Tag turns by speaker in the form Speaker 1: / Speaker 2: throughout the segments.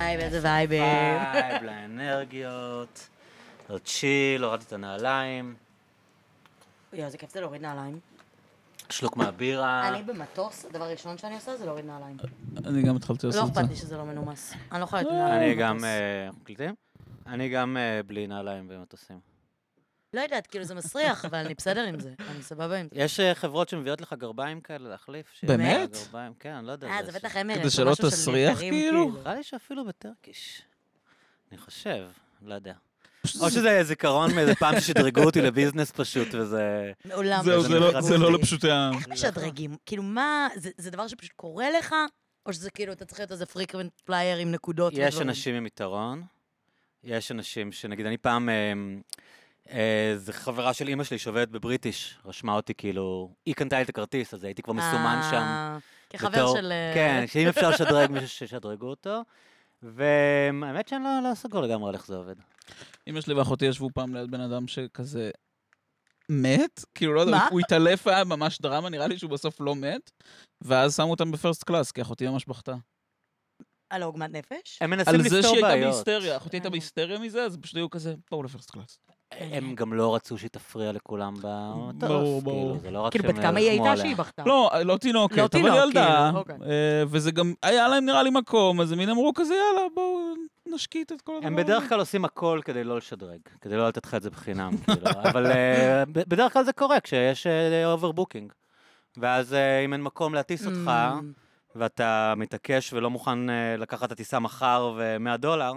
Speaker 1: וייב, איזה וייבים.
Speaker 2: וייב, לאנרגיות, עוד לא צ'יל, הורדתי את הנעליים,
Speaker 1: יואו, איזה כיף זה להוריד נעליים.
Speaker 2: שלוק מהבירה.
Speaker 1: אני במטוס, הדבר הראשון שאני עושה זה להוריד נעליים.
Speaker 2: אה,
Speaker 3: אני גם התחלתי
Speaker 1: לא
Speaker 3: לעשות את זה.
Speaker 1: אכפת לי שזה לא מנומס. אני לא יכולה להיות נעליים.
Speaker 2: אני
Speaker 1: במטוס.
Speaker 2: גם, אה, מקליטים? אני גם אה, בלי נעליים במטוסים.
Speaker 1: לא יודעת, כאילו זה מסריח, אבל אני בסדר עם זה. אני סבבה עם זה.
Speaker 2: יש אה, חברות שמביאות לך גרביים כאלה להחליף. ש-
Speaker 3: באמת?
Speaker 2: גרביים, כן, אני לא יודע.
Speaker 1: אה, זה בטח אמרס.
Speaker 3: כדי
Speaker 1: או
Speaker 3: שלא
Speaker 1: משהו של
Speaker 3: תסריח,
Speaker 1: נעדרים,
Speaker 3: כאילו?
Speaker 2: נראה לי שאפילו בטרקיש. אני חושב, לא יודע. או שזה זיכרון מאיזה פעם ששדרגו אותי לביזנס פשוט, וזה...
Speaker 1: מעולם.
Speaker 3: זהו,
Speaker 1: לא
Speaker 3: זה לא-
Speaker 1: שדרגו
Speaker 3: זה לא
Speaker 1: אותי.
Speaker 3: לפשוטי העם.
Speaker 1: איך משדרגים? כאילו, מה, זה- זה דבר שפשוט קורה לך? או שזה כאילו, אתה צריך להיות איזה פריקוונט פלייר עם נקודות?
Speaker 2: יש
Speaker 1: ודברים?
Speaker 2: אנשים עם יתרון, יש אנשים שנגיד, אני פעם, אה, אה, זו חברה של אימא שלי שעובדת בבריטיש, רשמה אותי כאילו, היא קנתה לי את הכרטיס, אז הייתי כבר מסומן שם.
Speaker 1: אה, כחבר
Speaker 2: בתור-
Speaker 1: של... אה,
Speaker 2: כן, שאם אפשר לשדרג מישהו ששדרגו אותו, והאמת שאני לא- לא סגור לגמרי על איך זה עובד.
Speaker 3: אמא שלי ואחותי ישבו פעם ליד בן אדם שכזה מת, כאילו לא יודע,
Speaker 1: מה?
Speaker 3: הוא התעלף, היה ממש דרמה, נראה לי שהוא בסוף לא מת, ואז שמו אותם בפרסט קלאס, כי אחותי ממש בכתה.
Speaker 1: על עוגמת נפש?
Speaker 2: הם מנסים
Speaker 3: על זה
Speaker 2: לפתור
Speaker 3: שהיא
Speaker 2: בעיות.
Speaker 3: הייתה בהיסטריה, אחותי הייתה
Speaker 1: מעניין.
Speaker 3: בהיסטריה מזה, אז פשוט היו כזה, בואו לפרסט קלאס.
Speaker 2: הם גם לא רצו שהיא תפריע לכולם במטוס.
Speaker 3: ברור, ברור.
Speaker 2: כאילו, זה לא רק
Speaker 1: כאילו,
Speaker 2: שהם
Speaker 1: בת כמה היא
Speaker 2: ירחמו
Speaker 1: הייתה
Speaker 2: עליה.
Speaker 1: שהיא בכתה?
Speaker 3: לא, לא תינוקת,
Speaker 1: לא
Speaker 3: אבל
Speaker 1: תינוק,
Speaker 3: ילדה,
Speaker 1: כאילו, אוקיי.
Speaker 3: אה, וזה גם, היה להם נראה לי מקום, אז הם מין אמרו כזה, יאללה, בואו נשקיט את כל הדבר.
Speaker 2: הם
Speaker 3: הזה."
Speaker 2: בדרך כלל עושים הכל כדי לא לשדרג, כדי לא לתת לך את זה בחינם, כאילו. אבל אה, ב- בדרך כלל זה קורה כשיש אוברבוקינג. ואז אה, אם אין מקום להטיס אותך,
Speaker 1: Mm.
Speaker 2: ואתה מתעקש ולא מוכן אה, לקחת את הטיסה מחר ו-100 דולר,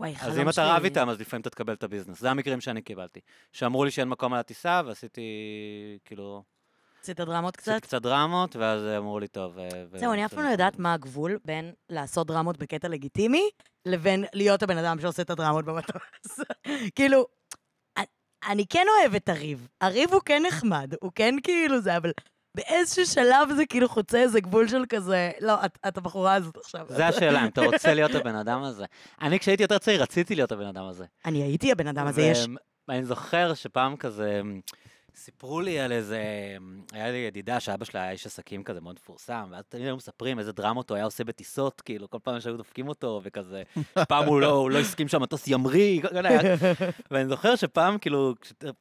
Speaker 1: וואי, חלום
Speaker 2: אז
Speaker 1: שלי.
Speaker 2: אם אתה רב איתם, אז לפעמים אתה תקבל את הביזנס. זה המקרים שאני קיבלתי. שאמרו לי שאין מקום על הטיסה, ועשיתי, כאילו,
Speaker 1: עשית דרמות קצת?
Speaker 2: עשיתי קצת דרמות, ואז אמרו לי, טוב... אה, ו-
Speaker 1: זהו, אני אף פעם לא יודעת מה הגבול בין לעשות דרמות בקטע לגיטימי, לבין להיות הבן אדם שעושה את הדרמות במטוס. כאילו, אני- אני כן אוהבת את הריב. הריב הוא כן נחמד, הוא כן כאילו זה, אבל באיזשהו שלב זה כאילו חוצה איזה גבול של כזה, לא, את- את הבחורה הזאת עכשיו.
Speaker 2: זה השאלה, אם אתה רוצה להיות הבן אדם הזה. אני, כשהייתי יותר צעיר, רציתי להיות הבן אדם הזה.
Speaker 1: אני הייתי הבן אדם הזה, יש...
Speaker 2: ואני זוכר שפעם כזה, אמ, סיפרו לי על איזה, אמ, היה לי ידידה שאבא שלה היה איש עסקים כזה מאוד מפורסם, ואז תמיד היו מספרים איזה דרמות הוא היה עושה בטיסות, כאילו, כל פעם שהיו דופקים אותו, וכזה, פעם הוא לא, הוא לא הסכים שהמטוס ימריא, כל מיני, היה- ואני זוכר שפעם, כאילו,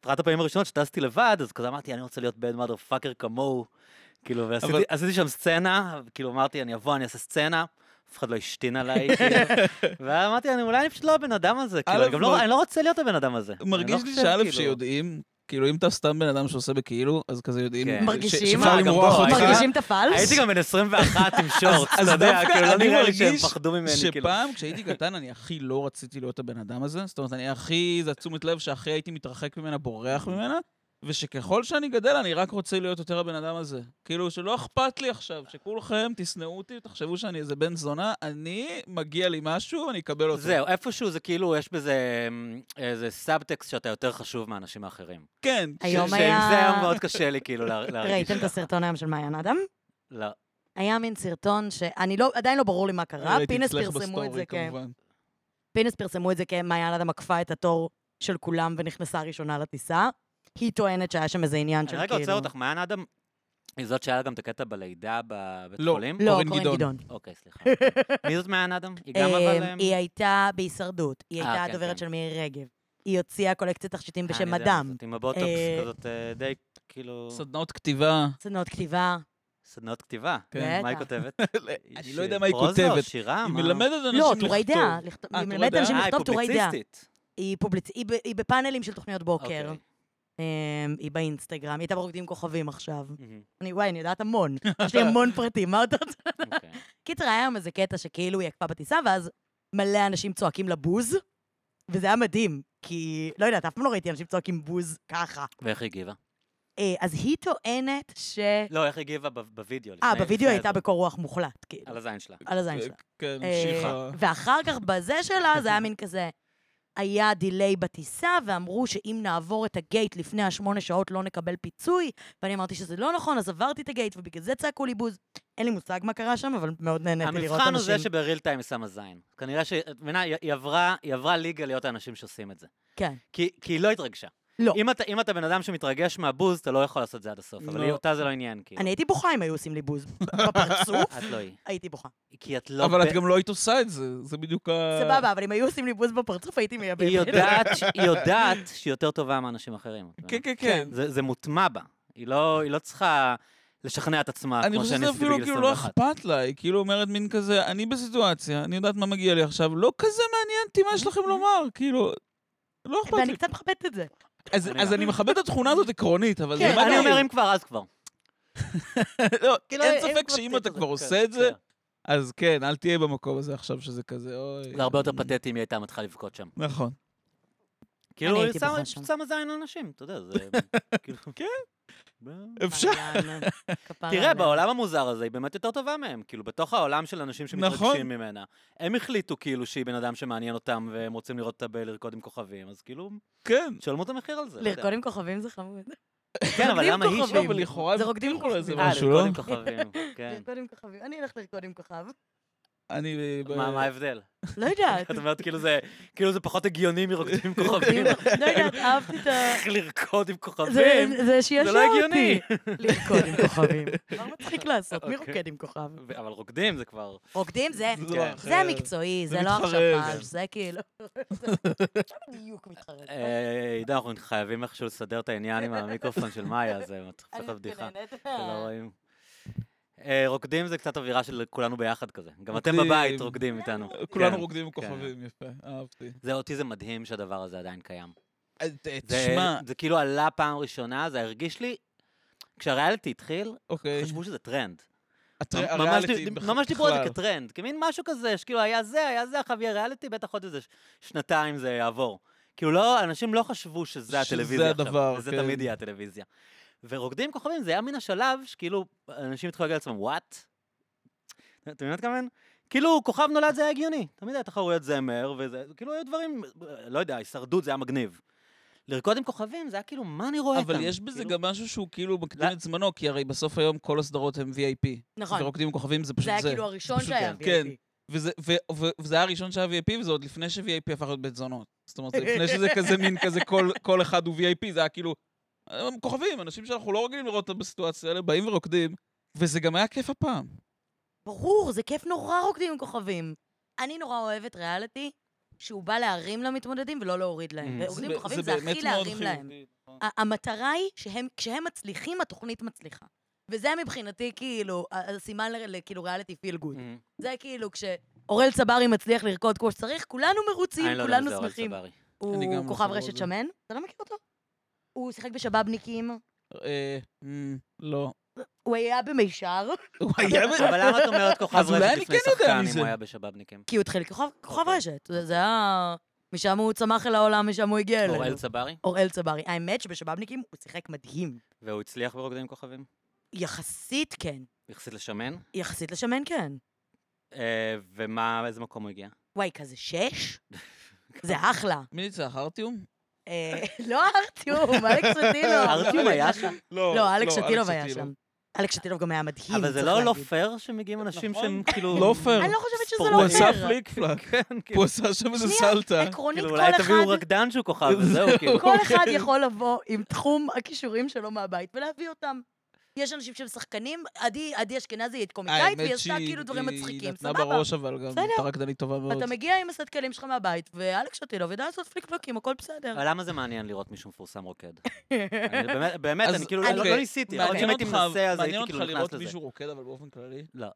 Speaker 2: אחת הפעמים הראשונות שטסתי לבד, אז כזה אמרתי, אני רוצה להיות בן מאדר פאקר כמוהו, כאילו, ועשיתי
Speaker 3: אבל-
Speaker 2: עשיתי שם סצנה, כאילו, אמרתי, אני אבוא, אני אעשה סצנה. אף אחד לא השתין עליי, כאילו, ואמרתי, אני אולי אני פשוט לא הבן אדם הזה, כאילו, אני
Speaker 3: א',
Speaker 2: גם לא,
Speaker 3: מר-
Speaker 2: אני לא רוצה להיות הבן אדם הזה. אני לא
Speaker 3: מרגיש לי
Speaker 2: חושב,
Speaker 3: שא'
Speaker 2: כאילו-
Speaker 3: שיודעים, כאילו אם אתה סתם בן אדם שעושה בכאילו, אז כזה יודעים.
Speaker 2: כן.
Speaker 3: ש-
Speaker 1: מרגישים?
Speaker 3: שאפשר
Speaker 2: מה, גם
Speaker 3: למרוח
Speaker 2: פה,
Speaker 3: אותך.
Speaker 1: מרגישים את הפלס?
Speaker 2: הייתי גם בן 21 עם שורטס,
Speaker 3: אז
Speaker 2: אתה יודע,
Speaker 3: דווקא
Speaker 2: כאילו, לא
Speaker 3: אני
Speaker 2: נראה לי שהם
Speaker 3: מרגיש
Speaker 2: פחדו ממני, כאילו.
Speaker 3: שפעם כשהייתי קטן אני הכי לא רציתי להיות הבן אדם הזה, זאת אומרת אני הכי, זה תשומת לב שהכי הייתי מתרחק ממנה, בורח ממנה, ושככל שאני גדל אני רק רוצה להיות יותר הבן אדם הזה. כאילו שלא אכפת לי עכשיו, שכולכם תשנאו אותי, תחשבו שאני איזה בן זונה, אני, מגיע לי משהו, אני אקבל אותו.
Speaker 2: זהו, איפשהו זה כאילו, יש בזה אמ, איזה סאבטקסט שאתה יותר חשוב מהאנשים האחרים.
Speaker 3: כן.
Speaker 1: היום
Speaker 2: ש-
Speaker 1: היה-
Speaker 2: שעם זה היה מאוד קשה לי, כאילו, לה- להרגיש.
Speaker 1: ראיתם את הסרטון היום של מעיין אדם?
Speaker 2: לא.
Speaker 1: היה מין סרטון שאני לא, עדיין לא ברור לי מה קרה,
Speaker 3: ראיתי
Speaker 1: פינס
Speaker 3: אצלך
Speaker 1: פרסמו את
Speaker 3: בסטורי,
Speaker 1: זה, כן.
Speaker 3: כמובן.
Speaker 1: פינס פרסמו את זה כמעיין אדם עקפה את התור של כולם ונכנסה ראשונה לטיסה. היא טוענת שהיה שם איזה עניין של
Speaker 2: אני
Speaker 1: כאילו...
Speaker 2: רגע עוצר אותך, מעיין אדם, היא זאת שהיה לה גם את הקטע בלידה בבית
Speaker 3: לא.
Speaker 2: חולים?
Speaker 1: לא,
Speaker 3: קורין
Speaker 1: קורן
Speaker 3: גדעון.
Speaker 1: גדעון.
Speaker 2: אוקיי, סליחה. מי זאת מעיין אדם? היא גם אבל...
Speaker 1: אה,
Speaker 2: אמ,
Speaker 1: היא הייתה בהישרדות, היא
Speaker 2: אה,
Speaker 1: הייתה
Speaker 2: כן,
Speaker 1: הדוברת
Speaker 2: כן.
Speaker 1: של מירי רגב. היא הוציאה קולקציית תכשיטים
Speaker 2: אה,
Speaker 1: בשם
Speaker 2: אני יודע,
Speaker 1: אדם.
Speaker 2: זאת עם הבוטוקס,
Speaker 1: אה,
Speaker 2: כזאת אה, די, כאילו,
Speaker 3: סדנאות כתיבה.
Speaker 1: סדנות כתיבה.
Speaker 2: סדנות כתיבה.
Speaker 3: כן.
Speaker 2: מה היא כותבת?
Speaker 3: אני
Speaker 2: ש-
Speaker 3: לא יודע מה היא
Speaker 2: פרוזה או
Speaker 3: כותבת.
Speaker 2: שירה?
Speaker 3: היא
Speaker 2: מה?
Speaker 3: מלמדת אנשים
Speaker 1: לא,
Speaker 3: לכתוב.
Speaker 1: טורי דעה. לכתוב-
Speaker 3: אה,
Speaker 1: היא
Speaker 3: טורי
Speaker 1: מלמדת
Speaker 3: דעה?
Speaker 1: אנשים
Speaker 2: אה, היא
Speaker 1: לכתוב טורי דעה.
Speaker 2: פובליציסטית.
Speaker 1: היא פובליצ- היא ב- היא בפאנלים של תוכניות בוקר.
Speaker 2: אוקיי.
Speaker 1: אמ, היא באינסטגרם, היא הייתה ברוקדים כוכבים עכשיו.
Speaker 2: מהמם,
Speaker 1: אני, וואי, אני יודעת המון. יש לי המון פרטים, מה אתה רוצה?
Speaker 2: אוקיי.
Speaker 1: קיצר, היה היום איזה קטע שכאילו היא עקפה בטיסה, ואז מלא אנשים צועקים לה בוז, וזה היה מדהים, כי, לא יודעת, אף פעם לא ראיתי אנשים צועקים בוז ככה.
Speaker 2: ואיך היא הגיבה?
Speaker 1: אה, אז היא טוענת ש...
Speaker 2: לא, איך היא הגיבה ב- בווידאו?
Speaker 1: אה,
Speaker 2: לפני-
Speaker 1: בווידאו
Speaker 2: לפני
Speaker 1: הייתה
Speaker 2: זה.
Speaker 1: בקור רוח מוחלט, כאילו,
Speaker 2: על הזין שלה.
Speaker 1: על הזין שלה.
Speaker 3: כן,
Speaker 1: אה,
Speaker 3: המשיכה.
Speaker 1: ואחר כך בזה שלה זה היה מין כזה, היה דיליי בטיסה, ואמרו שאם נעבור את הגייט לפני השמונה שעות לא נקבל פיצוי, ואני אמרתי שזה לא נכון, אז עברתי את הגייט, ובגלל זה צעקו לי בוז. אין לי מושג מה קרה שם, אבל מאוד נהניתי לראות אנשים.
Speaker 2: המבחן הוא זה שבריל טיים היא שמה זין. כנראה שהיא, את מבינה, היא- היא עברה- היא עברה ליגה להיות האנשים שעושים את זה.
Speaker 1: כן.
Speaker 2: כי כי היא לא התרגשה.
Speaker 1: לא.
Speaker 2: אם אתה- אם אתה בן אדם שמתרגש מהבוז, אתה לא יכול לעשות את זה עד הסוף, אבל
Speaker 3: לא.
Speaker 2: היא- אותה זה לא עניין, כאילו.
Speaker 1: אני הייתי בוכה אם היו עושים לי בוז בפרצוף,
Speaker 2: את לא היא.
Speaker 1: הייתי בוכה.
Speaker 2: כי את לא...
Speaker 3: אבל
Speaker 2: ב-
Speaker 3: את גם לא היית עושה את זה, זה בדיוק ה...
Speaker 1: סבבה, אבל אם היו עושים לי בוז בפרצוף, הייתי
Speaker 3: לא
Speaker 1: מייבבת.
Speaker 2: אה. היא יודעת, היא יודעת שהיא יותר טובה מאנשים אחרים. את
Speaker 3: כן,
Speaker 2: מבינה?
Speaker 3: כן, כן.
Speaker 2: זה זה מוטמע בה. היא לא היא לא צריכה לשכנע את עצמה,
Speaker 3: אני
Speaker 2: אה, כמו
Speaker 3: חושב
Speaker 2: שאני
Speaker 3: שזה
Speaker 2: עשיתי
Speaker 3: אפילו
Speaker 2: בגיל
Speaker 3: כאילו לא
Speaker 2: 21.
Speaker 3: אכפת לה, היא כאילו אומרת מין כזה, אני בסיטואציה, אני יודעת מה מגיע לי עכשיו, לא כזה מעניין אותי מה יש לכם
Speaker 1: Mm-hmm.
Speaker 3: לומר, כאילו, לא אכפת לי.
Speaker 1: ואני קצת מכבדת את זה.
Speaker 3: אז-
Speaker 2: אני לא-
Speaker 3: אז
Speaker 2: גם.
Speaker 3: אני מכבד את התכונה הזאת עקרונית, אבל זה
Speaker 1: כן,
Speaker 3: מה
Speaker 2: אני
Speaker 3: גם-
Speaker 2: אומר, אם כבר, אז כבר.
Speaker 3: לא,
Speaker 1: כאילו,
Speaker 3: אין
Speaker 2: אה,
Speaker 1: אם
Speaker 3: ספק
Speaker 1: כבר
Speaker 3: שאם
Speaker 1: צריך
Speaker 3: אתה
Speaker 1: את
Speaker 3: כבר
Speaker 1: זה,
Speaker 3: עושה
Speaker 2: כן.
Speaker 3: את זה, אז כן, אל תהיה במקום הזה עכשיו שזה כזה, אוי.
Speaker 2: זה הרבה יותר פתטי אם היא הייתה מתחילה לבכות שם.
Speaker 3: נכון.
Speaker 1: אה.
Speaker 2: כאילו, היא
Speaker 1: הייתי
Speaker 2: שמה-
Speaker 1: בוכה
Speaker 2: היא
Speaker 1: שם.
Speaker 2: פשוט שמה זין על אנשים, אתה יודע, זה... כאילו...
Speaker 3: כן.
Speaker 2: ב-
Speaker 3: אפשר.
Speaker 1: אהלן, אה, כפרה
Speaker 2: תראה,
Speaker 1: עליה.
Speaker 2: בעולם המוזר הזה היא באמת יותר טובה מהם. כאילו, בתוך העולם של אנשים
Speaker 3: נכון.
Speaker 2: שמתרגשים ממנה. הם החליטו כאילו שהיא בן אדם שמעניין אותם והם רוצים לראות אותה בלרקוד עם כוכבים, אז כאילו,
Speaker 3: כן.
Speaker 2: תשלמו את המחיר על זה. לא יודע.
Speaker 1: לרקוד עם כוכבים זה חמוד.
Speaker 2: כן, אבל למה היא
Speaker 3: לא,
Speaker 2: שהיא...
Speaker 3: אבל לכאורה
Speaker 1: זה
Speaker 3: הם
Speaker 1: רוקדים
Speaker 3: הבטיחו לה איזה
Speaker 2: אה,
Speaker 3: משהו, לא?
Speaker 2: לרקוד עם כוכבים, כן.
Speaker 1: לרקוד עם כוכבים. אני אלך לרקוד עם כוכב.
Speaker 3: אני... ב-
Speaker 2: מה מה ההבדל?
Speaker 1: לא יודעת.
Speaker 2: את אומרת כאילו זה כאילו זה פחות הגיוני מרוקדים עם כוכבים.
Speaker 1: רוקדים- לא יודעת, אהבתי את ה...
Speaker 2: לרקוד עם
Speaker 1: זה-
Speaker 2: כוכבים.
Speaker 1: זה שישר
Speaker 2: זה לא הגיוני.
Speaker 1: אותי. לרקוד עם כוכבים. מה מצחיק לעשות? מי רוקד עם כוכב?
Speaker 2: ו- אבל רוקדים זה כבר...
Speaker 1: רוקדים זה...
Speaker 3: זה דבר
Speaker 2: כן.
Speaker 3: אחר.
Speaker 1: זה המקצועי,
Speaker 3: זה
Speaker 1: זה לא
Speaker 3: מתחרה,
Speaker 1: עכשיו פאנץ',
Speaker 3: זה.
Speaker 1: זה כאילו... זה בדיוק מתחרט.
Speaker 2: אה, עידו, אנחנו חייבים איכשהו לסדר את העניין עם המיקרופון של מאיה, אה, זה
Speaker 1: אני
Speaker 2: מתחיל לבדיחה.
Speaker 1: מתגוננת. אה.
Speaker 2: שלא רואים. אה, רוקדים זה קצת אווירה של כולנו ביחד כזה. גם אתם
Speaker 3: רוקדים.
Speaker 2: בבית רוקדים איתנו.
Speaker 3: אה, כולנו
Speaker 2: כן.
Speaker 3: רוקדים עם כוכבים, יפה, אהבתי.
Speaker 2: זה אותי זה מדהים שהדבר הזה עדיין קיים.
Speaker 3: אה, ת-
Speaker 2: זה-
Speaker 3: תשמע,
Speaker 2: זה כאילו עלה פעם ראשונה, זה הרגיש לי... כשהריאליטי התחיל,
Speaker 3: אוקיי.
Speaker 2: חשבו שזה טרנד.
Speaker 3: הטר-
Speaker 2: ממש
Speaker 3: הריאליטי
Speaker 2: ד-
Speaker 3: בכ-
Speaker 2: ממש דיברו על זה
Speaker 3: בכלל.
Speaker 2: כטרנד, כמין משהו כזה, שכאילו היה זה, היה זה, עכשיו יהיה ריאליטי, בטח עוד איזה ש- שנתיים זה יעבור. כאילו לא, אנשים לא חשבו שזה
Speaker 3: שזה
Speaker 2: הטלוויזיה עכשיו.
Speaker 3: הדבר,
Speaker 2: וזה
Speaker 3: כן.
Speaker 2: תמיד יהיה הטלוויזיה. ורוקדים עם כוכבים, זה היה מן השלב שכאילו, אנשים התחילו להגיד לעצמם, וואט? אתם מבינים מה אני מתכוון? כאילו, כוכב נולד זה היה הגיוני. תמיד היה תחרויות זמר, וזה, כאילו היו דברים, לא יודע, הישרדות זה היה מגניב. לרקוד עם כוכבים זה היה כאילו, מה אני רואה
Speaker 3: אבל
Speaker 2: כאן?
Speaker 3: יש בזה
Speaker 2: כאילו,
Speaker 3: גם משהו שהוא כאילו
Speaker 2: לא-
Speaker 3: מקדים את זמנו, כי הרי בסוף היום כל הסדרות הם VIP.
Speaker 1: נכון.
Speaker 3: ורוקדים עם כוכבים זה פשוט
Speaker 1: זה היה
Speaker 3: זה.
Speaker 1: כאילו הראשון
Speaker 3: פשוט
Speaker 1: שהיה
Speaker 3: כן. כן.
Speaker 1: VIP.
Speaker 3: וזה- ו- ו- וזה היה הראשון שהיה VIP, וזה עוד לפני ש-VIP הפך להיות בית זונות. זאת אומרת, זה לפני שזה כזה מין כזה כל- כל אחד הוא VIP, זה היה כאילו... אה, כוכבים, אנשים שאנחנו לא רגילים לראות אותם בסיטואציה האלה, באים ורוקדים, וזה גם היה כיף הפעם.
Speaker 1: ברור, זה כיף נורא רוקדים עם כוכבים. אני נורא אוהבת ריאליטי, שהוא בא להרים למתמודדים ולא להוריד להם.
Speaker 2: Mm.
Speaker 1: ורוקדים
Speaker 3: ב-
Speaker 1: עם כוכבים זה הכי
Speaker 3: באמת
Speaker 1: להרים
Speaker 3: מאוד
Speaker 2: כן.
Speaker 1: להם.
Speaker 3: חיובי, נכון.
Speaker 1: ה- המטרה היא שהם, כשהם מצליחים, התוכנית מצליחה. וזה מבחינתי כאילו ה- הסימן ל- לכאילו ריאליטי פיל
Speaker 3: אה,
Speaker 1: גוד.
Speaker 2: אמ,
Speaker 1: זה כאילו כשאורל צברי מצליח לרקוד כמו שצריך, כולנו מרוצים,
Speaker 2: אני לא יודע אם
Speaker 1: כולנו
Speaker 2: זה אורל
Speaker 1: שמחים.
Speaker 2: צברי.
Speaker 3: אני גם
Speaker 1: הוא
Speaker 3: לא
Speaker 1: כוכב
Speaker 3: סבבה
Speaker 1: רשת
Speaker 3: בזה.
Speaker 1: שמן? אתה לא מכיר אותו? הוא שיחק בשבאבניקים,
Speaker 3: אה, אמ, לא.
Speaker 1: הוא היה במישר,
Speaker 3: הוא היה... ב-
Speaker 2: אבל למה את אומרת כוכב
Speaker 3: אוקיי, אז אולי
Speaker 2: רשת
Speaker 3: אני
Speaker 2: לפני
Speaker 3: כן יודע
Speaker 2: שחקן
Speaker 3: מי
Speaker 2: אם הוא
Speaker 3: זה.
Speaker 2: היה בשבאבניקים?
Speaker 1: כי הוא התחיל ככוכב כוכב
Speaker 2: אוקיי.
Speaker 1: רשת. זה זה היה... משם הוא צמח אל העולם, משם הוא
Speaker 3: לא,
Speaker 1: הגיע אלינו.
Speaker 2: אוראל צברי,
Speaker 1: אוראל צברי. האמת שבשבאבניקים הוא שיחק מדהים.
Speaker 2: והוא הצליח ברוקדים עם כוכבים?
Speaker 1: יחסית כן.
Speaker 2: יחסית לשמן?
Speaker 1: יחסית לשמן כן.
Speaker 2: אה, ומה, איזה מקום הוא הגיע?
Speaker 1: וואי, כזה שש? זה אחלה.
Speaker 3: מי ניצח? ארטיום?
Speaker 1: אה, לא ארטיום, אלכס שטילוב.
Speaker 2: ארטיום היה שם?
Speaker 1: לא, אלכס שטילוב היה שם. אלכס שטילוב גם היה מדהים,
Speaker 2: אבל זה
Speaker 1: צריך
Speaker 2: לא לא
Speaker 1: להגיד.
Speaker 2: פייר שמגיעים אנשים
Speaker 3: נכון.
Speaker 2: שהם כאילו...
Speaker 3: לא פייר.
Speaker 1: אני לא חושבת שזה
Speaker 2: ספורט.
Speaker 1: לא
Speaker 3: הוא
Speaker 1: פייר.
Speaker 3: עשה פליק פלאק.
Speaker 2: כן, כאילו,
Speaker 3: הוא עשה שם איזה
Speaker 1: שנייה, אה,
Speaker 3: סלטה.
Speaker 1: עקרונית,
Speaker 2: כאילו,
Speaker 1: כל
Speaker 2: אולי תביאו
Speaker 1: אחד...
Speaker 2: רקדן שהוא כוכב, וזהו, כאילו.
Speaker 1: כל
Speaker 3: אוקיי.
Speaker 1: אחד יכול לבוא עם תחום הכישורים שלו מהבית ולהביא אותם. יש אנשים שהם שחקנים, עדי עדי אשכנזי היא קומיקאית, והיא עשתה כאילו דברים מצחיקים,
Speaker 3: נתנה
Speaker 1: סבבה.
Speaker 3: בראש, אבל גם
Speaker 1: בסדר.
Speaker 3: הייתה רקדנית טובה מאוד.
Speaker 1: אתה מגיע עם הסט כלים שלך מהבית, ואלכס שטילוב ידע לעשות פליק פלוקים, הכל בסדר.
Speaker 2: אבל למה זה מעניין לראות מישהו מפורסם רוקד? אני באמת- באמת,
Speaker 3: אז-
Speaker 2: אני כאילו, לא-
Speaker 1: אני-
Speaker 2: לא ניסיתי, אבל אם
Speaker 3: מעניין
Speaker 2: הייתי
Speaker 3: אותך
Speaker 2: מנסה, אז
Speaker 3: מעניין
Speaker 2: הייתי
Speaker 3: אותך
Speaker 2: כאילו נכנס
Speaker 3: לראות
Speaker 2: לזה.
Speaker 3: מישהו רוקד, אבל באופן כללי?
Speaker 2: לא.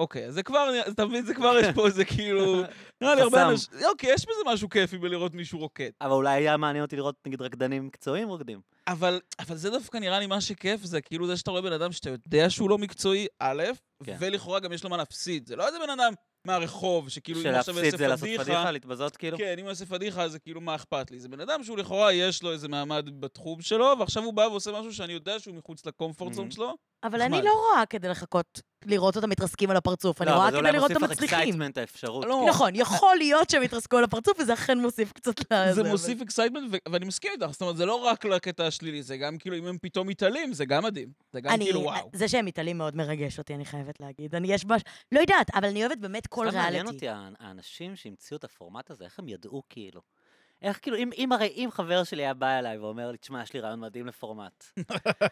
Speaker 3: אוקיי, אז זה כבר, אז אתה מבין, זה כבר יש פה איזה כאילו... נראה לי הרבה
Speaker 2: חסם.
Speaker 3: אנשים... אוקיי, יש בזה משהו כיפי בלראות מישהו רוקד.
Speaker 2: אבל אולי היה מעניין אותי לראות, נגיד, רקדנים מקצועיים רוקדים.
Speaker 3: אבל, אבל זה דווקא נראה לי מה שכיף, זה כאילו זה שאתה רואה בן אדם שאתה יודע שהוא לא מקצועי, א',
Speaker 2: כן.
Speaker 3: ולכאורה גם יש לו מה להפסיד. זה לא איזה בן אדם מהרחוב, שכאילו כאילו, אם הוא עכשיו
Speaker 2: שלהפסיד זה
Speaker 3: יעשה
Speaker 2: לעשות
Speaker 3: פדיחה,
Speaker 2: פדיחה, להתבזות, כאילו?
Speaker 3: כן, אם הוא יעשה פדיחה, זה כאילו, מה אכפת לי? זה בן אדם שהוא לכאורה יש לו איזה מעמד בתחום שלו, ועכשיו הוא בא ועושה משהו שאני יודע שהוא מחוץ לקומפורט
Speaker 2: Mhm.
Speaker 3: זון שלו.
Speaker 1: אבל אני
Speaker 3: נחמד.
Speaker 1: לא רואה כדי לחכות לראות אותם מתרסקים על הפרצוף, אני
Speaker 2: לא, אבל
Speaker 1: רואה
Speaker 2: זה
Speaker 1: כדי
Speaker 2: אולי
Speaker 1: לראות
Speaker 2: מוסיף
Speaker 1: אותם
Speaker 2: לך
Speaker 1: מצליחים.
Speaker 2: excitement, האפשרות.
Speaker 3: לא,
Speaker 2: כאילו.
Speaker 1: נכון, יכול להיות שהם יתרסקו על הפרצוף, וזה אכן מוסיף קצת לזה.
Speaker 3: זה
Speaker 1: אבל-
Speaker 3: מוסיף אקסייטמנט, ו- ואני מסכים איתך, זאת אומרת, זה לא רק לקטע השלילי, זה גם כאילו, אם הם פתאום מתעלים, זה גם מדהים. זה גם
Speaker 1: אני,
Speaker 3: כאילו, וואו.
Speaker 1: זה שהם מתעלים מאוד מרגש אותי, אני חייבת להגיד. אני יש בש... לא יודעת, אבל אני אוהבת באמת כל
Speaker 2: סתם מעניין
Speaker 1: ריאליטי.
Speaker 2: אותי, האנ- האנשים שהמציאו את הפורמט הזה, איך הם ידעו כאילו? איך כאילו, אם, אם הרי אם חבר שלי היה בא אליי ואומר לי, תשמע, יש לי רעיון מדהים לפורמט.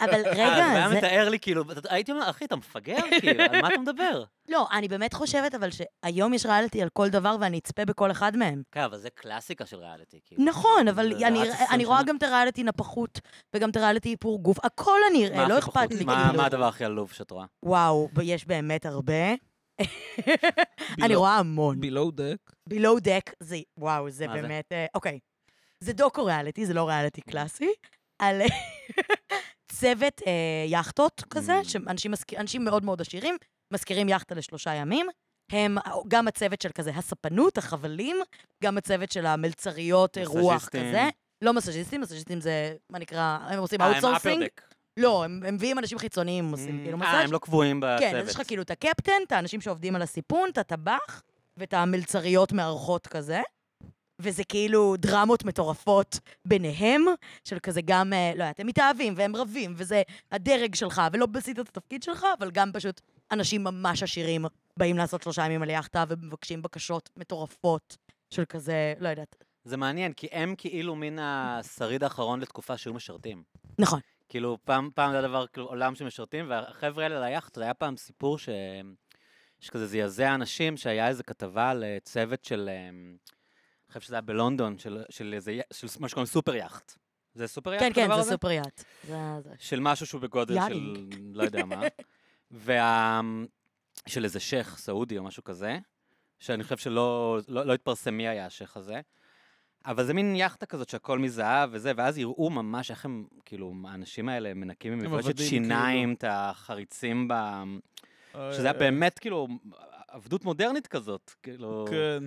Speaker 1: אבל
Speaker 2: אז הוא
Speaker 1: רגע,
Speaker 2: היה
Speaker 1: זה...
Speaker 2: מתאר לי, כאילו, אתה- הייתי אומר, אחי, אתה מפגר? כאילו, על מה אתה מדבר?
Speaker 1: לא, אני באמת חושבת אבל שהיום יש ריאליטי על כל דבר ואני אצפה בכל אחד מהם.
Speaker 2: כן, אבל זה קלאסיקה של ריאליטי. כאילו.
Speaker 1: נכון,
Speaker 2: זה-
Speaker 1: אבל
Speaker 2: זה
Speaker 1: אני-
Speaker 2: רץ עשרים
Speaker 1: אני רואה
Speaker 2: שנה.
Speaker 1: גם את הריאליטי נפחות, וגם את הריאליטי איפור גוף, הכל אני
Speaker 2: מה
Speaker 1: אראה, לא
Speaker 2: הכי
Speaker 1: אכפת
Speaker 2: פחות?
Speaker 1: לי.
Speaker 2: מה-
Speaker 1: כאילו.
Speaker 2: מה הדבר הכי עלוב שאת רואה?
Speaker 1: וואו, יש באמת הרבה. אני
Speaker 3: Below-
Speaker 1: רואה המון.
Speaker 3: below deck.
Speaker 1: בילואו דק זה, וואו, זה
Speaker 2: מה זה? אוקיי.
Speaker 1: באמת, אה, אוקיי. זה דוקו ריאליטי, זה לא ריאליטי קלאסי, על אה, צוות אה, יכטות כזה,
Speaker 2: Mm.
Speaker 1: שאנשים משכיר- אנשים מאוד מאוד עשירים, משכירים יכטה לשלושה ימים. הם אה, גם הצוות של כזה הספנות, החבלים, גם הצוות של המלצריות אה, רוח
Speaker 2: מסאז'יסטים.
Speaker 1: כזה. לא מסאז'יסטים, מסאז'יסטים זה, מה נקרא, הם עושים
Speaker 2: אה, הם
Speaker 1: אאוטסורסינג.
Speaker 2: upper deck.
Speaker 1: לא, הם הם מביאים אנשים חיצוניים, עושים כאילו מסאז'.
Speaker 2: אה, הם לא קבועים בצוות.
Speaker 1: כן, אז יש לך כאילו את הקפטן, את האנשים שעובדים על הסיפון, את הטבח, ואת המלצריות מארחות כזה. וזה כאילו דרמות מטורפות ביניהם, של כזה גם, אה, לא יודעת, הם מתאהבים והם רבים, וזה הדרג שלך, ולא עשית את התפקיד שלך, אבל גם פשוט אנשים ממש עשירים באים לעשות שלושה ימים על יאכטה ומבקשים בקשות מטורפות של כזה, לא יודעת.
Speaker 2: זה מעניין, כי הם כאילו מן השריד האחרון לתקופה שהיו משרתים.
Speaker 1: נכון.
Speaker 2: כאילו, פעם, פעם זה היה דבר, כאילו, עולם שמשרתים, והחבר'ה האלה ליאכט, זה היה פעם סיפור ש... שכזה זעזע אנשים, שהיה איזו כתבה על אה, צוות של, אה, אני חושב שזה היה בלונדון, של, של, איזה, י- של מה שקוראים סופר יאכט. זה סופר יאכט
Speaker 1: כן, כן,
Speaker 2: הדבר
Speaker 1: זה
Speaker 2: הזה?
Speaker 1: סופריאט. זה... זה-
Speaker 2: של משהו שהוא בגודל של
Speaker 1: יאלינג.
Speaker 2: לא יודע מה. וה... של איזה שייח סעודי או משהו כזה, שאני חושב שלא לא, לא התפרסם מי היה השייח הזה. אבל זה מין יאכטה כזאת שהכל מזהב וזה, ואז יראו ממש איך הם, כאילו, האנשים האלה מנקים עם מברשת
Speaker 3: עבדים, כאילו.
Speaker 2: שיניים את החריצים ב...
Speaker 3: אה,
Speaker 2: שזה היה באמת, כאילו, עבדות מודרנית כזאת, כאילו...
Speaker 3: כן.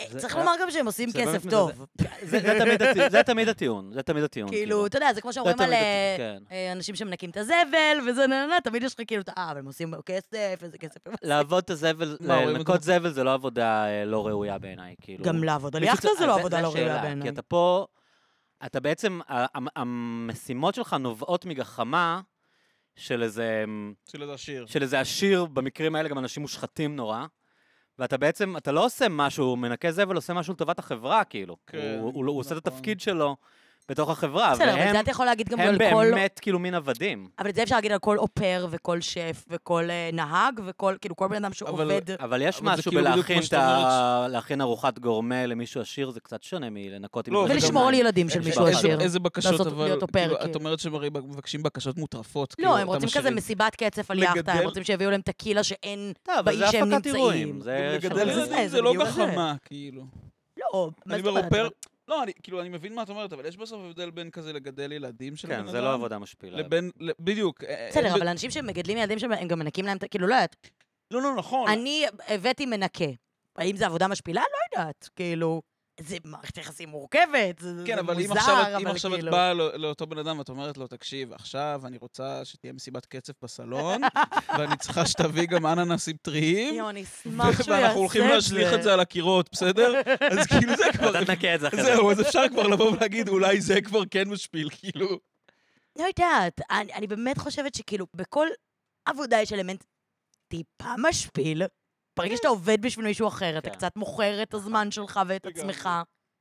Speaker 1: אה,
Speaker 2: זה-
Speaker 1: צריך
Speaker 2: אה,
Speaker 1: לומר גם שהם עושים
Speaker 2: זה באמת
Speaker 1: כסף
Speaker 2: מזעזע.
Speaker 1: טוב.
Speaker 2: זה, זה, תמיד, הטי- זה תמיד הטיעון, זה תמיד הטיעון.
Speaker 1: כאילו, אתה יודע, זה כמו
Speaker 2: זה
Speaker 1: שאומרים על...
Speaker 2: תמיד
Speaker 1: אה,
Speaker 2: הטיעון, כן.
Speaker 1: אה, אנשים שמנקים את הזבל, וזה נה נה נה, תמיד יש לך כאילו, את ה- אה, אבל הם עושים כסף, איזה כסף.
Speaker 2: לעבוד את הזבל,
Speaker 3: מה, רואים
Speaker 2: לנקות
Speaker 3: אותו?
Speaker 2: זבל זה לא עבודה אה, לא ראויה בעיניי, כאילו.
Speaker 1: גם לעבוד על
Speaker 2: מישהו
Speaker 1: יאכטה
Speaker 2: צריך-
Speaker 1: זה לא עבודה
Speaker 2: זה
Speaker 1: לא ראויה
Speaker 2: השאלה,
Speaker 1: בעיניי.
Speaker 2: כי אתה פה, אתה בעצם, ה- המ- המשימות שלך נובעות מגחמה של איזה,
Speaker 3: של איזה שיר.
Speaker 2: של איזה עשיר, במקרים האלה גם אנשים מושחתים נורא. ואתה בעצם, אתה לא עושה משהו, מנקה זבל עושה משהו לטובת החברה, כאילו.
Speaker 3: כן,
Speaker 2: הוא, הוא, הוא עושה את
Speaker 3: נכון.
Speaker 2: התפקיד שלו בתוך החברה,
Speaker 1: בסדר, אבל את זה
Speaker 2: והם
Speaker 1: אתה יכול להגיד גם
Speaker 2: הם
Speaker 1: על כל...
Speaker 2: באמת כאילו מין עבדים.
Speaker 1: אבל את זה אפשר להגיד על כל אופר וכל שף וכל אה, נהג וכל, כאילו, כל בן אדם
Speaker 3: אבל-
Speaker 1: שעובד.
Speaker 2: אבל יש
Speaker 3: אבל זה
Speaker 2: משהו
Speaker 3: כאילו בדיוק
Speaker 2: בלהכין
Speaker 3: כמו
Speaker 2: את
Speaker 3: שאת
Speaker 2: ה... להכין ארוחת גורמה למישהו עשיר, זה קצת שונה מלנקות עם...
Speaker 3: לא,
Speaker 2: מברשת
Speaker 1: ולשמור על
Speaker 2: שיניים.
Speaker 1: ילדים של
Speaker 2: יש
Speaker 1: מישהו
Speaker 2: בעיה.
Speaker 3: איזה-
Speaker 1: עשיר.
Speaker 3: איזה בקשות,
Speaker 1: לעשות-
Speaker 3: אבל...
Speaker 1: להיות אופר,
Speaker 3: כאילו,
Speaker 1: כאילו.
Speaker 3: את אומרת שהם הרי מבקשים בקשות מוטרפות. כאילו,
Speaker 1: לא, הם
Speaker 3: אתה
Speaker 1: רוצים כזה
Speaker 3: משאיר-
Speaker 1: מסיבת קצף על יאכטה, הם
Speaker 3: לגדל-
Speaker 1: רוצים שיביאו להם טקילה שאין
Speaker 2: טוב, לא, אבל
Speaker 1: באי
Speaker 2: זה
Speaker 1: שהם
Speaker 2: הפקת אירועים.
Speaker 1: נמצאים.
Speaker 2: זה
Speaker 1: גם
Speaker 3: לגדל
Speaker 1: אבל
Speaker 2: שווה.
Speaker 1: זה-
Speaker 3: ילדים
Speaker 1: זה
Speaker 3: זה לא
Speaker 1: בדיוק זה.
Speaker 3: גחמה, כאילו.
Speaker 1: לא, מה
Speaker 3: אני
Speaker 1: זאת אומרת?
Speaker 3: אומר, לא, אני- כאילו, אני מבין מה את אומרת, אבל יש בסוף הבדל בין כזה לגדל ילדים של בן אדם.
Speaker 2: כן, זה לא עבודה משפילה.
Speaker 3: לבין, ל- בדיוק. אה, אה,
Speaker 1: בסדר,
Speaker 3: ב-
Speaker 1: אבל אנשים שמגדלים ילדים שלהם, הם גם מנקים להם, את ה- כאילו, לא יודעת.
Speaker 3: לא, לא, נכון.
Speaker 1: אני הבאתי מנקה. האם זו עבודה משפילה? לא יודעת. כאילו, זה מערכת יחסים מורכבת, זה זה
Speaker 3: כן, אבל אם
Speaker 1: מוזר,
Speaker 3: עכשיו את- אם
Speaker 1: אבל
Speaker 3: עכשיו את
Speaker 1: כאילו-
Speaker 3: באה לא- לאותו בן אדם ואת אומרת לו, תקשיב, עכשיו אני רוצה שתהיה מסיבת קצף בסלון, ואני צריכה שתביא גם אננסים טריים,
Speaker 1: יואו, אני אשמח שהוא יעשה את זה.
Speaker 3: ואנחנו הולכים להשליך את זה על הקירות, בסדר? אז כאילו זה כבר...
Speaker 2: אתה תנקה את זה אחרי זה.
Speaker 3: זהו, אז אפשר כבר לבוא ולהגיד, אולי זה כבר כן משפיל, כאילו.
Speaker 1: לא יודעת, אני, אני באמת חושבת שכאילו, בכל עבודה יש אלמנט טיפה משפיל. ברגע
Speaker 3: כן.
Speaker 1: שאתה עובד בשביל מישהו אחר, אתה
Speaker 2: כן.
Speaker 1: קצת מוכר את הזמן שלך ואת
Speaker 3: נכון. לגמרי.
Speaker 1: עצמך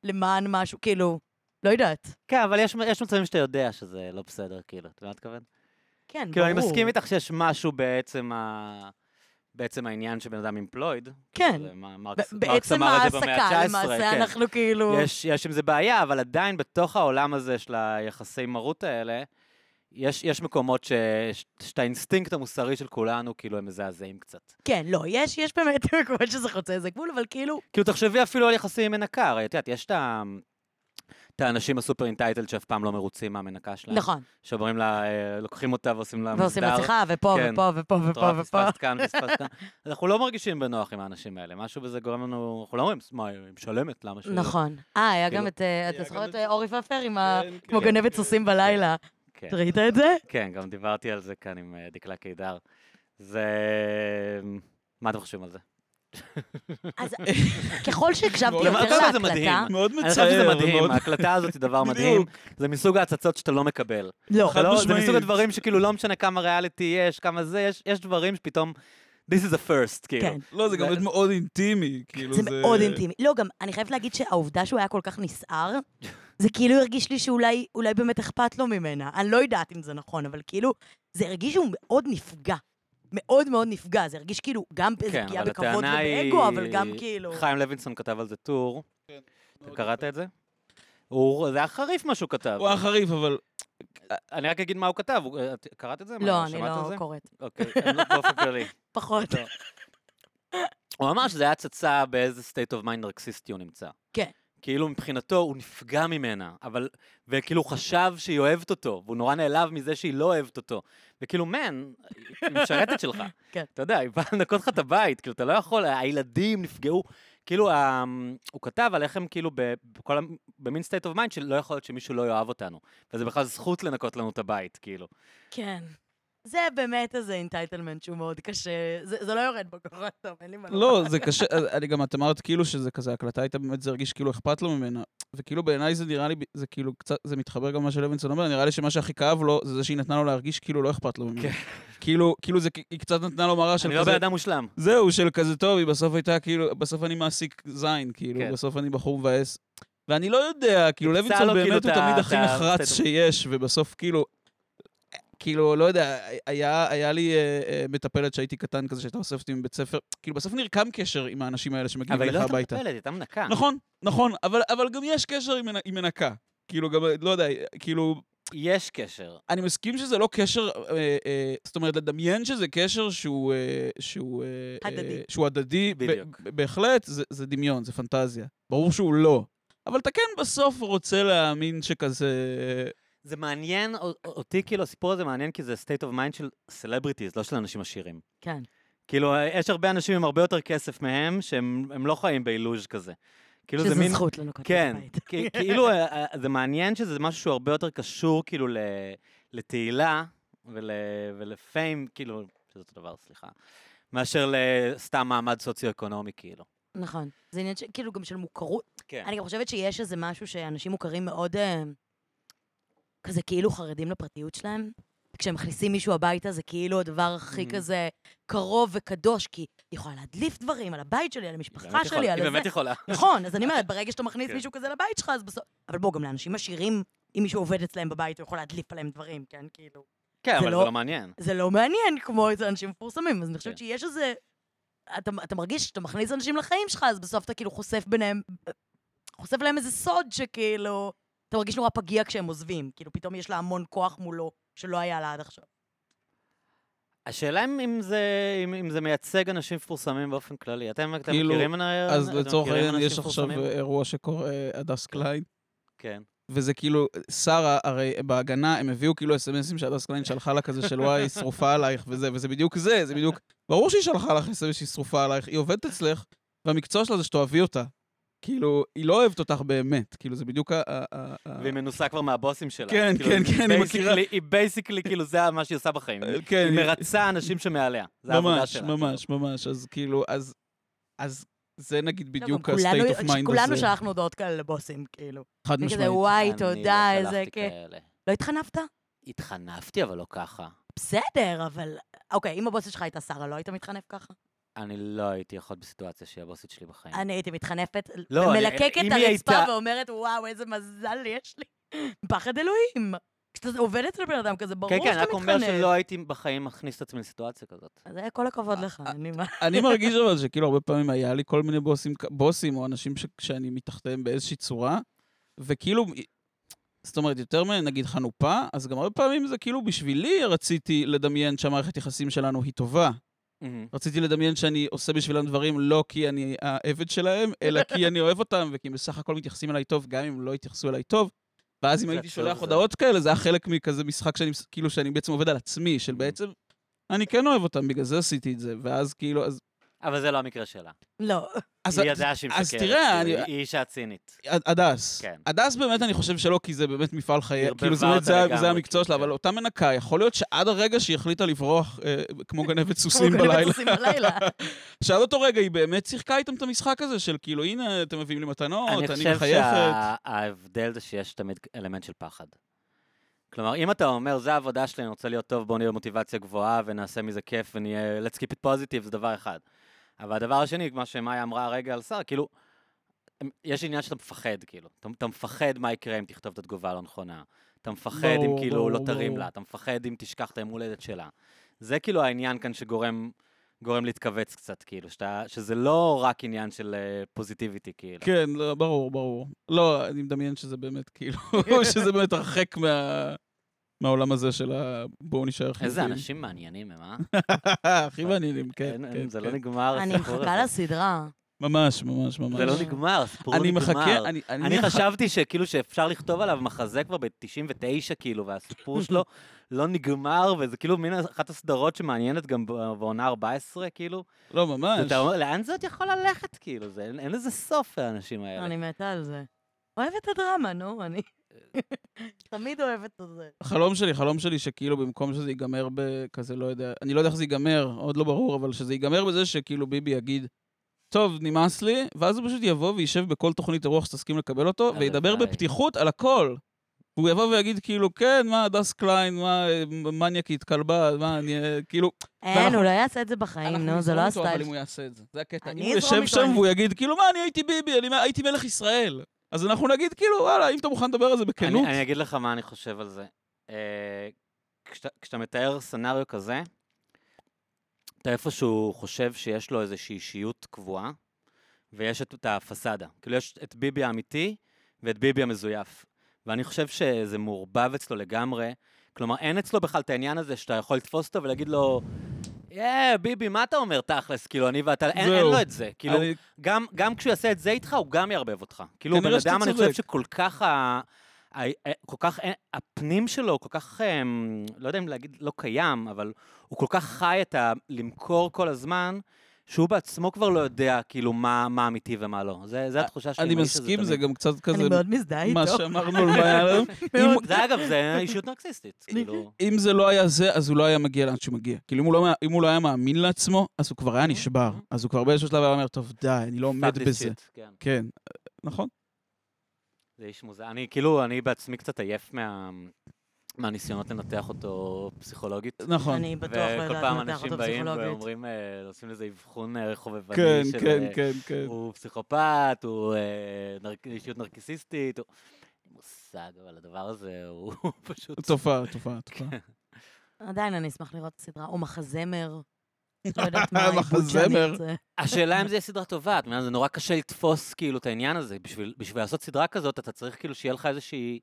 Speaker 1: למען משהו, כאילו, לא יודעת.
Speaker 2: כן, אבל יש- יש מצבים שאתה יודע שזה לא בסדר, כאילו. אתה מבין מה את מתכוון?
Speaker 1: כן, ברור.
Speaker 2: כאילו, אני מסכים איתך שיש משהו בעצם ה... בעצם העניין שבן אדם אימפלויד.
Speaker 1: כן.
Speaker 2: מרקס
Speaker 1: ב-
Speaker 2: מרקס
Speaker 1: בעצם
Speaker 2: אמר את זה במאה
Speaker 1: ההעסקה,
Speaker 2: ה-19,
Speaker 1: למעשה,
Speaker 2: כן.
Speaker 1: אנחנו כאילו...
Speaker 2: יש, יש עם זה בעיה, אבל עדיין בתוך העולם הזה של היחסי מרות האלה, יש, יש מקומות ש, ש, שאת האינסטינקט המוסרי של כולנו, כאילו, הם מזעזעים קצת.
Speaker 1: כן, לא, יש, יש באמת מקומות שזה חוצה איזה גבול, אבל כאילו,
Speaker 2: כאילו, תחשבי אפילו על יחסים עם מנקה, הרי את יודעת, יש את ה... את האנשים הסופר אינטייטל שאף פעם לא מרוצים מהמנקה שלהם.
Speaker 1: נכון.
Speaker 2: שאומרים לה, אה, לוקחים אותה ועושים לה מסדר.
Speaker 1: ועושים לשיחה, ופה,
Speaker 2: כן.
Speaker 1: ופה, ופה,
Speaker 2: את
Speaker 1: ופה,
Speaker 2: רואה,
Speaker 1: ופה.
Speaker 2: פספסת כאן, פספסת כאן. אנחנו לא מרגישים בנוח עם האנשים האלה, משהו בזה גורם לנו, אנחנו לא אומרים, מה, היא משלמת, למה לא-" שלא?
Speaker 1: נכון. אה, היה גם
Speaker 2: כאילו-
Speaker 1: את, אה,
Speaker 3: היה
Speaker 1: אתה זוכר
Speaker 3: גם
Speaker 1: את
Speaker 3: את-
Speaker 1: אה, אורי פפר עם ה...
Speaker 3: כן,
Speaker 1: כמו
Speaker 3: כן,
Speaker 1: גונבת
Speaker 3: כן.
Speaker 1: סוסים בלילה.
Speaker 2: כן.
Speaker 1: אתה ראית את זה?
Speaker 2: כן, גם דיברתי על זה כאן עם אה, דקלה קידר. זה... מה אתם חושבים על זה?
Speaker 1: אז ככל שהקשבתי
Speaker 3: מאוד-
Speaker 1: יותר
Speaker 2: קודם כל זה
Speaker 1: להקלטה...
Speaker 2: מדהים.
Speaker 3: מאוד
Speaker 2: אני חושב שזה
Speaker 3: מצער.
Speaker 2: מדהים,
Speaker 3: ומאוד-
Speaker 2: ההקלטה הזאת היא דבר מדהים.
Speaker 3: בדיוק.
Speaker 2: זה מסוג ההצצות שאתה לא מקבל.
Speaker 1: לא,
Speaker 2: אתה לא- זה
Speaker 3: משמעית.
Speaker 2: מסוג הדברים שכאילו לא משנה כמה ריאליטי יש, כמה זה, יש, יש דברים שפתאום This is a first, כאילו.
Speaker 1: כן.
Speaker 3: לא, זה גם
Speaker 2: זה-
Speaker 3: להיות מאוד אינטימי, כאילו
Speaker 1: זה
Speaker 3: זה...
Speaker 1: מאוד אינטימי. לא, גם, אני חייבת להגיד שהעובדה שהוא היה כל כך נסער, זה כאילו הרגיש לי שאולי אולי באמת אכפת לו ממנה. אני לא יודעת אם זה נכון, אבל כאילו, זה הרגיש שהוא מאוד נפגע. מאוד מאוד נפגע. זה הרגיש כאילו גם איזה
Speaker 2: כן,
Speaker 1: פגיעה
Speaker 2: אבל
Speaker 1: בכבוד
Speaker 2: הטענה
Speaker 1: ובאגו, אבל
Speaker 2: היא-
Speaker 1: גם כאילו...
Speaker 2: חיים לוינסון כתב על זה טור.
Speaker 3: כן,
Speaker 2: אתה
Speaker 3: מאוד
Speaker 2: קראת את זה? הוא, זה היה חריף מה שהוא כתב.
Speaker 3: הוא היה חריף, אבל
Speaker 2: אני רק אגיד מה הוא כתב. הוא- את קראת את זה? מה,
Speaker 1: לא, אני
Speaker 2: שמעת על זה?
Speaker 1: לא קוראת.
Speaker 2: אוקיי, אני לא באופן כללי.
Speaker 1: פחות.
Speaker 2: לא. הוא אמר שזה היה הצצה באיזה state of mind נרקסיסטי הוא נמצא.
Speaker 1: כן.
Speaker 2: כאילו מבחינתו הוא נפגע ממנה, אבל, וכאילו הוא חשב שהיא אוהבת אותו, והוא נורא נעלב מזה שהיא לא אוהבת אותו. וכאילו, מן, היא משרתת שלך.
Speaker 1: כן.
Speaker 2: אתה יודע, היא באה לנקות לך את הבית, כאילו, אתה לא יכול, הילדים נפגעו. כאילו, ה- הוא כתב על איך הם כאילו, ב- בכל, ה- במין state of mind שלא יכול להיות שמישהו לא יאהב אותנו. וזה בכלל זכות לנקות לנו את הבית, כאילו.
Speaker 1: כן. זה באמת איזה אינטייטלמנט שהוא מאוד קשה. זה זה לא יורד בו כל כך טוב, אין לי מה לומר.
Speaker 3: לא, זה קשה, אני גם, את אמרת כאילו שזה כזה, ההקלטה הייתה באמת, זה הרגיש כאילו אכפת לו ממנה. וכאילו בעיניי זה נראה לי, זה כאילו קצת, זה מתחבר גם למה שלוינסון אומר, נראה לי שמה שהכי כאב לו, זה זה שהיא נתנה לו להרגיש כאילו לא אכפת לו ממנה.
Speaker 2: כן.
Speaker 3: כאילו, כאילו זה, היא קצת נתנה לו מראה של
Speaker 2: אני לא בן
Speaker 3: כזה,
Speaker 2: אדם מושלם.
Speaker 3: זהו, של כזה טוב, היא בסוף הייתה כאילו, בסוף אני מעסיק זין, כאילו,
Speaker 2: כן.
Speaker 3: בסוף אני בחור מבאס. ואני לא יודע, כאילו,
Speaker 2: יצא
Speaker 3: לוינסון
Speaker 2: לו, כאילו,
Speaker 3: באמת
Speaker 2: את
Speaker 3: הוא
Speaker 2: ה-
Speaker 3: תמיד
Speaker 2: את
Speaker 3: הכי
Speaker 2: ה-
Speaker 3: נחרץ
Speaker 2: בסדר.
Speaker 3: שיש, ובסוף כאילו... כאילו, לא יודע, היה, היה לי אה, אה, מטפלת שהייתי קטן כזה, שהייתה אוספת אותי מבית ספר. כאילו, בסוף נרקם קשר עם האנשים האלה שמגיעים
Speaker 2: אבל היא
Speaker 3: אליך
Speaker 2: לא
Speaker 3: הביתה.
Speaker 2: הייתה מטפלת, היא הייתה מנקה.
Speaker 3: נכון, נכון, אבל, אבל גם יש קשר עם, מנ- עם מנקה. כאילו, גם, לא יודע, כאילו,
Speaker 2: יש קשר.
Speaker 3: אני מסכים שזה לא קשר, אה, אה, זאת אומרת, לדמיין שזה קשר שהוא... אה, שהוא אה,
Speaker 1: הדדי.
Speaker 3: אה, שהוא הדדי. ב-
Speaker 2: בדיוק.
Speaker 3: ב- בהחלט, זה, זה דמיון, זה פנטזיה. ברור שהוא לא. אבל אתה כן בסוף רוצה להאמין שכזה...
Speaker 2: זה מעניין א- א- אותי, כאילו, הסיפור הזה מעניין כי זה state of mind של סלבריטיז, לא של אנשים עשירים.
Speaker 1: כן.
Speaker 2: כאילו, אה, יש הרבה אנשים עם הרבה יותר כסף מהם, שהם הם לא חיים באילוז' כזה. כאילו, זה
Speaker 1: שזה
Speaker 2: מין...
Speaker 1: זכות לנקות
Speaker 2: כן,
Speaker 1: בבית.
Speaker 2: כי- כאילו, אה, אה, זה מעניין שזה משהו שהוא הרבה יותר קשור, כאילו, ל- לתהילה ול- ולפיים, כאילו, שזה אותו דבר, סליחה, מאשר לסתם מעמד סוציו-אקונומי, כאילו.
Speaker 1: נכון. זה עניין ש- כאילו גם של מוכרות.
Speaker 2: כן.
Speaker 1: אני גם חושבת שיש איזה משהו שאנשים מוכרים מאוד, אה, כזה כאילו חרדים לפרטיות שלהם. כשהם מכניסים מישהו הביתה זה כאילו הדבר הכי
Speaker 2: Mhm.
Speaker 1: כזה קרוב וקדוש, כי היא יכולה להדליף דברים על הבית שלי, על המשפחה שלי, על
Speaker 2: היא
Speaker 1: זה.
Speaker 2: באמת יכולה.
Speaker 1: נכון, אז אני אומרת, ברגע שאתה מכניס
Speaker 2: כן.
Speaker 1: מישהו כזה לבית שלך, אז בסוף... אבל בוא, גם לאנשים עשירים, אם מישהו עובד אצלהם בבית, הוא יכול להדליף עליהם דברים, כן? כאילו...
Speaker 2: כן,
Speaker 1: זה
Speaker 2: אבל זה
Speaker 1: לא-
Speaker 2: לא מעניין.
Speaker 1: זה לא מעניין כמו אצל אנשים מפורסמים, אז אני חושבת
Speaker 2: כן.
Speaker 1: שיש איזה... אתה, אתה מרגיש שאתה מכניס אנשים לחיים שלך, אז בסוף אתה כאילו חושף ביניהם... חושף להם איזה סוד שכאילו... אתה מרגיש נורא פגיע כשהם עוזבים. כאילו, פתאום יש לה המון כוח מולו שלא היה לה עד עכשיו.
Speaker 2: השאלה אם, אם, זה, אם, אם זה מייצג אנשים מפורסמים באופן כללי. אתם, אתם
Speaker 3: כאילו,
Speaker 2: מכירים אנ-
Speaker 3: אז
Speaker 2: אתם
Speaker 3: לצורך
Speaker 2: מכירים
Speaker 3: העניין
Speaker 2: אנשים
Speaker 3: יש עכשיו אה,
Speaker 2: מפורסמים?
Speaker 3: אירוע שקורא הדס קליין.
Speaker 2: כן.
Speaker 3: וזה כאילו, שרה, הרי בהגנה, הם הביאו כאילו אסמסים שהדס קליין שלחה לה כזה של וואי, שרופה עלייך וזה, וזה בדיוק זה, זה בדיוק... ברור שהיא שלחה לך אסמס שהיא שרופה עלייך, היא עובדת אצלך, והמקצוע שלה זה שתאהבי אותה. כאילו, היא לא אוהבת אותך באמת, כאילו, זה בדיוק ה... ה- ה- ה-
Speaker 2: והיא מנוסה כבר מהבוסים שלה.
Speaker 3: אה. כן,
Speaker 2: כאילו,
Speaker 3: כן,
Speaker 2: היא
Speaker 3: כן, היא
Speaker 2: basically-
Speaker 3: מכירה.
Speaker 2: היא בייסיקלי, כאילו, זה מה שהיא עושה בחיים.
Speaker 3: אה,
Speaker 2: היא
Speaker 3: כן,
Speaker 2: מרצה אנשים שמעליה. זה העבודה
Speaker 3: ממש,
Speaker 2: שלה.
Speaker 3: ממש, ממש, אז כאילו, אז... אז זה נגיד בדיוק
Speaker 1: לא, גם
Speaker 3: ה-state
Speaker 1: כולנו-
Speaker 3: of mind
Speaker 1: כולנו
Speaker 3: הזה,
Speaker 1: שלחנו הודעות כאלה לבוסים, כאילו.
Speaker 3: חד
Speaker 1: אני
Speaker 3: משמעית.
Speaker 1: כזה, וואי,
Speaker 2: אני
Speaker 1: תודה,
Speaker 2: לא
Speaker 1: איזה
Speaker 2: שלחתי
Speaker 1: כיף.
Speaker 2: כאלה.
Speaker 1: לא התחנפת?
Speaker 2: התחנפתי, אבל לא ככה.
Speaker 1: בסדר, אבל... אוקיי, אם הבוסית שלך הייתה שרה, לא היית מתחנף ככה?
Speaker 2: אני לא הייתי יכול בסיטואציה שהיא הבוסית שלי בחיים.
Speaker 1: אני הייתי מתחנפת,
Speaker 2: כן. לא, אני-
Speaker 1: מלקקת
Speaker 2: אם
Speaker 1: את
Speaker 2: היא
Speaker 1: הרצפה
Speaker 2: הייתה-
Speaker 1: ואומרת, וואו, איזה מזל יש לי. פחד אלוהים. כשאתה עובד אצל בן אדם כזה, ברור
Speaker 2: כן,
Speaker 1: שאתה
Speaker 2: כן, אני
Speaker 1: מתחנף.
Speaker 2: רק אומר שלא הייתי בחיים מכניס את עצמי לסיטואציה כזאת.
Speaker 1: אז אה, כל הכבוד לך, אני מה...
Speaker 3: אני מרגיש אבל שכאילו הרבה פעמים היה לי כל מיני בוסים, בוסים או אנשים ש, שאני מתחתיהם באיזושהי צורה, וכאילו, זאת אומרת, יותר מנגיד חנופה, אז גם הרבה פעמים זה כאילו בשבילי רציתי לדמיין שהמערכת יחסים שלנו היא טובה.
Speaker 2: מהמם.
Speaker 3: רציתי לדמיין שאני עושה בשבילם דברים לא כי אני העבד שלהם, אלא כי אני אוהב אותם, וכי הם בסך הכל מתייחסים אליי טוב, גם אם לא התייחסו אליי טוב. ואז אם
Speaker 2: זה
Speaker 3: הייתי
Speaker 2: עצוב,
Speaker 3: שולח
Speaker 2: זה.
Speaker 3: הודעות כאלה, זה היה חלק מכזה משחק שאני, כאילו, שאני בעצם עובד על עצמי,
Speaker 2: Mm.
Speaker 3: של בעצם, אני כן אוהב אותם, בגלל זה עשיתי את זה. ואז כאילו, אז...
Speaker 2: אבל זה לא המקרה שלה.
Speaker 1: לא.
Speaker 3: אז
Speaker 2: היא ידעה שהיא
Speaker 3: אז
Speaker 2: משקרת.
Speaker 3: תראה,
Speaker 2: כאילו,
Speaker 3: אני-
Speaker 2: היא אישה צינית.
Speaker 3: הד- הדס.
Speaker 2: כן.
Speaker 3: הדס באמת אני חושב שלא, כי זה באמת מפעל חיי,
Speaker 2: ערבבה
Speaker 3: כאילו זה באמת
Speaker 2: אותה
Speaker 3: זה,
Speaker 2: לגמרי,
Speaker 3: זה המקצוע
Speaker 2: כאילו,
Speaker 3: שלה,
Speaker 2: כן.
Speaker 3: אבל אותה מנקה, יכול להיות שעד הרגע שהיא החליטה לברוח אה, כמו גנבת
Speaker 1: כמו
Speaker 3: סוסים
Speaker 1: גונבת
Speaker 3: בלילה,
Speaker 1: סוסים בלילה.
Speaker 3: שעד אותו רגע היא באמת שיחקה איתם את המשחק הזה של כאילו, הנה, אתם מביאים לי מתנות,
Speaker 2: אני
Speaker 3: אני
Speaker 2: חושב
Speaker 3: מחייכת.
Speaker 2: שההבדל זה שיש תמיד אלמנט של פחד. כלומר, אם אתה אומר, זה העבודה שלי, אני רוצה להיות טוב, בואו נהיה במוטיבציה גבוהה ונעשה מזה כיף ונהיה, let's keep it positive, זה דבר אחד. אבל הדבר השני, מה שמאיה אמרה הרגע על שר, כאילו, יש עניין שאתה מפחד, כאילו. אתה, אתה מפחד מה יקרה אם תכתוב את התגובה הלא נכונה. אתה מפחד אם
Speaker 3: ברור,
Speaker 2: כאילו
Speaker 3: ברור,
Speaker 2: לא תרים
Speaker 3: ברור.
Speaker 2: לה, אתה מפחד אם תשכח את היום הולדת שלה. זה כאילו העניין כאן שגורם גורם להתכווץ קצת, כאילו, שאתה, שזה לא רק עניין של אה, פוזיטיביטי, כאילו.
Speaker 3: כן, לא, ברור, ברור. לא, אני מדמיין שזה באמת כאילו, שזה באמת הרחק מה... מהעולם הזה של ה... בואו נשאר חיובים.
Speaker 2: איזה אנשים מעניינים הם, אה?
Speaker 3: הכי מעניינים, כן,
Speaker 2: אין- אין,
Speaker 3: כן.
Speaker 2: זה
Speaker 3: כן.
Speaker 2: לא נגמר,
Speaker 1: אני
Speaker 2: הסיפור
Speaker 1: מחכה
Speaker 2: הזה.
Speaker 1: לסדרה.
Speaker 3: ממש, ממש, ממש.
Speaker 2: זה לא נגמר, הסיפור לא
Speaker 3: אני
Speaker 2: נגמר.
Speaker 3: מחכה, אני...
Speaker 2: אני
Speaker 3: מח-
Speaker 2: חשבתי שכאילו שאפשר לכתוב עליו מחזה כבר ב-99, כאילו, והסיפור שלו לא נגמר, וזה כאילו מין אחת הסדרות שמעניינת גם ב- בעונה 14, כאילו.
Speaker 3: לא, ממש.
Speaker 2: אתה אומר, לאן זה עוד יכול ללכת, כאילו? זה- אין אין לזה סוף לאנשים האלה.
Speaker 1: אני מתה על זה. אוהבת את הדרמה, נו, אני... תמיד אוהבת את זה.
Speaker 3: חלום שלי, חלום שלי שכאילו במקום שזה ייגמר בכזה, לא יודע, אני לא יודע איך זה ייגמר, עוד לא ברור, אבל שזה ייגמר בזה שכאילו ביבי יגיד, טוב, נמאס לי, ואז הוא פשוט יבוא וישב בכל תוכנית אירוח שתסכים לקבל אותו,
Speaker 2: הלוואי.
Speaker 3: וידבר בפתיחות על הכל. הוא יבוא ויגיד כאילו, כן, מה, הדס קליין, מה, אה, מניאקית, כלבה, מה, אני, אה, כאילו...
Speaker 1: אין,
Speaker 3: ואנחנו-
Speaker 1: הוא לא יעשה את זה בחיים,
Speaker 3: אנחנו
Speaker 1: נו, זה
Speaker 3: נזרום
Speaker 1: לא
Speaker 3: איתו, אבל
Speaker 1: הסטייל.
Speaker 3: אם הוא יעשה את זה, זה הקטע.
Speaker 1: אני
Speaker 3: אם הוא
Speaker 1: אזרום
Speaker 3: יושב
Speaker 1: איתו,
Speaker 3: שם
Speaker 1: אני-
Speaker 3: והוא יגיד, כאילו, מה, אני הייתי ביבי, אני הייתי מלך ישראל. אז אנחנו נגיד, כאילו, וואלה, אם אתה מוכן לדבר על זה
Speaker 2: אני
Speaker 3: בכנות,
Speaker 2: אני אגיד לך מה אני חושב על זה. אה, כשאתה- כשאתה מתאר סצנריו כזה, אתה איפשהו חושב שיש לו איזושהי אישיות קבועה, ויש את, את הפסאדה. כאילו, יש את ביבי האמיתי ואת ביבי המזויף. ואני חושב שזה מעורבב אצלו לגמרי. כלומר, אין אצלו בכלל את העניין הזה שאתה יכול לתפוס אותו ולהגיד לו, יא, ביבי, מה אתה אומר תכלס? כאילו, אני ואתה... אין, אין
Speaker 3: זהו.
Speaker 2: לו את זה. כאילו,
Speaker 3: אני-
Speaker 2: גם, גם כשהוא יעשה את זה איתך, הוא גם יערבב אותך. כאילו, בן
Speaker 3: כנראה שאתה
Speaker 2: אדם, אני חושב
Speaker 3: צודק.
Speaker 2: שכל כך ה... ה- ה- כל כך, אין- הפנים שלו כל כך, אמ, לא יודע אם להגיד לא קיים, אבל הוא כל כך חי את ה... למכור כל הזמן, שהוא בעצמו כבר לא יודע כאילו מה, מה אמיתי ומה לא. זה, זה התחושה שלי.
Speaker 3: אה, אני
Speaker 2: עם האיש הזה
Speaker 3: מסכים, זה
Speaker 2: תמיד.
Speaker 3: גם קצת כזה...
Speaker 1: אני מאוד מזדהה
Speaker 3: מה
Speaker 1: איתו.
Speaker 3: שאמרנו על מאיה עליו. אם-
Speaker 2: זה אגב, זה אישיות נרקסיסטית, כאילו.
Speaker 3: אם זה לא היה זה, אז הוא לא היה מגיע לאן שהוא מגיע. כאילו, אם הוא לא היה- אם הוא לא היה מאמין לעצמו, אז הוא כבר היה
Speaker 1: אוקיי.
Speaker 3: נשבר. אז הוא כבר באיזשהו שלב היה אומר, טוב, די, אני
Speaker 2: fuck
Speaker 3: לא עומד
Speaker 2: this
Speaker 3: בזה.
Speaker 2: shit, כן.
Speaker 3: כן, נכון.
Speaker 2: זה איש מוזר. אני כאילו, אני בעצמי קצת עייף מה... מהניסיונות לנתח אותו פסיכולוגית.
Speaker 3: נכון.
Speaker 1: אני בטוח לא
Speaker 2: וכל
Speaker 1: יודעת
Speaker 2: פעם
Speaker 1: לנתח
Speaker 2: אנשים
Speaker 1: אותו
Speaker 2: באים
Speaker 1: פסיכולוגית.
Speaker 2: ואומרים, אה, עושים לזה אבחון אה, חובבני
Speaker 3: כן,
Speaker 2: של...
Speaker 3: כן,
Speaker 2: אה,
Speaker 3: כן, כן.
Speaker 2: הוא פסיכופת, הוא אה, נרק- אישיות נרקיסיסטית, הוא... אין לי מושג, אבל הדבר הזה הוא פשוט...
Speaker 3: תופעה, תופעה, תופעה.
Speaker 1: עדיין אני אשמח לראות את הסדרה, או מחזמר. לא יודעת מה,
Speaker 3: מחזמר.
Speaker 1: בוג'אנית, זה-
Speaker 2: השאלה אם זה יהיה סדרה טובה, את מבינה, זה נורא קשה לתפוס כאילו את העניין הזה. בשביל, בשביל לעשות סדרה כזאת, אתה צריך כאילו שיהיה לך איזושהי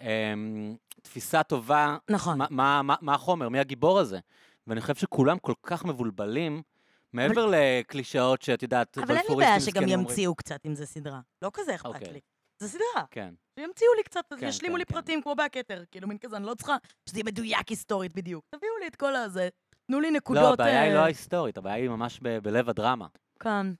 Speaker 2: אמ, תפיסה טובה
Speaker 1: נכון.
Speaker 2: מה- מה, מה, מה החומר, מי הגיבור הזה. ואני חושב שכולם כל כך מבולבלים, מעבר לקלישאות שאת יודעת,
Speaker 1: אבל אין לי
Speaker 2: בלפוריסטים
Speaker 1: בעיה שגם
Speaker 2: מסכנים כן אומרים.
Speaker 1: ימציאו קצת אם זה סדרה. לא כזה אכפת
Speaker 2: אוקיי.
Speaker 1: לי. זה סדרה.
Speaker 2: כן.
Speaker 1: שימציאו לי קצת,
Speaker 2: כן,
Speaker 1: ישלימו
Speaker 2: כן,
Speaker 1: לי
Speaker 2: כן.
Speaker 1: פרטים כמו בהכתר. כאילו, מין כזה, אני לא צריכה שזה יהיה מדויק היסטורית בדיוק. תביאו לי את כל הזה. תנו לי נקודות...
Speaker 2: לא, הבעיה היא
Speaker 1: אה,
Speaker 2: לא ההיסטורית, הבעיה היא ממש ב- בלב הדרמה.
Speaker 1: כאן.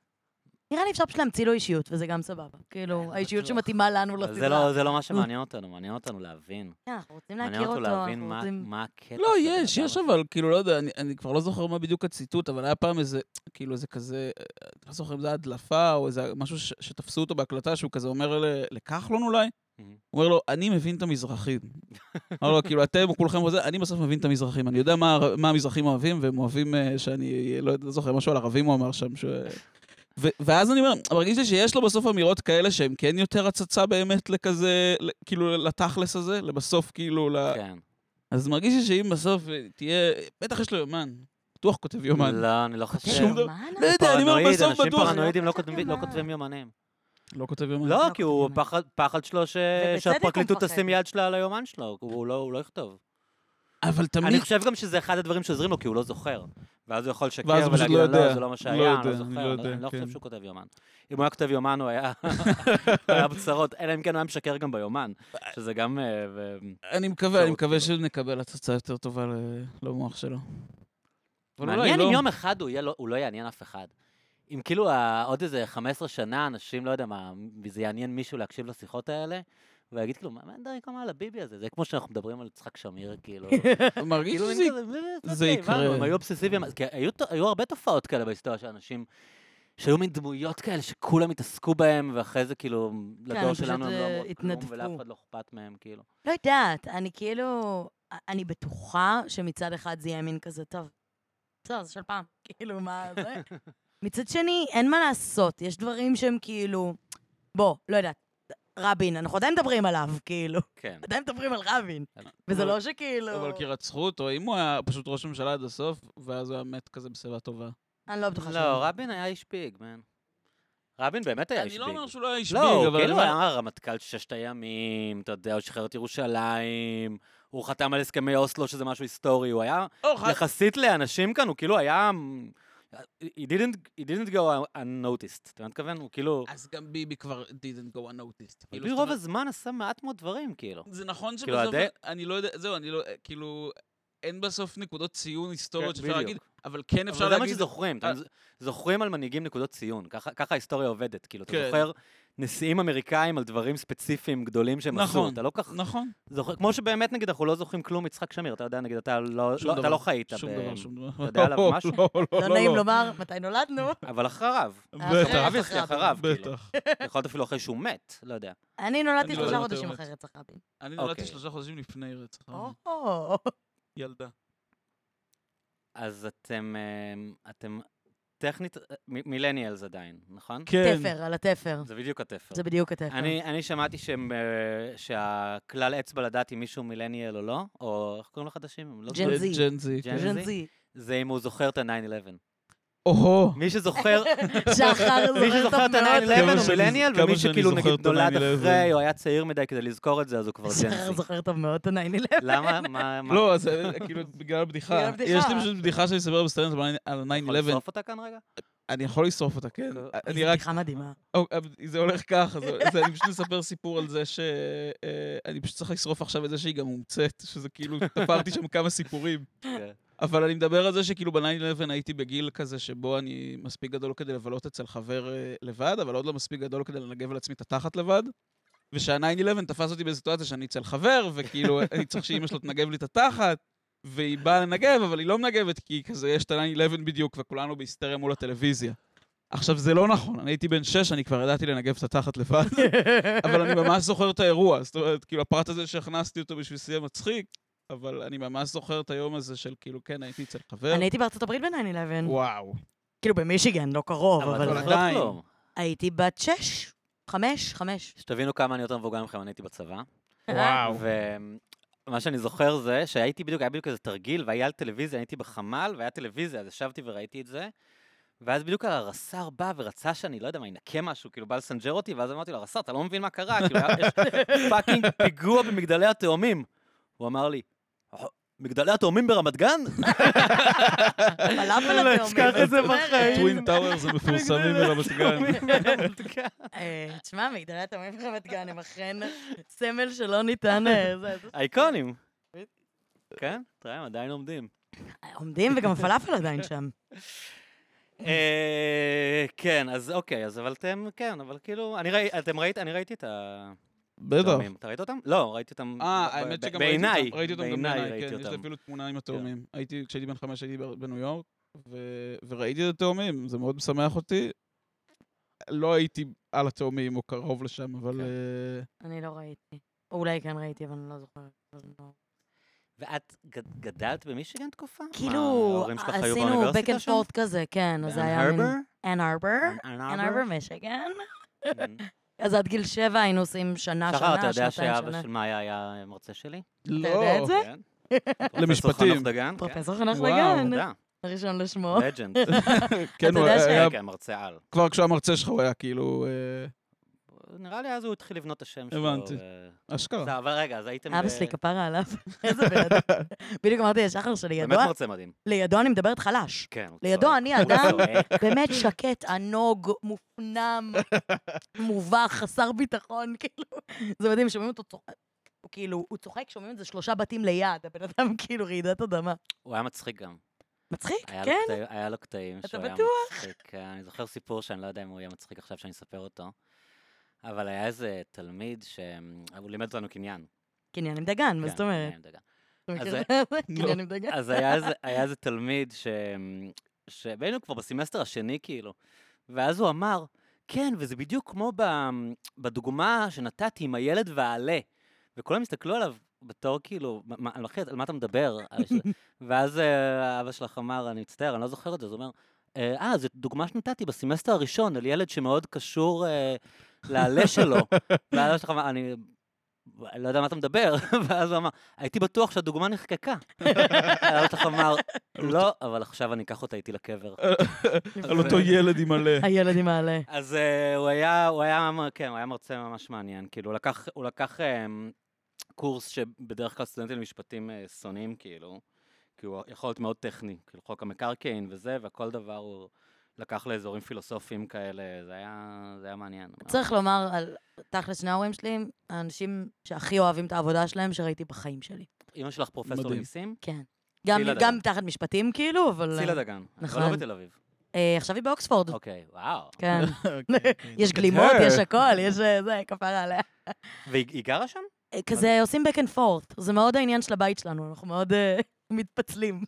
Speaker 1: נראה לי אפשר פשוט להמציא לו אישיות, וזה גם סבבה. כאילו,
Speaker 2: לא
Speaker 1: האישיות
Speaker 2: בטוח.
Speaker 1: שמתאימה לנו
Speaker 2: אבל
Speaker 1: לסדרה.
Speaker 2: זה לא- זה לא מה שמעניין אותנו, מעניין אותנו להבין.
Speaker 1: כן, אנחנו רוצים
Speaker 2: מעניין
Speaker 1: להכיר
Speaker 2: אותו
Speaker 1: אה. אותו,
Speaker 2: להבין
Speaker 1: אנחנו
Speaker 2: מה-
Speaker 1: רוצים...
Speaker 2: מה הקטע.
Speaker 3: לא,
Speaker 2: של הבן
Speaker 3: יש,
Speaker 2: אדם
Speaker 3: יש
Speaker 2: הזה.
Speaker 3: אבל, כאילו, לא יודע, אני- אני כבר לא זוכר מה בדיוק הציטוט, אבל היה פעם איזה, כאילו, איזה כזה, אה, לא זוכר אם זה היה הדלפה או איזה משהו ש- שתפסו אותו בהקלטה, שהוא כזה אומר ל- לכחלון אולי,
Speaker 2: מהמם.
Speaker 3: הוא אומר לו, אני מבין את המזרחים. אמר לו, כאילו, אתם כולכם וזה, אני בסוף מבין את המזרחים. אני יודע מה, מה המזרחים אוהבים, והם אוהבים אה, שאני לא יודע, לא זוכר, משהו על ערבים הוא אמר שם. ש... ו- ואז אני אומר, מרגיש לי שיש לו בסוף אמירות כאלה שהן כן יותר הצצה באמת לכזה, ל- כאילו, לתכלס הזה, לבסוף, כאילו, ל...
Speaker 2: כן.
Speaker 3: אז מרגיש לי שאם בסוף אה, תהיה, בטח יש לו יומן, בטוח כותב יומן.
Speaker 2: לא, אני
Speaker 1: אוקיי.
Speaker 2: לא חושב.
Speaker 3: שום דבר.
Speaker 1: כן, מה אנחנו-
Speaker 3: לא יודע, אני אומר,
Speaker 2: פרנואיד,
Speaker 3: בסוף
Speaker 2: אנשים
Speaker 3: בטוח-
Speaker 2: פרנואידים לא
Speaker 1: לא כותב
Speaker 2: כותבים- לא
Speaker 1: יומן.
Speaker 2: כותבים יומנים.
Speaker 3: לא כותב יומן.
Speaker 2: לא,
Speaker 1: לא
Speaker 2: כי הוא
Speaker 1: כותבים
Speaker 2: פחד- פחד שלו ש-
Speaker 1: ובצדק הוא
Speaker 2: שהפרקליטות
Speaker 1: מפחד.
Speaker 2: תשים יד שלה על היומן שלו, הוא לא- הוא לא יכתוב.
Speaker 3: אבל
Speaker 2: אני
Speaker 3: תמיד,
Speaker 2: חושב גם שזה אחד הדברים שעוזרים לו, כי הוא לא זוכר. ואז הוא יכול לשקר
Speaker 3: ואז הוא פשוט
Speaker 2: ולהגיד,
Speaker 3: לא
Speaker 2: "אני לא,
Speaker 3: יודע.
Speaker 2: זה לא מה
Speaker 3: לא
Speaker 2: שהיה,
Speaker 3: יודע,
Speaker 2: אני לא
Speaker 3: אני
Speaker 2: זוכר.
Speaker 3: לא
Speaker 2: אני לא-
Speaker 3: יודע,
Speaker 2: אני לא חושב
Speaker 3: כן.
Speaker 2: שהוא כותב יומן. אם הוא היה כותב יומן, הוא היה הוא היה בצרות, אלא אם כן הוא היה משקר גם ביומן, שזה גם... אה, ו-
Speaker 3: אני מקווה, אני
Speaker 2: אפשרות,
Speaker 3: מקווה שנקבל הצצה יותר טובה ל- למוח שלו. אבל אולי
Speaker 2: מעניין
Speaker 3: לא.
Speaker 2: אם יום אחד הוא יהיה לא- הוא לא יעניין אף אחד. אם כאילו ה- עוד איזה 15 שנה, אנשים, לא יודע מה, זה יעניין מישהו להקשיב לשיחות האלה, ויגיד כאילו, מה מה דרעי אמר על הביבי הזה? זה כמו שאנחנו מדברים על יצחק שמיר, כאילו.
Speaker 3: מרגיש
Speaker 2: כאילו,
Speaker 3: שזה...
Speaker 2: אין כזה, "אה,
Speaker 3: זה
Speaker 2: אוקיי, הבנו,
Speaker 3: יקרה.
Speaker 2: הם היו אובססיביים, אז- כי היו ת- היו הרבה תופעות כאלה בהיסטוריה של אנשים שהיו מין דמויות כאלה שכולם התעסקו בהם, ואחרי זה כאילו,
Speaker 3: כן,
Speaker 2: לדור
Speaker 1: פשוט,
Speaker 2: שלנו הם לא
Speaker 1: אה,
Speaker 2: אמרו כלום,
Speaker 1: התנדפו.
Speaker 2: ולאף אחד לא אכפת מהם, כאילו.
Speaker 1: לא יודעת, אני כאילו... אני בטוחה שמצד אחד זה יהיה מין כזה, טוב, בסדר, זה של פעם. כאילו, מה זה? מצד שני, אין מה לעשות, יש דברים שהם כאילו... בוא, לא יודעת, רבין, אנחנו עדיין מדברים עליו, כאילו.
Speaker 2: כן.
Speaker 1: עדיין מדברים על רבין.
Speaker 2: אבל-
Speaker 1: וזה
Speaker 3: אבל-
Speaker 1: לא שכאילו...
Speaker 3: אבל כי רצחו אותו, אם הוא היה פשוט ראש ממשלה עד הסוף, ואז הוא היה מת כזה בשיבה טובה.
Speaker 1: אני לא בטוחה
Speaker 2: לא, רבין היה איש פיג, מן. רבין באמת היה איש
Speaker 3: אני
Speaker 2: פיג.
Speaker 3: לא אומר שהוא לא היה איש ביג,
Speaker 2: כן, לא,
Speaker 3: אבל...
Speaker 2: הוא כאילו
Speaker 3: אני-
Speaker 2: היה רמטכ"ל של ששת הימים, אתה יודע, הוא שחרר את ירושלים, הוא חתם על הסכמי אוסלו, שזה משהו היסטורי, הוא היה,
Speaker 3: אור, ח-
Speaker 2: יחסית לאנשים כאן, הוא כאילו היה... He didn't, he didn't go unnoticed, אתה מתכוון? הוא כאילו...
Speaker 3: אז גם ביבי כבר didn't go unnoticed. אה, כאילו,
Speaker 2: ביבי
Speaker 3: זאת
Speaker 2: רוב
Speaker 3: אומרת,
Speaker 2: הזמן עשה מעט מאוד דברים, כאילו.
Speaker 3: זה נכון
Speaker 2: כאילו,
Speaker 3: שבסוף...
Speaker 2: הדי-
Speaker 3: אני לא יודע, זהו, אני לא... כאילו, אין בסוף נקודות ציון היסטוריות
Speaker 2: כן,
Speaker 3: שאפשר
Speaker 2: בדיוק.
Speaker 3: להגיד, אבל כן אפשר
Speaker 2: אבל זה מה
Speaker 3: להגיד...
Speaker 2: שזוכרים, אתה
Speaker 3: אה.
Speaker 2: מז- זוכרים על מנהיגים נקודות ציון, ככה ככה ההיסטוריה עובדת, כאילו, אתה
Speaker 3: כן.
Speaker 2: זוכר נשיאים אמריקאים על דברים ספציפיים גדולים שהם עשו,
Speaker 3: נכון.
Speaker 2: אתה לא כך
Speaker 3: נכון.
Speaker 2: זוכר, כמו שבאמת נגיד אנחנו לא זוכרים כלום מיצחק שמיר, אתה יודע, נגיד אתה לא-
Speaker 3: שום
Speaker 2: לא-
Speaker 3: דבר,
Speaker 2: אתה לא חיית,
Speaker 3: שום
Speaker 2: ב-
Speaker 3: דבר, שום דבר. אתה
Speaker 2: יודע עליו משהו?
Speaker 3: לא, לא,
Speaker 1: לא נעים לומר מתי נולדנו.
Speaker 2: אבל אחריו,
Speaker 3: בטח,
Speaker 2: אחריו, אחריו, אחריו, כאילו.
Speaker 3: בטח.
Speaker 2: יכול להיות אפילו אחרי שהוא מת, לא יודע.
Speaker 1: אני נולדתי
Speaker 3: אני
Speaker 2: לא
Speaker 1: שלושה
Speaker 3: יודע
Speaker 1: חודשים
Speaker 3: יותר
Speaker 1: אחרי רצח רבין.
Speaker 3: אני נולדתי
Speaker 2: אוקיי.
Speaker 3: שלושה חודשים לפני רצח. רבין.
Speaker 1: או,
Speaker 3: ילדה.
Speaker 2: אז אתם, אה, אתם טכנית, אה, מ- מילניאלס עדיין, נכון?
Speaker 3: כן.
Speaker 1: תפר, על התפר.
Speaker 2: זה בדיוק התפר.
Speaker 1: כן. זה בדיוק התפר.
Speaker 2: אני, אני שמעתי שהם, אה, שהכלל אצבע לדעת אם מישהו מילניאל או לא, או איך קוראים לחדשים? הם לא
Speaker 1: ג'ן
Speaker 2: זוכרים.
Speaker 1: זי.
Speaker 3: ג'ן זי. כן.
Speaker 2: ג'ן
Speaker 1: ז'ן
Speaker 2: זי?
Speaker 1: זי.
Speaker 2: זה אם הוא זוכר את ה-9-11.
Speaker 3: אוהו.
Speaker 2: מי שזוכר,
Speaker 1: שחר
Speaker 2: מי
Speaker 1: זוכר
Speaker 2: שזוכר
Speaker 1: טוב
Speaker 2: את
Speaker 1: מאוד.
Speaker 2: ה-9-11
Speaker 3: כמה
Speaker 2: הוא
Speaker 3: שאני-
Speaker 2: מילניאל,
Speaker 3: כמה
Speaker 2: ומי
Speaker 3: שאני
Speaker 2: שכאילו
Speaker 3: זוכר
Speaker 2: נגיד
Speaker 3: את
Speaker 2: נולד
Speaker 3: ה-9/11.
Speaker 2: אחרי, או היה צעיר מדי כדי לזכור את זה, אז הוא כבר
Speaker 1: שחר
Speaker 2: ג'נזי.
Speaker 1: זוכר טוב מאוד את ה-9-11.
Speaker 2: למה? מה? מה-
Speaker 3: לא, זה כאילו בגלל הבדיחה.
Speaker 1: בגלל הבדיחה.
Speaker 3: יש לי פשוט בדיחה שאני מספר בסטנדאפ על
Speaker 2: אתה יכול
Speaker 3: 9-11.
Speaker 2: לשרוף אה, אותה כאן רגע?
Speaker 3: לא, אני יכול לשרוף אותה, כן.
Speaker 2: טוב.
Speaker 3: אני
Speaker 1: זו
Speaker 3: רק...
Speaker 1: בדיחה מדהימה.
Speaker 3: או, אבל זה הולך ככה, זה- זה- אני פשוט מספר סיפור על זה ש... אה, אני פשוט צריך לשרוף עכשיו את זה שהיא גם מומצאת, שזה כאילו, תפרתי שם כמה סיפורים.
Speaker 2: כן.
Speaker 3: אבל אני מדבר על זה שכאילו ב-9-11 הייתי בגיל כזה שבו אני מספיק גדול כדי לבלות אצל חבר אה, לבד, אבל עוד לא מספיק גדול כדי לנגב על עצמי את התחת לבד. ושה-9-11 תפס אותי בסיטואציה שאני אצל חבר, וכאילו אני צריך שאימא שלו תנגב לי את התחת, והיא באה לנגב, אבל היא לא מנגבת, כי כזה יש את ה-9-11 בדיוק, וכולנו בהיסטריה מול הטלוויזיה. עכשיו, זה לא נכון, אני הייתי בן שש, אני כבר ידעתי לנגב את התחת לבד, אבל אני ממש זוכר את האירוע, זאת אומרת, כאילו, הפרט הזה שהכנסתי אותו בשביל שיא המצחיק, אבל אני ממש זוכר את היום הזה של כאילו, כן, הייתי אצל חבר.
Speaker 1: אני הייתי בארצות הברית ב-9-11.
Speaker 3: וואו.
Speaker 1: כאילו במישיגן, לא קרוב,
Speaker 2: אבל
Speaker 1: אבל...
Speaker 2: אתה לא
Speaker 3: אבל עדיין.
Speaker 2: זוכר כלום.
Speaker 1: הייתי בת 6, 5, 5.
Speaker 2: שתבינו כמה אני יותר מבוגר מכם, אני הייתי בצבא.
Speaker 1: אה?
Speaker 3: וואו.
Speaker 2: ומה שאני זוכר זה שהייתי בדיוק, היה בדיוק איזה תרגיל, והיה על טלוויזיה, הייתי בחמ"ל, והיה טלוויזיה, אז ישבתי וראיתי את זה. ואז בדיוק הרס"ר בא ורצה שאני, לא יודע מה, ינקה משהו, כאילו בא לסנג'ר אותי, ואז אמרתי לו, הרס"ר, אתה לא מבין מה קרה, כאילו, היה- יש פאקינג פיגוע במגדלי התאומים. הוא אמר לי, "אה, מגדלי התאומים ברמת גן?
Speaker 1: פלאפל
Speaker 2: לא
Speaker 1: התאומים.
Speaker 2: אשכח את זה
Speaker 1: אה?
Speaker 2: בחיים.
Speaker 3: טווין טאוורס המפורסמים ברמת גן.
Speaker 2: ברמת גן.
Speaker 1: אה, תשמע, מגדלי התאומים ברמת גן הם אכן סמל שלא ניתן... אה, זה- זה-
Speaker 2: אייקונים. כן, תראה, הם עדיין עומדים.
Speaker 1: עומדים וגם הפלאפל עדיין שם.
Speaker 2: אה, כן, אז אוקיי, אז אבל אתם, כן, אבל כאילו, אני ראיתי, אתם ראיתם, אני ראיתי את התאומים.
Speaker 3: בטח.
Speaker 2: אתה ראית אותם? לא, ראיתי אותם.
Speaker 3: אה,
Speaker 2: ב-
Speaker 3: האמת
Speaker 2: ב-
Speaker 3: שגם
Speaker 2: בעיניי,
Speaker 3: ראיתי אותם- ראיתי אותם גם בעיניי,
Speaker 2: ראיתי
Speaker 3: כן, יש לי
Speaker 2: אותם.
Speaker 3: אפילו תמונה עם התאומים. הייתי, כשהייתי בן חמש הייתי ב- בניו יורק, ו- וראיתי את התאומים, זה מאוד משמח אותי. לא הייתי על התאומים או קרוב לשם, אבל...
Speaker 2: כן.
Speaker 3: אה,
Speaker 1: אני לא ראיתי. או אולי כן ראיתי, אבל אני לא זוכרת. אז לא.
Speaker 2: ואת ג- גדלת במישיגן תקופה? מה,
Speaker 1: כאילו,
Speaker 2: ההורים שלך היו
Speaker 1: עשינו
Speaker 2: באוניברסיטה
Speaker 1: back and
Speaker 2: שם?
Speaker 1: forth כזה, כן, אז זה
Speaker 2: באן
Speaker 1: היה מין...
Speaker 2: הרבר?
Speaker 1: אנ הרבר? אנ
Speaker 2: אנ הרבר?
Speaker 1: הרבר, מישיגן.
Speaker 2: Mm.
Speaker 1: אז עד גיל שבע היינו עושים שנה, שנה,
Speaker 2: שחר,
Speaker 1: שנתיים,
Speaker 2: אתה
Speaker 1: שנה.
Speaker 2: יודע שאבא של מאיה היה מרצה שלי?
Speaker 1: אתה
Speaker 3: לא.
Speaker 1: יודע את זה?
Speaker 2: כן. פרופסור
Speaker 3: למשפטים.
Speaker 2: חנוך דגן? כן.
Speaker 1: פרופסור חנוך
Speaker 3: וואו,
Speaker 1: דגן,
Speaker 2: תודה,
Speaker 1: הראשון לשמו.
Speaker 2: לג'נד.
Speaker 3: כן,
Speaker 1: אתה
Speaker 3: הוא
Speaker 1: יודע
Speaker 3: היה-
Speaker 1: ש-
Speaker 3: היה-
Speaker 2: כן, מרצה על.
Speaker 3: כבר כשהמרצה שלך הוא היה כאילו... אה,
Speaker 2: נראה לי אז הוא התחיל לבנות את השם שלו. אה,
Speaker 3: הבנתי.
Speaker 2: ו-
Speaker 3: אשכרה.
Speaker 2: זה, אבל רגע, אז הייתם... אה,
Speaker 1: אבא
Speaker 2: ב-
Speaker 1: שלי כפרה עליו. איזה בן אדם. בדיוק אמרתי לשחר שלידו
Speaker 2: באמת מרצה מדהים.
Speaker 1: לידו אני מדברת חלש.
Speaker 2: כן, הוא
Speaker 1: לידו
Speaker 2: צועק.
Speaker 1: אני
Speaker 2: הוא
Speaker 1: אדם
Speaker 2: צועק.
Speaker 1: באמת שקט, ענוג, מופנם, מובך, חסר ביטחון, כאילו. זה מדהים, שומעים אותו צוחק. הוא כאילו, הוא צוחק, שומעים את זה שלושה בתים ליד, הבן אדם כאילו רעידת אדמה.
Speaker 2: הוא היה מצחיק גם.
Speaker 1: מצחיק,
Speaker 2: היה לו
Speaker 1: כן?
Speaker 2: קטעים- היה לו קטעים
Speaker 1: אתה
Speaker 2: שהוא היה
Speaker 1: בטוח?
Speaker 2: מצחיק. אה, אני זוכר סיפור שאני לא יודע אם הוא יהיה מצחיק עכשיו שאני אספר אותו, אבל היה איזה תלמיד שהוא לימד אותנו קניין.
Speaker 1: קניין עם דגן, מה זאת
Speaker 2: כן,
Speaker 1: אומרת?
Speaker 2: קניין, דגן.
Speaker 1: אתה
Speaker 2: אז לא.
Speaker 1: מכיר את זה? קניין עם דגן.
Speaker 2: אז היה איזה- היה איזה תלמיד ש... שהיינו כבר בסמסטר השני, כאילו. ואז הוא אמר, כן, וזה בדיוק כמו ב- בדוגמה שנתתי עם הילד והעלה. וכולם הסתכלו עליו בתור כאילו, "מה- מה- אחי, על מה אתה מדבר? ואז אה, אבא שלך אמר, אני מצטער, אני לא זוכר את זה. אז הוא אומר, "אה, אה, זו דוגמה שנתתי בסמסטר הראשון על ילד שמאוד קשור אה, לעלה שלו. ואז אבא שלך אמר, אני... לא יודע מה אתה מדבר, ואז הוא אמר, הייתי בטוח שהדוגמה נחקקה. אז אבא שלך אמר, לא, אבל עכשיו אני אקח אותה איתי לקבר.
Speaker 3: על אותו ילד עם מלא.
Speaker 1: הילד עם העלה.
Speaker 2: אז אה, הוא היה, הוא היה, מ- כן, הוא היה מרצה ממש מעניין. כאילו, הוא לקח, הוא לקח אה, קורס שבדרך כלל סטודנטים למשפטים אה, שונאים, כאילו, כי הוא יכול להיות מאוד טכני, כאילו, חוק המקרקעין וזה, וכל דבר הוא לקח לאזורים פילוסופיים כאלה, זה היה, זה היה מעניין.
Speaker 1: צריך לומר על תכלס שני ההורים שלי, הם האנשים שהכי אוהבים את העבודה שלהם שראיתי בחיים שלי.
Speaker 2: אמא שלך פרופסור
Speaker 3: מדהים.
Speaker 2: לניסים?
Speaker 1: כן. גם,
Speaker 2: צילה דגן.
Speaker 1: גם תחת משפטים כאילו, אבל...
Speaker 2: צילה דגן.
Speaker 1: נכון.
Speaker 2: נכון. אבל לא בתל אביב.
Speaker 1: אה, עכשיו היא באוקספורד.
Speaker 2: אוקיי, וואו.
Speaker 1: כן.
Speaker 3: אוקיי,
Speaker 1: יש גלימות,
Speaker 3: כן.
Speaker 1: יש הכל, יש אה, זה, כפרה עליה.
Speaker 2: והיא היא גרה שם?
Speaker 1: אה,
Speaker 2: אוקיי.
Speaker 1: כזה עושים back and forth, זה מאוד העניין של הבית שלנו, אנחנו מאוד אה, מתפצלים.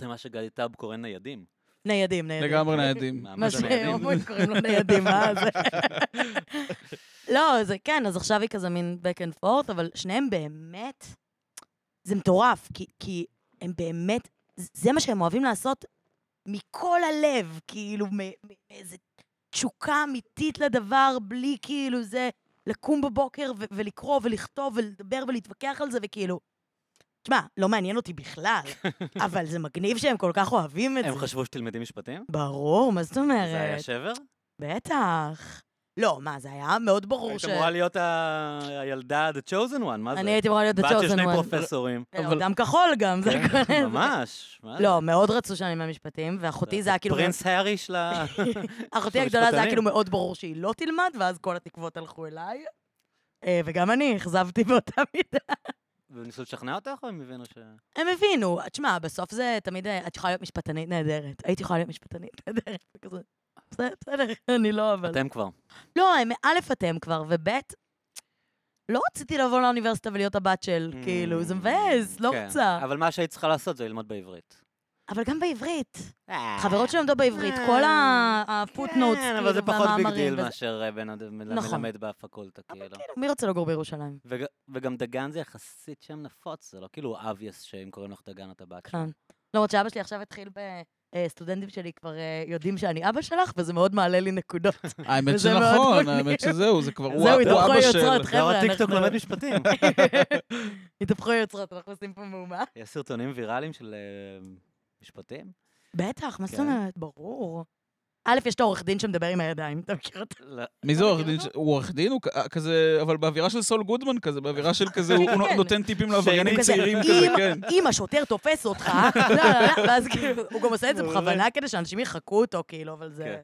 Speaker 2: זה מה שגדי טאב קורא ניידים.
Speaker 1: ניידים, ניידים.
Speaker 3: לגמרי ניידים.
Speaker 2: מעמד
Speaker 1: מה
Speaker 2: הניידים.
Speaker 1: שאומרים קוראים לו ניידים, אה? זה- לא, זה כן, אז עכשיו היא כזה מין back and forth, אבל שניהם באמת, זה מטורף, כי- כי הם באמת, זה מה שהם אוהבים לעשות מכל הלב, כאילו, מ- מ- מאיזה תשוקה אמיתית לדבר, בלי כאילו זה, לקום בבוקר ו- ולקרוא ולכתוב ולדבר ולהתווכח על זה, וכאילו... תשמע, לא מעניין אותי בכלל, אבל זה מגניב שהם כל כך אוהבים את זה.
Speaker 2: הם חשבו שתלמדי משפטים?
Speaker 1: ברור, מה זאת
Speaker 2: זה היה
Speaker 1: אומרת?
Speaker 2: שבר?
Speaker 1: בטח. לא, מה, זה היה מאוד ברור
Speaker 2: היית
Speaker 1: ש...
Speaker 2: אמורה להיות ה- הילדה, the chosen one, מה זה?
Speaker 1: אני הייתי אמורה להיות the
Speaker 2: בת של שני
Speaker 1: chosen one.
Speaker 2: פרופסורים.
Speaker 1: לא,
Speaker 3: אבל-
Speaker 1: דם כחול גם, זה
Speaker 2: כן,
Speaker 1: הכל.
Speaker 2: ממש. מה זה?
Speaker 1: לא, מאוד רצו שאני מהמשפטים, ואחותי זה היה כאילו...
Speaker 2: פרינס הארי של ה...
Speaker 1: אחותי
Speaker 2: של
Speaker 1: הגדולה זה היה
Speaker 2: המשפטנים.
Speaker 1: כאילו מאוד ברור שהיא לא תלמד, ואז כל התקוות הלכו אליי. אה, וגם אני, אכזבתי באותה מידה.
Speaker 2: וניסו לשכנע אותך, או הם הבינו ש...
Speaker 1: הם הבינו, תשמע, בסוף זה תמיד, אה, את יכולה להיות משפטנית נהדרת. הייתי יכולה להיות משפטנית נהדרת, וכזה. "בסדר, בסדר, אני לא, אבל...
Speaker 2: אתם כבר.
Speaker 1: לא, הם, א', אתם כבר, וב', לא רציתי לבוא לאוניברסיטה ולהיות הבת של, כאילו, זה מבאס, לא
Speaker 2: Mm, כן.
Speaker 1: רוצה.
Speaker 2: אבל מה שהיית צריכה לעשות זה ללמוד בעברית.
Speaker 1: אבל גם בעברית. חברות שלומדות בעברית, כל הפוטנוטס,
Speaker 2: אה. כן,
Speaker 1: כאילו,
Speaker 2: אבל זה פחות ביג
Speaker 1: והמאמרים.
Speaker 2: דיל
Speaker 1: וזה-
Speaker 2: מאשר אה, בן אדם
Speaker 1: נכון.
Speaker 2: מלמד בפקולטה, כאילו.
Speaker 1: כאילו, מי רוצה לגור בירושלים?
Speaker 2: וג- וגם דגן זה יחסית שם נפוץ, זה לא כאילו obvious שאם קוראים לך דגן אתה בת.
Speaker 1: כאן. למרות לא, שאבא שלי עכשיו התחיל ב... אה, סטודנטים שלי כבר אה, יודעים שאני אבא שלך, וזה מאוד מעלה לי נקודות.
Speaker 3: האמת
Speaker 1: וזה מאוד
Speaker 3: שנכון,
Speaker 1: מגניב.
Speaker 3: האמת שזהו, זה כבר... הוא
Speaker 1: זהו,
Speaker 3: הוא
Speaker 1: התהפכו
Speaker 3: אבא של-
Speaker 1: היוצרות,
Speaker 2: לא,
Speaker 1: חבר'ה,
Speaker 2: הטיקטוק
Speaker 1: אנחנו...
Speaker 2: לומד משפטים.
Speaker 1: התהפכו היוצרות, אנחנו עושים פה מהומה.
Speaker 2: יש סרטונים ויראליים של אה, משפטים?
Speaker 1: בטח, מה זאת
Speaker 2: כן.
Speaker 1: אומרת? ברור. א', יש את העורך דין שמדבר עם הידיים, אתה מכיר אותו?
Speaker 2: לא.
Speaker 3: מי זה
Speaker 1: לא
Speaker 3: עורך
Speaker 1: מכיר
Speaker 3: דין?
Speaker 1: אותו?
Speaker 3: ש- הוא עורך דין? הוא כ- אה, כזה, אבל באווירה של סול גודמן כזה, באווירה של כזה, הוא הוא
Speaker 1: כן.
Speaker 3: נותן טיפים
Speaker 1: הוא
Speaker 3: לעבריינים
Speaker 1: כזה,
Speaker 3: צעירים כזה,
Speaker 1: "אם-
Speaker 3: כן.
Speaker 1: אם השוטר תופס אותך, לא, לא, לא, ואז כאילו, הוא גם עושה את זה
Speaker 2: מעולה.
Speaker 1: בכוונה כדי שאנשים יחקו אותו, כאילו, אבל זה...
Speaker 2: כן.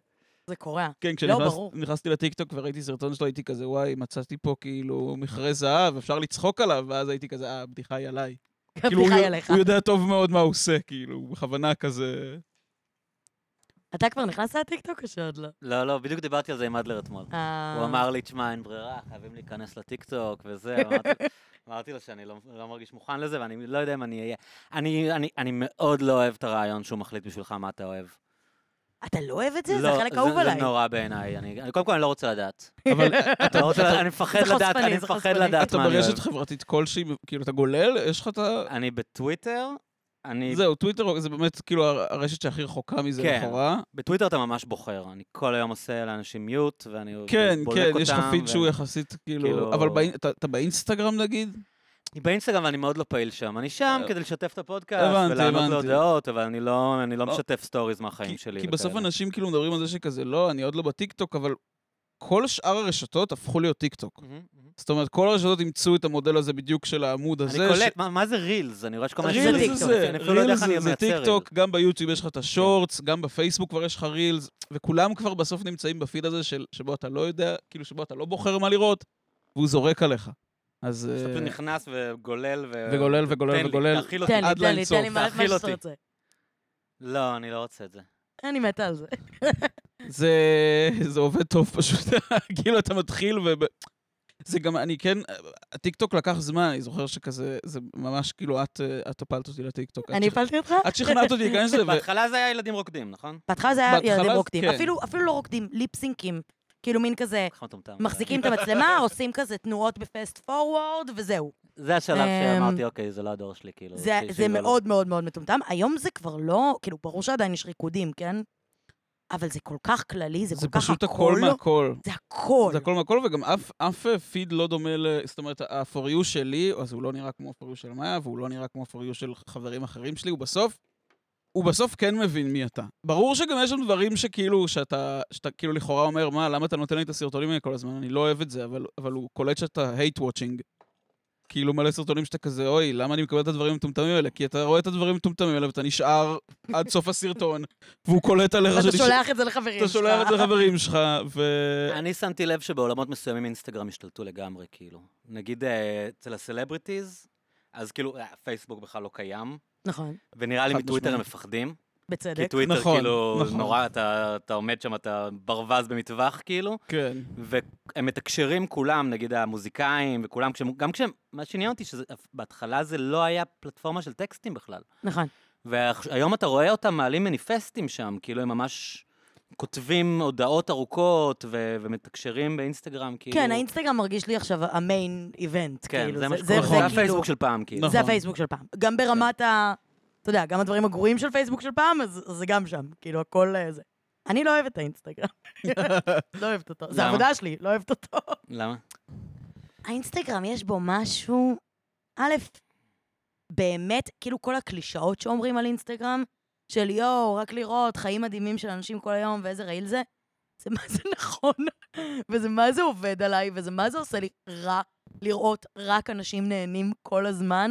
Speaker 1: זה קורה.
Speaker 3: כן,
Speaker 1: לא, ברור.
Speaker 3: כשנכנסתי לטיקטוק וראיתי סרטון שלו, הייתי כזה, וואי, מצאתי פה כאילו מכרה זהב, אפשר לצחוק עליו, ואז הייתי כזה, אה, הבדיחה היא עליי. כאילו, הוא
Speaker 1: בדיחה
Speaker 3: יודע-
Speaker 1: אליך.
Speaker 3: הוא יודע טוב מאוד מה הוא עושה, כאילו, הוא בכוונה כזה...
Speaker 1: אתה כבר נכנס לטיקטוק או שעוד לא?
Speaker 2: לא, לא, בדיוק דיברתי על זה עם אדלר אתמול.
Speaker 1: אה,
Speaker 2: הוא אמר לי, תשמע, אין ברירה, חייבים להיכנס לטיקטוק וזה. אמרתי- אמרתי לו שאני לא, לא מרגיש מוכן לזה, ואני לא יודע אם אני אהיה... אני, אני, אני מאוד לא אוהב את הרעיון שהוא מחליט בשבילך מה אתה אוהב.
Speaker 1: אתה לא אוהב את זה? זה
Speaker 2: לא,
Speaker 1: חלק אהוב עליי.
Speaker 2: זה נורא בעיניי. אני, אני, קודם כל, אני לא רוצה לדעת.
Speaker 3: אבל
Speaker 2: אתה לא רוצה, אני מפחד
Speaker 1: זה
Speaker 2: לדעת,
Speaker 1: חושפני,
Speaker 2: אני
Speaker 1: זה
Speaker 2: מפחד
Speaker 1: חושפני.
Speaker 2: לדעת
Speaker 3: אתה
Speaker 2: מה אני
Speaker 3: ברשת
Speaker 2: אוהב.
Speaker 3: חברתית כלשהי, כאילו, אתה גולל, יש לך את ה...
Speaker 2: אני בטוויטר, אני...
Speaker 3: זהו, טוויטר זה באמת כאילו הר- הרשת שהכי רחוקה מזה
Speaker 2: כן.
Speaker 3: לכאורה.
Speaker 2: בטוויטר אתה ממש בוחר. אני כל היום עושה לאנשים מיוט, ואני
Speaker 3: כן,
Speaker 2: בולק
Speaker 3: כן,
Speaker 2: אותם.
Speaker 3: יש לך פיד
Speaker 2: ו-
Speaker 3: שהוא יחסית, כאילו...
Speaker 2: כאילו-
Speaker 3: אבל באינ- אתה אתה באינסטגרם נגיד?
Speaker 2: אני באינסטגרם ואני מאוד לא פעיל שם. אני שם
Speaker 3: אה,
Speaker 2: כדי לשתף את הפודקאסט
Speaker 3: הבנתי,
Speaker 2: ולענות
Speaker 3: הבנתי.
Speaker 2: להודעות, אבל אני לא, אני לא
Speaker 3: לא.
Speaker 2: משתף סטוריז מהחיים
Speaker 3: כי-
Speaker 2: שלי.
Speaker 3: כי בסוף
Speaker 2: וכאלה.
Speaker 3: אנשים כאילו מדברים על זה שכזה, לא, אני עוד לא בטיקטוק, אבל כל שאר הרשתות הפכו להיות טיקטוק.
Speaker 2: מהמם, מהמם.
Speaker 3: זאת אומרת, כל הרשתות אימצו את המודל הזה בדיוק של העמוד הזה.
Speaker 2: אני קולט, מה- מה זה רילס? אני רואה שכל מיני
Speaker 1: רילס
Speaker 2: שזה
Speaker 1: זה
Speaker 2: טיקטוק.
Speaker 1: זה,
Speaker 2: אני אפילו לא יודע
Speaker 3: רילס
Speaker 2: איך אני
Speaker 3: זה- זה
Speaker 2: מייצר כן. רילס.
Speaker 3: טיקטוק, גם ביוטיוב יש לך את השורטס, גם בפייסבוק כבר יש לך רילס, וכולם כבר בסוף נמצאים בפיד הזה של- שבו אתה לא יודע, כאילו שבו אתה לא בוחר מה לראות, והוא זורק עליך. אז...
Speaker 2: אתה
Speaker 3: אה,
Speaker 2: פשוט נכנס וגולל ו...
Speaker 3: וגולל וגולל
Speaker 2: תן לי,
Speaker 3: וגולל.
Speaker 2: תאכיל אותי.
Speaker 1: תן לי,
Speaker 3: לא, עד
Speaker 1: תן לי,
Speaker 3: לאינסוף,
Speaker 1: תן לי מה מה
Speaker 2: תאכיל
Speaker 1: שאתה
Speaker 2: אותי.
Speaker 1: רוצה.
Speaker 2: לא, אני לא רוצה את זה.
Speaker 1: אני מתה על זה.
Speaker 3: זה, זה עובד טוב פשוט, כאילו אתה מתחיל ו... זה גם, אני כן, הטיקטוק לקח זמן, אני זוכר שכזה, זה ממש כאילו, את אה, את הפלת אותי לטיקטוק. את
Speaker 1: אני
Speaker 3: שכ-
Speaker 1: הפלתי אותך?
Speaker 3: את שכנעת אותי להיכנס לזה,
Speaker 2: בהתחלה זה היה ילדים רוקדים, נכון?
Speaker 1: בהתחלה זה היה
Speaker 3: בהתחלה
Speaker 1: ילדים
Speaker 3: זה-
Speaker 1: רוקדים.
Speaker 3: כן.
Speaker 1: אפילו אפילו לא רוקדים, ליפסינקים. כאילו מין כזה,
Speaker 2: איך מטומטם.
Speaker 1: מחזיקים את המצלמה, עושים כזה תנועות בפסט פורוורד, וזהו.
Speaker 2: זה השלב
Speaker 1: אמ,
Speaker 2: שאמרתי, אוקיי, זה לא הדור שלי, כאילו.
Speaker 1: זה,
Speaker 2: ש-
Speaker 1: זה
Speaker 2: שיגאל אותי."
Speaker 1: מאוד מאוד מאוד מטומטם. היום זה כבר לא, כאילו, ברור שעדיין יש ריקודים, כן? אבל זה כל כך כללי, זה כל
Speaker 3: זה
Speaker 1: כך לא-
Speaker 3: פשוט הכל מהכל.
Speaker 1: זה הכל.
Speaker 3: זה הכל מהכל, וגם אף, אף אה, פיד לא דומה ל... זאת אומרת, ה-for you שלי, אז הוא לא נראה כמו ה-for you של מאיה, והוא לא נראה כמו ה-for you של חברים אחרים שלי, הוא בסוף... הוא בסוף כן מבין מי אתה. ברור שגם יש שם דברים שכאילו, שאתה, שאתה כאילו לכאורה אומר, מה, למה אתה נותן לי את הסרטונים האלה כל הזמן? אני לא אוהב את זה, אבל, אבל הוא קולט שאתה hate watching. כאילו מלא סרטונים שאתה כזה, אוי, למה אני מקבל את הדברים המטומטמים האלה? כי אתה רואה את הדברים המטומטמים האלה ואתה נשאר עד סוף הסרטון, והוא קולט עליך
Speaker 1: ואתה
Speaker 3: שנשאר-
Speaker 1: שולח את זה לחברים
Speaker 3: אתה שולח את זה לחברים שלך, ו...
Speaker 2: אני שמתי לב שבעולמות מסוימים אינסטגרם השתלטו לגמרי, כאילו. נגיד אה, אצל הסלבריטיז, אז כאילו, אה, פייסבוק בכלל לא קיים,
Speaker 1: נכון,
Speaker 2: ונראה לי
Speaker 3: חד
Speaker 2: מטוויטר הם
Speaker 3: משמעית.
Speaker 2: מפחדים. כי
Speaker 1: בצדק.
Speaker 2: טוויטר
Speaker 3: נכון,
Speaker 2: כאילו
Speaker 3: נכון.
Speaker 2: נורא, אתה אתה עומד שם, אתה ברווז במטווח, כאילו.
Speaker 3: כן.
Speaker 2: והם מתקשרים כולם, נגיד המוזיקאים וכולם, כשהם, גם כשהם, מה שעניין אותי, שבהתחלה זה לא היה פלטפורמה של טקסטים בכלל.
Speaker 1: נכון.
Speaker 2: והיום אתה רואה אותם מעלים מניפסטים שם, כאילו הם ממש כותבים הודעות ארוכות ו- ומתקשרים באינסטגרם, כאילו...
Speaker 1: כן, האינסטגרם מרגיש לי עכשיו המיין איבנט.
Speaker 2: כן,
Speaker 1: כאילו,
Speaker 2: זה מה
Speaker 1: זה
Speaker 2: שקורה, זה
Speaker 1: כאילו-
Speaker 2: הפייסבוק של פעם, כאילו.
Speaker 3: נכון.
Speaker 1: זה הפייסבוק של פעם. גם ברמת ה... אתה יודע, גם הדברים הגרועים של פייסבוק של פעם, אז אז זה גם שם. כאילו, הכל אה, זה. אני לא אוהבת את האינסטגרם. לא אוהבת אותו. זה
Speaker 2: למה?
Speaker 1: העבודה שלי, לא אוהבת אותו.
Speaker 2: למה?
Speaker 1: האינסטגרם יש בו משהו, א', באמת, כאילו כל הקלישאות שאומרים על אינסטגרם, של יואו, רק לראות חיים מדהימים של אנשים כל היום ואיזה רעיל זה, זה מה זה נכון, וזה מה זה עובד עליי, וזה מה זה עושה לי רע לראות רק אנשים נהנים כל הזמן.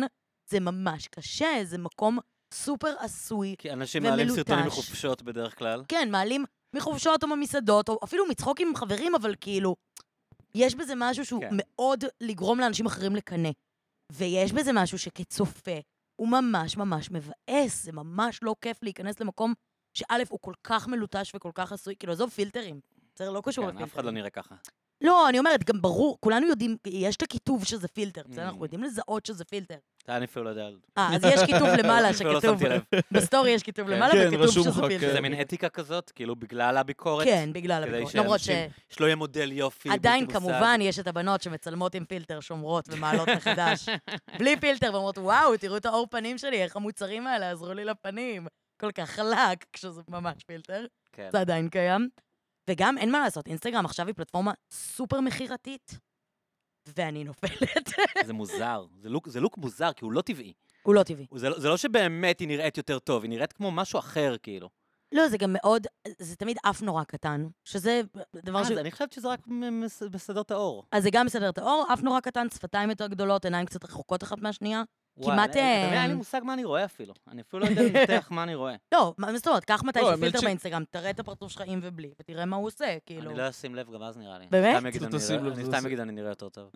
Speaker 1: זה ממש קשה, זה מקום סופר עשוי.
Speaker 2: כי אנשים מעלים
Speaker 1: ומלוטש.
Speaker 2: סרטונים מחופשות בדרך כלל.
Speaker 1: כן, מעלים מחופשות או ממסעדות, או אפילו מצחוק עם חברים, אבל כאילו, יש בזה משהו שהוא
Speaker 2: כן.
Speaker 1: כן. מאוד לגרום לאנשים אחרים לקנא. ויש בזה משהו שכצופה הוא ממש ממש מבאס, זה ממש לא כיף להיכנס למקום שא' הוא כל כך מלוטש וכל כך עשוי, כאילו, עזוב פילטרים. בסדר, לא קשור
Speaker 2: כן, אף אחד לא נראה ככה.
Speaker 1: לא, אני אומרת, גם ברור, כולנו יודעים, יש את הכיתוב שזה פילטר, בסדר?
Speaker 2: Mm.
Speaker 1: אנחנו יודעים לזהות שזה פילטר.
Speaker 2: אתה אני אפילו לא יודע.
Speaker 1: אה, אז יש כיתוב למעלה
Speaker 2: אפילו לא
Speaker 1: שכתוב,
Speaker 2: שמתי לב.
Speaker 1: בסטורי יש כיתוב
Speaker 2: כן. אה,
Speaker 1: למעלה
Speaker 3: כן,
Speaker 1: וכיתוב
Speaker 3: רשום
Speaker 1: שזה
Speaker 3: לך,
Speaker 1: פילטר.
Speaker 2: זה
Speaker 3: כן.
Speaker 2: מין אתיקה כזאת, כאילו בגלל הביקורת.
Speaker 1: כן, בגלל
Speaker 2: כדי
Speaker 1: הביקורת. למרות ש...
Speaker 2: שאנשים- שלא יהיה מודל יופי.
Speaker 1: עדיין,
Speaker 2: בלתי מושג.
Speaker 1: כמובן, יש את הבנות שמצלמות עם פילטר, שומרות ומעלות מחדש. בלי פילטר, ואומרות, וואו, תראו את האור פנים שלי, איך המוצרים האלה עזרו לי לפנים. כל כך חלק, כשזה ממש פילטר.
Speaker 2: כן.
Speaker 1: זה עדיין קיים. וגם, אין מה לעשות, אינסטגרם עכשיו היא פלטפורמה סופר מכירתית, ואני נופלת.
Speaker 2: זה מוזר, זה לוק, זה לוק מוזר, כי הוא לא טבעי.
Speaker 1: הוא לא טבעי.
Speaker 2: הוא- זה לא, זה לא שבאמת היא נראית יותר טוב, היא נראית כמו משהו אחר, כאילו.
Speaker 1: לא, זה גם מאוד, זה תמיד אף נורא קטן, שזה דבר
Speaker 2: אז
Speaker 1: ש...
Speaker 2: אה, אני חושבת שזה רק מ- מס- מסדר את האור.
Speaker 1: אז זה גם מסדר את האור, אף נורא קטן, שפתיים יותר גדולות, עיניים קצת רחוקות אחת מהשנייה.
Speaker 2: וואי,
Speaker 1: כמעט,
Speaker 2: אתה יודע,
Speaker 1: אה,
Speaker 2: אין לי מושג מה אני רואה אפילו. אני אפילו לא יודע לנתח מה אני רואה.
Speaker 1: לא, מה מה זאת אומרת? קח מתי
Speaker 3: לא,
Speaker 1: יש
Speaker 3: האמת
Speaker 1: פילטר
Speaker 3: ש-
Speaker 1: באינסטגרם, תראה את הפרצוף שלך עם ובלי, ותראה מה הוא עושה, כאילו.
Speaker 2: אני לא אשים לב גם אז נראה לי.
Speaker 1: באמת?
Speaker 2: סתם אגיד,
Speaker 3: אתה
Speaker 2: אני
Speaker 3: תשים
Speaker 2: נראה-
Speaker 3: לב,
Speaker 2: אני
Speaker 3: זה-
Speaker 2: סתם
Speaker 3: זה-
Speaker 2: אגיד אני נראה יותר טוב.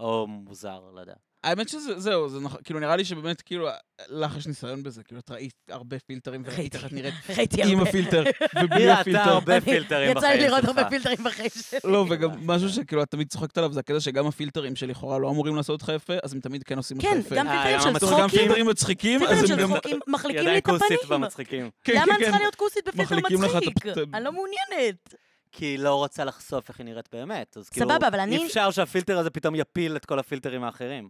Speaker 2: או מוזר, לא יודע.
Speaker 3: האמת שזה, זהו, זה נכון, כאילו נראה לי שבאמת, כאילו, לך יש ניסיון בזה, כאילו, את ראית הרבה פילטרים וראית איך את נראית
Speaker 1: ראיתי
Speaker 3: עם
Speaker 1: הרבה.
Speaker 3: הפילטר ובלי
Speaker 2: כן. היא ראתה
Speaker 3: הפילטר.
Speaker 2: הרבה
Speaker 1: אני-
Speaker 2: פילטרים
Speaker 1: יצא לי
Speaker 2: בחיים
Speaker 1: לראות הרבה
Speaker 2: שלך.
Speaker 1: פילטרים בחיים שלי.
Speaker 3: לא, וגם משהו שכאילו, את תמיד צוחקת עליו, זה הקטע שגם הפילטרים שלכאורה לא אמורים לעשות לך יפה, אז הם תמיד כן עושים לך
Speaker 1: כן,
Speaker 3: יפה.
Speaker 1: גם
Speaker 2: אה,
Speaker 1: פילטרים של
Speaker 2: למה
Speaker 3: זאת אומרת, גם
Speaker 1: צחוקים,
Speaker 3: פילטרים מצחיקים,
Speaker 1: פילטרים
Speaker 3: אז הם
Speaker 1: של
Speaker 3: גם...
Speaker 1: צחוקים
Speaker 2: היא
Speaker 1: מחליקים לי
Speaker 2: עדיין
Speaker 1: את
Speaker 2: כוסית
Speaker 1: הפנים.
Speaker 2: במצחיקים.
Speaker 3: כן,
Speaker 1: למה
Speaker 3: כן,
Speaker 1: אני
Speaker 3: כן.
Speaker 1: צריכה להיות כוסית בפילטר
Speaker 3: מחליקים לך את
Speaker 1: מצחיק?
Speaker 3: הפ-
Speaker 1: אני לא מעוניינת.
Speaker 2: כי היא לא רוצה לחשוף איך היא נראית באמת. אז כאילו,
Speaker 1: סבבה, אבל אני-
Speaker 2: אי אפשר שהפילטר הזה פתאום יפיל את כל הפילטרים האחרים.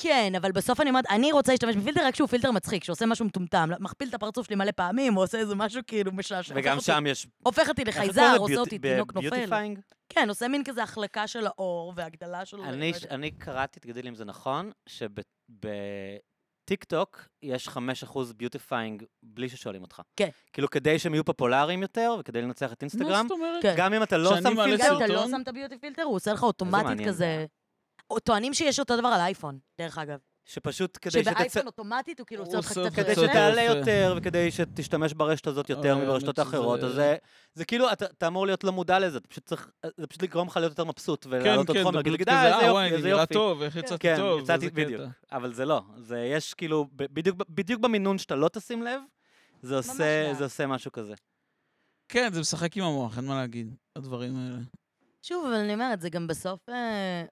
Speaker 1: כן, אבל בסוף אני אומרת, אני רוצה להשתמש בפילטר רק שהוא פילטר מצחיק, שעושה משהו מטומטם, לא, מכפיל את הפרצוף שלי מלא פעמים, או עושה איזה משהו כאילו משעשע.
Speaker 2: וגם
Speaker 1: הופך אותי-
Speaker 2: שם יש...
Speaker 1: הופך אותי
Speaker 2: איך
Speaker 1: לחייזר,
Speaker 2: קוראים
Speaker 1: עושה
Speaker 2: לביוט-
Speaker 1: אותי תינוק נופל.
Speaker 2: בביוטיפיינג?
Speaker 1: כן, עושה מין כזה החלקה של האור והגדלה של... לא
Speaker 2: אני, ש- אני קראתי, תגידי לי אם זה נכון, שבטיקטוק יש 5% ביוטיפיינג בלי ששואלים אותך.
Speaker 1: כן.
Speaker 2: כאילו, כדי שהם יהיו פופולריים יותר, וכדי לנצח את אינסטגרם,
Speaker 3: אומרת?
Speaker 1: כן.
Speaker 2: גם אם אתה לא
Speaker 3: כשאני
Speaker 2: שם
Speaker 3: מעלה
Speaker 1: גם אם
Speaker 2: פילטר,
Speaker 1: אתה לא
Speaker 3: סרטון?
Speaker 1: שם את הביוטי פילטר, הוא עושה לך אוטומטית
Speaker 2: מעניין.
Speaker 1: כזה... או- טוענים שיש אותו דבר על אייפון, דרך אגב.
Speaker 2: שפשוט כדי שתצא...
Speaker 1: שבאייפון אוטומטית הוא כאילו
Speaker 3: הוא
Speaker 1: עושה אותך
Speaker 3: עושה
Speaker 1: קצת...
Speaker 2: כדי
Speaker 3: זה
Speaker 1: יותר-
Speaker 2: שתעלה
Speaker 3: יפה.
Speaker 2: יותר, וכדי שתשתמש ברשת הזאת יותר
Speaker 3: אה, האמת
Speaker 2: מברשתות
Speaker 3: שזה-
Speaker 2: האחרות, אז זה- זה כאילו, אתה אתה אמור להיות לא מודע לזה, אתה פשוט צריך, זה פשוט לגרום לך להיות יותר מבסוט, ולהעלות עוד
Speaker 3: כן,
Speaker 2: חומר,
Speaker 3: זה פשוט
Speaker 2: ולהגיד,
Speaker 3: כזה,
Speaker 2: אה, איזה
Speaker 3: אה, וואי,
Speaker 2: יופי,
Speaker 3: אני
Speaker 2: איזה
Speaker 3: נראה
Speaker 2: יופי.
Speaker 3: טוב, איך יצאתי
Speaker 2: כן,
Speaker 3: טוב,
Speaker 2: יצאתי
Speaker 3: איזה קטע.
Speaker 2: בדיוק. אבל זה לא, זה יש כאילו, ב- בדיוק ב- בדיוק במינון שאתה לא תשים לב, זה עושה-
Speaker 1: לאט.
Speaker 2: זה עושה משהו כזה.
Speaker 3: כן, זה משחק עם המוח, אין מה להגיד, הדברים האלה.
Speaker 1: שוב, אבל אני אומרת, זה גם בסוף... אה,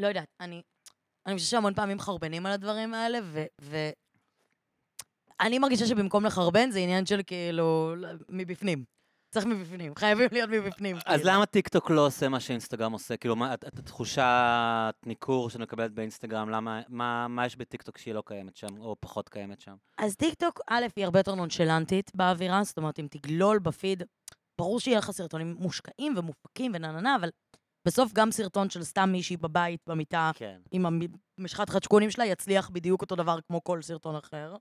Speaker 1: לא יודעת, אני... אני חושבת שהמון פעמים חרבנים על הדברים האלה, ו... ו... אני מרגישה שבמקום לחרבן זה עניין של כאילו... מבפנים. צריך מבפנים, חייבים להיות מבפנים.
Speaker 2: אז
Speaker 1: כאילו.
Speaker 2: למה טיקטוק לא עושה מה שאינסטגרם עושה? כאילו, מה, הת- הת- התחושת ניכור שאני מקבלת באינסטגרם, למה, מה, מה יש בטיקטוק שהיא לא קיימת שם, או פחות קיימת שם?
Speaker 1: אז טיקטוק, א', היא הרבה יותר נונשלנטית באווירה, זאת אומרת, אם תגלול בפיד, ברור שיהיה לך סרטונים מושקעים ומופקים ונה נה נה, אבל בסוף גם סרטון של סתם מישהי בבית, במיטה,
Speaker 2: כן.
Speaker 1: עם המשחת חדשקונים שלה, יצליח בדיוק אותו דבר כמו כל סרטון אחר.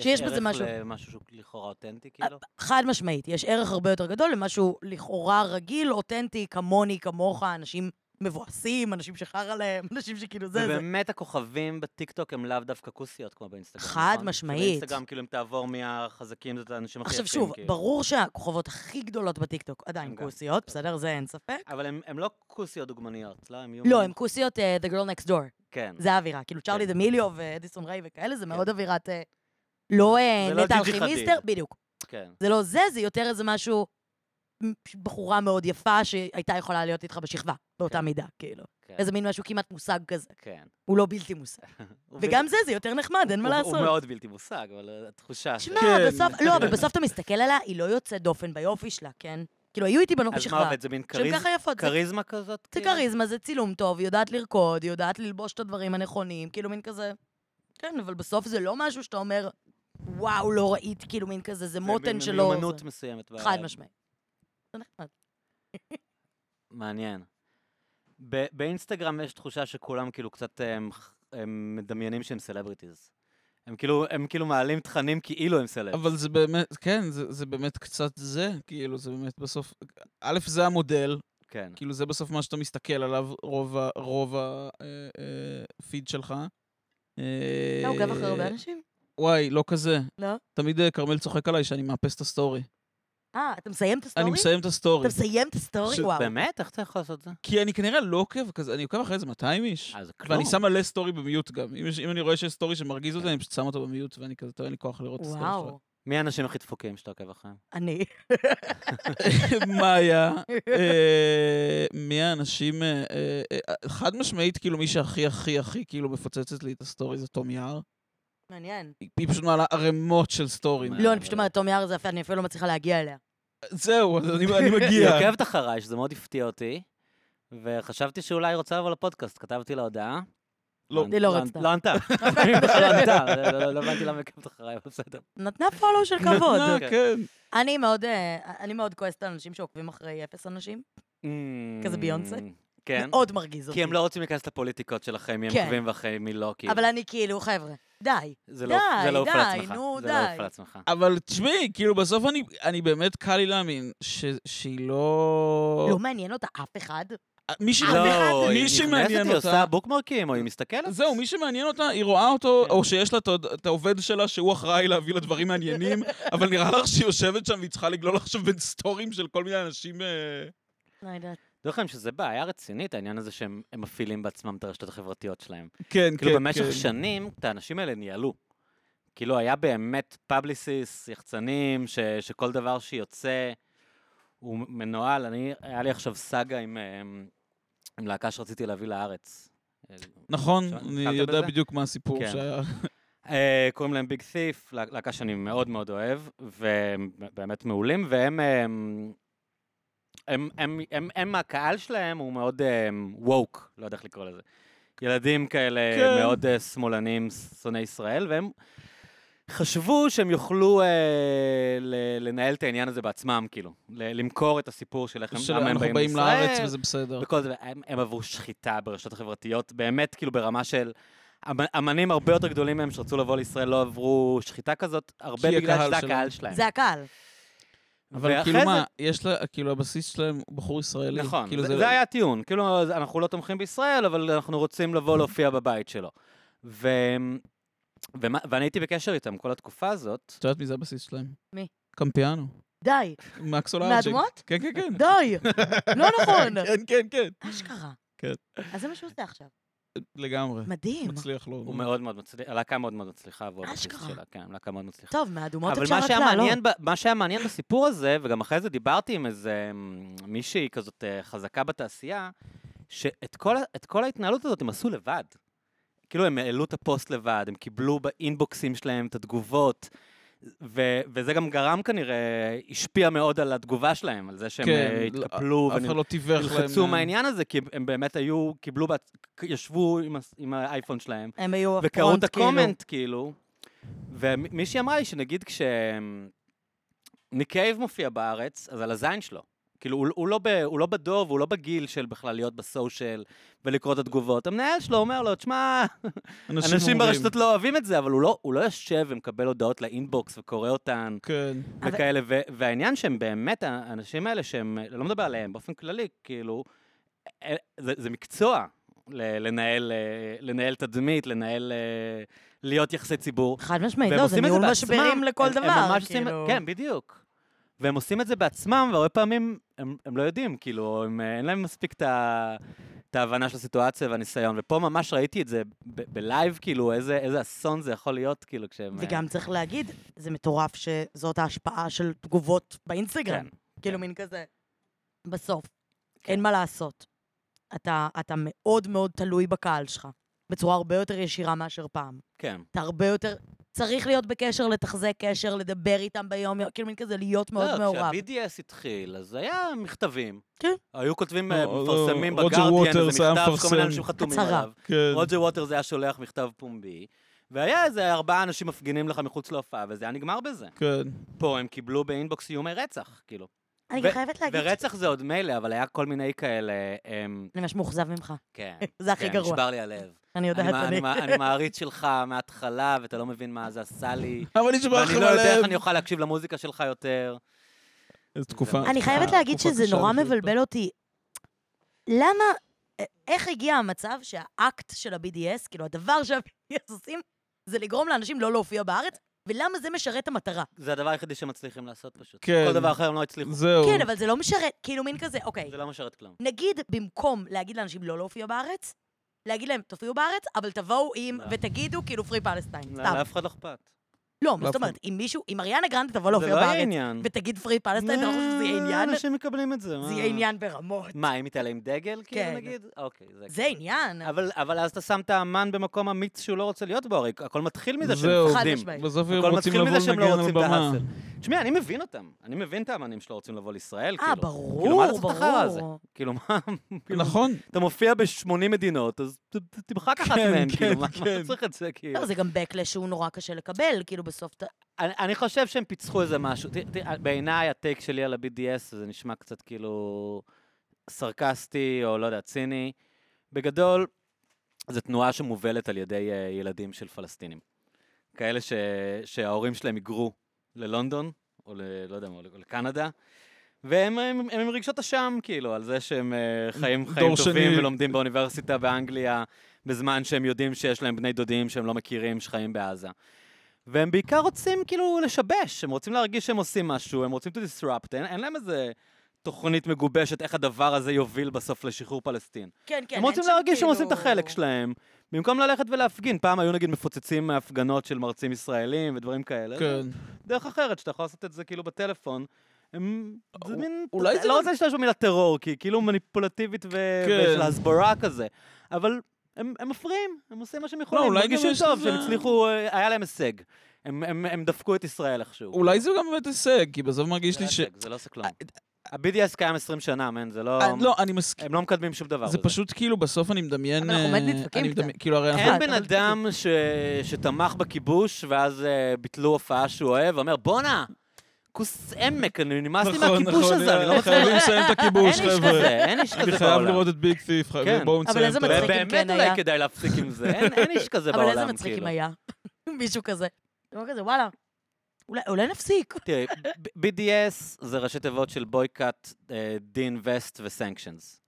Speaker 1: שיש בזה משהו.
Speaker 2: יש ערך למשהו שהוא לכאורה אותנטי, כאילו?
Speaker 1: חד משמעית, יש ערך הרבה יותר גדול למשהו לכאורה רגיל, אותנטי, כמוני, כמוך, אנשים מבואסים, אנשים שחרא להם, אנשים שכאילו זה, זה.
Speaker 2: ובאמת הכוכבים בטיקטוק הם לאו דווקא כוסיות כמו באינסטגרם.
Speaker 1: חד
Speaker 2: נכון?
Speaker 1: משמעית.
Speaker 2: באינסטגרם, כאילו, אם תעבור מהחזקים, זה האנשים הכי יפים.
Speaker 1: עכשיו שוב,
Speaker 2: כאילו.
Speaker 1: ברור שהכוכבות הכי גדולות בטיקטוק עדיין
Speaker 2: הם גם.
Speaker 1: כוסיות, בסדר? זה אין ספק.
Speaker 2: אבל הם, הם לא כוסיות דוגמניות, לא? הם יהיו...
Speaker 1: לא, הם כוסיות אה, The Girl Next Door.
Speaker 2: כן.
Speaker 1: זה האווירה. כאילו, צ'ארלי דמיליו ואדיסון ריי וכאלה, זה מאוד אווירת... אה, לא אה,
Speaker 2: זה לא
Speaker 1: נטע
Speaker 2: ג'י ג'י
Speaker 1: אלכימיסטר,
Speaker 2: חדיד.
Speaker 1: בדיוק.
Speaker 2: כן.
Speaker 1: זה לא זה, זה יותר איזה משהו, מ, ש- בחורה מאוד יפה שהייתה יכולה להיות איתך בשכבה, באותה
Speaker 2: כן.
Speaker 1: מידה, כאילו.
Speaker 2: כן.
Speaker 1: איזה מין משהו כמעט מושג כזה.
Speaker 2: כן.
Speaker 1: הוא לא בלתי מושג.
Speaker 2: הוא
Speaker 1: וגם
Speaker 2: בלתי-
Speaker 1: זה, זה יותר נחמד, אין מה
Speaker 2: הוא-
Speaker 1: לעשות.
Speaker 2: הוא מאוד בלתי מושג, אבל התחושה...
Speaker 1: שמע,
Speaker 3: כן.
Speaker 1: בסוף, לא, אבל בסוף אתה מסתכל עליה, היא לא יוצאת דופן ביופי שלה, כן? כאילו, היו איתי בנות
Speaker 2: אז מה
Speaker 1: בשכבה,
Speaker 2: עובד? זה מין
Speaker 1: שהן
Speaker 2: כריז-
Speaker 1: ככה יפות. זה-
Speaker 2: כריזמה כזאת?
Speaker 1: זה
Speaker 2: כאילו?
Speaker 1: כריזמה, זה צילום טוב, היא יודעת לרקוד, היא יודעת ללבוש את הדברים הנכונים, כאילו מין כזה... כן, אבל בסוף זה לא משהו שאתה אומר, וואו, לא ראית, כאילו מין כזה, זה
Speaker 2: זה
Speaker 1: מותן
Speaker 2: מ-
Speaker 1: שלא...
Speaker 2: מיומנות
Speaker 1: זה-
Speaker 2: מסוימת. ב-
Speaker 1: חד משמעית. זה נחמד.
Speaker 2: מעניין. ב- באינסטגרם יש תחושה שכולם כאילו קצת הם, הם מדמיינים שהם סלבריטיז. הם כאילו, הם כאילו מעלים תכנים כאילו הם סלב.
Speaker 3: אבל זה באמת, כן, זה, זה באמת קצת זה, כאילו, זה באמת בסוף... א', זה המודל,
Speaker 2: כן.
Speaker 3: כאילו זה בסוף מה שאתה מסתכל עליו רוב ה- רוב הפיד שלך. אה,
Speaker 2: אה,
Speaker 1: אתה עוקב אחרי הרבה אנשים?
Speaker 3: וואי, לא כזה.
Speaker 1: לא?
Speaker 3: תמיד אה, כרמל צוחק עליי שאני מאפס את הסטורי.
Speaker 1: אה, אתה מסיים את הסטורי?
Speaker 3: אני מסיים את הסטורי.
Speaker 1: אתה מסיים את הסטורי?
Speaker 3: ש-
Speaker 1: וואו.
Speaker 2: באמת? איך אתה יכול לעשות את זה?
Speaker 3: כי אני כנראה לא עוקב כזה, אני עוקב אחרי איזה 200 איש.
Speaker 2: אה, זה כלום.
Speaker 1: לא.
Speaker 3: ואני שם מלא סטורי במיוט גם. אם יש- אם אני רואה שיש סטורי שמרגיז אותי, אני פשוט שם אותו במיוט, ואני כזה, טוב, אין לי כוח לראות את הסטורי שלך.
Speaker 1: וואו.
Speaker 2: מי האנשים הכי דפוקים שאתה עוקב אחריהם?
Speaker 1: אני.
Speaker 3: מאיה, אה, מי האנשים, אה, אה, אה, חד משמעית, כאילו מי שהכי הכי הכי כאילו מפוצצת לי את הסטורי זה תום יער.
Speaker 1: מעניין.
Speaker 3: היא היא פשוט מעלה ערמות של סטורים.
Speaker 2: מה?
Speaker 1: לא, אני פשוט אומרת, תום יער זה יפה, אני אפילו לא מצליחה להגיע אליה.
Speaker 3: זהו, אז אני אני
Speaker 2: היא
Speaker 3: מגיע.
Speaker 2: עוקבת אחריי, שזה מאוד הפתיע אותי, וחשבתי שאולי היא רוצה לבוא לפודקאסט. כתבתי לה הודעה.
Speaker 3: לא.
Speaker 1: היא לא
Speaker 2: ענ-
Speaker 1: רצתה.
Speaker 2: לא ענתה. היא בכלל לא ענתה. לא- לא- לא הבנתי למה היא עוקבת אחריי, אבל בסדר.
Speaker 1: נתנה פולו של כבוד.
Speaker 3: אה, כן.
Speaker 1: אני מאוד, אה, אני מאוד כועסת על אנשים שעוקבים אחרי אפס אנשים.
Speaker 3: Mm.
Speaker 1: כזה ביונסה?
Speaker 2: כן.
Speaker 1: מאוד מרגיז אותי.
Speaker 2: כי הם לא רוצים להיכנס לפוליטיקות שלכם, מי הם
Speaker 1: כן.
Speaker 2: עוקבים ואחרי מי לא, כאילו.
Speaker 1: אבל אני כאילו, חבר'ה, די.
Speaker 2: זה לא
Speaker 1: די,
Speaker 2: זה לא עוף על
Speaker 1: די,
Speaker 2: עצמך.
Speaker 1: נו,
Speaker 2: זה לא עוף
Speaker 1: די.
Speaker 2: על עצמך.
Speaker 3: אבל תשמעי, כאילו בסוף אני, אני באמת קל לי להאמין ש, שהיא לא... אה,
Speaker 1: לא מעניין אותה אף אחד.
Speaker 3: מי ש...
Speaker 1: אף אחד.
Speaker 2: לא,
Speaker 3: מי
Speaker 2: היא נכנסת,
Speaker 3: שמעניין
Speaker 2: היא
Speaker 3: אותה-
Speaker 2: עושה בוקמרקים, או היא מסתכלת.
Speaker 3: זהו, מי שמעניין אותה, היא רואה אותו,
Speaker 2: כן.
Speaker 3: או שיש לה את ה- את העובד שלה שהוא אחראי להביא לה דברים מעניינים, אבל נראה לך שהיא יושבת שם והיא צריכה לגלול עכשיו בין סטורים של כל מיני אנשים... אה,
Speaker 1: לא יודעת.
Speaker 2: דרך לכם שזה בעיה רצינית, העניין הזה שהם הם מפעילים בעצמם את הרשתות החברתיות שלהם.
Speaker 3: כן, כן,
Speaker 2: כאילו, במשך
Speaker 3: כן.
Speaker 2: שנים, את האנשים האלה ניהלו. כאילו, היה באמת פבליסיס, יחצנים, ש- שכל דבר שיוצא הוא מנוהל. אני, היה לי עכשיו סאגה עם אה, עם להקה שרציתי להביא לארץ. אה,
Speaker 3: נכון,
Speaker 2: עכשיו,
Speaker 3: אני
Speaker 2: נתקלת
Speaker 3: יודע
Speaker 2: בזה?
Speaker 3: בדיוק מה הסיפור
Speaker 2: כן.
Speaker 3: שהיה.
Speaker 2: אה, קוראים להם ביג תיף, לה- להקה שאני מאוד מאוד אוהב, והם באמת מעולים, והם... הם, הם, הם, הם, הם, הקהל שלהם הוא מאוד ווק, לא יודע איך לקרוא לזה. ילדים כאלה
Speaker 3: כן.
Speaker 2: כן. מאוד אה, שמאלנים, שונאי ישראל, והם חשבו שהם יוכלו אה, ל- לנהל את העניין הזה בעצמם, כאילו. ל- למכור את הסיפור של איך הם, למה הם
Speaker 3: שאנחנו
Speaker 2: באים
Speaker 3: באים
Speaker 2: לישראל.
Speaker 3: לארץ וזה בסדר.
Speaker 2: וכל זה, הם, הם עברו שחיטה ברשתות החברתיות, באמת כאילו ברמה של... אמ- אמנים הרבה יותר גדולים מהם שרצו לבוא לישראל לא עברו שחיטה כזאת, הרבה
Speaker 3: כי
Speaker 2: בגלל
Speaker 3: הקהל
Speaker 2: שזה
Speaker 3: שלהם.
Speaker 2: הקהל שלהם.
Speaker 1: זה הקהל.
Speaker 3: אבל
Speaker 2: ואחרי
Speaker 3: כאילו
Speaker 2: זה-
Speaker 3: מה, יש לה, כאילו הבסיס שלהם הוא בחור ישראלי.
Speaker 2: נכון,
Speaker 3: כאילו,
Speaker 2: זה, זה... היה הטיעון. כאילו, אז אנחנו לא תומכים בישראל, אבל אנחנו רוצים לבוא להופיע בבית שלו. ו... ומה, ואני הייתי בקשר איתם כל התקופה הזאת.
Speaker 3: את יודעת מי זה הבסיס שלהם?
Speaker 1: מי?
Speaker 3: קמפיאנו.
Speaker 1: די.
Speaker 3: מקס אולארג'יק.
Speaker 1: מאדמות?
Speaker 3: כן, כן, כן.
Speaker 1: די. לא נכון.
Speaker 3: כן, כן, כן.
Speaker 1: אשכרה.
Speaker 3: כן.
Speaker 1: אז זה מה שהוא עושה עכשיו.
Speaker 3: לגמרי.
Speaker 1: מדהים.
Speaker 3: מצליח לו.
Speaker 2: הוא מאוד מאוד מצליח, הלהקה מאוד מאוד מצליחה עבור הבסיס
Speaker 1: אשכרה.
Speaker 2: שלה, כן, להקה מאוד מצליחה.
Speaker 1: טוב, מהאדומות
Speaker 2: אבל
Speaker 1: אפשר
Speaker 2: מה
Speaker 1: רק לא?
Speaker 2: שהיה,
Speaker 1: לעלות.
Speaker 2: מעניין, ב- מה שהיה מעניין בסיפור הזה, וגם אחרי זה דיברתי עם איזה אמ, מישהי כזאת אה, חזקה בתעשייה, שאת כל, ה- את כל ההתנהלות הזאת הם עשו לבד. כאילו, הם העלו את הפוסט לבד, הם קיבלו באינבוקסים שלהם את התגובות, ו, וזה גם גרם כנראה, השפיע מאוד על התגובה שלהם, על זה שהם אה,
Speaker 3: לא,
Speaker 2: התקפלו
Speaker 3: אף אחד לא תיווך להם.
Speaker 2: ונלחצו
Speaker 3: אה,
Speaker 2: מהעניין הזה, כי הם באמת היו, קיבלו, בעצ- ישבו עם, הס- עם האייפון שלהם.
Speaker 1: לא. הם היו הפרונט,
Speaker 2: וקראו את
Speaker 1: כאילו.
Speaker 2: הקומנט, כאילו. ומישהי אמרה לי שנגיד כש... ניק קייב מופיע בארץ, אז על הזין שלו. כאילו, הוא, הוא, לא ב, הוא לא בדוב, הוא לא בגיל של בכלל להיות בסושיאל ולקרוא את התגובות. המנהל שלו אומר לו, תשמע, אנשים,
Speaker 3: אומרים.
Speaker 2: ברשתות לא אוהבים את זה, אבל הוא לא, הוא לא יושב ומקבל הודעות לאינבוקס וקורא אותן
Speaker 3: כן.
Speaker 1: אבל-
Speaker 2: וכאלה. ו, והעניין שהם באמת, האנשים האלה שהם, אני לא מדבר עליהם, באופן כללי, כאילו, אה, זה, זה מקצוע ל, לנהל, אה, לנהל תדמית, לנהל, אה, להיות יחסי ציבור.
Speaker 1: חד משמעית,
Speaker 2: והם
Speaker 1: לא, זה
Speaker 2: עושים את
Speaker 1: ניהול
Speaker 2: בעצמם.
Speaker 1: משברים לכל
Speaker 2: הם-
Speaker 1: דבר.
Speaker 2: הם ממש עושים-
Speaker 1: כאילו.
Speaker 2: כן, בדיוק. והם עושים את זה בעצמם, והרבה פעמים הם, הם לא יודעים, כאילו, הם, אה, אין להם מספיק את ה... את ההבנה של הסיטואציה והניסיון, ופה ממש ראיתי את זה ב- בלייב, כאילו, איזה, איזה אסון זה יכול להיות, כאילו, כשהם... אה,
Speaker 1: וגם צריך להגיד, זה מטורף שזאת ההשפעה של תגובות באינסטגרם.
Speaker 2: כן.
Speaker 1: כאילו מין כזה, בסוף, אין מה לעשות. אתה, אתה מאוד מאוד תלוי בקהל שלך, בצורה הרבה יותר ישירה מאשר פעם.
Speaker 2: כן.
Speaker 1: אתה הרבה יותר... צריך להיות בקשר, לתחזק קשר, לדבר איתם ביום, כאילו מין כזה להיות מאוד
Speaker 2: לא,
Speaker 1: מעורב.
Speaker 2: כשה-BDS התחיל, אז היה מכתבים.
Speaker 1: כן.
Speaker 2: היו כותבים,
Speaker 3: לא,
Speaker 2: אה,
Speaker 3: לא,
Speaker 2: מפרסמים
Speaker 3: רוג'ר
Speaker 2: בגרדיאן,
Speaker 3: ווטרס
Speaker 2: איזה
Speaker 3: היה
Speaker 2: מכתב שכל מיני
Speaker 3: מפרסם.
Speaker 2: אנשים חתומים
Speaker 1: הצהרה.
Speaker 2: עליו.
Speaker 3: כן.
Speaker 2: רוג'ר ווטרס היה שולח מכתב פומבי, והיה איזה ארבעה אנשים מפגינים לך מחוץ להופעה, וזה היה נגמר בזה.
Speaker 3: כן.
Speaker 2: פה הם קיבלו באינבוקס איומי רצח, כאילו.
Speaker 1: אני
Speaker 2: ו-
Speaker 1: חייבת להגיד, ש-
Speaker 2: ורצח זה עוד מילא, אבל היה כל מיני כאלה, אמ,
Speaker 1: אני ממש מאוכזב ממך.
Speaker 2: כן.
Speaker 1: זה הכי
Speaker 2: כן,
Speaker 1: גרוע.
Speaker 2: נשבר לי הלב.
Speaker 1: אני יודעת,
Speaker 2: אני מע-
Speaker 1: אני...
Speaker 2: אני מע- אני מעריץ שלך מההתחלה, ואתה לא מבין מה זה עשה לי.
Speaker 3: אבל נשבר
Speaker 2: ואני
Speaker 3: לכם
Speaker 2: לא יודע
Speaker 3: הלב.
Speaker 2: איך אני אוכל להקשיב למוזיקה שלך יותר.
Speaker 3: איזו תקופה. אה,
Speaker 1: אני חייבת
Speaker 3: תקופה
Speaker 1: להגיד שזה
Speaker 3: קשה
Speaker 1: נורא
Speaker 3: לחיות בה.
Speaker 1: מבלבל אותי. למה, א- איך הגיע המצב שהאקט של ה-BDS, כאילו הדבר שה-BDS עושים, זה לגרום לאנשים לא להופיע בארץ, ולמה זה משרת את המטרה?
Speaker 2: זה הדבר היחידי שמצליחים לעשות פשוט.
Speaker 3: כן.
Speaker 2: כל דבר אחר הם לא הצליחו.
Speaker 3: זהו.
Speaker 1: כן, אבל זה לא משרת, כאילו מין כזה, אוקיי,
Speaker 2: זה לא משרת כלום.
Speaker 1: נגיד במקום להגיד לאנשים לא להופיע בארץ, להגיד להם, תופיעו בארץ, אבל תבואו עם,
Speaker 2: לא.
Speaker 1: ותגידו, כאילו, פרי פלסטיין,
Speaker 2: לא,
Speaker 1: סתם.
Speaker 2: לאף אחד לא אכפת.
Speaker 1: לא, מה
Speaker 3: לאף
Speaker 1: זאת
Speaker 3: אחד.
Speaker 1: אומרת, אם מישהו, אם אריאנה גרנד תבוא
Speaker 2: זה
Speaker 1: להופיע
Speaker 2: לא יהיה
Speaker 1: בארץ,
Speaker 2: עניין.
Speaker 1: ותגיד פרי פלסטיין, אתה לא חושב שזה יהיה עניין?
Speaker 2: אנשים אה. מקבלים את זה. מה?
Speaker 1: זה יהיה עניין ברמות.
Speaker 2: מה, אם היא תעלה עם דגל, כאילו,
Speaker 1: כן.
Speaker 2: נגיד? אוקיי, זה...
Speaker 1: זה עניין.
Speaker 2: אבל, אבל אז אתה שם את האמן במקום אמיץ שהוא לא רוצה להיות בו, הרי הכל מתחיל מזה שהם
Speaker 3: זהו.
Speaker 2: מפחדים.
Speaker 1: חד משמעית.
Speaker 3: בסוף הם
Speaker 2: הכל
Speaker 3: רוצים
Speaker 2: מתחיל
Speaker 3: לבוא
Speaker 2: מזה שהם לא
Speaker 3: ולנגן על
Speaker 2: רוצים את
Speaker 3: במה.
Speaker 2: ההאסל. תשמע, אני מבין אותם. אני מבין את האמנים שלא רוצים לבוא לישראל, כאילו.
Speaker 1: אה,
Speaker 2: כאילו, מה
Speaker 1: ברור,
Speaker 2: לעשות החרא הזה?
Speaker 1: ברור.
Speaker 2: כאילו, מה... כאילו,
Speaker 3: נכון.
Speaker 2: אתה מופיע ב-80 מדינות, אז ת- ת- תמחק אחת
Speaker 3: כן,
Speaker 2: מהן,
Speaker 3: כן,
Speaker 2: כאילו, מה מה
Speaker 3: כן.
Speaker 2: אתה צריך את זה, כאילו?
Speaker 1: לא, זה גם backlash שהוא נורא קשה לקבל, כאילו בסוף אתה...
Speaker 2: אני, אני חושב שהם פיצחו איזה משהו. ת, ת, בעיניי הטייק שלי על ה-BDS זה נשמע קצת כאילו סרקסטי או לא יודע, ציני. בגדול, זו תנועה שמובלת על ידי אה, ילדים של פלסטינים. כאלה ש, שההורים שלהם היגרו ללונדון, או ל, לא יודע מה, או ל- או לקנדה. והם הם, הם עם רגשות אשם, כאילו, על זה שהם אה, חיים חיים
Speaker 3: דור
Speaker 2: טובים
Speaker 3: שני.
Speaker 2: ולומדים באוניברסיטה באנגליה, בזמן שהם יודעים שיש להם בני דודים שהם לא מכירים, שחיים בעזה. והם בעיקר רוצים כאילו לשבש, הם רוצים להרגיש שהם עושים משהו, הם רוצים to disrupt, אין, אין להם איזה תוכנית מגובשת איך הדבר הזה יוביל בסוף לשחרור פלסטין.
Speaker 1: כן, כן.
Speaker 2: הם רוצים להרגיש שהם עושים את החלק שלהם, במקום ללכת ולהפגין. פעם היו נגיד מפוצצים מהפגנות של מרצים ישראלים ודברים כאלה.
Speaker 3: כן.
Speaker 2: דרך אחרת, שאתה יכול לעשות את זה כאילו בטלפון. הם... זה מין...
Speaker 3: אולי זה
Speaker 2: לא
Speaker 3: גם-
Speaker 2: רוצה להשתמש במילה טרור, כי היא כאילו מניפולטיבית ו...
Speaker 3: כן.
Speaker 2: ושל הסברה כזה. אבל הם, הם מפריעים, הם עושים מה שהם יכולים.
Speaker 3: לא, אולי
Speaker 2: הם
Speaker 3: גם
Speaker 2: מרגישים
Speaker 3: יש
Speaker 2: טוב,
Speaker 3: לזה-
Speaker 2: שהם הצליחו, אה, היה להם הישג. הם, הם, הם דפקו את ישראל איכשהו.
Speaker 3: אולי זה גם באמת הישג, כי בסוף מרגיש
Speaker 2: זה
Speaker 3: לי
Speaker 2: לא
Speaker 3: ש...
Speaker 2: הישג, זה לא עושה כלום. ה-BDS קיים 20 שנה, מן, זה לא...
Speaker 3: אה, לא, אני מסכים.
Speaker 2: הם לא מקדמים שום דבר.
Speaker 3: זה
Speaker 2: בזה.
Speaker 3: פשוט כאילו, בסוף אני
Speaker 1: אבל
Speaker 3: מדמיין...
Speaker 1: אנחנו
Speaker 3: אה,
Speaker 1: באמת נדפקים
Speaker 3: אני
Speaker 1: קצת.
Speaker 3: מדמיין- כאילו, הרי אנחנו...
Speaker 2: אין
Speaker 1: אחד,
Speaker 2: כן, בן
Speaker 1: אבל- לא
Speaker 2: אדם ש... שתמך בכיבוש, ואז אה, ביטלו הופעה שהוא אוהב, ואומר, בואנה, כוס עמק, אני נמאס
Speaker 3: נכון,
Speaker 2: לי מהכיבוש הזה, אני לא מצליח...
Speaker 3: אה, חייבים לסיים את הכיבוש,
Speaker 2: אין איש כזה,
Speaker 3: חבר'ה.
Speaker 2: אין איש
Speaker 3: אני
Speaker 2: כזה
Speaker 3: חייב
Speaker 2: בעולם.
Speaker 3: לראות את ביג סיף,
Speaker 2: כן.
Speaker 3: בואו
Speaker 1: אבל
Speaker 3: נסיים
Speaker 1: איזה
Speaker 3: את
Speaker 1: מצחיק.
Speaker 3: ה...
Speaker 1: אם כן
Speaker 2: באמת אולי
Speaker 1: היה.
Speaker 2: כדאי להפסיק עם זה, אין אין איש כזה
Speaker 1: אבל איזה
Speaker 2: בעולם,
Speaker 1: מצחיק אם
Speaker 2: כאילו.
Speaker 1: היה. מישהו כזה. דבר כזה, וואלה. אולי- אולי נפסיק.
Speaker 2: תראי, ב- BDS זה ראשי תיבות של בויקאט, אה, דין וסט וסנקשנס,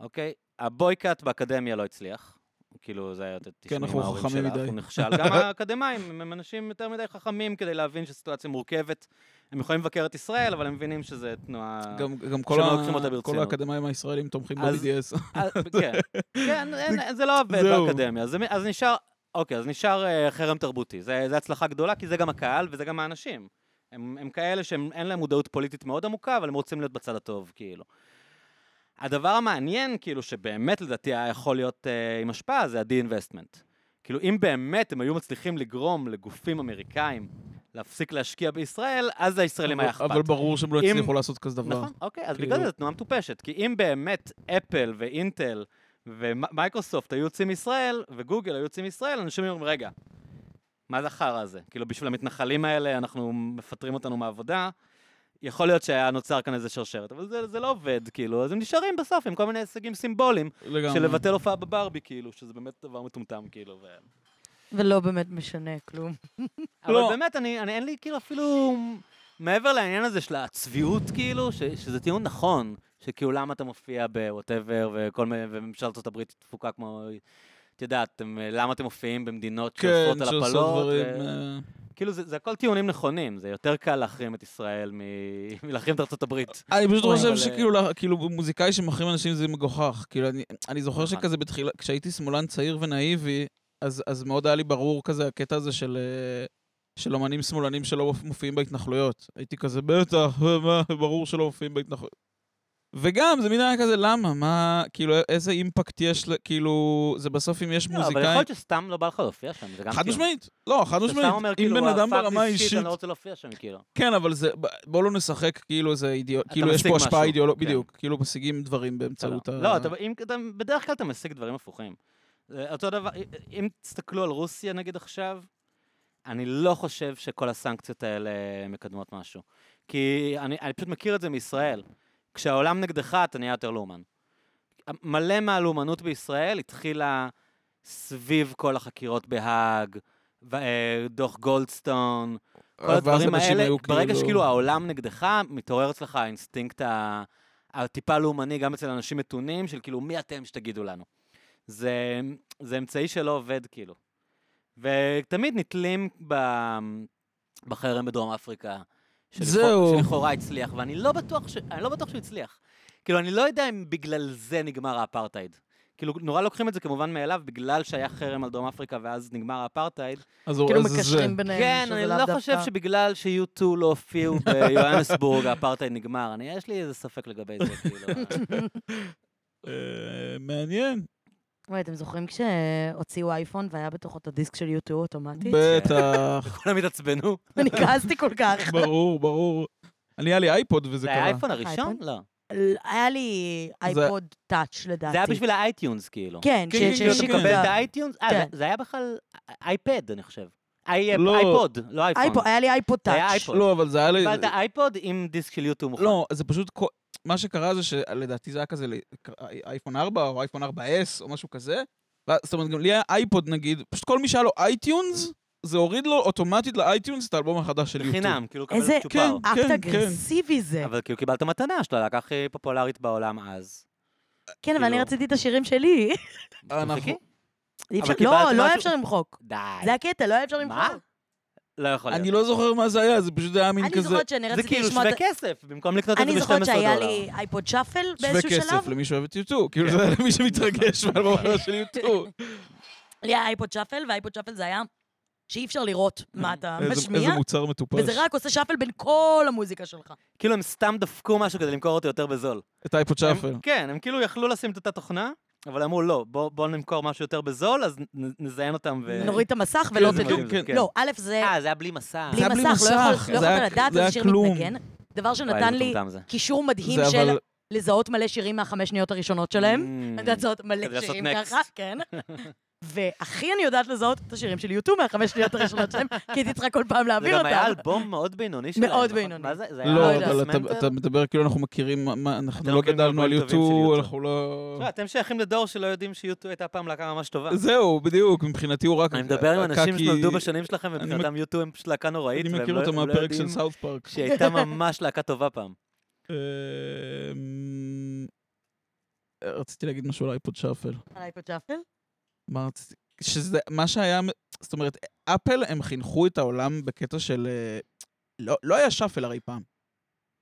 Speaker 2: אוקיי? הבויקאט באקדמיה לא הצליח, כאילו, זה היה יותר
Speaker 3: כן, אנחנו
Speaker 2: מההורים
Speaker 3: חכמים
Speaker 2: שלך,
Speaker 3: מדי.
Speaker 2: הוא נכשל. גם האקדמאים הם אנשים יותר מדי חכמים כדי להבין שסיטואציה מורכבת. הם יכולים לבקר את ישראל, אבל הם מבינים שזה תנועה...
Speaker 3: גם, גם כל,
Speaker 2: אה, שלא
Speaker 3: ה...
Speaker 2: לוקחים אותה
Speaker 3: כל
Speaker 2: ברצינות.
Speaker 3: האקדמאים הישראלים תומכים
Speaker 2: אז-
Speaker 3: ב-BDS.
Speaker 2: אה, כן, כן, אין- זה לא עובד
Speaker 3: זהו.
Speaker 2: באקדמיה. אז- אז נשאר, אוקיי, אז נשאר אה, חרם תרבותי. זה זה הצלחה גדולה, כי זה גם הקהל וזה גם האנשים. הם הם כאלה שאין להם מודעות פוליטית מאוד עמוקה, אבל הם רוצים להיות בצד הטוב, כאילו. הדבר המעניין, כאילו, שבאמת לדעתי היה יכול להיות אה, עם השפעה, זה ה-de-investment. כאילו, אם באמת הם היו מצליחים לגרום לגופים אמריקאים להפסיק להשקיע בישראל, אז הישראלים היה אכפת.
Speaker 3: אבל ברור שהם לא
Speaker 2: אם-
Speaker 3: הצליחו לעשות כזה דבר.
Speaker 2: נכון, אוקיי, אז
Speaker 3: כאילו-
Speaker 2: בגלל זה זו תנועה מטופשת. כי אם באמת אפל ואינטל ומייקרוסופט היו יוצאים מישראל, וגוגל היו יוצאים מישראל, אנשים היו אומרים, רגע, מה זה החרא הזה? כאילו, בשביל המתנחלים האלה, אנחנו מפטרים אותנו מעבודה. יכול להיות שהיה נוצר כאן איזה שרשרת, אבל זה, זה לא עובד, כאילו, אז הם נשארים בסוף עם כל מיני הישגים סימבוליים
Speaker 3: לגמרי.
Speaker 2: של לבטל הופעה בברבי, כאילו, שזה באמת דבר מטומטם, כאילו. ו...
Speaker 1: ולא באמת משנה כלום.
Speaker 2: אבל
Speaker 3: לא.
Speaker 2: באמת, אני, אני, אין לי כאילו אפילו... מעבר לעניין הזה של הצביעות, כאילו, ש, שזה טיעון נכון, שכאילו למה אתה מופיע בוואטאבר, וכל מיני, וממשל ארצות הברית תפוקה כמו... את יודעת, אתם, למה אתם מופיעים במדינות
Speaker 3: כן,
Speaker 2: שאוסרות על הפלות?
Speaker 3: שעושות דברים...
Speaker 2: ו-
Speaker 3: אה,
Speaker 2: כאילו, זה, זה הכל טיעונים נכונים, זה יותר קל להחרים את ישראל מ... מלהחרים את ארצות הברית.
Speaker 3: אני פשוט
Speaker 2: אוי,
Speaker 3: חושב
Speaker 2: אבל- אה,
Speaker 3: שכאילו לה- כאילו, מוזיקאי שמחרים אנשים זה מגוחך. כאילו, אני- אני זוכר
Speaker 2: נכון.
Speaker 3: שכזה בתחילה, כשהייתי שמאלן צעיר ונאיבי, אז אז מאוד היה לי ברור כזה הקטע הזה של... אה, של אמנים שמאלנים שלא מופיעים בהתנחלויות. הייתי כזה, בטח, אה, מה, ברור שלא מופיעים בהתנחלויות. וגם, זה מין היה כזה, למה? מה, כאילו, איזה אימפקט יש, ל- כאילו, זה בסוף אם יש
Speaker 2: לא, אבל יכול
Speaker 3: מוזיקאי...
Speaker 2: להיות שסתם לא בא לך להופיע שם, זה גם
Speaker 3: חד משמעית, לא, חד
Speaker 2: אתה
Speaker 3: משמעית.
Speaker 2: סתם אומר,
Speaker 3: אם
Speaker 2: כאילו,
Speaker 3: בן אדם
Speaker 2: "הפאק
Speaker 3: ברמה
Speaker 2: this shit,
Speaker 3: האישית
Speaker 2: אני לא רוצה להופיע שם, כאילו.
Speaker 3: כן, אבל זה, ב- בואו לא נשחק כאילו זה אידיאולוגי,
Speaker 2: אתה
Speaker 3: כאילו יש
Speaker 2: משיג
Speaker 3: פה השפעה
Speaker 2: משהו,
Speaker 3: אידיאולוגית,
Speaker 2: כן.
Speaker 3: בדיוק, כאילו משיגים דברים
Speaker 2: אתה לא.
Speaker 3: באמצעות ה...
Speaker 2: לא, אתה- אם- אתה- בדרך כלל אתה משיג דברים הפוכים. זה אותו דבר, אה, אם תסתכלו על רוסיה נגיד עכשיו, אני לא חושב שכל הסנקציות האלה מקדמות משהו. כי אני, אני פשוט מכיר את זה מישראל. כשהעולם נגדך, אתה נהיה יותר לאומן. מלא מהלאומנות בישראל התחילה סביב כל החקירות בהאג, ו- אה, דוח גולדסטון, כל
Speaker 3: ואז
Speaker 2: הדברים
Speaker 3: אנשים
Speaker 2: האלה,
Speaker 3: היו כאילו-
Speaker 2: ברגע שכאילו העולם נגדך, מתעורר אצלך האינסטינקט ה- הטיפה לאומני, גם אצל אנשים מתונים, של כאילו, מי אתם שתגידו לנו? זה, זה אמצעי שלא עובד, כאילו. ותמיד נתלים ב... בחרם בדרום אפריקה, שלכאורה-
Speaker 3: זהו.
Speaker 2: שלכאורה הצליח, ואני לא בטוח, ש... אני לא בטוח שהוא הצליח. כאילו, אני לא יודע אם בגלל זה נגמר האפרטהייד. כאילו, נורא לוקחים את זה כמובן מאליו, בגלל שהיה חרם על דרום אפריקה ואז נגמר האפרטהייד,
Speaker 3: אז הוא-
Speaker 1: כאילו
Speaker 3: אז זה-
Speaker 1: מקשרים ביניהם,
Speaker 2: כן,
Speaker 1: שזה
Speaker 2: אני
Speaker 1: לאו
Speaker 2: לא
Speaker 1: דווקא-
Speaker 2: חושב שבגלל שיו-2 לא הופיעו ביוהנסבורג, האפרטהייד נגמר. אני, יש לי איזה ספק לגבי זה, כאילו.
Speaker 3: אה, מעניין,
Speaker 1: וואי, אתם זוכרים כשהוציאו אייפון והיה בתוכו את הדיסק של U2 אוטומטית?
Speaker 3: בטח,
Speaker 2: כולם התעצבנו.
Speaker 1: אני כעסתי כל כך.
Speaker 3: ברור, ברור. אני, היה לי אייפוד וזה
Speaker 2: זה
Speaker 3: קרה.
Speaker 2: היה האייפון הראשון?
Speaker 1: האייפון? אה,
Speaker 2: לא.
Speaker 1: היה לי אייפוד טאץ' לדעתי.
Speaker 2: זה היה בשביל האייטיונס, כאילו.
Speaker 1: כן, ש-
Speaker 3: כן, כן,
Speaker 2: כאילו, אתה
Speaker 1: שהשיקו
Speaker 3: שיקול
Speaker 2: מקבל
Speaker 1: את
Speaker 2: את
Speaker 1: ה...
Speaker 2: האייטיונס? אה, זה-
Speaker 1: כן.
Speaker 2: זה היה בכלל אייפד, אני חושב. איי-
Speaker 3: לא.
Speaker 2: אייפוד, לא אייפון.
Speaker 1: אייפוד- היה לי אייפוד
Speaker 2: זה היה
Speaker 1: טאץ'.
Speaker 2: אייפוד.
Speaker 3: לא, אבל זה היה לי...
Speaker 2: קיבלת אייפוד עם דיסק של יוטיוב מוכן.
Speaker 3: לא, זה פשוט... כל- מה שקרה זה שלדעתי זה היה כזה ל- אה, אייפון 4 או אייפון 4S או משהו כזה. ואז- זאת אומרת, גם לי היה אייפוד נגיד, פשוט כל מי שהיה לו אייטיונס, זה הוריד לו אוטומטית לאייטיונס את האלבום החדש של יוטיוב.
Speaker 2: בחינם, כאילו, קבלת
Speaker 1: איזה
Speaker 2: צ'ופר.
Speaker 3: כן.
Speaker 1: אקט אגרסיבי זה.
Speaker 2: אבל כאילו קיבלת מתנה של הלהקה הכי פופולרית בעולם אז.
Speaker 1: כן, אבל אני
Speaker 2: כאילו-
Speaker 1: רציתי את השירים שלי.
Speaker 3: אנחנו-
Speaker 2: תמחקי.
Speaker 1: אי אפשר-
Speaker 2: קיבלת
Speaker 1: לא, לא היה
Speaker 2: משהו-
Speaker 1: אפשר למחוק.
Speaker 2: די.
Speaker 1: זה הקטע, לא היה אפשר
Speaker 2: מה?
Speaker 1: למחוק.
Speaker 2: לא יכול להיות.
Speaker 3: אני לא זוכר מה זה היה, זה פשוט היה מין
Speaker 1: אני
Speaker 3: כזה...
Speaker 1: זוכרת שאני
Speaker 2: זה
Speaker 1: רציתי
Speaker 2: כאילו
Speaker 1: לשמוע...
Speaker 2: שווה
Speaker 1: את-
Speaker 2: כסף, במקום לקנות את זה
Speaker 1: אני
Speaker 2: ב-12 דולר.
Speaker 1: זוכרת שהיה לי אייפוד שפל באיזשהו
Speaker 3: שווה
Speaker 1: שלב.
Speaker 3: כסף למי שאוהב את יוטיוב,
Speaker 2: כן.
Speaker 3: כאילו זה היה למי שמתרגש מהאלבום החדש של יוטיוב.
Speaker 1: לי היה אייפוד שפל, והאייפוד שפל זה היה שאי אפשר לראות מה אתה
Speaker 3: אה, איזה-
Speaker 1: משמיע,
Speaker 3: איזה מוצר מטופש.
Speaker 1: וזה רק עושה שפל בין כל המוזיקה שלך.
Speaker 2: כאילו הם סתם דפקו משהו כדי למכור אותו יותר בזול.
Speaker 3: את אייפוד
Speaker 2: הם-
Speaker 3: שפל.
Speaker 2: כן, הם כאילו יכלו לשים את אותה תוכנה, אבל אמרו לא, בוא בוא נמכור משהו יותר בזול, אז נ- נזיין אותם ו...
Speaker 1: נוריד את המסך
Speaker 2: כאילו
Speaker 1: ולא
Speaker 2: זה
Speaker 1: תדעו.
Speaker 2: מדהים, זה- כן.
Speaker 1: לא, א', זה
Speaker 2: אה, זה היה בלי מסע.
Speaker 1: בלי
Speaker 3: היה בלי
Speaker 1: מסך, לא
Speaker 3: מסך,
Speaker 1: יכול- לא
Speaker 3: זה היה-
Speaker 1: יכולת לדעת
Speaker 3: זה היה
Speaker 1: איזה שיר
Speaker 3: כלום.
Speaker 1: מתנגן. דבר שנתן לי קישור מדהים
Speaker 3: זה
Speaker 1: של
Speaker 3: אבל...
Speaker 1: לזהות מלא שירים מהחמש שניות הראשונות שלהם. אני יודעת לזהות
Speaker 2: Mm. כדי
Speaker 1: מלא
Speaker 2: לעשות
Speaker 1: שירים
Speaker 2: next.
Speaker 1: ככה, כן. והכי אני יודעת לזהות את השירים של יוטיוב מהחמש שניות הראשונות שלהם, כי הייתי צריכה כל פעם
Speaker 2: זה
Speaker 1: להעביר
Speaker 2: גם היה
Speaker 1: אותם.
Speaker 2: אלבום מאוד בינוני שלהם.
Speaker 1: מאוד
Speaker 2: נכון?
Speaker 1: בינוני.
Speaker 2: מה זה? זה היה
Speaker 3: לא,
Speaker 1: יודע.
Speaker 3: אבל
Speaker 2: Dismantle?
Speaker 3: אתה- אתה מדבר כאילו אנחנו מכירים, מה- מה- אנחנו
Speaker 2: אתם
Speaker 3: לא
Speaker 2: מכירים
Speaker 3: גדלנו על
Speaker 2: אלבומים טובים של
Speaker 3: יוטיוב,
Speaker 2: יוטיוב.
Speaker 3: אנחנו לא...
Speaker 2: תשמע, אתם שייכים לדור שלא יודעים שיוטו הייתה פעם להקה ממש טובה.
Speaker 3: זהו, בדיוק, מבחינתי הוא רק...
Speaker 2: אני מדבר עם
Speaker 3: הקקי-
Speaker 2: אנשים שנולדו בשנים שלכם,
Speaker 3: אני
Speaker 2: ומבחינתם יוטו הם פשוט להקה נוראית,
Speaker 3: אני
Speaker 2: והם
Speaker 3: מכיר
Speaker 2: לא-
Speaker 3: אותם
Speaker 2: הם לא
Speaker 3: מהפרק של
Speaker 2: יודעים
Speaker 3: סאוף פארק.
Speaker 2: שהיא הייתה ממש להקה טובה פעם.
Speaker 3: אמ, רציתי להגיד משהו על אייפוד שפל.
Speaker 1: על אייפוד שפל?
Speaker 3: מה רציתי? שזה מה שהיה, זאת אומרת, אפל, הם חינכו את העולם בקטע של... אה, לא, לא היה שאפל הרי פעם.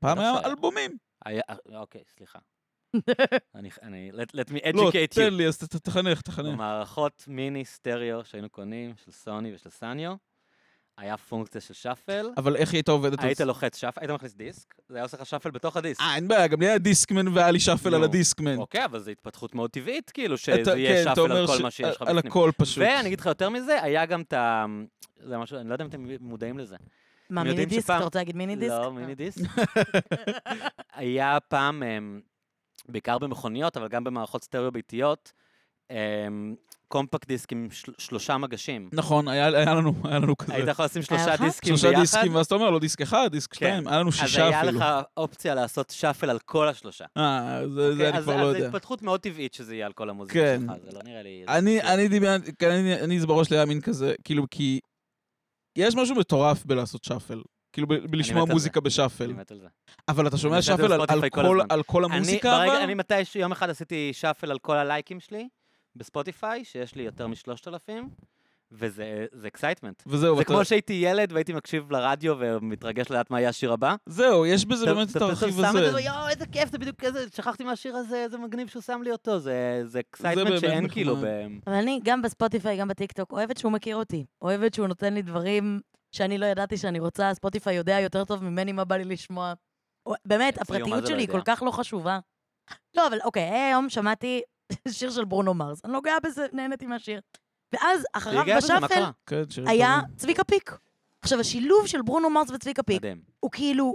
Speaker 3: פעם
Speaker 2: לא
Speaker 3: היה
Speaker 2: שהיה.
Speaker 3: אלבומים.
Speaker 2: היה- אה, אוקיי, סליחה. אני, אני, let, let me educate
Speaker 3: לא,
Speaker 2: you.
Speaker 3: תן לי, אז ת- ת- תחנך, תחנך.
Speaker 2: במערכות מיני סטריאו שהיינו קונים, של סוני ושל סניו, היה פונקציה של שאפל,
Speaker 3: אבל איך היא הייתה עובדת? על
Speaker 2: היית
Speaker 3: אה, זה?
Speaker 2: לוחץ שאפל, היית מכניס דיסק, זה היה עושה לך שאפל בתוך הדיסק.
Speaker 3: אה, אין בעיה, גם לי היה דיסקמן והיה לי שאפל על
Speaker 2: נו,
Speaker 3: הדיסקמן.
Speaker 2: אוקיי, אבל זו התפתחות מאוד טבעית, כאילו,
Speaker 3: אתה-
Speaker 2: שזה
Speaker 3: כן,
Speaker 2: יהיה
Speaker 3: אתה
Speaker 2: שאפל
Speaker 3: אומר
Speaker 2: על כל
Speaker 3: ש-
Speaker 2: מה שיש לך
Speaker 3: על
Speaker 2: בפנים.
Speaker 3: הכל פשוט.
Speaker 2: ואני אגיד לך יותר מזה, היה גם את ה... זה משהו, אני לא יודע אם אתם מודעים לזה.
Speaker 1: מה,
Speaker 2: הם
Speaker 1: מיני
Speaker 2: יודעים
Speaker 1: דיסק?
Speaker 2: שפעם-
Speaker 1: אתה רוצה להגיד מיני דיסק? אה.
Speaker 2: לא, מיני דיסק. היה פעם, אמ, בעיקר במכוניות, אבל גם במערכות סטריאו ביתיות, אמ, קומפקט דיסק עם של- שלושה מגשים.
Speaker 3: נכון, היה היה לנו היה לנו כזה.
Speaker 2: היית יכול לשים שלושה
Speaker 1: לך?
Speaker 2: דיסקים
Speaker 3: שלושה
Speaker 2: ביחד, כן.
Speaker 3: דיסקים, ואז אתה אומר, לא דיסק אחד, דיסק שתיים, היה לנו
Speaker 2: אז
Speaker 3: שישה
Speaker 2: היה
Speaker 3: אפילו.
Speaker 2: לך אופציה לעשות שאפל על כל השלושה.
Speaker 3: אה, זה- זה
Speaker 2: אוקיי?
Speaker 3: אני
Speaker 2: אז
Speaker 3: כבר לא
Speaker 2: אז זה
Speaker 3: יודע.
Speaker 2: התפתחות מאוד טבעית שזה יהיה על כל המוזיקה
Speaker 3: כן.
Speaker 2: שלך, זה לא נראה לי... זה
Speaker 3: אני,
Speaker 2: מצחיק.
Speaker 3: אני דמיינתי, כן, אני, אני זה בראש שלי היה מין כזה, כאילו, כי יש משהו מטורף בלעשות שאפל. כאילו, ב, בלשמוע
Speaker 2: מת על זה.
Speaker 3: מוזיקה
Speaker 2: אני
Speaker 3: בשאפל.
Speaker 2: מת על זה.
Speaker 3: אבל אתה
Speaker 2: אני
Speaker 3: שומע
Speaker 2: מת על
Speaker 3: שאפל על, על,
Speaker 2: ספוטיפיי כל
Speaker 3: כל,
Speaker 2: הזמן.
Speaker 3: על כל
Speaker 2: אני-
Speaker 3: המוזיקה,
Speaker 2: ברגע-
Speaker 3: אבל?
Speaker 2: אני מתישהו, יום אחד עשיתי שאפל על כל הלייקים שלי בספוטיפיי, שיש לי יותר משלושת אלפים, וזה אה, זה אקסייטמנט.
Speaker 3: וזהו,
Speaker 2: זה
Speaker 3: ואתה,
Speaker 2: כמו שהייתי ילד והייתי מקשיב לרדיו ומתרגש לדעת מה יהיה השיר הבא.
Speaker 3: זהו, יש בזה
Speaker 2: אתה-
Speaker 3: באמת את
Speaker 2: אתה פתאום
Speaker 3: הרכיב
Speaker 2: שם את
Speaker 3: הזה.
Speaker 2: זה, יואו, איזה כיף, זה בדיוק כזה, שכחתי מהשיר הזה, איזה מגניב שהוא שם לי אותו. זה זה אקסייטמנט
Speaker 3: באמת
Speaker 2: שאין כאילו
Speaker 3: נחמד.
Speaker 2: ב...
Speaker 1: אבל אני גם בספוטיפיי, גם בטיקטוק, אוהבת שהוא מכיר אותי. אוהבת שהוא נותן לי דברים שאני לא ידעתי שאני רוצה, ספוטיפיי יודע יותר טוב ממני מה בא לי לשמוע. אוה- באמת,
Speaker 2: אצלי הוא מה
Speaker 1: הפרטיות
Speaker 2: זה לא
Speaker 1: שלי היא כל
Speaker 2: יודע.
Speaker 1: כך לא חשובה. לא, אבל אוקיי, היום שמעתי שיר של ברונו מרס, אני לא גאה בזה, נהניתי מהשיר. ואז אחריו
Speaker 2: רגע, אבל מה
Speaker 1: בשאפל
Speaker 2: קרה?
Speaker 3: כן, שירים
Speaker 1: היה
Speaker 3: טובים.
Speaker 1: צביקה פיק. עכשיו, השילוב של ברונו מרס וצביקה פיק
Speaker 2: מדהים.
Speaker 1: הוא כאילו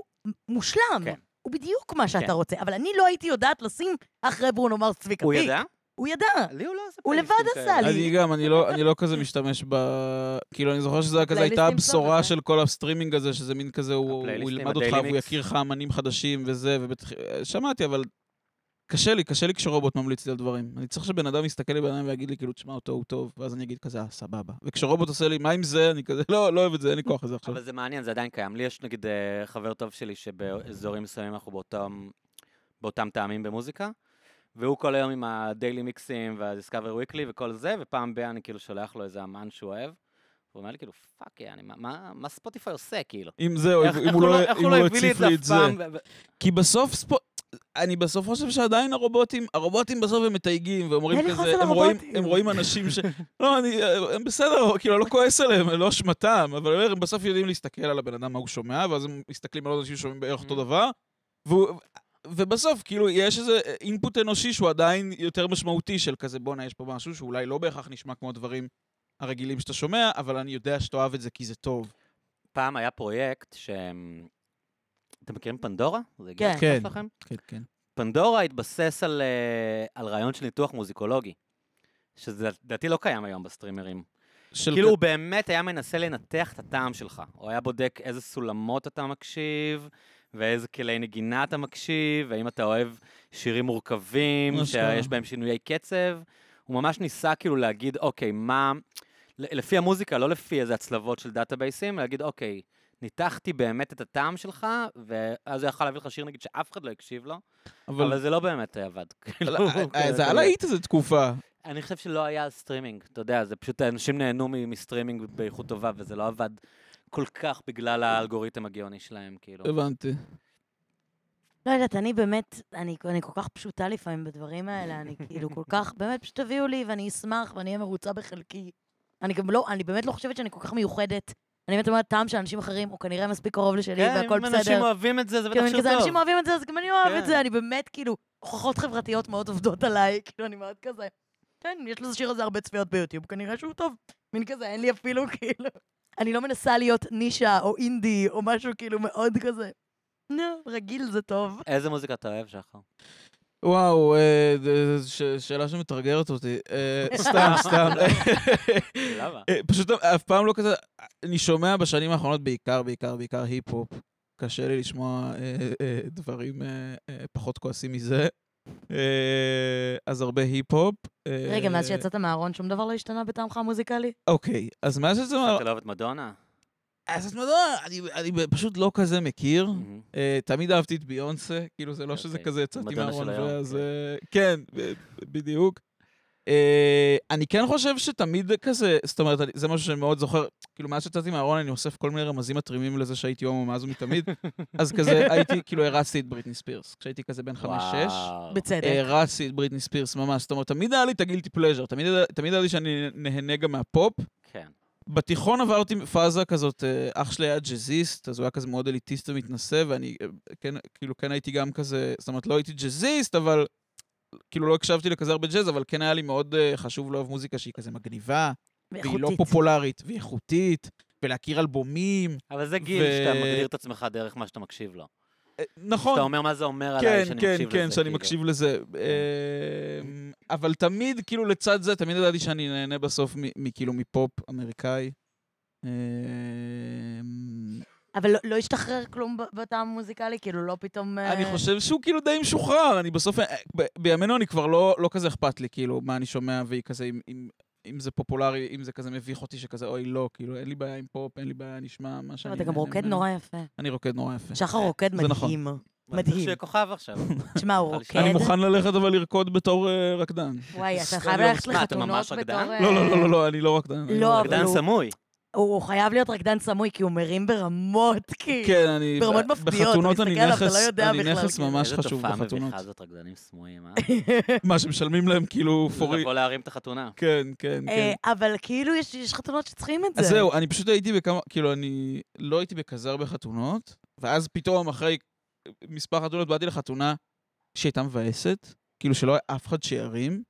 Speaker 1: מושלם.
Speaker 2: כן.
Speaker 1: הוא בדיוק מה שאתה
Speaker 2: כן.
Speaker 1: רוצה, אבל אני לא הייתי יודעת לשים אחרי ברונו מרס צביקה
Speaker 2: הוא
Speaker 1: פיק.
Speaker 2: ידע?
Speaker 1: הוא ידע.
Speaker 2: לי הוא לא עושה
Speaker 1: הוא לבד
Speaker 2: פלייליסטים
Speaker 1: עשה
Speaker 2: כאלה.
Speaker 1: לי.
Speaker 3: אני גם, אני לא, אני לא כזה משתמש ב... כאילו, אני זוכר שזה היה כזה, הייתה
Speaker 1: פלייליסטים טוב,
Speaker 3: הבשורה
Speaker 1: אבל-
Speaker 3: של כל הסטרימינג הזה, שזה מין כזה, הוא, הוא
Speaker 2: הפלייליסטים,
Speaker 3: ילמד אותך,
Speaker 2: הדיילי
Speaker 3: והוא
Speaker 2: מיקס.
Speaker 3: יכיר לך אמנים חדשים וזה, ובטח... שמעתי, אבל קשה לי, קשה לי כשרובוט ממליץ לי על דברים. אני צריך שבן אדם יסתכל לי בעיניים ויגיד לי, כאילו, תשמע, אותו הוא טוב, ואז אני אגיד כזה, אה, סבבה. וכשרובוט עושה לי, מה עם זה? אני כזה, לא, לא אוהב את זה, אין לי כוח לזה עכשיו.
Speaker 2: אבל זה מעניין, זה עדיין קיים. לי יש נגיד אה, חבר טוב שלי שבאזורים מסוימים אנחנו באותם, באותם טעמים במוזיקה, והוא כל היום עם הדיילי מיקסים וה-discover weekly וכל זה, ופעם ב- אני כאילו שולח לו איזה אמן שהוא אוהב, והוא אומר לי כאילו, פאק, יעני, מה- מה מה ספוטיפיי עושה כאילו?
Speaker 3: אם זהו,
Speaker 2: איך-
Speaker 3: אם
Speaker 2: איך
Speaker 3: הוא לא
Speaker 2: איך
Speaker 3: אם הוא לא
Speaker 2: הביא לי
Speaker 3: הציף לי את
Speaker 2: אף
Speaker 3: זה.
Speaker 2: פעם? ו- ו-
Speaker 3: כי בסוף ספו... אני בסוף חושב שעדיין הרובוטים, הרובוטים בסוף הם מתייגים, ואומרים
Speaker 1: אין לי חוסן
Speaker 3: כזה, הם רואים,
Speaker 1: לרובוטים.
Speaker 3: הם רואים אנשים ש... לא, אני, הם בסדר, כאילו, אני לא כועס עליהם, לא אשמתם, אבל אני אומר, הם בסוף יודעים להסתכל על הבן אדם, מה הוא שומע, ואז הם מסתכלים על עוד אנשים ששומעים בערך אותו דבר, והוא... ובסוף, כאילו, יש איזה אינפוט אנושי שהוא עדיין יותר משמעותי של כזה, בואנה, יש פה משהו שאולי לא בהכרח נשמע כמו הדברים הרגילים שאתה שומע, אבל אני יודע שאתה אוהב את זה כי זה טוב.
Speaker 2: פעם היה פרויקט ש... אתם מכירים פנדורה? זה הגיע
Speaker 1: כן.
Speaker 2: לסוף
Speaker 3: כן.
Speaker 2: שלכם?
Speaker 3: כן, כן.
Speaker 2: פנדורה התבסס על, אה, על רעיון של ניתוח מוזיקולוגי, שזה לדעתי לא קיים היום בסטרימרים.
Speaker 3: של
Speaker 2: כאילו הוא באמת היה מנסה לנתח את הטעם שלך. הוא היה בודק איזה סולמות אתה מקשיב, ואיזה כלי נגינה אתה מקשיב, והאם אתה אוהב שירים מורכבים,
Speaker 3: אשכרה.
Speaker 2: שיש בהם שינויי קצב. הוא ממש ניסה כאילו להגיד, אוקיי, מה... ל- לפי המוזיקה, לא לפי איזה הצלבות של דאטאבייסים, להגיד, אוקיי, ניתחתי באמת את הטעם שלך, ואז הוא יכל להביא לך שיר, נגיד, שאף אחד לא הקשיב לו, אבל, זה לא באמת עבד. כאילו,
Speaker 3: אה, זה היה
Speaker 2: אתה-
Speaker 3: להיט איזה תקופה.
Speaker 2: אני חושב שלא היה סטרימינג, אתה יודע, זה פשוט, אנשים נהנו מ- מסטרימינג באיכות טובה, וזה לא עבד כל כך בגלל האלגוריתם הגאוני שלהם, כאילו.
Speaker 3: הבנתי.
Speaker 1: לא יודעת, אני באמת, אני, אני כל כך פשוטה לפעמים בדברים האלה, אני כאילו כל כך, באמת פשוט תביאו לי ואני אשמח ואני אהיה מרוצה בחלקי. אני גם לא, אני באמת לא חושבת שאני כל כך מיוחדת. אני באמת אומרת, טעם של אנשים אחרים, הוא כנראה מספיק קרוב לשלי והכל
Speaker 2: כן, אם אנשים
Speaker 1: בסדר.
Speaker 2: אוהבים את זה, זה בטח
Speaker 1: כאילו, אני
Speaker 2: שיר
Speaker 1: כזה, אנשים
Speaker 2: טוב.
Speaker 1: אוהבים את זה, אז גם אני אוהב את
Speaker 2: כן.
Speaker 1: זה, אני באמת, כאילו, הוכחות חברתיות מאוד עובדות עליי, כאילו, אני מאוד כזה, כן, יש לזה הזה הרבה צפיות ביוטיוב, כנראה שהוא טוב. מין כזה, אין לי אפילו, כאילו, אני לא מנסה להיות נישה או אינדי או משהו כאילו מאוד כזה. נו, רגיל זה טוב.
Speaker 2: איזה מוזיקה אתה אוהב, שחר?
Speaker 3: וואו, אה, זה- זה ש- שאלה שמתרגרת אותי. אה, סתם, סתם.
Speaker 2: למה?
Speaker 3: אה, פשוט אף פעם לא כזה... אני שומע בשנים האחרונות בעיקר, בעיקר, בעיקר היפ-הופ. קשה לי לשמוע אה, אה, דברים אה, אה, פחות כועסים מזה. אה, אז הרבה היפ-הופ. אה,
Speaker 1: רגע, מאז שיצאת מהארון שום דבר לא השתנה בטעמך המוזיקלי?
Speaker 3: אוקיי, אז מאז שיצאת...
Speaker 2: אתה לא אוהב את מדונה?
Speaker 3: אז את מדברת, אני- אני פשוט לא כזה מכיר.
Speaker 2: מהמם.
Speaker 3: אה, תמיד אהבתי את ביונסה, כאילו זה לא שזה
Speaker 2: אוקיי.
Speaker 3: כזה יצאתי
Speaker 2: מדונה של אוקיי.
Speaker 3: מהארון
Speaker 2: היום,
Speaker 3: ואז...
Speaker 2: כן.
Speaker 3: אה, כן, ב- בדיוק. אה, אני כן חושב שתמיד כזה, זאת אומרת, אני- זה משהו שאני מאוד זוכר, כאילו, מאז שיצאתי מהארון אני אוסף כל מיני רמזים מתרימים לזה שהייתי הומו מאז ומתמיד, אז כזה הייתי, כאילו, הרצתי את בריטני ספירס. כשהייתי כזה בן חמש-שש,
Speaker 2: וואו.
Speaker 3: אה,
Speaker 1: בצדק.
Speaker 3: הרצתי את בריטני ספירס ממש. זאת אומרת, תמיד היה לי את הגילטי פלז'ר, תמיד היה- תמיד היה לי שאני נהנה גם מהפופ.
Speaker 2: כן.
Speaker 3: בתיכון עברתי פאזה כזאת, אה, אח שלי היה ג'אזיסט, אז הוא היה כזה מאוד אליטיסט ומתנשא, ואני אה, כן, כאילו, כן הייתי גם כזה, זאת אומרת, לא הייתי ג'אזיסט, אבל כאילו לא הקשבתי לכזה הרבה ג'אז, אבל כן היה לי מאוד אה, חשוב לאהוב מוזיקה שהיא כזה מגניבה, והיא לא
Speaker 1: איכותית.
Speaker 3: פופולרית, והיא איכותית, ולהכיר אלבומים.
Speaker 2: אבל זה גיל
Speaker 3: ו-
Speaker 2: שאתה מגדיר את עצמך דרך מה שאתה מקשיב לו.
Speaker 3: אה, נכון,
Speaker 2: שאתה אומר מה זה אומר
Speaker 3: כן,
Speaker 2: עליי שאני
Speaker 3: כן,
Speaker 2: מקשיב לזה.
Speaker 3: כן, שאני
Speaker 2: כאילו.
Speaker 3: מקשיב לזה. אמ, אבל תמיד, כאילו, לצד זה, תמיד ידעתי שאני נהנה בסוף מ- מכאילו מפופ אמריקאי. אמ,
Speaker 1: אבל לא- לא השתחרר כלום ב- בטעם המוזיקלי? כאילו, לא פתאום... אה,
Speaker 3: אני חושב שהוא כאילו די משוחרר, אני בסוף, אה, ב- בימינו אני כבר לא, לא כזה אכפת לי, כאילו, מה אני שומע, והיא כזה, אם, אם, אם זה פופולרי, אם זה כזה מביך אותי, שכזה, אוי, לא, כאילו, אין לי בעיה עם פופ, אין לי בעיה, נשמע מה שאני...
Speaker 1: לא, אתה גם
Speaker 3: נהנה
Speaker 1: רוקד
Speaker 3: ממנו.
Speaker 1: נורא יפה.
Speaker 3: אני רוקד נורא יפה.
Speaker 1: שחר רוקד
Speaker 3: זה נכון.
Speaker 1: מדהים.
Speaker 2: אבל צריך
Speaker 1: מדהים.
Speaker 2: שיהיה כוכב עכשיו.
Speaker 1: תשמע, הוא
Speaker 2: אני
Speaker 1: רוקד.
Speaker 3: אני מוכן ללכת אבל לרקוד בתור אה, רקדן.
Speaker 1: וואי, אתה
Speaker 2: אני
Speaker 1: חייב
Speaker 2: לא
Speaker 1: ללכת
Speaker 2: מסכים. אתה
Speaker 1: לחתונות
Speaker 2: ממש
Speaker 1: בתור...
Speaker 2: רקדן?
Speaker 1: אה,
Speaker 3: לא, לא, לא, לא, לא, אני לא רקדן. אני
Speaker 1: לא, אבל
Speaker 2: רקדן
Speaker 1: הוא-
Speaker 2: סמוי.
Speaker 1: הוא הוא חייב להיות רקדן סמוי, כי הוא מרים ברמות, כאילו.
Speaker 3: כן, אני...
Speaker 1: ברמות מפתיעות,
Speaker 3: בחתונות
Speaker 1: אתה
Speaker 3: אני
Speaker 1: מסתכל עליו, אתה
Speaker 3: נכס-
Speaker 1: לא יודע
Speaker 3: אני
Speaker 1: בכלל,
Speaker 3: נכס
Speaker 1: כאילו.
Speaker 3: ממש חשוב
Speaker 2: איזה תופעה
Speaker 3: בחתונות.
Speaker 2: מביכה זאת רקדנים סמויים, אה?
Speaker 3: מה, שמשלמים להם כאילו פורי...
Speaker 2: לבוא להרים את החתונה.
Speaker 3: כן, כן, כן.
Speaker 1: אה, אבל כאילו, יש- יש חתונות שצריכים את זה.
Speaker 3: אז זהו, אני פשוט הייתי בכמה, כאילו, אני לא הייתי בכזה הרבה חתונות, ואז פתאום אחרי מספר חתונות באתי לחתונה שהייתה מבאסת, כאילו שלא היה אף אחד שירים,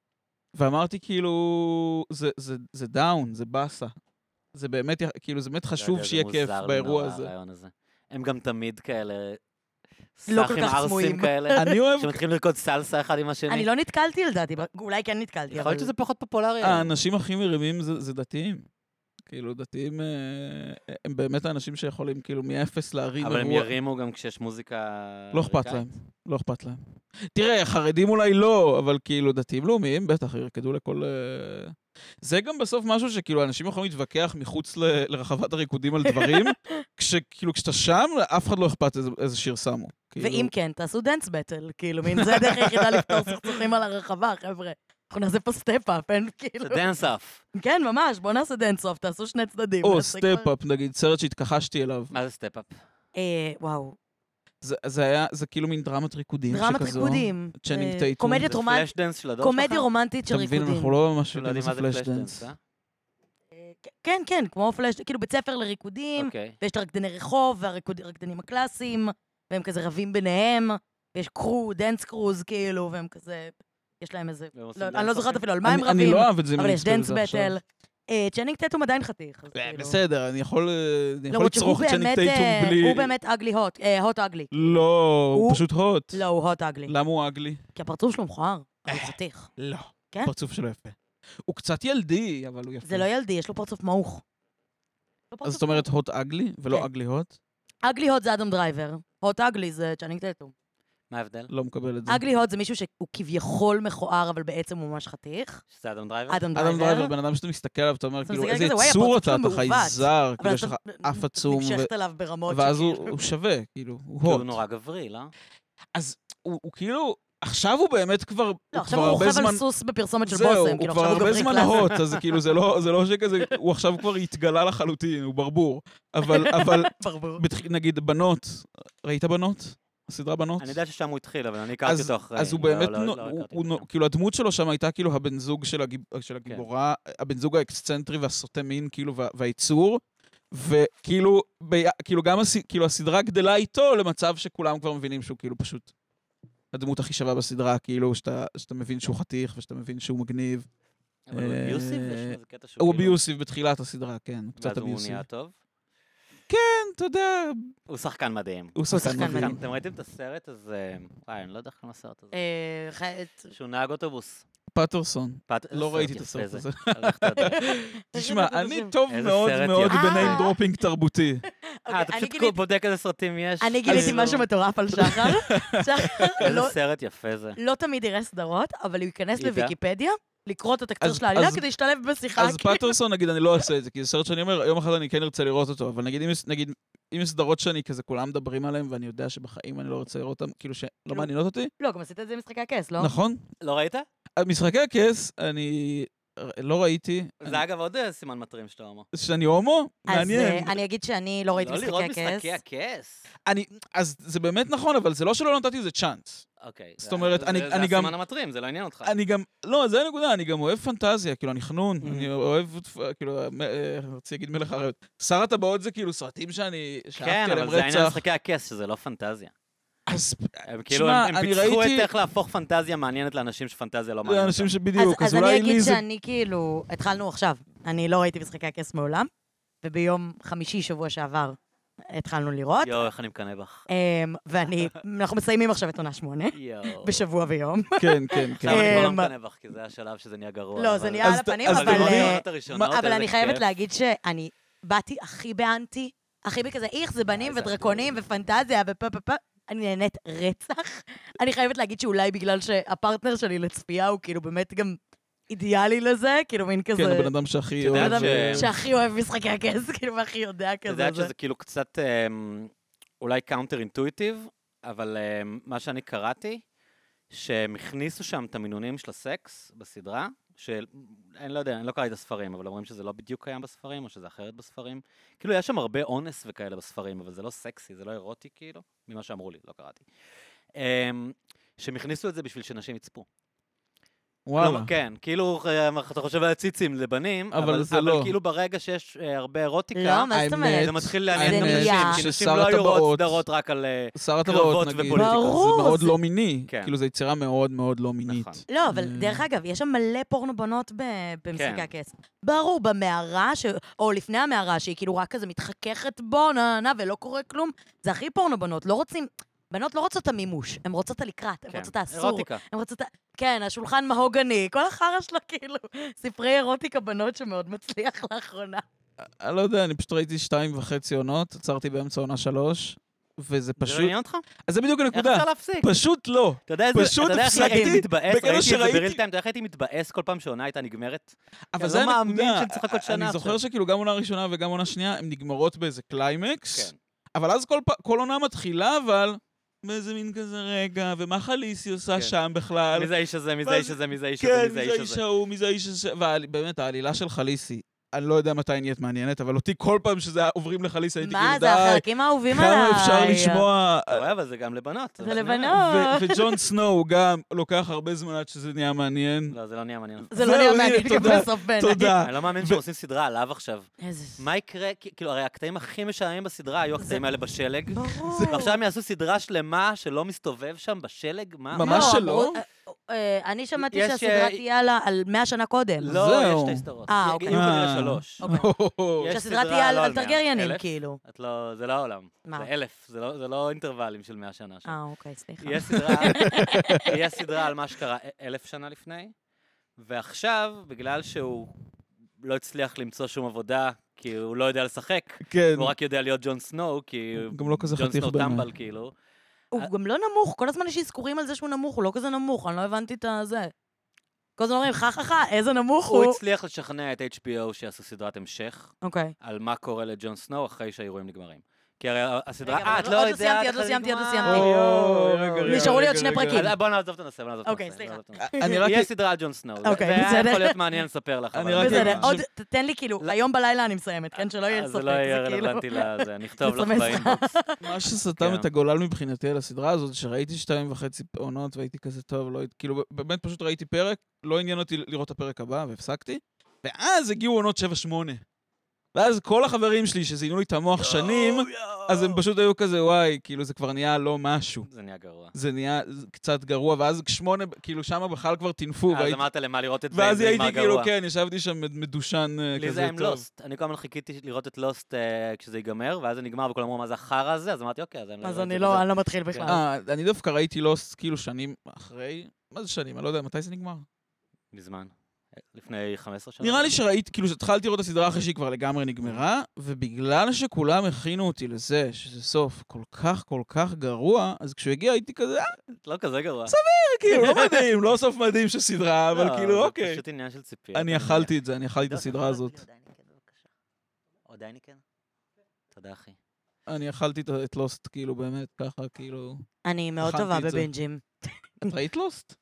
Speaker 3: ואמרתי כאילו, זה, זה, זה דאון, זה באסה. זה באמת, יח- כאילו, זה באמת
Speaker 2: לא יודע,
Speaker 3: חשוב
Speaker 2: זה
Speaker 3: שיהיה כיף
Speaker 2: מוזר לי
Speaker 3: באירוע
Speaker 2: נורא,
Speaker 3: הזה.
Speaker 2: הרעיון הם גם תמיד כאלה...
Speaker 1: לא כל
Speaker 2: סאחים
Speaker 1: כך סמויים.
Speaker 2: ערסים כאלה.
Speaker 3: אני לא אוהב,
Speaker 2: שמתחילים לרקוד סלסה אחד עם השני.
Speaker 1: אני לא נתקלתי לדעתי, אולי כן נתקלתי,
Speaker 2: יכול
Speaker 1: אבל...
Speaker 2: להיות שזה פחות פופולרי. היום.
Speaker 3: האנשים הכי מרימים זה, זה דתיים. כאילו, דתיים, אה, הם באמת האנשים שיכולים, כאילו, מאפס להרים
Speaker 2: אבל הם
Speaker 3: אירוע.
Speaker 2: ירימו גם כשיש מוזיקה...
Speaker 3: לא
Speaker 1: אה,
Speaker 3: אכפת להם,
Speaker 2: אמריקאית.
Speaker 3: לא אכפת להם. תראה, חרדים אולי לא, אבל כאילו דתיים לאומיים בטח ירקדו לכל... אה, זה גם בסוף משהו שכאילו אנשים יכולים להתווכח מחוץ ל- לרחבת הריקודים על דברים, כשכאילו כשאתה שם, לאף אחד לא אכפת איזה, איזה שיר שמו. כאילו,
Speaker 1: ואם כן, תעשו דנס בטל, כאילו, מין זה הדרך היחידה לפתור סכסוכים על הרחבה, חבר'ה. אנחנו נעשה פה סטפ-אפ, אין כאילו...
Speaker 2: זה דנס אף.
Speaker 1: כן, ממש, בואו נעשה דנס-אוף, תעשו שני צדדים.
Speaker 3: או
Speaker 1: נעשה כבר-
Speaker 3: סטפ-אפ, נגיד, סרט שהתכחשתי אליו.
Speaker 2: מה זה סטפ-אפ?
Speaker 1: אה, וואו,
Speaker 3: זה, זה היה, זה כאילו מין דרמת ריקודים שכזו.
Speaker 1: דרמת ריקודים.
Speaker 3: צ'נינג
Speaker 1: אה,
Speaker 3: טייטום.
Speaker 1: קומדיה
Speaker 2: זה
Speaker 1: רומנ-
Speaker 2: פלאש דנס של הדור שלך?
Speaker 1: קומדיה רומנטית של
Speaker 3: לא אתה מבין,
Speaker 1: ריקודים.
Speaker 3: אנחנו לא ממש
Speaker 2: אתם לא יודעים מה זה פלאש דנס, אה?
Speaker 1: אה, כן, כן, כמו פלאש, כאילו בית ספר לריקודים,
Speaker 2: אוקיי.
Speaker 1: ויש את הרקדני רחוב והרקדנים הקלאסיים, והם כזה רבים ביניהם, ויש קרו, דנס קרוז, כאילו, והם כזה, יש להם איזה...
Speaker 2: והם עושים
Speaker 1: לא,
Speaker 2: דנס
Speaker 1: אני לא זוכרת
Speaker 2: אופי?
Speaker 1: אפילו על מה הם
Speaker 3: אני, אני
Speaker 1: רבים,
Speaker 3: לא אוהב את זה, אם
Speaker 1: אבל
Speaker 3: אני
Speaker 1: יש
Speaker 3: מסתכל על
Speaker 1: דנס
Speaker 3: זה עכשיו.
Speaker 1: בטל. אה, צ'נינג טטום עדיין חתיך, אז
Speaker 3: אה,
Speaker 1: כאילו.
Speaker 3: בסדר, אני יכול אה, אני יכול
Speaker 1: למרות שהוא
Speaker 3: לצרוך את צ'נינג
Speaker 1: לא, באמת,
Speaker 3: טייטום
Speaker 1: אה,
Speaker 3: בלי...
Speaker 1: הוא באמת אגלי הוט, הוט אגלי.
Speaker 3: לא, הוא
Speaker 1: הוא-
Speaker 3: פשוט הוט.
Speaker 1: לא, הוא הוט אגלי.
Speaker 3: למה הוא אגלי?
Speaker 1: כי הפרצוף שלו מכוער, אבל הוא
Speaker 3: אה.
Speaker 1: חתיך.
Speaker 3: לא.
Speaker 1: כן?
Speaker 3: פרצוף שלו יפה. הוא קצת ילדי, אבל הוא יפה.
Speaker 1: זה לא ילדי, יש לו פרצוף מעוך. לא
Speaker 3: אז
Speaker 1: פרצוף
Speaker 3: זאת אומרת הוט אגלי,
Speaker 1: כן.
Speaker 3: ולא אגלי הוט?
Speaker 1: אגלי הוט זה אדם דרייבר, הוט אגלי זה צ'נינג טטום.
Speaker 2: מה ההבדל?
Speaker 3: לא מקבל את זה.
Speaker 1: אגלי הוט זה מישהו שהוא כביכול מכוער, אבל בעצם הוא ממש חתיך.
Speaker 2: שזה אדם דרייבר?
Speaker 1: אדם
Speaker 3: אדם דרייבר,
Speaker 1: דרייבר.
Speaker 3: בן אדם שאתה מסתכל עליו, אתה אומר,
Speaker 1: אתה
Speaker 3: כאילו,
Speaker 1: מסתכל
Speaker 3: איזה
Speaker 1: כזה, וואי,
Speaker 3: יצור
Speaker 1: הפרצוף
Speaker 3: אתה,
Speaker 1: שלו
Speaker 3: אתה
Speaker 1: מעוות."
Speaker 3: חייזר,
Speaker 1: אבל
Speaker 3: כאילו, יש לך
Speaker 1: אתה
Speaker 3: אף עצום, ו-
Speaker 1: נמשכת אליו ברמות
Speaker 3: ואז הוא
Speaker 1: שכאילו-
Speaker 3: הוא שווה, כאילו, הוא
Speaker 2: כאילו, הוא
Speaker 3: הוט.
Speaker 2: נורא גברי, לא?
Speaker 3: אז הוא הוא כאילו, עכשיו הוא באמת כבר,
Speaker 1: לא,
Speaker 3: הוא
Speaker 1: עכשיו
Speaker 3: כבר
Speaker 1: הוא
Speaker 3: הרבה
Speaker 1: רוכב על
Speaker 3: זמן...
Speaker 1: סוס בפרסומת של
Speaker 3: זהו,
Speaker 1: בושם,
Speaker 3: הוא
Speaker 1: כאילו
Speaker 3: כבר
Speaker 1: עכשיו הוא
Speaker 3: הרבה
Speaker 1: גברי
Speaker 3: זמן
Speaker 1: קלאסי.
Speaker 3: הוט, אז כאילו זה לא, זה לא שכזה, הוא עכשיו כבר התגלה לחלוטין, הוא ברבור. אבל, אבל,
Speaker 1: ברבור.
Speaker 3: בתח- נגיד בנות, ראית בנות? הסדרה בנות?
Speaker 2: אני יודע ששם הוא התחיל, אבל אני הכרתי
Speaker 3: אז-
Speaker 2: אותו אחרי.
Speaker 3: אז הוא
Speaker 2: לא-
Speaker 3: באמת,
Speaker 2: לא-
Speaker 3: נו-
Speaker 2: לא
Speaker 3: הוא-
Speaker 2: הכרתי כן.
Speaker 3: הוא
Speaker 2: אותו
Speaker 3: נו-
Speaker 2: שם.
Speaker 3: כאילו הדמות שלו שם הייתה כאילו הבן זוג של הגיב- של הגיבורה, הבן זוג האקסצנטרי והסוטה מין, כאילו, וה- והיצור, וכאילו, בי- כאילו גם הס- כאילו הסדרה גדלה איתו למצב שכולם כבר מבינים שהוא כאילו פשוט הדמות הכי שווה בסדרה, כאילו, שאתה שאתה מבין שהוא חתיך ושאתה מבין שהוא מגניב.
Speaker 2: אבל הוא
Speaker 3: אה,
Speaker 2: אביוסיב? יש שם איזה קטע שהוא
Speaker 3: הוא
Speaker 2: כאילו-
Speaker 3: אביוסיב בתחילת הסדרה, כן, הוא קצת
Speaker 2: ואז הוא
Speaker 3: אביוסיב.
Speaker 2: נהיה טוב.
Speaker 3: כן, אתה יודע,
Speaker 2: הוא שחקן מדהים.
Speaker 3: הוא
Speaker 1: שחקן
Speaker 3: שחקן
Speaker 1: מדהים.
Speaker 3: מדהים.
Speaker 2: אתם ראיתם את הסרט הזה? וואי, אני לא יודע איך קוראים לסרט הזה.
Speaker 1: אה, ח-
Speaker 2: שהוא נהג אוטובוס.
Speaker 3: פטרסון.
Speaker 2: פת- איזה
Speaker 3: לא
Speaker 2: סרט
Speaker 3: ראיתי את
Speaker 2: יפה
Speaker 3: הסרט
Speaker 2: זה.
Speaker 3: הזה.
Speaker 2: לך תדע.
Speaker 1: אוקיי,
Speaker 3: תשמע, אני טוב
Speaker 2: איזה
Speaker 3: מאוד
Speaker 2: סרט
Speaker 3: מאוד
Speaker 2: יפה.
Speaker 1: אה.
Speaker 3: בניים דרופינג תרבותי.
Speaker 1: אוקיי,
Speaker 2: אה, אתה
Speaker 1: אני
Speaker 2: פשוט
Speaker 1: גיליתי-
Speaker 2: בודק איזה סרטים יש.
Speaker 1: אני גיליתי
Speaker 2: כאילו,
Speaker 1: משהו מטורף על שחר. שחר
Speaker 2: איזה אה?
Speaker 1: לא-
Speaker 2: סרט יפה זה.
Speaker 1: לא תמיד יראה סדרות, אבל הוא ייכנס
Speaker 2: ידע.
Speaker 1: לוויקיפדיה, לקרוא את התקציר
Speaker 3: אז-
Speaker 1: של העלילה
Speaker 3: אז-
Speaker 1: כדי להשתלב בשיחה.
Speaker 3: אז
Speaker 1: כאילו.
Speaker 3: פטרסון, נגיד, אני לא אעשה את זה, כי זה סרט שאני אומר, יום אחד אני כן ארצה לראות אותו, אבל נגיד, אם יש- נגיד, אם יש סדרות שאני כזה, כולם מדברים עליהן, ואני יודע שבחיים אני לא רוצה לראות אותן, כאילו שלא לא מעניינות אותי,
Speaker 1: לא, גם עשית את זה עם משחקי הכס, לא?
Speaker 3: נכון?
Speaker 2: לא ראית?
Speaker 3: משחקי הכס, אני ר- לא ראיתי.
Speaker 2: זה אגב עוד אה, סימן מטרים שאתה הומו.
Speaker 3: אני- שאני הומו?
Speaker 1: אז
Speaker 3: מעניין.
Speaker 1: אה, אני אגיד שאני לא ראיתי
Speaker 2: לא לראות
Speaker 1: משחקי הכס.
Speaker 2: משחקי הכס.
Speaker 3: אני, אז זה באמת נכון, אבל זה לא שלא נתתי לזה צ'אנס.
Speaker 2: אוקיי.
Speaker 3: זאת
Speaker 2: זה-
Speaker 3: אומרת,
Speaker 2: זה-
Speaker 3: אני-
Speaker 2: זה
Speaker 3: אני גם-
Speaker 2: הסימן המטרים, זה לא עניין אותך.
Speaker 3: אני גם, לא, זה הנקודה, אני גם אוהב פנטזיה, כאילו, אני חנון,
Speaker 2: Mm-hmm.
Speaker 1: Mm.
Speaker 3: אני אוהב, כאילו, אה, אה, רציתי להגיד מלך הרעות. שר הטבעות זה כאילו סרטים שאני,
Speaker 2: כן,
Speaker 3: שאהבתי עליהם
Speaker 2: אבל זה העניין
Speaker 3: רצח.
Speaker 2: משחקי הכס, שזה לא פנטזיה.
Speaker 3: אז
Speaker 2: הם כאילו,
Speaker 3: תשמע,
Speaker 2: הם הם
Speaker 3: אני
Speaker 2: פיצחו את
Speaker 3: ראיתי-
Speaker 2: איך להפוך פנטזיה מעניינת לאנשים שפנטזיה לא מעניינת.
Speaker 3: לאנשים
Speaker 2: אותם.
Speaker 3: שבדיוק,
Speaker 1: אז
Speaker 3: אז
Speaker 1: אני
Speaker 3: אולי
Speaker 1: אגיד
Speaker 3: לי זה...
Speaker 1: שאני כאילו, התחלנו עכשיו, אני לא ראיתי משחקי הכס מעולם, וביום חמישי שבוע שעבר התחלנו לראות,
Speaker 2: יואו, איך אני מקנא בך.
Speaker 1: אמ, ואני, אנחנו מסיימים עכשיו את עונה שמונה,
Speaker 2: יואו.
Speaker 1: בשבוע ויום.
Speaker 3: כן, כן, כן.
Speaker 2: עכשיו אני כבר לא
Speaker 1: אמ,
Speaker 2: מקנא בך, כי זה השלב שזה נהיה גרוע.
Speaker 1: לא,
Speaker 2: אבל-
Speaker 1: זה נהיה על
Speaker 3: אז ת-
Speaker 1: הפנים,
Speaker 3: אז
Speaker 1: אבל...
Speaker 3: אתם
Speaker 2: אבל
Speaker 3: מבינים?
Speaker 1: אה,
Speaker 2: העונות הראשונות,
Speaker 1: אבל
Speaker 2: איזה
Speaker 1: אני חייבת
Speaker 2: כיף.
Speaker 1: להגיד שאני באתי הכי באנטי, הכי בכזה איך, זה בנים
Speaker 2: איזה
Speaker 1: ודרקונים
Speaker 2: אבסורד.
Speaker 1: ופנטזיה ופה פה פה. אני נהנית רצח. אני חייבת להגיד שאולי בגלל שהפרטנר שלי לצפייה הוא כאילו באמת גם אידיאלי לזה, כאילו מין כזה...
Speaker 3: כן, הבן אדם שהכי
Speaker 2: יודעת
Speaker 1: בן אדם
Speaker 3: אוהב... אה,
Speaker 2: ש-
Speaker 1: שהכי אוהב משחקי הכס, כאילו, והכי יודע
Speaker 2: את
Speaker 1: כזה.
Speaker 2: יודעת
Speaker 1: זה.
Speaker 2: שזה כאילו קצת אמ, אולי קאונטר אינטואיטיב, אבל אמ, מה שאני קראתי, שהם הכניסו שם את המינונים של הסקס בסדרה, של, אני לא יודע, אני לא קראתי את הספרים, אבל אומרים שזה לא בדיוק קיים בספרים, או שזה אחרת בספרים. כאילו, יש שם הרבה אונס וכאלה בספרים, אבל זה לא סקסי, זה לא אירוטי כאילו, ממה שאמרו לי, לא קראתי. אמ, שהם הכניסו את זה בשביל שנשים יצפו.
Speaker 3: וואלה.
Speaker 2: כלומר, כן, כאילו, אה, אתה חושב על ציצים לבנים,
Speaker 3: אבל
Speaker 2: אבל
Speaker 3: זה
Speaker 2: אבל
Speaker 3: לא.
Speaker 2: כאילו ברגע שיש אה, הרבה אירוטיקה...
Speaker 1: לא, מה זאת אומרת?
Speaker 2: זה מתחיל
Speaker 1: זה
Speaker 2: לעניין את
Speaker 1: נהיה.
Speaker 2: הנשים, כי נשים
Speaker 3: ששר
Speaker 2: לא היו רואות
Speaker 3: הטבעות-
Speaker 2: סדרות רק על... אה,
Speaker 3: שר
Speaker 2: קרבות
Speaker 3: הטבעות, נגיד.
Speaker 2: ופוליטיקה.
Speaker 1: ברור,
Speaker 3: זה מאוד
Speaker 1: זה-
Speaker 3: לא מיני.
Speaker 2: כן.
Speaker 3: כאילו, זו יצירה מאוד מאוד לא מינית.
Speaker 2: נכון.
Speaker 1: לא, אבל
Speaker 3: אה.
Speaker 1: דרך אגב, יש שם מלא פורנו בנות ב- במשחקי
Speaker 2: כן.
Speaker 1: הכס. ברור, במערה, ש- או לפני המערה, שהיא כאילו רק כזה מתחככת בו, נה נה נה, ולא קורה כלום. זה הכי פורנו בנות, לא רוצים... בנות לא רוצות את המימוש, הן רוצות את הלקראת, הן
Speaker 2: כן,
Speaker 1: רוצות את האסור.
Speaker 2: אירוטיקה.
Speaker 1: הן רוצות... את ה- כן, השולחן מהוגני, כל החרא שלו כאילו, ספרי אירוטיקה בנות שמאוד מצליח לאחרונה.
Speaker 3: אני לא יודע, אני פשוט ראיתי שתיים וחצי עונות, עצרתי באמצע עונה שלוש, וזה
Speaker 2: זה לא
Speaker 3: פשוט...
Speaker 2: עניין אותך?
Speaker 3: אז זה בדיוק
Speaker 2: איך
Speaker 3: הנקודה.
Speaker 2: אפשר להפסיק?
Speaker 3: פשוט לא.
Speaker 2: אתה יודע איזה-
Speaker 3: פשוט
Speaker 2: אתה יודע איך הייתי
Speaker 3: הפסקתי
Speaker 2: מתבאס,
Speaker 3: בקטע
Speaker 2: ראיתי את זה
Speaker 3: שראיתי-
Speaker 2: בריל טיים, אתה יודע איך הייתי מתבאס כל פעם שהעונה הייתה נגמרת?
Speaker 3: אבל
Speaker 2: אני
Speaker 3: זה
Speaker 2: לא
Speaker 3: הנקודה.
Speaker 2: מאמין שצריך לחכות שנה
Speaker 3: אני זוכר
Speaker 2: עכשיו.
Speaker 3: שכאילו גם עונה ראשונה וגם עונה שנייה, הן נגמרות באיזה קליימקס.
Speaker 2: כן.
Speaker 3: אבל אז כל, פ- כל עונה מתחילה, אבל... באיזה מין כזה רגע, ומה חליסי עושה
Speaker 2: כן.
Speaker 3: שם בכלל?
Speaker 2: מי זה האיש הזה, מי זה
Speaker 3: מה
Speaker 2: האיש
Speaker 3: זה-
Speaker 2: הזה, מי זה האיש הזה,
Speaker 3: כן,
Speaker 2: מי זה
Speaker 3: מי זה האיש
Speaker 2: הזה.
Speaker 3: ההוא, מי זה האיש הזה, ובאמת, העלילה של חליסי, אני לא יודע מתי היא נהיית מעניינת, אבל אותי כל פעם שזה היה עוברים לחליסי, הייתי
Speaker 1: מה,
Speaker 3: כאילו,
Speaker 1: זה
Speaker 3: די,
Speaker 1: החלקים האהובים עליי.
Speaker 3: כמה אפשר לשמוע...
Speaker 2: אתה רואה, אבל זה לא גם לבנות.
Speaker 1: זה
Speaker 2: מה שאני אומר.
Speaker 1: לבנות.
Speaker 3: ו- וג'ון סנואו גם, לוקח הרבה זמן עד שזה נהיה מעניין.
Speaker 2: לא, זה לא נהיה מעניין.
Speaker 1: זה לא
Speaker 3: זהו,
Speaker 1: נראה
Speaker 3: הנה,
Speaker 1: מעניין גם
Speaker 3: תודה,
Speaker 1: בסוף בעיניי.
Speaker 3: תודה.
Speaker 2: אני לא מאמין שהם עושים סדרה עליו עכשיו.
Speaker 1: איזה...
Speaker 2: מה יקרה, כי- כאילו, הרי הקטעים הכי משעממים בסדרה היו הקטעים האלה בשלג.
Speaker 1: ברור.
Speaker 2: ועכשיו הם יעשו סדרה שלמה שלא מסתובב שם בשלג? מה?
Speaker 3: ממש
Speaker 1: לא,
Speaker 3: שלא.
Speaker 1: אמרו- אה, אה, אני שמעתי
Speaker 2: יש,
Speaker 1: שהסדרה
Speaker 2: אה,
Speaker 1: תהיה על ה- על 100 שנה קודם.
Speaker 2: לא,
Speaker 3: זהו.
Speaker 2: יש שתי סדרות.
Speaker 1: אה,
Speaker 2: יהיו
Speaker 1: אוקיי.
Speaker 2: כנראה
Speaker 3: אה.
Speaker 2: שלוש.
Speaker 1: אוקיי.
Speaker 2: יש
Speaker 1: שהסדרה
Speaker 2: סדרה,
Speaker 1: תהיה על
Speaker 2: לא
Speaker 1: על
Speaker 2: על מאה.
Speaker 1: טרגריאנים,
Speaker 2: אלף?
Speaker 1: כאילו.
Speaker 2: את לא, זה לא העולם.
Speaker 1: מה?
Speaker 2: זה אלף, זה לא, זה לא אינטרוולים של מאה שנה שם.
Speaker 1: אה, אוקיי, סליחה.
Speaker 2: יש סדרה, יש סדרה על מה שקרה א- אלף שנה לפני, ועכשיו, בגלל שהוא לא הצליח למצוא שום עבודה, כי הוא לא יודע לשחק,
Speaker 3: כן,
Speaker 2: הוא רק יודע להיות ג'ון סנואו, כי הוא
Speaker 3: גם לא כזה
Speaker 2: ג'ון
Speaker 3: חתיך
Speaker 2: סנואו
Speaker 3: בעיניי.
Speaker 2: טמבל, כאילו.
Speaker 1: הוא גם לא נמוך, כל הזמן יש אזכורים על זה שהוא נמוך, הוא לא כזה נמוך, אני לא הבנתי את הזה. כל הזמן אומרים, חה חה חה, איזה נמוך
Speaker 2: הוא
Speaker 1: הוא.
Speaker 2: הצליח לשכנע את HBO שיעשו סדרת המשך
Speaker 1: אוקיי.
Speaker 2: על מה קורה לג'ון סנואו אחרי שהאירועים נגמרים. כי הרי הסדרה,
Speaker 1: רגע,
Speaker 2: אה,
Speaker 1: אבל
Speaker 2: את
Speaker 1: עוד
Speaker 2: לא
Speaker 1: לא
Speaker 2: יודעת
Speaker 1: סיימתי, עוד לא
Speaker 2: איך זה
Speaker 1: סיימתי, עוד לא
Speaker 2: נגמר.
Speaker 1: סיימתי.
Speaker 3: או, רגע, רגע,
Speaker 1: נשארו לי עוד
Speaker 3: רגע,
Speaker 1: שני
Speaker 3: רגע.
Speaker 1: פרקים.
Speaker 2: אז בוא נעזוב את הנושא, בוא נעזוב את הנושא.
Speaker 1: אוקיי,
Speaker 2: בוא
Speaker 1: סליחה.
Speaker 2: נעזוב את הנושא.
Speaker 3: אה, אני רק...
Speaker 2: יהיה סדרה על ג'ון סנואו. זה-
Speaker 1: אוקיי,
Speaker 2: זה
Speaker 1: בסדר.
Speaker 2: היה יכול להיות מעניין לספר לך.
Speaker 3: אני
Speaker 2: אבל-
Speaker 3: רק-
Speaker 1: בסדר,
Speaker 3: אגיד-
Speaker 1: עוד, ת- תן לי כאילו,
Speaker 2: לא-
Speaker 1: היום בלילה אני מסיימת, כן? שלא יהיה
Speaker 2: אז
Speaker 1: ספק,
Speaker 2: זה לא יהיה
Speaker 1: זה כאילו...
Speaker 2: רלוונטי לזה, נכתוב לך
Speaker 1: לסמס.
Speaker 2: באינבוקס.
Speaker 3: מה שסתם
Speaker 2: כן.
Speaker 3: את הגולל מבחינתי על הסדרה הזאת, שראיתי שתיים וחצי עונות והייתי כזה טוב, לא הייתי, כאילו באמת פשוט ראיתי פרק, לא עניין אותי לראות את הפרק הבא והפסקתי, ואז הגיעו עונות 7-8. ואז כל החברים שלי שזיינו לי את המוח שנים, אז הם פשוט היו כזה, וואי, כאילו זה כבר נהיה לא משהו.
Speaker 2: זה נהיה גרוע.
Speaker 3: זה נהיה קצת גרוע, ואז שמונה, כאילו שמה בכלל כבר טינפו,
Speaker 2: אה, אז
Speaker 3: והייתי-
Speaker 2: אמרת למה לראות את זה,
Speaker 3: ואז
Speaker 2: זה נגמר
Speaker 3: הייתי כאילו,
Speaker 2: גרוע.
Speaker 3: כן, ישבתי שם מדושן אה,
Speaker 2: לי זה לא,
Speaker 3: כזה
Speaker 2: היה עם
Speaker 3: טוב.
Speaker 2: לוסט. אני כל הזמן חיכיתי לראות את לוסט אה, כשזה ייגמר, ואז זה נגמר וכולם אמרו מה זה החרא הזה, אז אמרתי אוקיי, אז אני לא
Speaker 1: אז
Speaker 2: אראה את
Speaker 1: אני
Speaker 2: זה
Speaker 1: לא,
Speaker 2: וזה."
Speaker 1: אני לא מתחיל בכלל.
Speaker 3: אה, אני דווקא ראיתי לוסט כאילו שנים אחרי, מה זה שנים? אני לא יודע, מתי זה נגמר?
Speaker 2: מזמן. לפני 15 שנה.
Speaker 3: נראה לי שראיתי, כאילו, שהתחלתי לראות את הסדרה אחרי שהיא כבר לגמרי נגמרה, ובגלל שכולם הכינו אותי לזה שזה סוף כל כך כל כך גרוע, אז כשהוא הגיע הייתי כזה, אה,
Speaker 2: לא כזה גרוע.
Speaker 3: כאילו, לא מדהים, לא סוף מדהים של סדרה,
Speaker 2: לא,
Speaker 3: אבל
Speaker 2: זה
Speaker 3: כאילו, אוקיי.
Speaker 2: פשוט עניין של ציפייה.
Speaker 3: אני אכלתי את זה, אני
Speaker 1: לא,
Speaker 3: אכלתי את הסדרה הזאת.
Speaker 2: עוד אייניקן? תודה, אחי.
Speaker 3: אני אכלתי את- את לוסט, כאילו, באמת, ככה, כאילו...
Speaker 1: אני מאוד
Speaker 3: הכנתי
Speaker 1: טובה
Speaker 3: את זה.
Speaker 1: בבינג'ים.
Speaker 3: את ראית לוסט?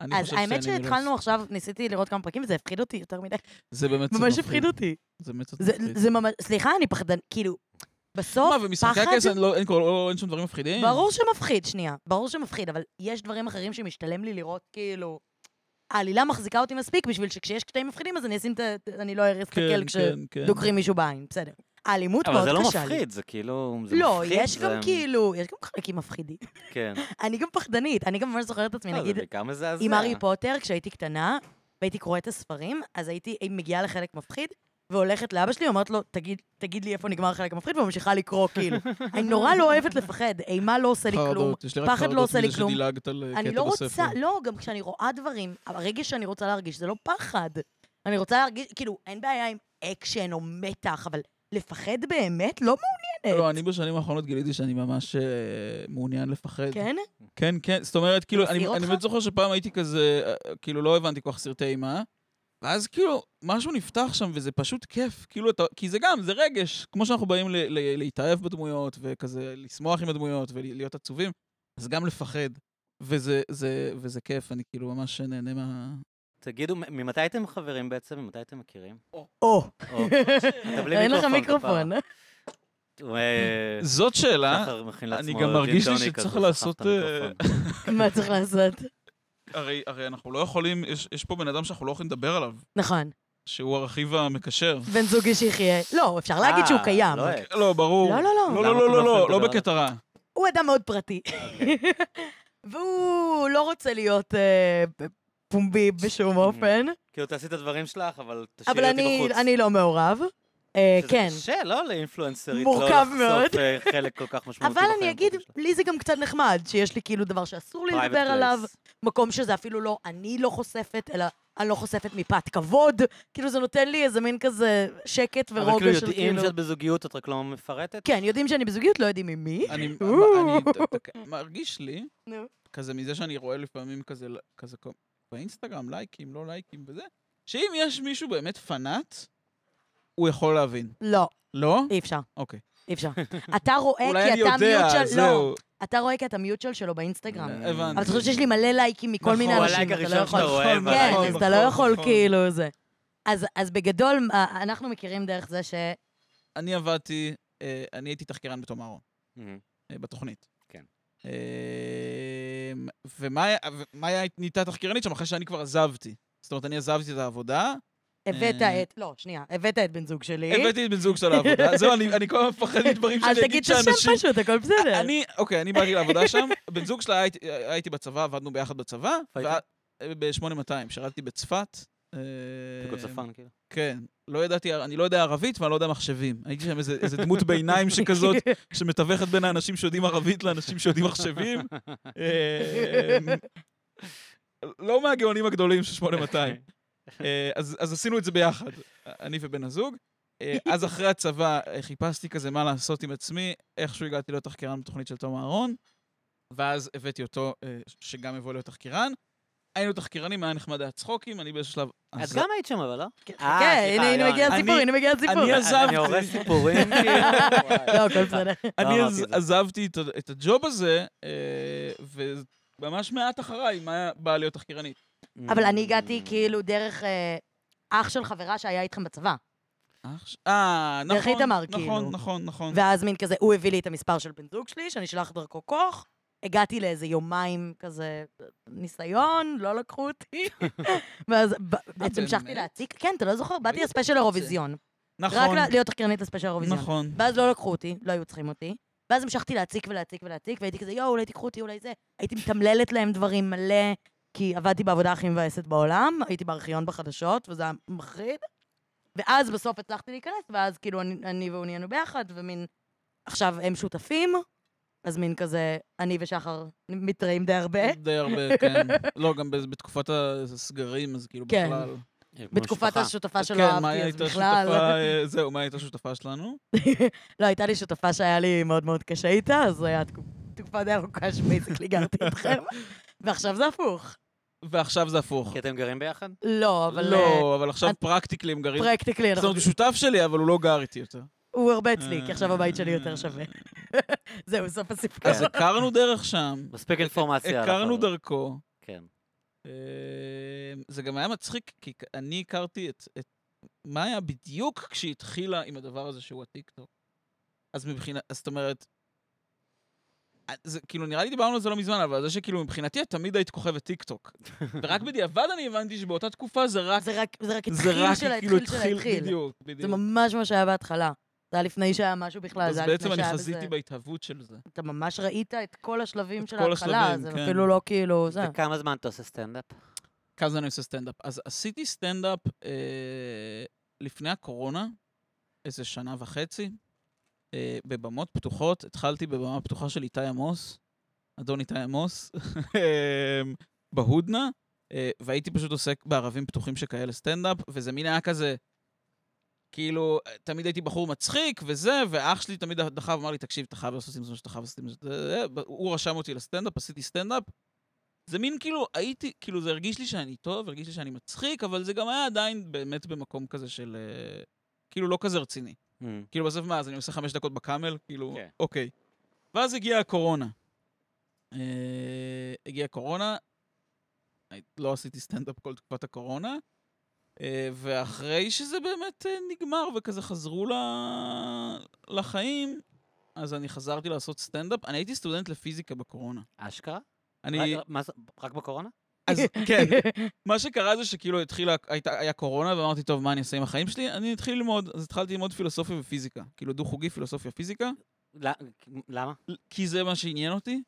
Speaker 3: אני
Speaker 1: אז
Speaker 3: חושב
Speaker 1: האמת
Speaker 3: שאני
Speaker 1: שהתחלנו
Speaker 3: מלוס.
Speaker 1: עכשיו, ניסיתי לראות כמה פרקים, וזה הפחיד אותי יותר מדי.
Speaker 3: זה באמת
Speaker 1: ממש
Speaker 3: מפחיד.
Speaker 1: הפחיד אותי.
Speaker 3: זה באמת קצת
Speaker 1: זה-
Speaker 3: מפחיד.
Speaker 1: זה ממש, סליחה, אני פחדן, כאילו, בסוף,
Speaker 3: מה, ומשחקי
Speaker 1: פחד,
Speaker 3: הכס אין- לא- אין כל- לא- אין שום דברים מפחידים?
Speaker 1: ברור שמפחיד, שנייה, ברור שמפחיד, אבל יש דברים אחרים שמשתלם לי לראות, כאילו, העלילה מחזיקה אותי מספיק בשביל שכשיש קטעים מפחידים, אז אני אשים את ה... אני לא אראה
Speaker 3: כן,
Speaker 1: סתכל
Speaker 3: כן, כן.
Speaker 1: כשדוקרים מישהו בעין, בסדר. האלימות מאוד
Speaker 2: אבל זה
Speaker 1: קשה לי.
Speaker 2: לא מפחיד, זה כאילו... זה
Speaker 1: לא,
Speaker 2: מפחיד,
Speaker 1: יש גם
Speaker 2: זה-
Speaker 1: כאילו, יש גם חלקים מפחידים.
Speaker 2: כן.
Speaker 1: אני גם פחדנית, אני גם ממש זוכרת את עצמי,
Speaker 2: לא, זה
Speaker 1: נגיד,
Speaker 2: בעיקר מזעזע.
Speaker 1: עם הארי פוטר, כשהייתי קטנה, והייתי קוראת את הספרים, אז הייתי מגיעה לחלק מפחיד, והולכת לאבא שלי, אומרת לו, תגיד, תגיד לי איפה נגמר החלק המפחיד, וממשיכה לקרוא, כאילו. אני נורא לא אוהבת לפחד, אימה לא עושה לי כלום.
Speaker 3: חרדות, יש לי רק
Speaker 1: פחד לא
Speaker 3: חרדות
Speaker 1: עושה לי
Speaker 3: מזה
Speaker 1: כלום.
Speaker 3: שדילגת על אה,
Speaker 1: אני
Speaker 3: קטע
Speaker 1: לא
Speaker 3: בספר.
Speaker 1: רוצה, לא, גם כשאני רואה דברים, הרגע שאני רוצה להרגיש, זה לא פחד. אני רוצה להרגיש, כאילו, אין בעיה עם אקשן או מתח, אבל לפחד באמת לא מעוניינת.
Speaker 3: לא, אני בשנים האחרונות גיליתי שאני ממש אה, מעוניין לפחד.
Speaker 1: כן?
Speaker 3: כן, כן, זאת אומרת, כאילו, אני,
Speaker 1: מסעיר
Speaker 3: אני
Speaker 1: אותך?
Speaker 3: באמת זוכר שפעם הייתי כזה, אה, כאילו, לא הבנתי כל כך סרטי אימה, ואז כאילו, משהו נפתח שם, וזה פשוט כיף, כאילו, אתה, כי זה גם, זה רגש, כמו שאנחנו באים ל, ל, להתאהב בדמויות, וכזה לשמוח עם הדמויות, ולהיות עצובים, אז גם לפחד, וזה, זה, וזה כיף, אני כאילו ממש נהנה מה...
Speaker 2: תגידו, מ- ממתי אתם חברים בעצם? ממתי אתם מכירים?
Speaker 1: או,
Speaker 2: או, אתה בלי
Speaker 1: אין לך
Speaker 2: כפרה.
Speaker 1: מיקרופון.
Speaker 2: הוא, אה,
Speaker 3: זאת שאלה,
Speaker 2: שחר מכין
Speaker 3: אני
Speaker 2: לעצמו
Speaker 3: גם
Speaker 2: ג'ין
Speaker 3: מרגיש לי
Speaker 2: טוניק, אז
Speaker 3: שצריך
Speaker 2: הוא סחב את
Speaker 3: לעשות, אה,
Speaker 2: המיקרופון.
Speaker 1: מה צריך לעשות?
Speaker 3: הרי, הרי אנחנו לא יכולים, יש, יש פה בן אדם שאנחנו לא יכולים לדבר עליו,
Speaker 1: נכון.
Speaker 3: שהוא הרכיב המקשר.
Speaker 1: בן זוגי שיחיה. לא, אפשר להגיד שהוא
Speaker 2: אה,
Speaker 1: קיים.
Speaker 2: לא, אה,
Speaker 3: לא, ברור.
Speaker 1: לא, לא, לא.
Speaker 2: למה
Speaker 3: לא, לא,
Speaker 2: אתם לא
Speaker 3: לא, לא, לא,
Speaker 2: יכולים
Speaker 3: לא
Speaker 2: לדבר
Speaker 3: בקטע רע.
Speaker 1: הוא אדם מאוד פרטי.
Speaker 2: אוקיי.
Speaker 1: והוא לא רוצה להיות אה, פומבי בשום אופן,
Speaker 2: כאילו, תעשי את הדברים שלך, אבל
Speaker 1: אבל
Speaker 2: תשאירי אותי
Speaker 1: אני-
Speaker 2: בחוץ.
Speaker 1: אני לא מעורב. אה,
Speaker 2: שזה
Speaker 1: כן.
Speaker 2: קשה, לא לאינפלואנסרית, לא
Speaker 1: מורכב מאוד.
Speaker 2: לחשוף אה, חלק כל כך משמעותי
Speaker 1: אבל
Speaker 2: בחיים.
Speaker 1: אני אגיד,
Speaker 2: הפרטיים שלה.
Speaker 1: לי זה גם קצת נחמד, שיש לי כאילו דבר שאסור לי
Speaker 2: Private
Speaker 1: לדבר
Speaker 2: place.
Speaker 1: עליו, מקום שזה אפילו לא אני לא חושפת, אלא אני לא חושפת מפאת כבוד. כאילו זה נותן לי איזה מין כזה שקט
Speaker 2: אבל כאילו
Speaker 1: ורוגע של
Speaker 2: יודעים
Speaker 1: כאילו...
Speaker 2: שאת בזוגיות, את רק לא מפרטת?
Speaker 1: כן, יודעים שאני בזוגיות, לא יודעים עם מי.
Speaker 3: אני
Speaker 1: או.
Speaker 3: אני- אתה- אתה- מרגיש לי,
Speaker 1: נו.
Speaker 3: כזה מזה שאני רואה לפעמים כזה, כזה כל- באינסטגרם, לייקים, לא לייקים וזה, שאם יש מישהו באמת פנאט, הוא יכול להבין.
Speaker 1: לא,
Speaker 3: לא?
Speaker 1: אי אפשר.
Speaker 3: אוקיי.
Speaker 1: אי אפשר. אתה רואה
Speaker 3: אולי
Speaker 1: אה, כי
Speaker 3: אני
Speaker 1: אתה
Speaker 3: יודע,
Speaker 1: מיוט של... לא,
Speaker 3: זהו.
Speaker 1: אתה רואה כי אתה מיוטשל שלו באינסטגרם.
Speaker 2: אה,
Speaker 3: הבנתי.
Speaker 1: אבל אתה חושב שיש לי מלא לייקים מכל
Speaker 3: נכון,
Speaker 1: מיני
Speaker 3: הוא
Speaker 1: אנשים,
Speaker 2: הלייק
Speaker 1: אתה לא
Speaker 2: הראשון שאתה
Speaker 1: יכול...
Speaker 2: רואה,
Speaker 3: נכון,
Speaker 1: כן,
Speaker 2: נכון,
Speaker 1: אז אתה לא יכול
Speaker 3: נכון.
Speaker 1: כאילו זה. אז- אז בגדול, אה, אנחנו מכירים דרך זה ש...
Speaker 3: אני עבדתי, אה, אני הייתי תחקירן בתום אהרון,
Speaker 2: מהמם.
Speaker 3: אה, בתוכנית.
Speaker 2: כן.
Speaker 3: אה, ומה היה- ומה היה נהייתה תחקירנית שם אחרי שאני כבר עזבתי? זאת אומרת, אני עזבתי את העבודה,
Speaker 1: הבאת
Speaker 3: אה.
Speaker 1: את... לא, שנייה. הבאת את בן זוג שלי.
Speaker 3: הבאתי את בן זוג של העבודה, זהו, אני אני כל הזמן מפחד מדברים
Speaker 1: אל
Speaker 3: שאני
Speaker 1: תגיד
Speaker 3: אגיד
Speaker 1: את השם
Speaker 3: שאנשים...
Speaker 1: פשוט, הכל בסדר.
Speaker 3: אני, אוקיי, אני באתי לעבודה שם, בן זוג שלה, הייתי- הייתי בצבא, עבדנו ביחד בצבא, אה,
Speaker 2: איפה
Speaker 3: ב-8200, שירתתי בצפת. אה,
Speaker 2: פיקוד צפון, כאילו.
Speaker 3: כן. לא ידעתי, אני לא יודע ערבית ואני לא יודע מחשבים. הייתי שם איזה איזה דמות ביניים שכזאת, שמתווכת בין האנשים שיודעים ערבית לאנשים שיודעים מחשבים. אה, לא מהגאונים הגדולים של 8200. אה, אז, אז עשינו את זה ביחד, אני ובן הזוג. אה, אז אחרי הצבא אה, חיפשתי כזה מה לעשות עם עצמי, איכשהו הגעתי להיות תחקירן בתוכנית של תום אהרון, ואז הבאתי אותו, אה, שגם יבוא להיות תחקירן. היינו תחקירנים, היה נחמד, היה צחוקים, אני באיזשהו שלב...
Speaker 2: את
Speaker 3: אז-
Speaker 2: גם היית שם, אבל לא?
Speaker 1: כן,
Speaker 2: אה,
Speaker 1: כן,
Speaker 2: סליחה,
Speaker 1: הנה, הנה
Speaker 2: יואן.
Speaker 1: מגיע
Speaker 3: לא, אני-
Speaker 1: הסיפור, הנה מגיע הסיפור.
Speaker 3: אני עזבתי.
Speaker 2: אני הורס סיפורים, כאילו.
Speaker 1: לא, הכל בסדר.
Speaker 3: אני
Speaker 2: אמרתי
Speaker 3: אז,
Speaker 2: את זה.
Speaker 3: עזבתי את, ה- את הג'וב הזה, אה, וממש מעט אחריי, מה היה בא להיות תחקירנית.
Speaker 2: אה,
Speaker 1: אבל אני הגעתי כאילו דרך אה, אח של חברה שהיה איתכם בצבא.
Speaker 3: אח ש- אה, נכון,
Speaker 1: דרך איתמר, כאילו.
Speaker 3: נכון, נכון, נכון.
Speaker 1: ואז מין כזה, הוא הביא לי את המספר של בן זוג שלי, שאני אשלח דרכו כוח. הגעתי לאיזה יומיים כזה ניסיון, לא לקחו אותי. ואז ב- בעצם המשכתי
Speaker 3: באמת?
Speaker 1: להציק, כן, אתה לא זוכר? באתי
Speaker 3: ראיתי
Speaker 1: לספיישל אירוויזיון. רק
Speaker 3: נכון,
Speaker 1: לה- להיות תחקרנית לספיישל אירוויזיון.
Speaker 3: נכון.
Speaker 1: ואז לא לקחו אותי, לא היו צריכים אותי. ואז המשכתי להציק ולהציק ולהציק, והייתי כזה, יואו, אולי תיקחו אותי, אולי זה. הייתי מתמללת להם דברים מלא, כי עבדתי בעבודה הכי מבאסת בעולם, הייתי בארכיון בחדשות, וזה היה מחריד. ואז בסוף הצלחתי להיכנס, ואז כאילו אני, אני והוא נהיינו ביחד, ומין... עכשיו הם שותפים, אז מין כזה, אני ושחר מתראים די הרבה.
Speaker 3: די הרבה, כן. לא, גם בז- בתקופת הסגרים, אז כאילו
Speaker 1: כן.
Speaker 3: בכלל.
Speaker 1: בתקופת
Speaker 2: אה, משפחה.
Speaker 1: השותפה שלא
Speaker 3: כן, מאיה
Speaker 1: אהבתי, אז
Speaker 3: הייתה
Speaker 1: בכלל...
Speaker 3: שותפה, אה, זהו, מאיה הייתה שותפה שלנו.
Speaker 1: לא, הייתה לי שותפה שהיה לי מאוד מאוד קשה איתה, אז זו הייתה תקופ- תקופה די ארוכה שבייסקלי גרתי איתכם, ועכשיו זה הפוך.
Speaker 3: ועכשיו זה הפוך.
Speaker 2: כי אתם גרים ביחד?
Speaker 1: לא, כן, אבל...
Speaker 3: לא, אבל עכשיו
Speaker 1: את-
Speaker 3: פרקטיקלי הם גרים.
Speaker 1: פרקטיקלי,
Speaker 3: זאת אומרת, הוא שותף שלי, אבל הוא לא גר איתי יותר.
Speaker 1: הוא הרבה אצלי, כי עכשיו הבית שלי יותר שווה. זהו, סוף הסיפור.
Speaker 3: אה. אז הכרנו דרך שם,
Speaker 2: מספיק אינפורמציה. על
Speaker 3: הכרנו
Speaker 2: החבר.
Speaker 3: דרכו.
Speaker 2: כן.
Speaker 3: אה, אמ, זה גם היה מצחיק, כי כ- אני הכרתי את, את מה היה בדיוק כשהיא התחילה עם הדבר הזה שהוא הטיקטוק. אז מבחינת, אז זאת אומרת, אה, זה, כאילו, נראה לי דיברנו על זה לא מזמן, אבל זה שכאילו מבחינתי את תמיד היית כוכבת טיקטוק. ורק בדיעבד אני הבנתי שבאותה תקופה זה רק,
Speaker 1: זה רק זה רק
Speaker 3: זה
Speaker 1: התחיל
Speaker 3: רק
Speaker 1: של
Speaker 3: כאילו
Speaker 1: ההתחיל של
Speaker 3: התחיל,
Speaker 1: ההתחיל.
Speaker 3: בדיוק, בדיוק.
Speaker 1: זה ממש מה שהיה בהתחלה. זה היה לפני שהיה משהו בכלל,
Speaker 3: אז
Speaker 1: זה היה לפני
Speaker 3: בעצם אני
Speaker 1: שהיה
Speaker 3: חזיתי
Speaker 1: בזה.
Speaker 3: בהתהוות של זה.
Speaker 1: אתה ממש ראית את כל השלבים
Speaker 3: את
Speaker 1: של
Speaker 3: כל
Speaker 1: ההתחלה,
Speaker 3: השלבים,
Speaker 1: זה
Speaker 3: כן.
Speaker 1: אפילו לא כאילו... זה.
Speaker 2: וכמה זמן אתה עושה סטנדאפ?
Speaker 3: כמה זמן אני עושה סטנדאפ. אז עשיתי סטנדאפ אה, לפני הקורונה, איזה שנה וחצי, אה, בבמות פתוחות. התחלתי בבמה פתוחה של איתי עמוס, אדון איתי עמוס, אה, בהודנה, אה, והייתי פשוט עוסק בערבים פתוחים שכאלה סטנדאפ, וזה מין היה כזה... כאילו, תמיד הייתי בחור מצחיק וזה, ואח שלי תמיד דחף, אמר לי, תקשיב, אתה חייב לעשות עם זה מה שאתה חייב לעשות עם זה. זה- זה." הוא רשם אותי לסטנדאפ, עשיתי סטנדאפ, זה מין כאילו, הייתי, כאילו זה הרגיש לי שאני טוב, הרגיש לי שאני מצחיק, אבל זה גם היה עדיין באמת במקום כזה של... אה, כאילו לא כזה רציני. כאילו בסוף מה, אז אני עושה חמש דקות בקאמל? כאילו,
Speaker 2: כן.
Speaker 3: אוקיי. ואז הגיעה הקורונה. אה, הגיעה הקורונה, הי- לא עשיתי סטנדאפ כל תקופת הקורונה, אה, ואחרי שזה באמת אה, נגמר וכזה חזרו ל... לחיים, אז אני חזרתי לעשות סטנדאפ. אני הייתי סטודנט לפיזיקה בקורונה.
Speaker 2: אשכרה?
Speaker 3: אני...
Speaker 2: רק- מה זה- רק בקורונה?
Speaker 3: אז כן, מה שקרה זה שכאילו התחילה, הייתה, היה קורונה, ואמרתי, טוב, מה אני אעשה עם החיים שלי? אני אתחיל ללמוד, אז התחלתי ללמוד פילוסופיה ופיזיקה. כאילו דו-חוגי, פילוסופיה, פיזיקה,
Speaker 2: ל- למה?
Speaker 3: כי זה מה שעניין אותי.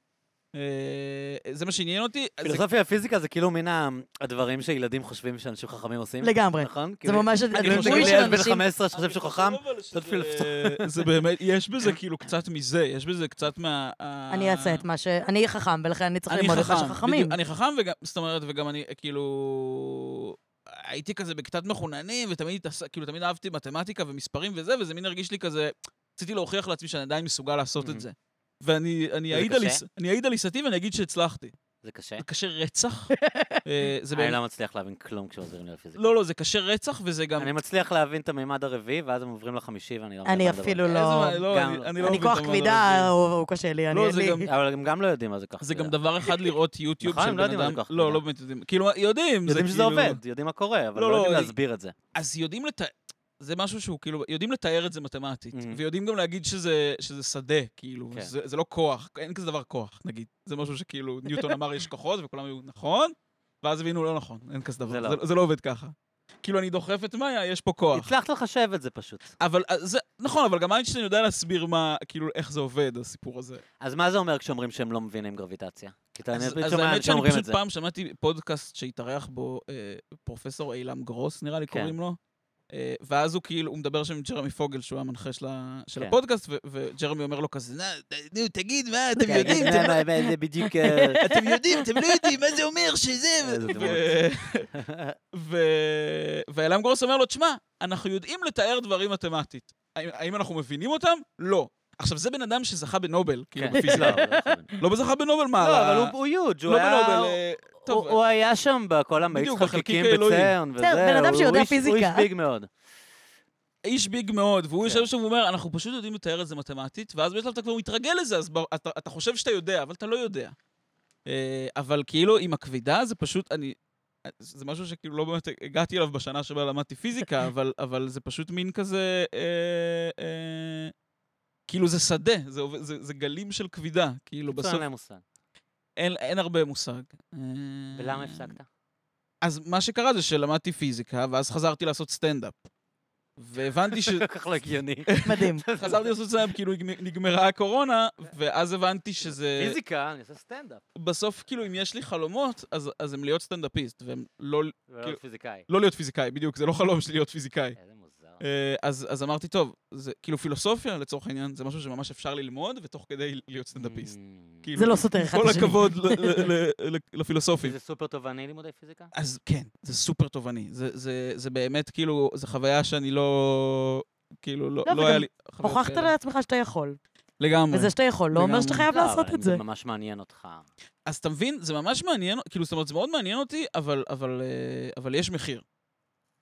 Speaker 3: אה, זה מה שעניין אותי. אז זה-
Speaker 2: פילוסופיה ופיזיקה זה כאילו מן ה- הדברים שילדים חושבים שאנשים חכמים עושים.
Speaker 1: לגמרי.
Speaker 2: נכון?
Speaker 1: זה
Speaker 3: כן,
Speaker 2: כאילו,
Speaker 1: ממש
Speaker 2: אני חושב
Speaker 1: הדימוי של
Speaker 2: שילד בן
Speaker 1: אנשים.
Speaker 2: 15 שחושב
Speaker 3: אני
Speaker 2: שהוא
Speaker 3: חושב
Speaker 2: חכם,
Speaker 3: אבל
Speaker 2: זאת
Speaker 3: שזה-
Speaker 2: פילוסופיה.
Speaker 3: כאילו- זה באמת, יש בזה כאילו קצת מזה, יש בזה קצת מה... ה-
Speaker 1: אני אעשה את מה ש... אני אהיה חכם, ולכן אני צריך
Speaker 3: אני
Speaker 1: ללמוד את מה
Speaker 3: חכם,
Speaker 1: שחכמים.
Speaker 3: בדיוק, אני חכם, וגם, זאת אומרת, וגם אני, אה, כאילו... הייתי כזה בקצת מחוננים, ותמיד התעס- כאילו, תמיד אהבתי מתמטיקה ומספרים וזה, וזה מין הרגיש לי כזה... רציתי להוכיח לעצמי שאני עדיין מסוגל לעשות
Speaker 2: Mhm.
Speaker 3: את זה. ואני אני
Speaker 2: וזה
Speaker 3: אעיד על
Speaker 2: קשה?
Speaker 3: עיס- אני אעיד על עיסתי ואני אגיד שהצלחתי.
Speaker 2: זה קשה.
Speaker 3: זה קשה רצח. אה, זה
Speaker 2: אני
Speaker 3: באמת...
Speaker 2: לא מצליח להבין כלום כשעוזרים לי על פיזיקה.
Speaker 3: לא, לא, זה קשה רצח, וזה גם...
Speaker 2: אני מצליח להבין את המימד הרביעי, ואז הם עוברים לחמישי ואני לא מבין
Speaker 1: אני
Speaker 2: על מה מדברים.
Speaker 1: אפילו
Speaker 3: איזה
Speaker 1: לא...
Speaker 3: מה- לא,
Speaker 2: גם-
Speaker 3: אני- אני לא
Speaker 1: אני
Speaker 3: מבין
Speaker 1: כוח
Speaker 3: את המדע
Speaker 1: כבידה, אה,
Speaker 3: הזה.
Speaker 1: הוא הוא קשה לי, אני...
Speaker 3: לא,
Speaker 1: אין
Speaker 3: זה
Speaker 1: לי-
Speaker 3: גם-
Speaker 2: אבל הם גם לא יודעים מה זה ככה.
Speaker 3: זה גם דבר אחד לראות יוטיוב
Speaker 2: נכון,
Speaker 3: של
Speaker 2: הם לא
Speaker 3: בן
Speaker 2: יודעים מה זה
Speaker 3: אדם...
Speaker 2: כוח
Speaker 3: לא,
Speaker 2: כבידה.
Speaker 3: לא באמת יודעים. כאילו, יודעים, זה
Speaker 2: יודעים שזה
Speaker 3: כאילו-
Speaker 2: עובד, יודעים מה קורה, אבל
Speaker 3: לא,
Speaker 2: לא
Speaker 3: לא,
Speaker 2: יודעים
Speaker 3: אני-
Speaker 2: להסביר את זה.
Speaker 3: אז יודעים לתאר, זה משהו שהוא כאילו, יודעים לתאר את זה מתמטית,
Speaker 2: Mhm.
Speaker 3: ויודעים גם להגיד שזה, שזה שדה, כאילו,
Speaker 2: כן.
Speaker 3: זה, זה לא כוח, אין כזה דבר כוח, נגיד. זה משהו שכאילו, ניוטון אמר יש כוחות, וכולם היו נכון, ואז הבינו לא נכון, אין כזה דבר,
Speaker 2: זה
Speaker 3: זה
Speaker 2: לא.
Speaker 3: לא, זה, לא עובד ככה. כאילו, אני דוחף את מאיה, יש פה כוח.
Speaker 2: הצלחת לחשב את זה פשוט.
Speaker 3: אבל אה, זה, נכון, אבל גם איינשטיין יודע להסביר מה, כאילו, איך זה עובד, הסיפור הזה.
Speaker 2: אז מה זה אומר כשאומרים שהם לא מבינים גרביטציה? כי אתה אני
Speaker 3: אז,
Speaker 2: פתאום
Speaker 3: אז
Speaker 2: שומע
Speaker 3: האמת
Speaker 2: אנשים
Speaker 3: שאני
Speaker 2: אומרים את
Speaker 3: פשוט
Speaker 2: זה.
Speaker 3: פעם שמעתי פודקאסט שהתארח בו אה, פרופסור אילם גרוס, נראה לי
Speaker 2: כן.
Speaker 3: קוראים לו. אה, ואז הוא כאילו, הוא מדבר שם עם ג'רמי פוגל, שהוא המנחה של, ה, של
Speaker 2: כן.
Speaker 3: הפודקאסט, ו- וג'רמי אומר לו כזה, "נא, ת- נו, תגיד, מה, אתם
Speaker 2: כן,
Speaker 3: יודעים,
Speaker 2: זה-
Speaker 3: אתם-
Speaker 2: מה- מה- זה בדיוק... אה,
Speaker 3: אתם יודעים, אתם לא יודעים, מה זה אומר שזה...
Speaker 2: איזה
Speaker 3: ו-
Speaker 2: דמות.
Speaker 3: ו- ואילם גרוס אומר לו, תשמע, אנחנו יודעים לתאר דברים מתמטית. האם- האם אנחנו מבינים אותם? לא. עכשיו, זה בן אדם שזכה בנובל, כאילו,
Speaker 2: כן, לא,
Speaker 3: בפיזיקה.
Speaker 2: אבל לא יכול.
Speaker 3: לא בזכה בנובל, מה?
Speaker 2: לא,
Speaker 3: ה-
Speaker 2: אבל הוא- הוא יוג', הוא
Speaker 3: לא
Speaker 2: היה...
Speaker 3: בנובל, אה,
Speaker 2: הוא-
Speaker 3: טוב,
Speaker 2: הוא היה שם בכל המאיץ
Speaker 3: בדיוק,
Speaker 2: חלקיקים
Speaker 3: בחלקיק כאילו, האלוהים.
Speaker 2: בצרן, וזה,
Speaker 1: בסדר, בן אדם
Speaker 2: הוא-
Speaker 1: שיודע
Speaker 2: הוא איש- הוא איש
Speaker 1: פיזיקה.
Speaker 2: ביג מאוד.
Speaker 3: איש ביג מאוד, והוא
Speaker 2: כן.
Speaker 3: יושב שם ואומר, אנחנו פשוט יודעים לתאר את זה מתמטית, ואז בשלב אתה כבר מתרגל לזה, אז בר- אתה, אתה חושב שאתה יודע, אבל אתה לא יודע. אה, אבל כאילו, עם הכבידה זה פשוט, אני... זה משהו שכאילו לא באמת הגעתי אליו בשנה שבה למדתי פיזיקה, אבל, אבל זה פשוט מין כזה... אה, אה, כאילו זה שדה, זה, עובד- זה, זה גלים של כבידה, כאילו
Speaker 2: בסוף אין
Speaker 3: בסוף
Speaker 2: להם מושג.
Speaker 3: אין, אין הרבה מושג. אה,
Speaker 2: ולמה הפסקת?
Speaker 3: אז מה שקרה זה שלמדתי פיזיקה, ואז חזרתי לעשות סטנדאפ. והבנתי ש...
Speaker 2: כל כך לא הגיוני.
Speaker 1: מדהים.
Speaker 3: כן. חזרתי לעשות סטנדאפ, כאילו נגמ- נגמרה הקורונה, ואז הבנתי שזה...
Speaker 2: פיזיקה, אני עושה סטנדאפ.
Speaker 3: בסוף, כאילו, אם יש לי חלומות, אז, אז הם להיות סטנדאפיסט, והם לא,
Speaker 2: ולא
Speaker 3: כאילו-
Speaker 2: פיזיקאי.
Speaker 3: לא להיות פיזיקאי, בדיוק, זה לא חלום שלי להיות פיזיקאי.
Speaker 2: איזה מוזר.
Speaker 3: אה, אז, אז אמרתי, טוב, זה כאילו פילוסופיה, לצורך העניין, זה משהו שממש אפשר ללמוד, ותוך כדי להיות סטנדאפיסט.
Speaker 2: Mm.
Speaker 3: כאילו,
Speaker 1: זה לא סותר אחד
Speaker 3: כל
Speaker 1: את השני.
Speaker 3: הכבוד ל- ל- ל- ל- לפילוסופים.
Speaker 2: זה סופר תובעני לימודי פיזיקה?
Speaker 3: אז כן, זה סופר תובעני. זה, זה, זה באמת, כאילו, זו חוויה שאני לא... כאילו, לא,
Speaker 1: לא,
Speaker 3: לא, היה
Speaker 1: וגם
Speaker 3: לי... חוויות
Speaker 1: הוכחת
Speaker 3: כאלה.
Speaker 1: לעצמך שאתה יכול.
Speaker 3: לגמרי.
Speaker 1: וזה שאתה יכול לא אומר שאתה
Speaker 3: לגמרי.
Speaker 1: חייב
Speaker 2: לא,
Speaker 1: לעשות
Speaker 2: אבל
Speaker 1: את זה.
Speaker 2: זה ממש מעניין אותך.
Speaker 3: אז אתה מבין, זה ממש מעניין, כאילו, זאת אומרת, זה מאוד מעניין אותי, אבל, אבל, אה, אבל יש מחיר.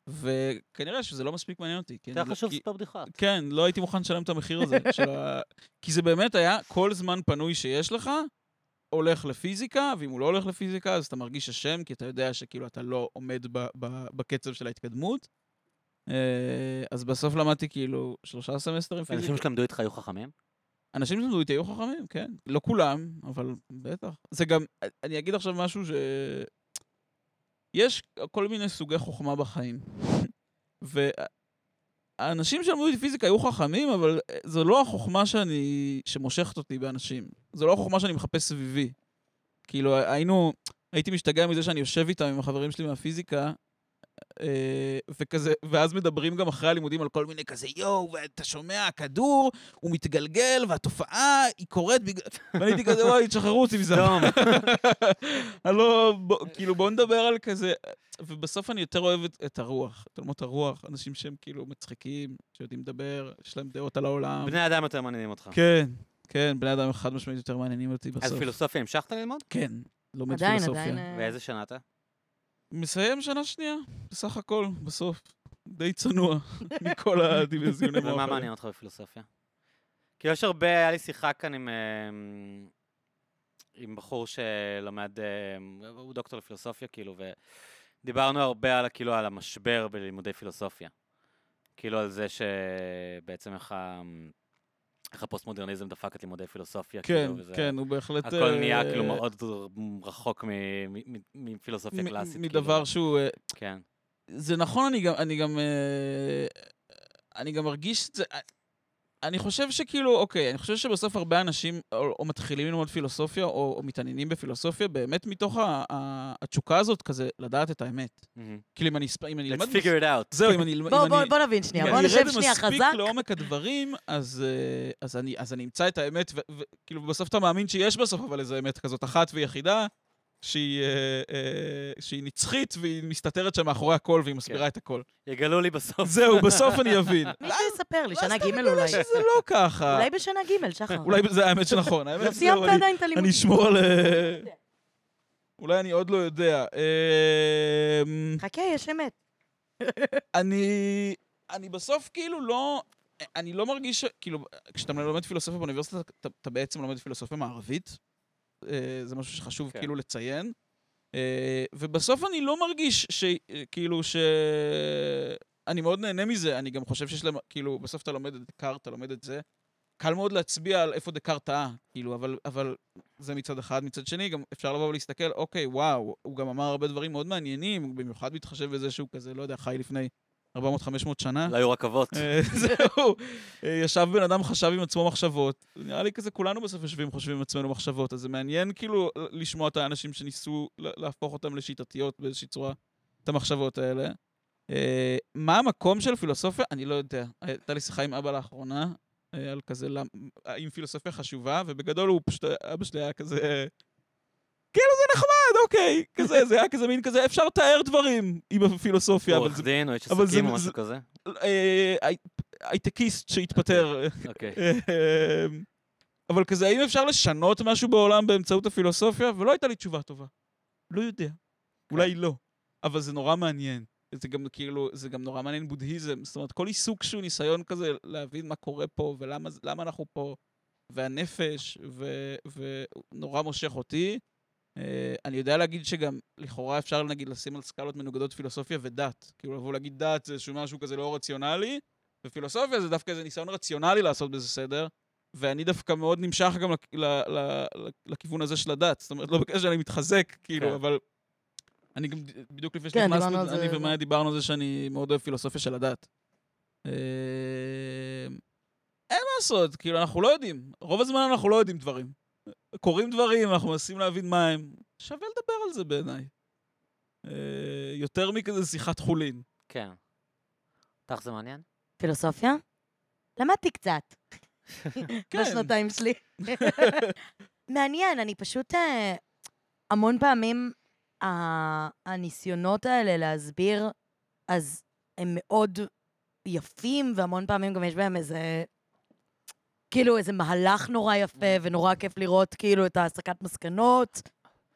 Speaker 3: וכנראה שזה לא מספיק מעניין אותי. כי
Speaker 2: יותר
Speaker 3: אני לא-
Speaker 2: חשוב
Speaker 3: כי-
Speaker 2: לספר בדיחות.
Speaker 3: כן, לא הייתי מוכן לשלם את המחיר הזה. של ה... כי זה באמת היה כל זמן פנוי שיש לך, הולך לפיזיקה, ואם הוא לא הולך לפיזיקה, אז אתה מרגיש אשם, כי אתה יודע שכאילו אתה לא עומד ב- ב- בקצב של ההתקדמות. אה, אז בסוף למדתי כאילו שלושה סמסטרים פיזיקה.
Speaker 2: אנשים שלמדו איתך היו חכמים?
Speaker 3: אנשים שלמדו איתי היו חכמים, כן. לא כולם, אבל בטח. זה גם, אני אגיד עכשיו משהו ש... יש כל מיני סוגי חוכמה בחיים. והאנשים שלמדו איתי פיזיקה היו חכמים, אבל אה, זו לא החוכמה שאני... שמושכת אותי באנשים. זו לא החוכמה שאני מחפש סביבי. כאילו, היינו... הייתי משתגע מזה שאני יושב איתם, עם החברים שלי מהפיזיקה, אה, וכזה, ואז מדברים גם אחרי הלימודים על כל מיני כזה, יואו, ואתה שומע, הכדור, הוא מתגלגל, והתופעה היא קורית בגלל... ואני הייתי כזה, וואי, תשחררו אותי מזה.
Speaker 2: סתום.
Speaker 3: הלו, בוא- כאילו, בואו נדבר על כזה... ובסוף אני יותר אוהב את- את הרוח, את עולמות הרוח, אנשים שהם כאילו מצחיקים, שיודעים לדבר, יש להם דעות על העולם.
Speaker 2: בני אדם יותר מעניינים אותך.
Speaker 3: כן, כן, בני אדם חד משמעית יותר מעניינים אותי בסוף.
Speaker 2: אז פילוסופיה המשכת ללמוד?
Speaker 3: כן, לומד
Speaker 1: עדיין,
Speaker 3: פילוסופיה.
Speaker 1: עדיין... אה,
Speaker 2: ואיזה שנה אתה?
Speaker 3: מסיים שנה שנייה, בסך הכל, בסוף. די צנוע מכל הדיוויזיונים.
Speaker 2: ומה
Speaker 3: האחרים.
Speaker 2: מעניין אותך בפילוסופיה? כי יש הרבה, היה לי שיחה כאן עם, אה, עם בחור שלומד, אה, הוא דוקטור לפילוסופיה, כאילו, ודיברנו הרבה על, כאילו, על המשבר בלימודי פילוסופיה. כאילו על זה שבעצם איך, ה... איך הפוסט-מודרניזם דפק את לימודי פילוסופיה,
Speaker 3: כן,
Speaker 2: כאילו, וזה...
Speaker 3: כן, הוא בהחלט...
Speaker 2: הכל נהיה
Speaker 3: אה,
Speaker 2: כאילו מאוד רחוק מ- מ- מ- מפילוסופיה
Speaker 3: מ-
Speaker 2: קלאסית. כאילו.
Speaker 3: מדבר שהוא... אה,
Speaker 2: כן.
Speaker 3: זה נכון, אני גם... אני גם, אה, אני גם מרגיש את זה... אה, אני חושב שכאילו, אוקיי, אני חושב שבסוף הרבה אנשים או, או מתחילים ללמוד פילוסופיה או, או מתעניינים בפילוסופיה באמת מתוך ה, ה, התשוקה הזאת כזה לדעת את האמת.
Speaker 2: מהמם.
Speaker 3: כאילו אם אני, אספ- אם אני אלמד...
Speaker 2: Let's figure it out.
Speaker 3: זהו, אם אני... אלמ-
Speaker 1: בוא,
Speaker 3: אם
Speaker 1: בוא,
Speaker 3: אני-
Speaker 1: בוא נבין שנייה,
Speaker 3: אם
Speaker 1: בוא
Speaker 3: אני
Speaker 1: נשב
Speaker 3: ארד
Speaker 1: שנייה חזק.
Speaker 3: מספיק לא. לעומק הדברים, אז, אה, אז, אני, אז אני אמצא את האמת, ו- ו- כאילו בסוף אתה מאמין שיש בסוף אבל איזו אמת כזאת אחת ויחידה, שהיא, אה, אה, שהיא נצחית והיא מסתתרת שם מאחורי הכל והיא מסבירה את הכל.
Speaker 2: יגלו לי בסוף.
Speaker 3: זהו, בסוף אני אבין.
Speaker 1: מישהו יספר לי, שנה
Speaker 3: ואז אתה
Speaker 1: ג'
Speaker 3: מגלה
Speaker 1: אולי.
Speaker 3: שזה לא ככה.
Speaker 1: אולי בשנה ג', שחר.
Speaker 3: אולי זה האמת שנכון. האמת
Speaker 1: לא
Speaker 3: שזהו,
Speaker 1: סיימת
Speaker 3: אני-
Speaker 1: עדיין כן. את הלימודים.
Speaker 3: אני אשמור על... אה, אולי אני עוד לא יודע. אה,
Speaker 1: חכה, יש אמת.
Speaker 3: אני, אני בסוף כאילו לא, אני לא מרגיש, ש- כאילו, כשאתה לומד פילוסופיה באוניברסיטה, אתה, אתה בעצם לומד פילוסופיה מערבית. אה, זה משהו שחשוב
Speaker 2: כן.
Speaker 3: כן. כאילו לציין. אה, ובסוף אני לא מרגיש ש... אה, כאילו ש... אני מאוד נהנה מזה, אני גם חושב שיש להם, כאילו, בסוף אתה לומד את דקארט, אתה לומד את זה. קל מאוד להצביע על איפה דקארט טעה, כאילו, אבל, אבל זה מצד אחד. מצד שני, גם אפשר לבוא ולהסתכל, אוקיי, וואו, הוא גם אמר הרבה דברים מאוד מעניינים, הוא במיוחד מתחשב בזה שהוא כזה, לא יודע, חי לפני 400-500 שנה.
Speaker 2: לא היו רכבות.
Speaker 3: אה, זהו, אה, ישב בן אדם, חשב עם עצמו מחשבות. נראה לי כזה, כולנו בסוף יושבים, חושבים עם עצמנו מחשבות, אז זה מעניין כאילו ל- לשמוע את האנשים שניסו לה- להפוך אותם לשיטתיות באיזושהי צורה, את המחשבות האלה. אה, מה המקום של פילוסופיה? אני לא יודע. הייתה לי שיחה עם אבא לאחרונה, אה, על כזה, למ- האם פילוסופיה חשובה, ובגדול הוא פשוט, אבא שלי היה כזה... אה, כאילו זה נחמד, אוקיי, כזה, זה היה כזה מין כזה, אפשר לתאר דברים עם הפילוסופיה, אבל
Speaker 2: עורך
Speaker 3: זה
Speaker 2: דין או איש
Speaker 3: אבל זה-
Speaker 2: עסקים או
Speaker 3: זה-
Speaker 2: משהו כזה?
Speaker 3: אה, הי- הייטקיסט שהתפטר.
Speaker 2: אוקיי.
Speaker 3: אה, אבל כזה, האם אפשר לשנות משהו בעולם באמצעות הפילוסופיה? ולא הייתה לי תשובה טובה. לא יודע. אולי לא. אבל זה נורא מעניין. זה גם כאילו, זה גם נורא מעניין בודהיזם. זאת אומרת, כל עיסוק שהוא ניסיון כזה להבין מה קורה פה ולמה זה- למה אנחנו פה, והנפש, ונורא מושך אותי. אה, אני יודע להגיד שגם, לכאורה אפשר נגיד לשים על סקלות מנוגדות פילוסופיה ודת. כאילו לבוא להגיד דת זה איזשהו משהו כזה לא רציונלי, ופילוסופיה זה דווקא איזה ניסיון רציונלי לעשות בזה סדר, ואני דווקא מאוד נמשך גם לק- ל- ל- ל- לכיוון הזה של הדת. זאת אומרת, לא בקשר שאני מתחזק,
Speaker 2: כן.
Speaker 3: כאילו, אבל... אני גם, בדיוק לפני
Speaker 1: כן,
Speaker 3: שנכנסתי,
Speaker 1: דיברנו על זה-
Speaker 3: אני ומאיה דיברנו על זה שאני מאוד אוהב פילוסופיה של הדת. אה, אין מה לעשות, כאילו, אנחנו לא יודעים. רוב הזמן אנחנו לא יודעים דברים. קורים דברים, אנחנו מנסים להבין מה הם. שווה לדבר על זה בעיניי. אה, יותר מכזה שיחת חולין.
Speaker 2: כן. אותך זה מעניין?
Speaker 1: פילוסופיה? למדתי קצת.
Speaker 3: כן.
Speaker 1: בשנתיים שלי. מעניין, אני פשוט... אה, המון פעמים ה- הניסיונות האלה להסביר, אז הם מאוד יפים, והמון פעמים גם יש בהם איזה...
Speaker 2: Mm.
Speaker 1: כאילו, איזה מהלך נורא יפה, ונורא כיף לראות כאילו את ההסקת מסקנות.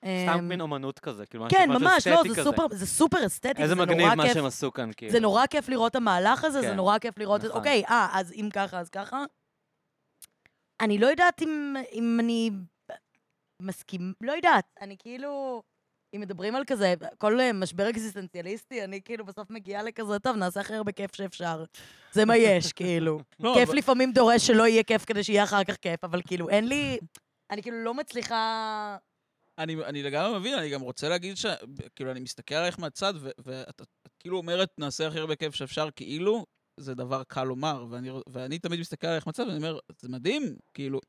Speaker 1: אמ,
Speaker 2: סתם מין אומנות כזה, כאילו משהו
Speaker 1: כן,
Speaker 2: משהו
Speaker 1: ממש, לא,
Speaker 2: אסתטי
Speaker 1: זה
Speaker 2: כזה.
Speaker 1: סופר, זה סופר אסתטי,
Speaker 2: איזה
Speaker 1: זה
Speaker 2: מגניב
Speaker 1: נורא
Speaker 2: מה
Speaker 1: כיף.
Speaker 2: שהם עשו כאן, כאילו.
Speaker 1: זה נורא כיף לראות את המהלך הזה, זה
Speaker 2: כן.
Speaker 1: נורא כיף לראות את...
Speaker 2: נכון.
Speaker 1: אוקיי, אה, אז אם ככה, אז ככה. אני לא יודעת אם, אם אני מסכים, לא יודעת. אני כאילו, אם מדברים על כזה, כל אה, משבר אקזיסטנציאליסטי, אני כאילו בסוף מגיעה לכזה, טוב, נעשה הכי הרבה כיף שאפשר. זה מה יש, כאילו.
Speaker 3: לא,
Speaker 1: כיף
Speaker 3: אבל-
Speaker 1: לפעמים דורש שלא יהיה כיף כדי שיהיה אחר כך כיף, אבל כאילו, אין לי... אני כאילו לא מצליחה...
Speaker 3: אני, אני לגמרי מבין, אני גם רוצה להגיד ש... כאילו, אני מסתכל עלייך מהצד, ו- ואת את כאילו אומרת, נעשה הכי הרבה כיף שאפשר, כאילו, זה דבר קל לומר, ואני, ר- ואני תמיד מסתכל עלייך מהצד, ואני אומר, זה מדהים, כאילו,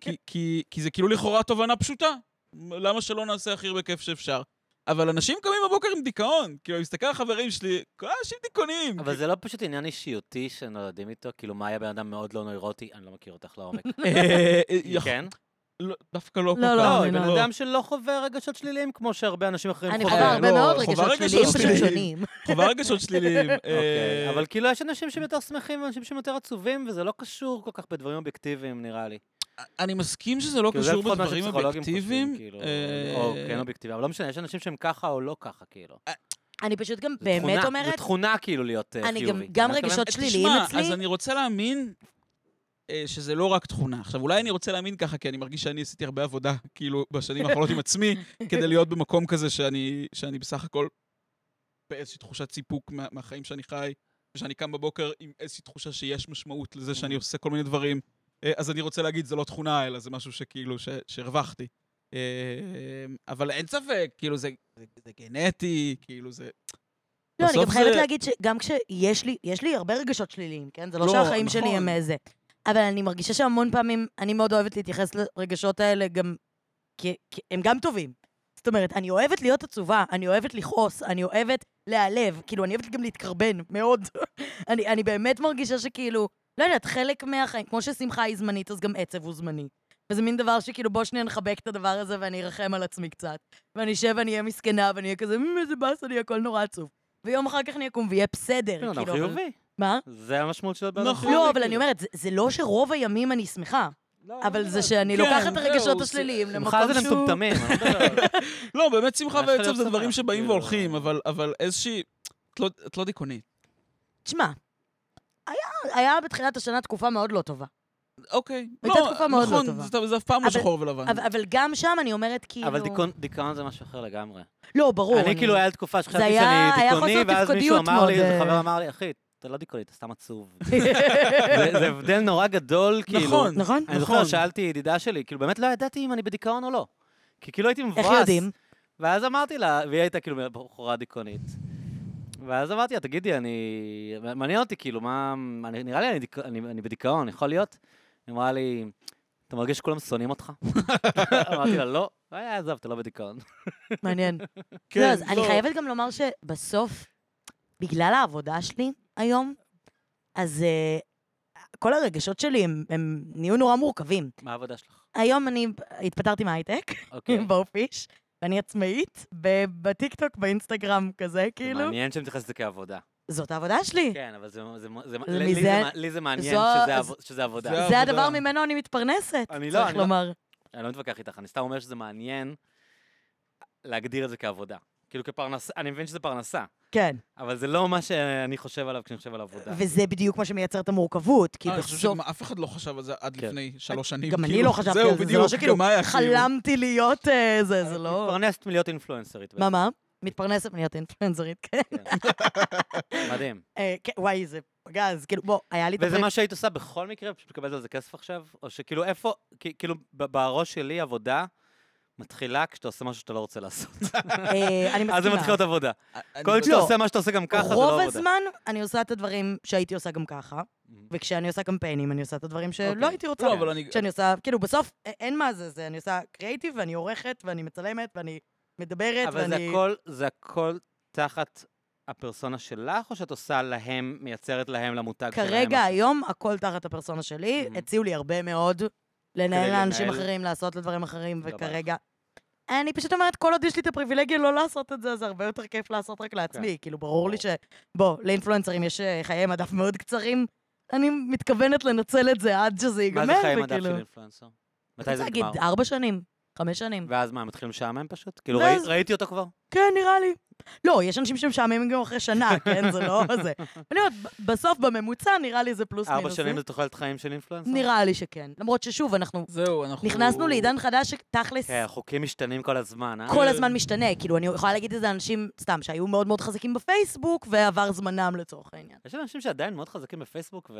Speaker 3: כי, כי, כי זה כאילו לכאורה תובנה פשוטה. מ- למה שלא נעשה הכי הרבה כיף שאפשר? אבל אנשים קמים בבוקר עם דיכאון, כאילו, אני מסתכל על חברים שלי, כל האנשים דיכאונים.
Speaker 2: אבל זה לא פשוט עניין אישיותי שנולדים איתו, כאילו, מה היה בן אדם מאוד לא נוירוטי, אני לא מכיר אותך לעומק.
Speaker 3: אה, אה, יכ-
Speaker 2: כן?
Speaker 3: לא, דווקא לא כל
Speaker 1: לא, לא,
Speaker 2: לא,
Speaker 1: אני
Speaker 2: היא בן
Speaker 1: לא.
Speaker 2: אדם שלא חווה רגשות שליליים כמו שהרבה אנשים אחרים
Speaker 1: אני
Speaker 2: חווים.
Speaker 1: חווה הרבה
Speaker 3: לא,
Speaker 1: מאוד
Speaker 3: חווה
Speaker 1: רגשות שליליים
Speaker 3: רגשות
Speaker 1: פשוט
Speaker 3: שליליים.
Speaker 1: שונים.
Speaker 3: חובה רגשות שליליים. אה,
Speaker 2: אוקיי, אבל כאילו יש אנשים שהם יותר שמחים ואנשים שהם יותר עצובים, וזה לא קשור כל כך בדברים אובייקטיביים, נראה לי.
Speaker 3: אני מסכים שזה לא
Speaker 2: כאילו, זה
Speaker 3: קשור
Speaker 2: לפחות מה
Speaker 3: בדברים
Speaker 2: שפסיכולוגים חושבים,
Speaker 3: אובייקטיביים.
Speaker 2: כאילו,
Speaker 3: אה,
Speaker 2: או כן אובייקטיביים, אבל לא משנה, יש אנשים שהם ככה או לא ככה, כאילו.
Speaker 1: אני פשוט גם
Speaker 2: זה
Speaker 1: אה, באמת
Speaker 2: תכונה-
Speaker 1: אומרת,
Speaker 2: זה תכונה כאילו להיות אה,
Speaker 1: אני
Speaker 2: חיובי.
Speaker 1: גם-
Speaker 2: אתה
Speaker 1: גם
Speaker 2: מבין מה
Speaker 1: רגשות
Speaker 2: אני
Speaker 1: שליליים
Speaker 3: אה, תשמע, אז
Speaker 1: אצלי?
Speaker 3: אני רוצה להאמין אה, שזה לא רק תכונה. עכשיו, אולי אני רוצה להאמין ככה, כי אני מרגיש שאני עשיתי הרבה עבודה, כאילו, בשנים האחרונות עם עצמי, כדי להיות במקום כזה שאני, שאני בסך הכל באיזושהי תחושת סיפוק מה, מהחיים שאני חי, ושאני קם בבוקר עם איזושהי תחושה שיש משמעות לזה
Speaker 1: Mm.
Speaker 3: שאני עושה כל מיני דברים. אה, אז אני רוצה להגיד, זה לא תכונה, אלא זה משהו שכאילו, ש- שהרווחתי. אה, אבל אין ספק, כאילו, זה, זה, זה גנטי, כאילו, זה...
Speaker 1: לא, אני
Speaker 3: בסוף
Speaker 1: גם חייבת
Speaker 3: זה-
Speaker 1: להגיד שגם כשיש לי, יש לי הרבה רגשות שליליים, כן? זה לא
Speaker 3: לא,
Speaker 1: שהחיים שלי הם
Speaker 3: נכון.
Speaker 1: איזה. אבל אני מרגישה שהמון פעמים, אני מאוד אוהבת להתייחס לרגשות האלה גם, כי כי הם גם טובים. זאת אומרת, אני אוהבת להיות עצובה, אני אוהבת לכעוס, אני אוהבת להיעלב, כאילו, אני אוהבת גם להתקרבן, מאוד. אני, אני באמת מרגישה שכאילו, לא יודעת, חלק מהחיים, כמו ששמחה היא זמנית, אז גם עצב הוא זמני. וזה מין דבר שכאילו, בוא שנייה נחבק את הדבר הזה ואני ארחם על עצמי קצת. ואני אשב ואני אהיה מסכנה ואני אהיה כזה, "מ, איזה באס, אני הכל נורא עצוב. ויום אחר כך אני אקום ויהיה בסדר,
Speaker 2: בן אדם
Speaker 1: כאילו. אבל-
Speaker 2: לא, חיובי.
Speaker 1: מה?
Speaker 2: זה המשמעות של הבן אדם
Speaker 3: נכון.
Speaker 2: חיובי.
Speaker 1: לא, אבל אני
Speaker 2: כאילו.
Speaker 1: אומרת, זה- זה לא שרוב הימים אני שמחה,
Speaker 2: לא, אני
Speaker 1: אבל זה
Speaker 2: לא יודעת.
Speaker 1: שאני
Speaker 3: כן,
Speaker 1: לוקחת את
Speaker 3: זהו,
Speaker 1: הרגשות
Speaker 3: זה-
Speaker 1: השליליים למקום
Speaker 2: שמחה זה
Speaker 1: שהוא...
Speaker 2: למטומטמים, אני לא מדבר על-
Speaker 3: לא, באמת שמחה
Speaker 2: ממש
Speaker 3: ועצב
Speaker 2: להיות
Speaker 3: זה דברים
Speaker 2: שמח,
Speaker 3: שבאים
Speaker 2: כאילו.
Speaker 3: והולכים, אבל, אבל איזושהי... את לא, את לא דיכאונית.
Speaker 1: תשמע, היה- היה בתחילת השנה תקופה מאוד לא טובה.
Speaker 3: אוקיי.
Speaker 1: הייתה תקופה מאוד לא
Speaker 3: נכון,
Speaker 1: טובה.
Speaker 3: זה, זה אף פעם לא
Speaker 1: אבל-
Speaker 3: שחור ולבן.
Speaker 1: אבל אבל גם שם אני אומרת כאילו...
Speaker 2: אבל דיכאון- דיכאון זה משהו אחר לגמרי.
Speaker 1: לא, ברור.
Speaker 2: אני כאילו, היה לי תקופה
Speaker 1: זה
Speaker 2: שחשבתי
Speaker 1: היה-
Speaker 2: שאני
Speaker 1: היה
Speaker 2: דיכאוני,
Speaker 1: חוסר
Speaker 2: ואז מישהו
Speaker 1: תפקודיות
Speaker 2: אמר לי,
Speaker 1: מאוד,
Speaker 2: איזה
Speaker 1: אה.
Speaker 2: חבר אמר לי, אחי, אתה לא דיכאוני, אתה סתם עצוב. זה זה הבדל נורא גדול, כאילו.
Speaker 3: נכון.
Speaker 1: נכון?
Speaker 2: אני
Speaker 3: נכון.
Speaker 2: זוכר, שאלתי ידידה שלי, כאילו, באמת לא ידעתי אם אני בדיכאון או לא. כי כאילו הייתי מבואס.
Speaker 1: איך יודעים?
Speaker 2: ואז אמרתי לה, והיא הייתה כאילו בחורה דיכאונית. ואז אמרתי לה, תגידי, אני... מעניין אותי, כאילו, מה... אני, נראה לי אני, דיכא... אני, אני בדיכאון, יכול להיות? היא אמרה לי, אתה מרגיש שכולם שונאים אותך? אמרתי לה, לא. אה, עזוב, אתה לא בדיכאון.
Speaker 1: מעניין.
Speaker 3: כן,
Speaker 1: לא, אז אני
Speaker 3: לא.
Speaker 1: חייבת גם לומר שבסוף, בגלל העבודה שלי היום, אז אה, כל הרגשות שלי הם- הם נהיו נורא מורכבים.
Speaker 2: מה העבודה שלך?
Speaker 1: היום אני התפטרתי מההייטק,
Speaker 2: אוקיי.
Speaker 1: באופיש, ואני עצמאית, ב- בטיקטוק, באינסטגרם כזה,
Speaker 2: זה
Speaker 1: כאילו.
Speaker 2: מעניין שאני מתייחס לזה כעבודה.
Speaker 1: זאת העבודה שלי.
Speaker 2: כן, אבל זה- זה- זה-
Speaker 1: זה
Speaker 2: לי
Speaker 1: מזה-
Speaker 2: זה מע- לי זה מעניין
Speaker 1: זו-
Speaker 2: שזה עבו- שזה עבודה.
Speaker 3: זה
Speaker 1: זה
Speaker 3: העבודה.
Speaker 1: הדבר ממנו אני מתפרנסת,
Speaker 2: אני לא,
Speaker 1: צריך
Speaker 2: אני לא-
Speaker 1: לומר.
Speaker 2: אני לא מתווכח איתך, אני סתם אומר שזה מעניין להגדיר את זה כעבודה. כאילו כפרנסה, אני מבין שזה פרנסה,
Speaker 1: כן.
Speaker 2: אבל זה לא מה שאני חושב עליו כשאני חושב על עבודה.
Speaker 1: וזה בדיוק מה שמייצר את המורכבות, כי
Speaker 3: אה, אני חושב
Speaker 1: בסוף...
Speaker 3: שגם אף אחד לא חשב על זה עד
Speaker 2: כן.
Speaker 3: לפני שלוש שנים.
Speaker 1: גם אני
Speaker 3: כאילו,
Speaker 1: לא חשבתי
Speaker 3: זהו,
Speaker 1: על זה, זה
Speaker 3: בדיוק,
Speaker 1: לא שכאילו
Speaker 3: גם מה היה, כאילו?
Speaker 1: חלמתי להיות אה, זה, זה לא...
Speaker 2: מתפרנסת מלהיות אינפלואנסרית.
Speaker 1: מה, מה? מתפרנסת מלהיות אינפלואנסרית, כן.
Speaker 2: בעצם. מדהים.
Speaker 1: אה, כן, וואי, זה פגז, כאילו, בוא, היה לי את
Speaker 2: וזה
Speaker 1: הפרק-
Speaker 2: מה שהיית עושה בכל מקרה, פשוט מקבלת על זה כסף עכשיו? או שכאילו איפה, כי- כאילו ב- בראש שלי עבודה מתחילה כשאתה עושה משהו שאתה לא רוצה לעשות.
Speaker 1: אה, אני מסכימה.
Speaker 2: אז זה מתחיל להיות עבודה.
Speaker 3: אה, אני-
Speaker 2: כל עוד שאתה
Speaker 1: לא.
Speaker 2: עושה מה שאתה עושה גם ככה, זה לא
Speaker 1: רוב
Speaker 2: עבודה.
Speaker 1: הזמן אני עושה את הדברים שהייתי עושה גם ככה, וכשאני עושה קמפיינים אני עושה את הדברים שלא
Speaker 2: אוקיי.
Speaker 1: הייתי רוצה.
Speaker 3: לא, אבל אני...
Speaker 1: שאני עושה, כאילו, בסוף א- אין מה זה, זה אני עושה קריאיטיב, ואני עורכת, ואני מצלמת, ואני מדברת,
Speaker 2: אבל זה
Speaker 1: ואני...
Speaker 2: הכל, זה הכל תחת הפרסונה שלך, או שאת עושה להם, מייצרת להם למותג שלהם?
Speaker 1: כרגע,
Speaker 2: משהו?
Speaker 1: היום, הכל תחת הפרסונה שלי.
Speaker 2: Mhm.
Speaker 1: הציעו לי הרבה מאוד לנהל
Speaker 2: כדי
Speaker 1: לאנשים
Speaker 2: לנהל.
Speaker 1: אחרים, לעשות לדברים אחרים,
Speaker 2: דבר.
Speaker 1: וכרגע... אני פשוט אומרת, כל עוד יש לי את הפריבילגיה לא לעשות את זה, אז הרבה יותר כיף לעשות
Speaker 2: כן.
Speaker 1: רק לעצמי. כאילו, ברור לי ש... בוא, לאינפלואנסרים יש אה, חיי מדף מאוד קצרים. אני מתכוונת לנצל את זה עד שזה ייגמר,
Speaker 2: מה זה חיי מדף
Speaker 1: וכאילו- לא
Speaker 2: של אינפלואנסר? מתי זה
Speaker 1: צריך להגיד,
Speaker 2: נגמר?
Speaker 1: ארבע שנים. חמש שנים.
Speaker 2: ואז מה, מתחילים לשעמם פשוט? כאילו,
Speaker 1: ואז-
Speaker 2: ראי- ראיתי אותו כבר.
Speaker 1: כן, נראה לי. לא, יש אנשים שמשעממים גם אחרי שנה, כן? זה לא זה. אני אומרת, ב- בסוף, בממוצע, נראה לי זה פלוס מינוס. אה?
Speaker 2: ארבע שנים
Speaker 1: זה-
Speaker 2: זה תוחלת חיים של אינפלואנסר?
Speaker 1: נראה לי שכן. למרות ששוב, אנחנו
Speaker 3: זהו, אנחנו...
Speaker 1: נכנסנו לעידן חדש שתכלס
Speaker 2: נכון. כן, החוקים משתנים כל הזמן, אה?
Speaker 1: כל הזמן משתנה. כאילו, אני יכולה להגיד את זה לאנשים, סתם, שהיו מאוד מאוד חזקים בפייסבוק, ועבר זמנם לצורך העניין.
Speaker 2: יש אנשים שעדיין מאוד חזקים בפייסבוק,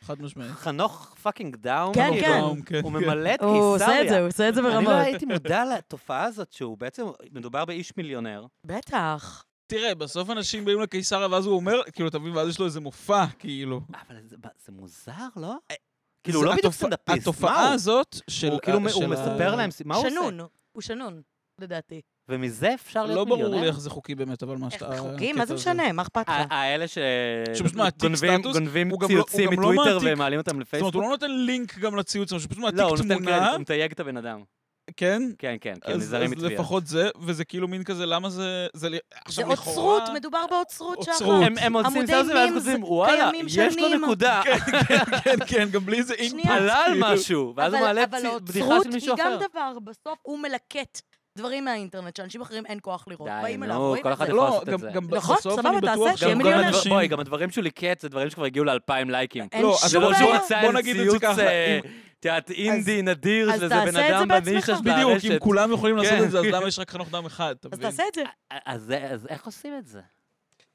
Speaker 3: חד משמעית.
Speaker 2: וחנוך פאקינג דאום,
Speaker 1: כן,
Speaker 2: כאילו,
Speaker 1: כן.
Speaker 3: דאום, כן,
Speaker 2: הוא
Speaker 3: כן.
Speaker 2: ממלא את
Speaker 1: הוא עושה את זה,
Speaker 2: קיסריה.
Speaker 1: הוא עושה את זה
Speaker 2: אני לא
Speaker 1: ברמות.
Speaker 2: הייתי מודע לתופעה הזאת שהוא בעצם, מדובר באיש מיליונר,
Speaker 1: בטח.
Speaker 3: תראה, בסוף אנשים באים לקיסריה, ואז הוא אומר, כאילו, אתה מבין, ואז יש לו איזה מופע, כאילו.
Speaker 2: אבל זה- זה מוזר, לא? כאילו, הוא
Speaker 3: זה
Speaker 2: לא בדיוק
Speaker 3: התופ-
Speaker 2: סטנדאפיסט, מה
Speaker 3: התופעה
Speaker 2: הוא?
Speaker 3: הזאת של...
Speaker 2: הוא כאילו,
Speaker 3: ה-
Speaker 2: הוא
Speaker 3: של ה-
Speaker 2: מספר להם, מה הוא עושה?
Speaker 1: שנון, הוא שנון, לדעתי.
Speaker 2: ומזה אפשר
Speaker 3: לא
Speaker 2: להיות
Speaker 3: ברור לי
Speaker 2: מיליונר?
Speaker 3: איך זה חוקי באמת, אבל מה
Speaker 1: איך
Speaker 2: אה,
Speaker 3: שאתה...
Speaker 1: זה חוקי? מה זה
Speaker 3: הקטע הזה.
Speaker 1: משנה? מה אכפת לך?
Speaker 2: ה- האלה ש-
Speaker 3: שפשוט מעתיק
Speaker 2: גונבים-
Speaker 3: סטטוס,
Speaker 2: גונבים
Speaker 3: הוא גם לא- הוא
Speaker 2: ציוצים
Speaker 3: גם לא
Speaker 2: מטוויטר
Speaker 3: מעתיק.
Speaker 2: ומעלים אותם
Speaker 3: זאת אומרת, הוא
Speaker 2: לפייסבוק?
Speaker 3: לא נונתן לינק גם לציוץ, הוא פשוט
Speaker 2: לא, הוא
Speaker 3: מעתיק
Speaker 2: נותן
Speaker 3: תמונה,
Speaker 2: קרדיט, הוא מתייג את הבן אדם.
Speaker 3: כן?
Speaker 2: כן, כן, כי הם
Speaker 3: אז
Speaker 2: נזהרים
Speaker 3: אז
Speaker 2: מתביעה.
Speaker 3: לפחות זה, וזה כאילו מין כזה, למה זה... זה ל-
Speaker 1: זה
Speaker 3: עכשיו לכאורה-
Speaker 1: אוצרות, מדובר
Speaker 2: אה,
Speaker 1: באוצרות
Speaker 3: אוצרות.
Speaker 1: שחר.
Speaker 2: הם- הם עושים
Speaker 1: עמודי
Speaker 2: סטטוס ואז
Speaker 1: מימס
Speaker 2: כותבים, וואלה,
Speaker 1: קיימים של
Speaker 2: יש לו
Speaker 1: מימה."
Speaker 2: נקודה,
Speaker 3: כן, כן, כן, גם בלי איזה אינפוט.
Speaker 2: עלה על
Speaker 3: כאילו.
Speaker 2: משהו, ואז הוא
Speaker 1: אבל-
Speaker 2: מעלה
Speaker 1: אבל
Speaker 2: צי- בדיחה
Speaker 1: האוצרות
Speaker 2: של מישהו
Speaker 1: היא
Speaker 2: אחר.
Speaker 1: גם דבר, בסוף הוא מלקט דברים מהאינטרנט שאנשים אחרים אין כוח לראות.
Speaker 2: די,
Speaker 1: באים אליו,
Speaker 2: נו,
Speaker 1: רואים
Speaker 2: כל
Speaker 1: את זה.
Speaker 2: אחד יכול
Speaker 3: לא,
Speaker 2: לעשות
Speaker 3: גם,
Speaker 2: את זה.
Speaker 3: גם
Speaker 1: נכון,
Speaker 3: בסוף
Speaker 1: סבבה,
Speaker 3: אני
Speaker 1: תעשה,
Speaker 3: בטוח
Speaker 1: שיהיה
Speaker 2: גם כל
Speaker 1: מיליונר.
Speaker 2: הדבר- בואי, גם הדברים שהוא ליקט זה דברים שכבר הגיעו לאלפיים לייקים.
Speaker 1: אין
Speaker 3: לא,
Speaker 1: שום
Speaker 3: אז
Speaker 2: זה לא שהוא
Speaker 1: בעיה.
Speaker 2: מצא
Speaker 3: בוא
Speaker 2: איזה
Speaker 3: נגיד את זה
Speaker 2: ציוץ
Speaker 3: ככה,
Speaker 2: אה, את יודעת, אינדי נדיר,
Speaker 1: אז
Speaker 2: שזה
Speaker 1: תעשה את
Speaker 2: בן
Speaker 1: זה
Speaker 2: אדם
Speaker 1: בעצמך.
Speaker 2: בנישה של
Speaker 3: בדיוק, אם
Speaker 2: הרשת.
Speaker 3: כולם יכולים לעשות
Speaker 2: כן.
Speaker 3: את זה, אז למה יש רק חנוך דם אחד, אתה
Speaker 1: אז
Speaker 3: מבין?
Speaker 1: תעשה את זה.
Speaker 2: אה, אז אז איך עושים את זה?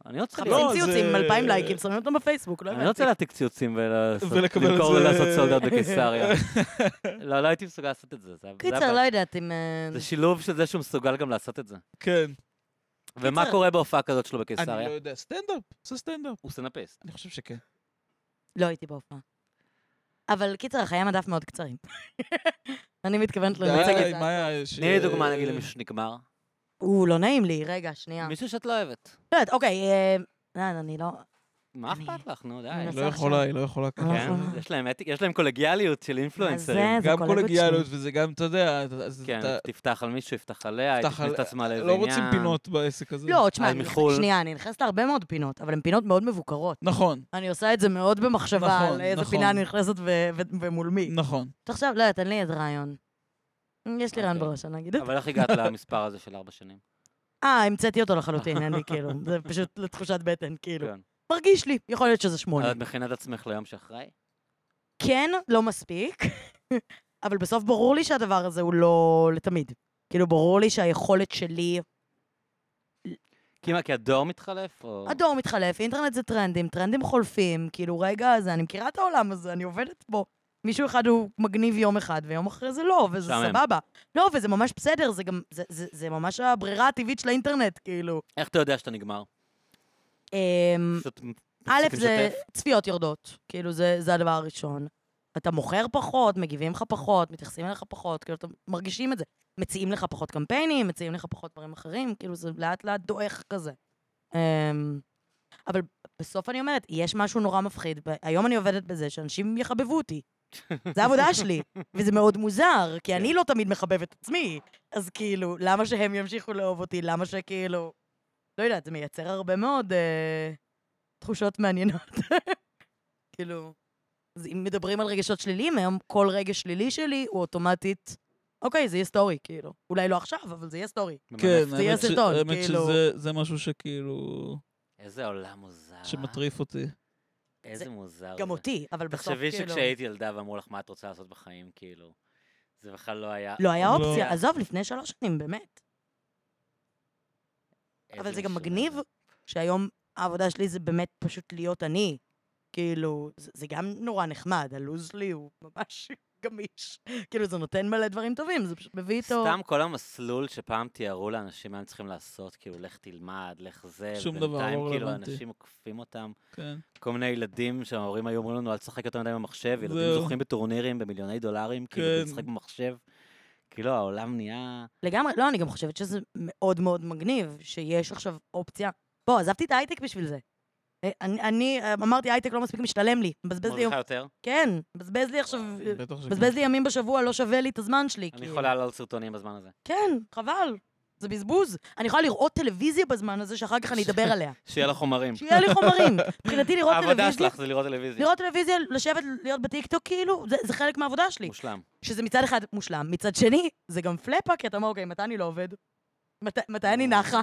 Speaker 2: אני לא צריכה...
Speaker 1: אתם
Speaker 3: לא,
Speaker 1: עושים
Speaker 3: זה-
Speaker 1: ציוצים עם 2,000 לייקים, שמים אותם בפייסבוק, לא
Speaker 2: אני לא
Speaker 1: הבנתי.
Speaker 2: רוצה להעתיק ציוצים ולעשות-
Speaker 3: ולקבל את
Speaker 2: למכור
Speaker 3: זה-
Speaker 2: ולעשות סולדות בקיסריה. לא, לא הייתי מסוגל לעשות את זה. זה- זה
Speaker 1: קיצר,
Speaker 2: הבעיה.
Speaker 1: לא יודעת אם... אה,
Speaker 2: זה שילוב של זה שהוא מסוגל גם לעשות את זה.
Speaker 3: כן.
Speaker 2: ומה
Speaker 1: קיצר.
Speaker 2: קורה בהופעה כזאת שלו
Speaker 3: אני
Speaker 2: בקיסריה?
Speaker 3: לא יודע, סטנדאפ, זה סטנדאפ.
Speaker 2: הוא סטנדאפיסט.
Speaker 3: אני חושב שכן.
Speaker 1: לא הייתי בהופעה. אבל קיצר, החיי מדף מאוד קצרים. לא, אני מתכוונת לנצג את
Speaker 3: די,
Speaker 1: זה.
Speaker 3: מה היה? ש-
Speaker 2: תני לי דוגמה נגיד למישהו שנגמר.
Speaker 1: הוא לא נעים לי, רגע, שנייה.
Speaker 2: מישהו שאת לא אוהבת.
Speaker 1: לא יודעת, אוקיי, אה, לא, אני לא...
Speaker 2: מה
Speaker 1: אני-
Speaker 2: אכפת לך? נו, די.
Speaker 1: אני
Speaker 3: לא
Speaker 1: עכשיו.
Speaker 3: יכולה, היא לא יכולה ככה.
Speaker 2: כן, יש להם אתי- יש להם קולגיאליות של אינפלואנסרים.
Speaker 1: אז זה-
Speaker 3: גם
Speaker 1: קולגות
Speaker 3: קולגיאליות וזה גם, אתה יודע, אז
Speaker 2: כן,
Speaker 3: אתה
Speaker 2: תפתח על מישהו, יפתח עליה, היא
Speaker 3: תפתח
Speaker 2: תכניס את
Speaker 3: על-
Speaker 2: עצמה לאיזה
Speaker 3: לא
Speaker 2: עניין.
Speaker 3: רוצים פינות בעסק הזה.
Speaker 1: לא, תשמע,
Speaker 2: אז
Speaker 1: אני נכ-
Speaker 2: מחו"ל.
Speaker 1: שנייה, אני נכנסת להרבה מאוד פינות, אבל הן פינות מאוד מבוקרות.
Speaker 3: נכון,
Speaker 1: אני עושה את זה מאוד במחשבה
Speaker 3: נכון,
Speaker 1: על איזה
Speaker 3: נכון.
Speaker 1: פינה אני נכנסת ו- ו- ומול מי.
Speaker 3: נכון.
Speaker 1: עכשיו, לא, תן לי איזה רעיון. יש לי רעיון
Speaker 2: אוקיי.
Speaker 1: בראש, אני אגיד.
Speaker 2: אבל איך הגעת למספר הזה של ארבע שנים?
Speaker 1: אה, המצאתי אותו לחלוטין, אין לי כאילו, זה פשוט לתחושת בטן, כאילו.
Speaker 2: כן. אה,
Speaker 1: מרגיש לי, יכול להיות שזה שמונה.
Speaker 2: את מכינה את עצמך ליום שאחרי?
Speaker 1: כן, לא מספיק, אבל בסוף ברור לי שהדבר הזה הוא לא לתמיד. כאילו, ברור לי שהיכולת שלי...
Speaker 2: אה. כי מה, כי הדור מתחלף? או-
Speaker 1: הדור מתחלף, אינטרנט זה טרנדים, טרנדים חולפים, כאילו, רגע, זה, אני מכירה את העולם הזה, אני עובדת בו. מישהו אחד הוא מגניב יום אחד, ויום אחרי זה לא, וזה
Speaker 2: משעמם.
Speaker 1: סבבה. לא, וזה ממש בסדר, זה גם, זה, זה, זה ממש הברירה הטבעית של האינטרנט, כאילו.
Speaker 2: איך אתה יודע שאתה נגמר?
Speaker 1: אמ,
Speaker 2: פשוט
Speaker 1: א',
Speaker 2: מפסיקים
Speaker 1: זה
Speaker 2: לשתף?
Speaker 1: צפיות יורדות, כאילו זה, זה הדבר הראשון. אתה מוכר פחות, מגיבים לך פחות, מתייחסים אליך פחות, כאילו, אתם מרגישים את זה. מציעים לך פחות קמפיינים, מציעים לך פחות דברים אחרים, כאילו זה לאט לאט דועך כזה. אמ, אבל בסוף אני אומרת, יש משהו נורא מפחיד, ב- היום אני עובדת בזה שאנשים יחבבו אותי. זה העבודה שלי, וזה מאוד מוזר, כי
Speaker 2: כן.
Speaker 1: אני לא תמיד מחבב את עצמי. אז כאילו, למה שהם ימשיכו לאהוב אותי? למה שכאילו... לא יודעת, זה מייצר הרבה מאוד אה, תחושות מעניינות. כאילו, אז אם מדברים על רגשות שליליים, היום כל רגש שלילי שלי הוא אוטומטית, אוקיי, זה יהיה סטורי, כאילו. אולי לא עכשיו, אבל זה יהיה סטורי.
Speaker 2: ממנף.
Speaker 3: כן,
Speaker 1: זה יהיה
Speaker 3: האמת ש-
Speaker 1: סרטון,
Speaker 3: האמת
Speaker 1: כאילו.
Speaker 3: שזה זה משהו שכאילו,
Speaker 2: איזה עולם מוזר.
Speaker 3: שמטריף אותי.
Speaker 2: איזה
Speaker 1: זה-
Speaker 2: מוזר.
Speaker 1: גם
Speaker 2: זה.
Speaker 1: אותי, אבל בסוף כאילו...
Speaker 2: אוקיי. תחשבי שכשהיית ילדה ואמרו לך מה את רוצה לעשות בחיים, כאילו, זה בכלל לא היה...
Speaker 1: לא היה
Speaker 3: לא.
Speaker 1: אופציה, עזוב, לפני שלוש שנים, באמת.
Speaker 2: איזה
Speaker 1: אבל זה גם
Speaker 2: משונה
Speaker 1: מגניב
Speaker 2: זה.
Speaker 1: שהיום העבודה שלי זה באמת פשוט להיות אני. כאילו, זה, זה גם נורא נחמד, הלו"ז שלי הוא ממש גמיש. כאילו, זה נותן מלא דברים טובים, זה פשוט מביא איתו...
Speaker 2: סתם כל המסלול שפעם תיארו לאנשים מה הם צריכים לעשות, כאילו, לך תלמד, לך זה,
Speaker 3: שום דבר,
Speaker 2: ובינתיים,
Speaker 3: לא
Speaker 2: כאילו,
Speaker 3: רלוונטי.
Speaker 2: אנשים עוקפים אותם.
Speaker 3: כן.
Speaker 2: כל מיני ילדים שההורים היו אומרים לנו, אל תשחק יותר מדי במחשב, ילדים
Speaker 3: זהו.
Speaker 2: זוכים בטורנירים במיליוני דולרים, כאילו,
Speaker 3: כן.
Speaker 2: אתה משחק במחשב. כאילו, העולם נהיה...
Speaker 1: לגמרי, לא, אני גם חושבת שזה מאוד מאוד מגניב, שיש עכשיו אופציה. בוא, עזבתי את ההייטק בשביל זה. אה, אני, אני אה, אמרתי, הייטק לא מספיק משתלם לי. מבזבז לי... יום-
Speaker 2: מרוויחה יותר.
Speaker 1: כן, מבזבז לי עכשיו... אה,
Speaker 3: בטח שכן.
Speaker 1: מבזבז לי ימים בשבוע, לא שווה לי את הזמן שלי.
Speaker 2: אני
Speaker 1: כאילו.
Speaker 2: חולה על סרטונים בזמן הזה.
Speaker 1: כן, חבל. זה בזבוז. אני יכולה לראות טלוויזיה בזמן הזה, שאחר כך אני אדבר עליה.
Speaker 2: שיהיה לך חומרים.
Speaker 1: שיהיה לי חומרים. מבחינתי לראות
Speaker 2: העבודה
Speaker 1: טלוויזיה,
Speaker 2: שלך זה לראות טלוויזיה.
Speaker 1: לראות טלוויזיה, לשבת, להיות בטיקטוק, כאילו, זה- זה חלק מהעבודה שלי.
Speaker 2: מושלם.
Speaker 1: שזה מצד אחד מושלם, מצד שני, זה גם פלאפה, כי אתה אומר, אוקיי, מתי אני לא עובד? מת- מתי אני נחה?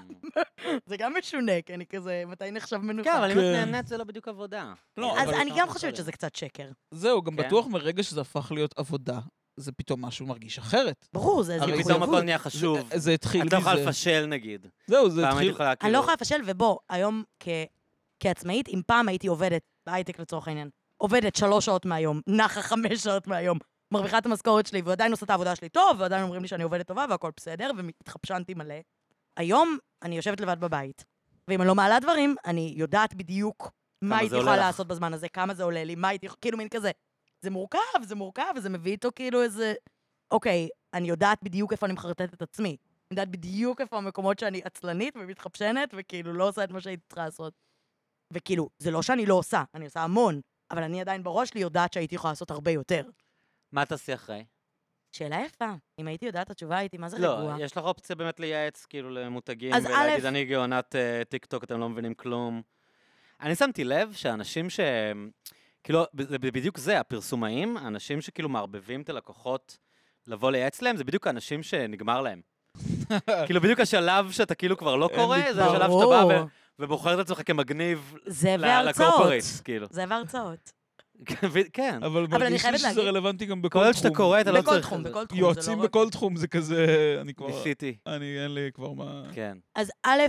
Speaker 1: זה גם משונה, כי אני כזה, מתי נחשב מנוחה?
Speaker 2: כן, אבל אם
Speaker 3: כן.
Speaker 2: את נהנית זה לא בדיוק עבודה.
Speaker 3: לא,
Speaker 1: אז
Speaker 3: אבל-
Speaker 1: אני גם חושבת שזה קצת שקר.
Speaker 3: זהו, גם
Speaker 2: כן.
Speaker 3: בטוח מרגע שזה הפך להיות עבודה, זה פתאום משהו מרגיש אחרת.
Speaker 1: ברור, זה איזה
Speaker 3: הרי
Speaker 2: כי פתאום
Speaker 1: מחויבות.
Speaker 2: הכל נהיה חשוב.
Speaker 3: זה- זה התחיל
Speaker 2: את לא יכולה
Speaker 3: מזה.
Speaker 2: לפשל נגיד.
Speaker 3: זהו, זה
Speaker 2: פעם היית
Speaker 3: התחיל...
Speaker 2: יכולה
Speaker 1: אני
Speaker 2: כאילו...
Speaker 1: לא יכולה לפשל, ובוא, היום כ- כעצמאית, אם פעם הייתי עובדת, בהייטק לצורך העניין, עובדת שלוש שעות מהיום, נחה חמש שעות מהיום, מרוויחה את המשכורת שלי, ועדיין עושה את העבודה שלי טוב, ועדיין אומרים לי שאני עובדת טובה והכל בסדר, והתחפשנתי מלא. היום אני יושבת לבד בבית, ואם אני לא מעלה דברים, אני יודעת בדיוק מה
Speaker 2: כמה
Speaker 1: הייתי
Speaker 2: זה עולה
Speaker 1: יכולה
Speaker 2: לך.
Speaker 1: לעשות בזמן הזה, כמה זה עולה לי, מה הייתי, כאילו מין כזה. זה מורכב, זה מורכב, וזה מביא איתו כאילו איזה... אוקיי, אני יודעת בדיוק איפה אני מחרטטת את עצמי. אני יודעת בדיוק איפה המקומות שאני עצלנית ומתחפשנת, וכאילו לא עושה את מה שהייתי צריכה לעשות. וכאילו, זה לא שאני לא עושה, אני עושה המון, אבל אני עדיין בראש שלי יודעת שהייתי יכולה לעשות הרבה יותר.
Speaker 2: מה תעשי אחרי?
Speaker 1: שאלה יפה. אם הייתי יודעת את התשובה, הייתי מה זה
Speaker 2: לא,
Speaker 1: רגועה.
Speaker 2: יש לך אופציה באמת לייעץ כאילו למותגים,
Speaker 1: אז
Speaker 2: ולהגיד,
Speaker 1: א'-
Speaker 2: אני גאונת אה, טיק טוק, אתם לא מבינים כלום. אני שמתי לב שאנשים ש... כאילו, ב- זה בדיוק זה, הפרסומאים, האנשים שכאילו מערבבים את הלקוחות לבוא לייעץ להם, זה בדיוק האנשים שנגמר להם. כאילו, בדיוק השלב שאתה כאילו כבר לא
Speaker 3: אין
Speaker 2: קורא,
Speaker 3: לי-
Speaker 2: זה השלב שאתה בא
Speaker 1: ברור.
Speaker 2: ו- ובוחר את עצמך כמגניב
Speaker 1: זה
Speaker 2: ל-
Speaker 1: והרצאות.
Speaker 2: לקורפורט, כאילו.
Speaker 1: זה והרצאות.
Speaker 2: כן.
Speaker 3: אבל
Speaker 1: אני
Speaker 3: מרגיש לי
Speaker 1: חייבת
Speaker 3: שזה
Speaker 1: להגיד-
Speaker 3: רלוונטי גם בכל
Speaker 2: כל
Speaker 3: תחום.
Speaker 2: עוד שאתה קורא, אתה לא
Speaker 1: בכל
Speaker 2: צריך...
Speaker 1: תחום, בכל תחום. זה לא
Speaker 3: יועצים
Speaker 1: רק-
Speaker 3: בכל תחום זה כזה... אני כבר...
Speaker 2: ניסיתי,
Speaker 3: אני, אין לי כבר מה...
Speaker 2: כן.
Speaker 1: אז א',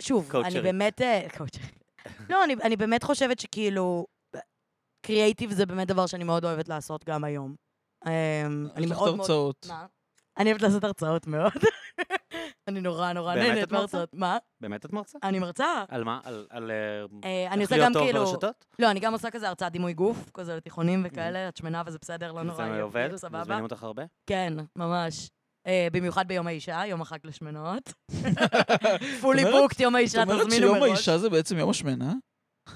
Speaker 1: שוב, אני
Speaker 2: קואוצ'רית.
Speaker 1: באמת... אה, קואוצ'רית. לא, אני, אני באמת חושבת שכאילו, קריאייטיב זה באמת דבר שאני מאוד אוהבת לעשות גם היום. אמ, אני
Speaker 3: יש לך
Speaker 1: מאוד מאוד...
Speaker 3: הרצאות.
Speaker 1: מה? אני אוהבת לעשות הרצאות מאוד. אני נורא נורא
Speaker 2: באמת את
Speaker 1: נהנית
Speaker 2: מרצה?
Speaker 1: מהרצאות. מה?
Speaker 2: באמת את מרצה?
Speaker 1: אני מרצה.
Speaker 2: על מה? על... על, אה,
Speaker 1: אה, אני
Speaker 2: איך
Speaker 1: עושה
Speaker 2: להיות
Speaker 1: גם
Speaker 2: טוב
Speaker 1: כאילו...
Speaker 2: ברשתות?
Speaker 1: לא, אני גם עושה כזה הרצאת דימוי גוף, כזה לתיכונים וכאלה, את שמנה וזה בסדר, לא נורא,
Speaker 2: זה
Speaker 1: יהיה-
Speaker 2: עובד?
Speaker 1: יהיה סבבה.
Speaker 2: מזמינים אותך הרבה?
Speaker 1: כן, ממש. אה, במיוחד ביום האישה, יום החג לשמנות. פולי
Speaker 3: אומרת-
Speaker 1: בוקט, יום האישה,
Speaker 3: זאת אומרת
Speaker 1: תזמינו
Speaker 3: שיום
Speaker 1: מראש.
Speaker 3: האישה זה בעצם יום השמנה?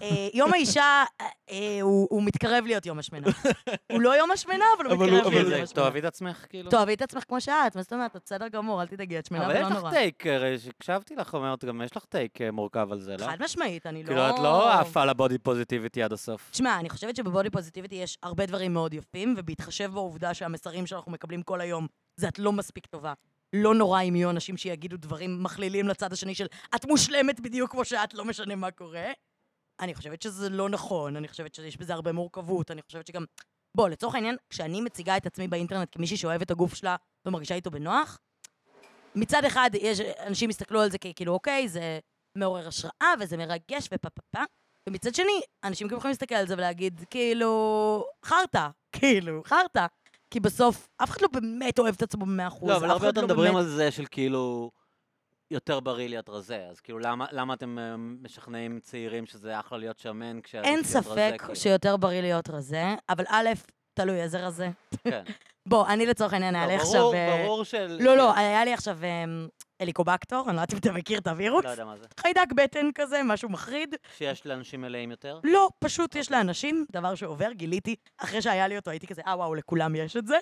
Speaker 1: אה, יום האישה, אה, אה, הוא הוא מתקרב להיות יום השמנה. הוא לא יום השמנה, אבל הוא
Speaker 3: אבל
Speaker 1: מתקרב
Speaker 3: אבל
Speaker 1: להיות
Speaker 3: זה-
Speaker 1: יום השמנה.
Speaker 2: תאהבי את עצמך, כאילו.
Speaker 1: תאהבי את עצמך כמו שאת, מה זאת אומרת? את בסדר גמור, אל תדאגי, את שמנה
Speaker 2: אבל יש
Speaker 1: ולא
Speaker 2: לך
Speaker 1: לא נורא.
Speaker 2: טייק, הרי שהקשבתי לך, אומרת, גם יש לך טייק אה, מורכב על זה, לא?
Speaker 1: חד משמעית, אני לא...
Speaker 2: כאילו, את לא עפה על הבודי פוזיטיביטי עד הסוף.
Speaker 1: תשמע, אני חושבת שבבודי פוזיטיביטי יש הרבה דברים מאוד יפים, ובהתחשב בעובדה שהמסרים שאנחנו מקבלים כל היום זה את לא מספיק טובה. לא נורא אם יהיו אנשים שיגידו דברים מכלילים לצד השני של את מושלמת בדיוק כמו שאת, לא משנה מה קורה. אני חושבת שזה לא נכון, אני חושבת שיש בזה הרבה מורכבות, אני חושבת שגם... בוא, לצורך העניין, כשאני מציגה את עצמי באינטרנט כמישהי שאוהבת את הגוף שלה ומרגישה איתו בנוח, מצד אחד יש, אנשים יסתכלו על זה ככאילו, אוקיי, זה מעורר השראה וזה מרגש ופה פה פה, ומצד שני, אנשים גם יכולים להסתכל על זה ולהגיד, כאילו, חרטא, כאילו, חרטא. כי בסוף, אף אחד לא באמת אוהב את עצמו במאה אחוז.
Speaker 2: לא, אבל
Speaker 1: אף
Speaker 2: הרבה
Speaker 1: אחד
Speaker 2: יותר
Speaker 1: לא
Speaker 2: מדברים
Speaker 1: באמת-
Speaker 2: על זה של כאילו... יותר בריא להיות רזה, אז כאילו למה, למה אתם אה, משכנעים צעירים שזה אחלה להיות שמן כשעדיף
Speaker 1: אין
Speaker 2: להיות רזה?
Speaker 1: ספק
Speaker 2: כאילו?
Speaker 1: שיותר בריא להיות רזה, אבל א', תלוי איזה רזה.
Speaker 2: כן.
Speaker 1: בוא, אני לצורך העניין, היה לי
Speaker 2: לא,
Speaker 1: עכשיו...
Speaker 2: ברור,
Speaker 1: אה,
Speaker 2: ברור של... כן.
Speaker 1: לא, לא, היה לי עכשיו אמ, הליקובקטור, אני לא יודעת אם אתה מכיר את הווירוס.
Speaker 2: לא יודע מה זה.
Speaker 1: חיידק בטן כזה, משהו מחריד.
Speaker 2: שיש לאנשים מלאים יותר?
Speaker 1: לא, פשוט יש לאנשים, דבר שעובר, גיליתי, אחרי שהיה לי אותו, הייתי כזה, אה, וואו, לכולם יש את זה.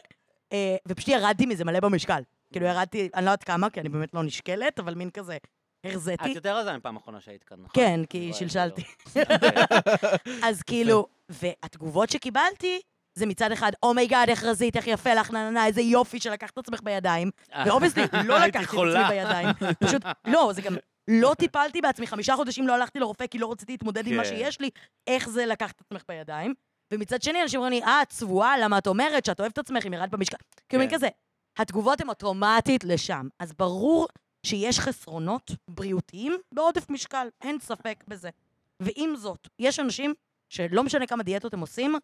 Speaker 1: אה, ופשוט ירדתי מזה מלא במשקל. כאילו ירדתי, אני לא יודעת כמה, כי אני באמת לא נשקלת, אבל מין כזה,
Speaker 2: אה, את
Speaker 1: הרזיתי.
Speaker 2: יותר רזה מפעם אחרונה שהיית כאן, נכון?
Speaker 1: כן,
Speaker 2: אני
Speaker 1: כי
Speaker 2: רואה את זה
Speaker 1: שלשלתי.
Speaker 2: לא. אוקיי.
Speaker 1: אז כאילו, והתגובות שקיבלתי, זה מצד אחד, אומייגאד, איך רזית, איך יפה לך, נה נה נה, איזה יופי שלקחת את עצמך בידיים.
Speaker 2: אה,
Speaker 1: ואובייסלי, לא לקחתי
Speaker 2: הייתי
Speaker 1: את עצמי
Speaker 2: חולה.
Speaker 1: בידיים. פשוט, לא, זה גם, לא טיפלתי בעצמי. חמישה חודשים לא הלכתי לרופא כי לא רציתי להתמודד עם מה
Speaker 2: כן.
Speaker 1: שיש לי. איך זה לקחת את עצמך בידיים? ומצד שני, אנשים אומרים לי, אה, את צבועה, למה את אומרת שאת אוהבת את עצמך אם ירדת במשקל? כאילו, מין
Speaker 2: כן.
Speaker 1: כזה. התגובות הן אוטומטית לשם. אז ברור שיש חסרונות בריאותיים בעודף משקל, אין ספק בזה. ועם זאת, יש אנשים שלא משנה כמה דיאטות הם עושים,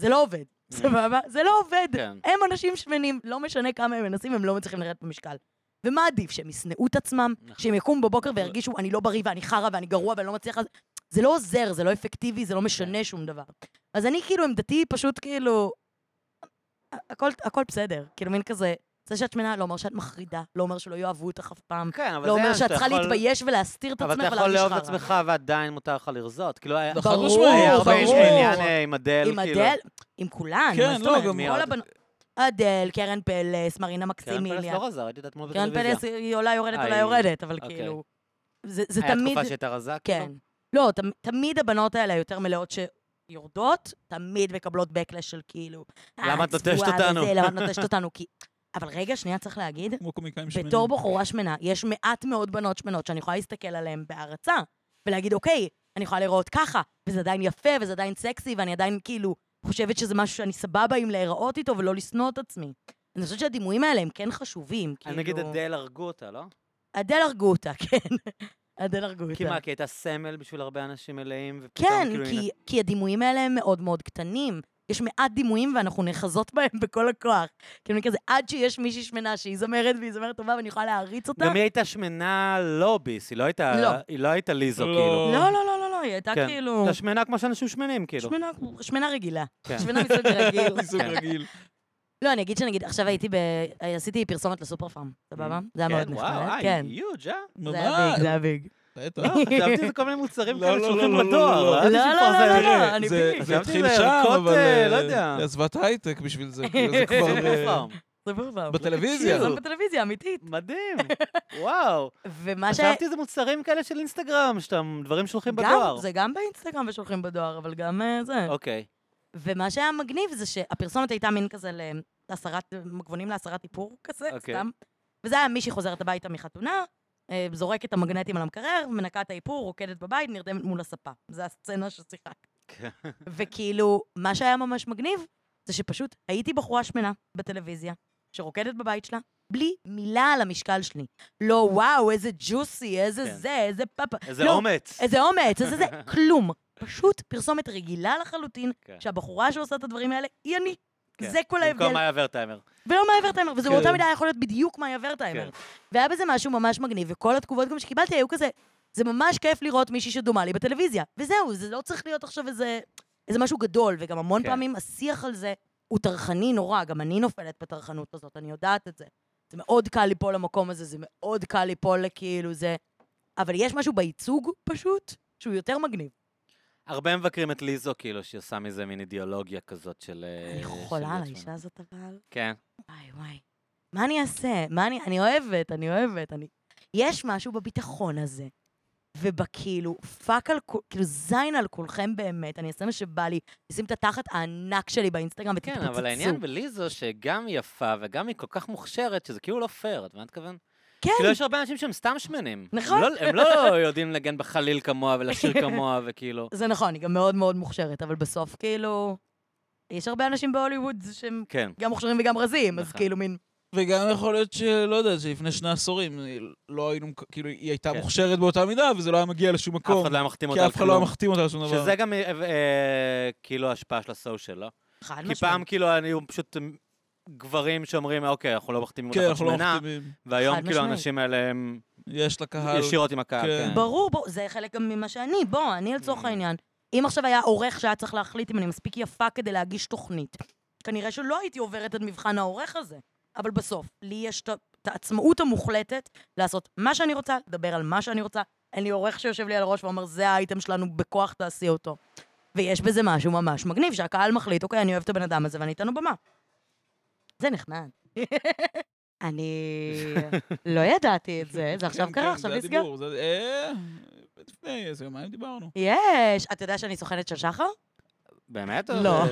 Speaker 1: זה לא עובד,
Speaker 2: Mm.
Speaker 1: סבבה? זה לא עובד.
Speaker 2: כן.
Speaker 1: הם אנשים שמנים, לא משנה כמה הם מנסים, הם לא מצליחים לרדת במשקל. ומה עדיף, שהם ישנאו את עצמם,
Speaker 2: נכון.
Speaker 1: שהם יקומו בבוקר וירגישו, אני לא בריא ואני חרא ואני גרוע ואני לא מצליח... לזה"? זה לא עוזר, זה לא אפקטיבי, זה לא משנה שום דבר. אז אני כאילו, עמדתי היא פשוט כאילו... הכל, הכל בסדר, כאילו מין כזה, זה שאת שמנה לא אומר שאת מחרידה, לא אומר שלא יאהבו אותך אף פעם,
Speaker 2: כן, אבל
Speaker 1: לא אומר
Speaker 2: זה העניין,
Speaker 1: שאת
Speaker 2: אתה
Speaker 1: צריכה
Speaker 2: יכול-
Speaker 1: להתבייש ולהסתיר את עצמך
Speaker 2: אבל אתה
Speaker 1: ולהרגיש חרא.
Speaker 2: יכול לאהוב את עצמך ועדיין מותר לך לרזות. כאילו, היה
Speaker 3: נכון,
Speaker 1: ברור,
Speaker 3: משמעית,
Speaker 2: היה הרבה
Speaker 1: ברור.
Speaker 2: עניין אה, עם אדל,
Speaker 1: עם
Speaker 2: כאילו.
Speaker 1: אדל, עם כולן,
Speaker 3: כן,
Speaker 1: מה זאת
Speaker 3: לא,
Speaker 1: אומרת?
Speaker 3: גם
Speaker 1: כל
Speaker 2: מאוד.
Speaker 1: הבנות... אדל, קרן פלס, מרינה
Speaker 2: קרן פלס
Speaker 1: מקסימיליה.
Speaker 2: לא רזה, ראיתי את אתמול
Speaker 1: קרן
Speaker 2: בטלוויזיה.
Speaker 1: כן, פלס היא עולה, יורדת,
Speaker 2: אה,
Speaker 1: עולה,
Speaker 2: היא-
Speaker 1: יורדת, אבל
Speaker 2: אוקיי.
Speaker 1: כאילו... זה זה
Speaker 2: הייתה
Speaker 1: תמיד...
Speaker 2: תקופה שהייתה רזה? כאילו?
Speaker 1: כן. לא, תמ- תמיד הבנות האלה היותר מלאות שיורדות, תמיד מקבלות backlash של כאילו... "אה,
Speaker 2: למה את
Speaker 1: צבועה
Speaker 2: נוטשת אותנו?"
Speaker 1: וזה, למה את נוטשת אותנו? כי... אבל רגע, שנייה, צריך להגיד,
Speaker 3: כמו קומיקאים שמנים.
Speaker 1: בתור בחורה שמנה, יש מעט מאוד בנות שמנות שאני יכולה להסתכל עליהן בהערצה, ולהגיד, אוקיי, אני יכולה להיראות ככה, וזה עדיין יפה, וזה עדיין סקסי, ואני עדיין כאילו חושבת שזה משהו שאני סבבה עם להיראות איתו ולא לשנוא את עצמי. אני חושבת שהדימויים האלה הם כן חשובים,
Speaker 2: אני
Speaker 1: כאילו...
Speaker 2: נגיד אדל הרגו אותה, לא?
Speaker 1: אדל הרגו אותה, כן. אדל הרגו אותה.
Speaker 2: כי מה, כי הייתה סמל בשביל הרבה אנשים מלאים, ופתאום
Speaker 1: כן,
Speaker 2: כאילו...
Speaker 1: כי, כי הדימויים האלה הם מאוד מאוד קטנים. יש מעט דימויים ואנחנו נאחזות בהם בכל הכוח. כאילו אני כזה, עד שיש מישהי שמנה שהיא זמרת והיא זמרת טובה ואני יכולה להעריץ אותה.
Speaker 2: גם היא הייתה שמנה לא ביס, היא לא הייתה...
Speaker 1: לא.
Speaker 2: היא לא הייתה ליזו,
Speaker 3: לא.
Speaker 2: כאילו.
Speaker 1: לא, לא, לא, לא, לא, היא הייתה
Speaker 2: כן.
Speaker 1: כאילו...
Speaker 2: הייתה שמנה כמו שאנשים שמנים, כאילו.
Speaker 1: שמנה, שמנה רגילה.
Speaker 2: כן.
Speaker 1: שמנה מסוג רגיל.
Speaker 3: מסוג
Speaker 2: כן.
Speaker 3: רגיל.
Speaker 1: לא, אני אגיד שנגיד, עכשיו הייתי ב... עשיתי פרסומת לסופר פארם, סבבה? זה היה מאוד
Speaker 2: כן, וואו,
Speaker 1: נחמד.
Speaker 2: היי,
Speaker 1: כן,
Speaker 2: יוג', אה?
Speaker 1: זה היה ביג, זה היה ביג.
Speaker 3: בטח.
Speaker 2: לא, חשבתי שזה כל מיני מוצרים
Speaker 3: לא,
Speaker 2: כאלה
Speaker 3: לא,
Speaker 2: שהולכים
Speaker 3: לא, לא, לא,
Speaker 2: בדואר.
Speaker 3: לא.
Speaker 2: אה?
Speaker 1: לא, לא, לא, לא, לא,
Speaker 2: מפרסמים.
Speaker 1: אני
Speaker 3: זה-
Speaker 1: ביג.
Speaker 3: זה
Speaker 2: חשבתי
Speaker 3: התחיל
Speaker 2: זה
Speaker 3: שם,
Speaker 2: ערכות,
Speaker 3: אבל...
Speaker 2: אה, לא
Speaker 3: אה,
Speaker 2: יודע.
Speaker 3: היא עזבה את ההייטק בשביל זה, כאילו,
Speaker 1: לא,
Speaker 3: זה כבר...
Speaker 2: סופר
Speaker 3: אה,
Speaker 2: פארם.
Speaker 1: סופר פארם.
Speaker 3: בטלוויזיה.
Speaker 1: זה בטלוויזיה, אמיתית.
Speaker 2: מדהים, וואו.
Speaker 1: ומה ש...
Speaker 2: חשבתי זה מוצרים כאלה של אינסטגרם, שאתם דברים שולחים
Speaker 1: גם-
Speaker 2: בדואר.
Speaker 1: זה גם באינסטגרם ושולחים בדואר, אבל גם אה, זה.
Speaker 2: אוקיי.
Speaker 1: ומה שהיה מגניב זה שהפרסומת הייתה מין כזה ל- להסרת, מגבונים להסרת איפור כזה,
Speaker 2: אוקיי.
Speaker 1: סתם. וזה היה מישהי חוזרת הביתה מחתונה, אה, זורקת את המגנטים על המקרר, מנקה את האיפור, רוקדת בבית, נרדמת מול הספה. זו הסצנה ששיחקת.
Speaker 2: כן.
Speaker 1: וכאילו, מה שהיה ממש מגניב, זה שפשוט הייתי בחורה שמנה בטלוויזיה, שרוקדת בבית שלה, בלי מילה על המשקל שלי. לא, וואו, איזה ג'וסי, איזה
Speaker 2: כן.
Speaker 1: זה, איזה פאפה.
Speaker 2: איזה
Speaker 1: לא,
Speaker 2: אומץ.
Speaker 1: איזה אומץ, איזה זה, כלום. פשוט פרסומת רגילה לחלוטין,
Speaker 2: כן.
Speaker 1: שהבחורה שעושה את הדברים האלה היא אני.
Speaker 2: כן.
Speaker 1: זה כל ההבדל.
Speaker 2: במקום מאיה ורטהיימר.
Speaker 1: ולא מאיה ורטהיימר, וזה
Speaker 3: כן.
Speaker 1: באותה מידה יכול להיות בדיוק מאיה
Speaker 2: כן.
Speaker 1: ורטהיימר. והיה בזה משהו ממש מגניב, וכל התגובות גם שקיבלתי היו כזה, זה ממש כיף לראות מישהי שדומה לי בטלוויזיה. וזהו, זה לא צריך להיות עכשיו איזה, איזה משהו גדול, וגם המון
Speaker 2: כן.
Speaker 1: פעמים השיח על זה הוא טרחני נורא, גם אני נופלת בטרחנות הזאת, אני יודעת את זה. זה מאוד קל ליפול למקום הזה, זה מאוד קל ליפול לכאילו זה... אבל יש משהו בייצוג פשוט, שהוא יותר מגניב.
Speaker 2: הרבה מבקרים את ליזו, כאילו, שהיא עושה מזה מין אידיאולוגיה כזאת של... אה,
Speaker 1: אני
Speaker 2: של
Speaker 1: חולה על
Speaker 2: להיות שמנה.
Speaker 1: האישה הזאת אבל.
Speaker 2: כן.
Speaker 1: וואי, וואי. מה אני אעשה? מה אני... אני אוהבת, אני אוהבת. אני... יש משהו בביטחון הזה, ובכאילו, פאק על כול... כאילו, זין על כולכם באמת. אני אעשה מה שבא לי, אשים את התחת הענק שלי באינסטגרם ותתפוצצו.
Speaker 2: כן, אבל העניין בליזו שגם היא יפה וגם היא כל כך מוכשרת, שזה כאילו לא פייר, את מבינה מה אתכוון?
Speaker 1: כן,
Speaker 2: כאילו, יש הרבה אנשים שהם סתם שמנים. הם
Speaker 1: נכון.
Speaker 2: לא- הם לא יודעים לנגן בחליל כמוה ולשיר כמוה, וכאילו...
Speaker 1: זה נכון, היא גם מאוד מאוד מוכשרת, אבל בסוף, כאילו... יש הרבה אנשים בהוליווד שהם
Speaker 2: כן.
Speaker 1: גם מוכשרים וגם רזים, אז
Speaker 2: נכון.
Speaker 1: כאילו מין...
Speaker 3: וגם יכול להיות שלא יודע, שלפני שני עשורים לא היינו, כאילו, היא הייתה
Speaker 2: כן.
Speaker 3: מוכשרת באותה מידה, וזה לא היה מגיע לשום
Speaker 2: אף
Speaker 3: מקום.
Speaker 2: אחד לא היה מחתים אותה
Speaker 3: כי
Speaker 2: על
Speaker 3: אף אחד לא היה
Speaker 2: כלום.
Speaker 3: מחתים אותה על שום דבר.
Speaker 2: שזה גם אה, אה, כאילו השפעה של הסושיאל, לא?
Speaker 1: חד
Speaker 2: כי
Speaker 1: משמעית.
Speaker 2: פעם כאילו היו פשוט גברים שאומרים, אוקיי, אנחנו לא מחתימים
Speaker 3: כן,
Speaker 2: אותך
Speaker 3: אנחנו לא
Speaker 2: עוד שמנה,
Speaker 3: מחתימים.
Speaker 2: והיום
Speaker 1: חד
Speaker 2: כאילו
Speaker 1: משמעית.
Speaker 2: האנשים האלה הם
Speaker 3: יש לה קהל.
Speaker 2: ישירות עם הקהל,
Speaker 3: כן.
Speaker 2: כן.
Speaker 1: ברור, בוא, זה חלק גם ממה שאני, בוא, אני לצורך
Speaker 2: Mm.
Speaker 1: העניין. אם עכשיו היה עורך שהיה צריך להחליט אם אני מספיק יפה כדי להגיש תוכנית, כנראה שלא הייתי עוברת את מבחן העורך הזה. אבל בסוף, לי יש את ה- את העצמאות המוחלטת לעשות מה שאני רוצה, לדבר על מה שאני רוצה. אין לי עורך שיושב לי על הראש ואומר, זה האייטם שלנו, בכוח תעשי אותו. ויש בזה משהו ממש מגניב, שהקהל מחליט, אוקיי, אני אוהב את הבן אדם הזה ואני אתן לו במה. זה נחמד. אני לא ידעתי את זה, זה עכשיו
Speaker 3: כן,
Speaker 1: קרה,
Speaker 3: כן,
Speaker 1: עכשיו
Speaker 3: זה
Speaker 1: נסגר.
Speaker 3: הדיבור, זה- אה, לפני איזה יומיים דיברנו.
Speaker 1: יש. אתה יודע שאני סוכנת של שחר?
Speaker 2: באמת?
Speaker 1: לא.
Speaker 2: או-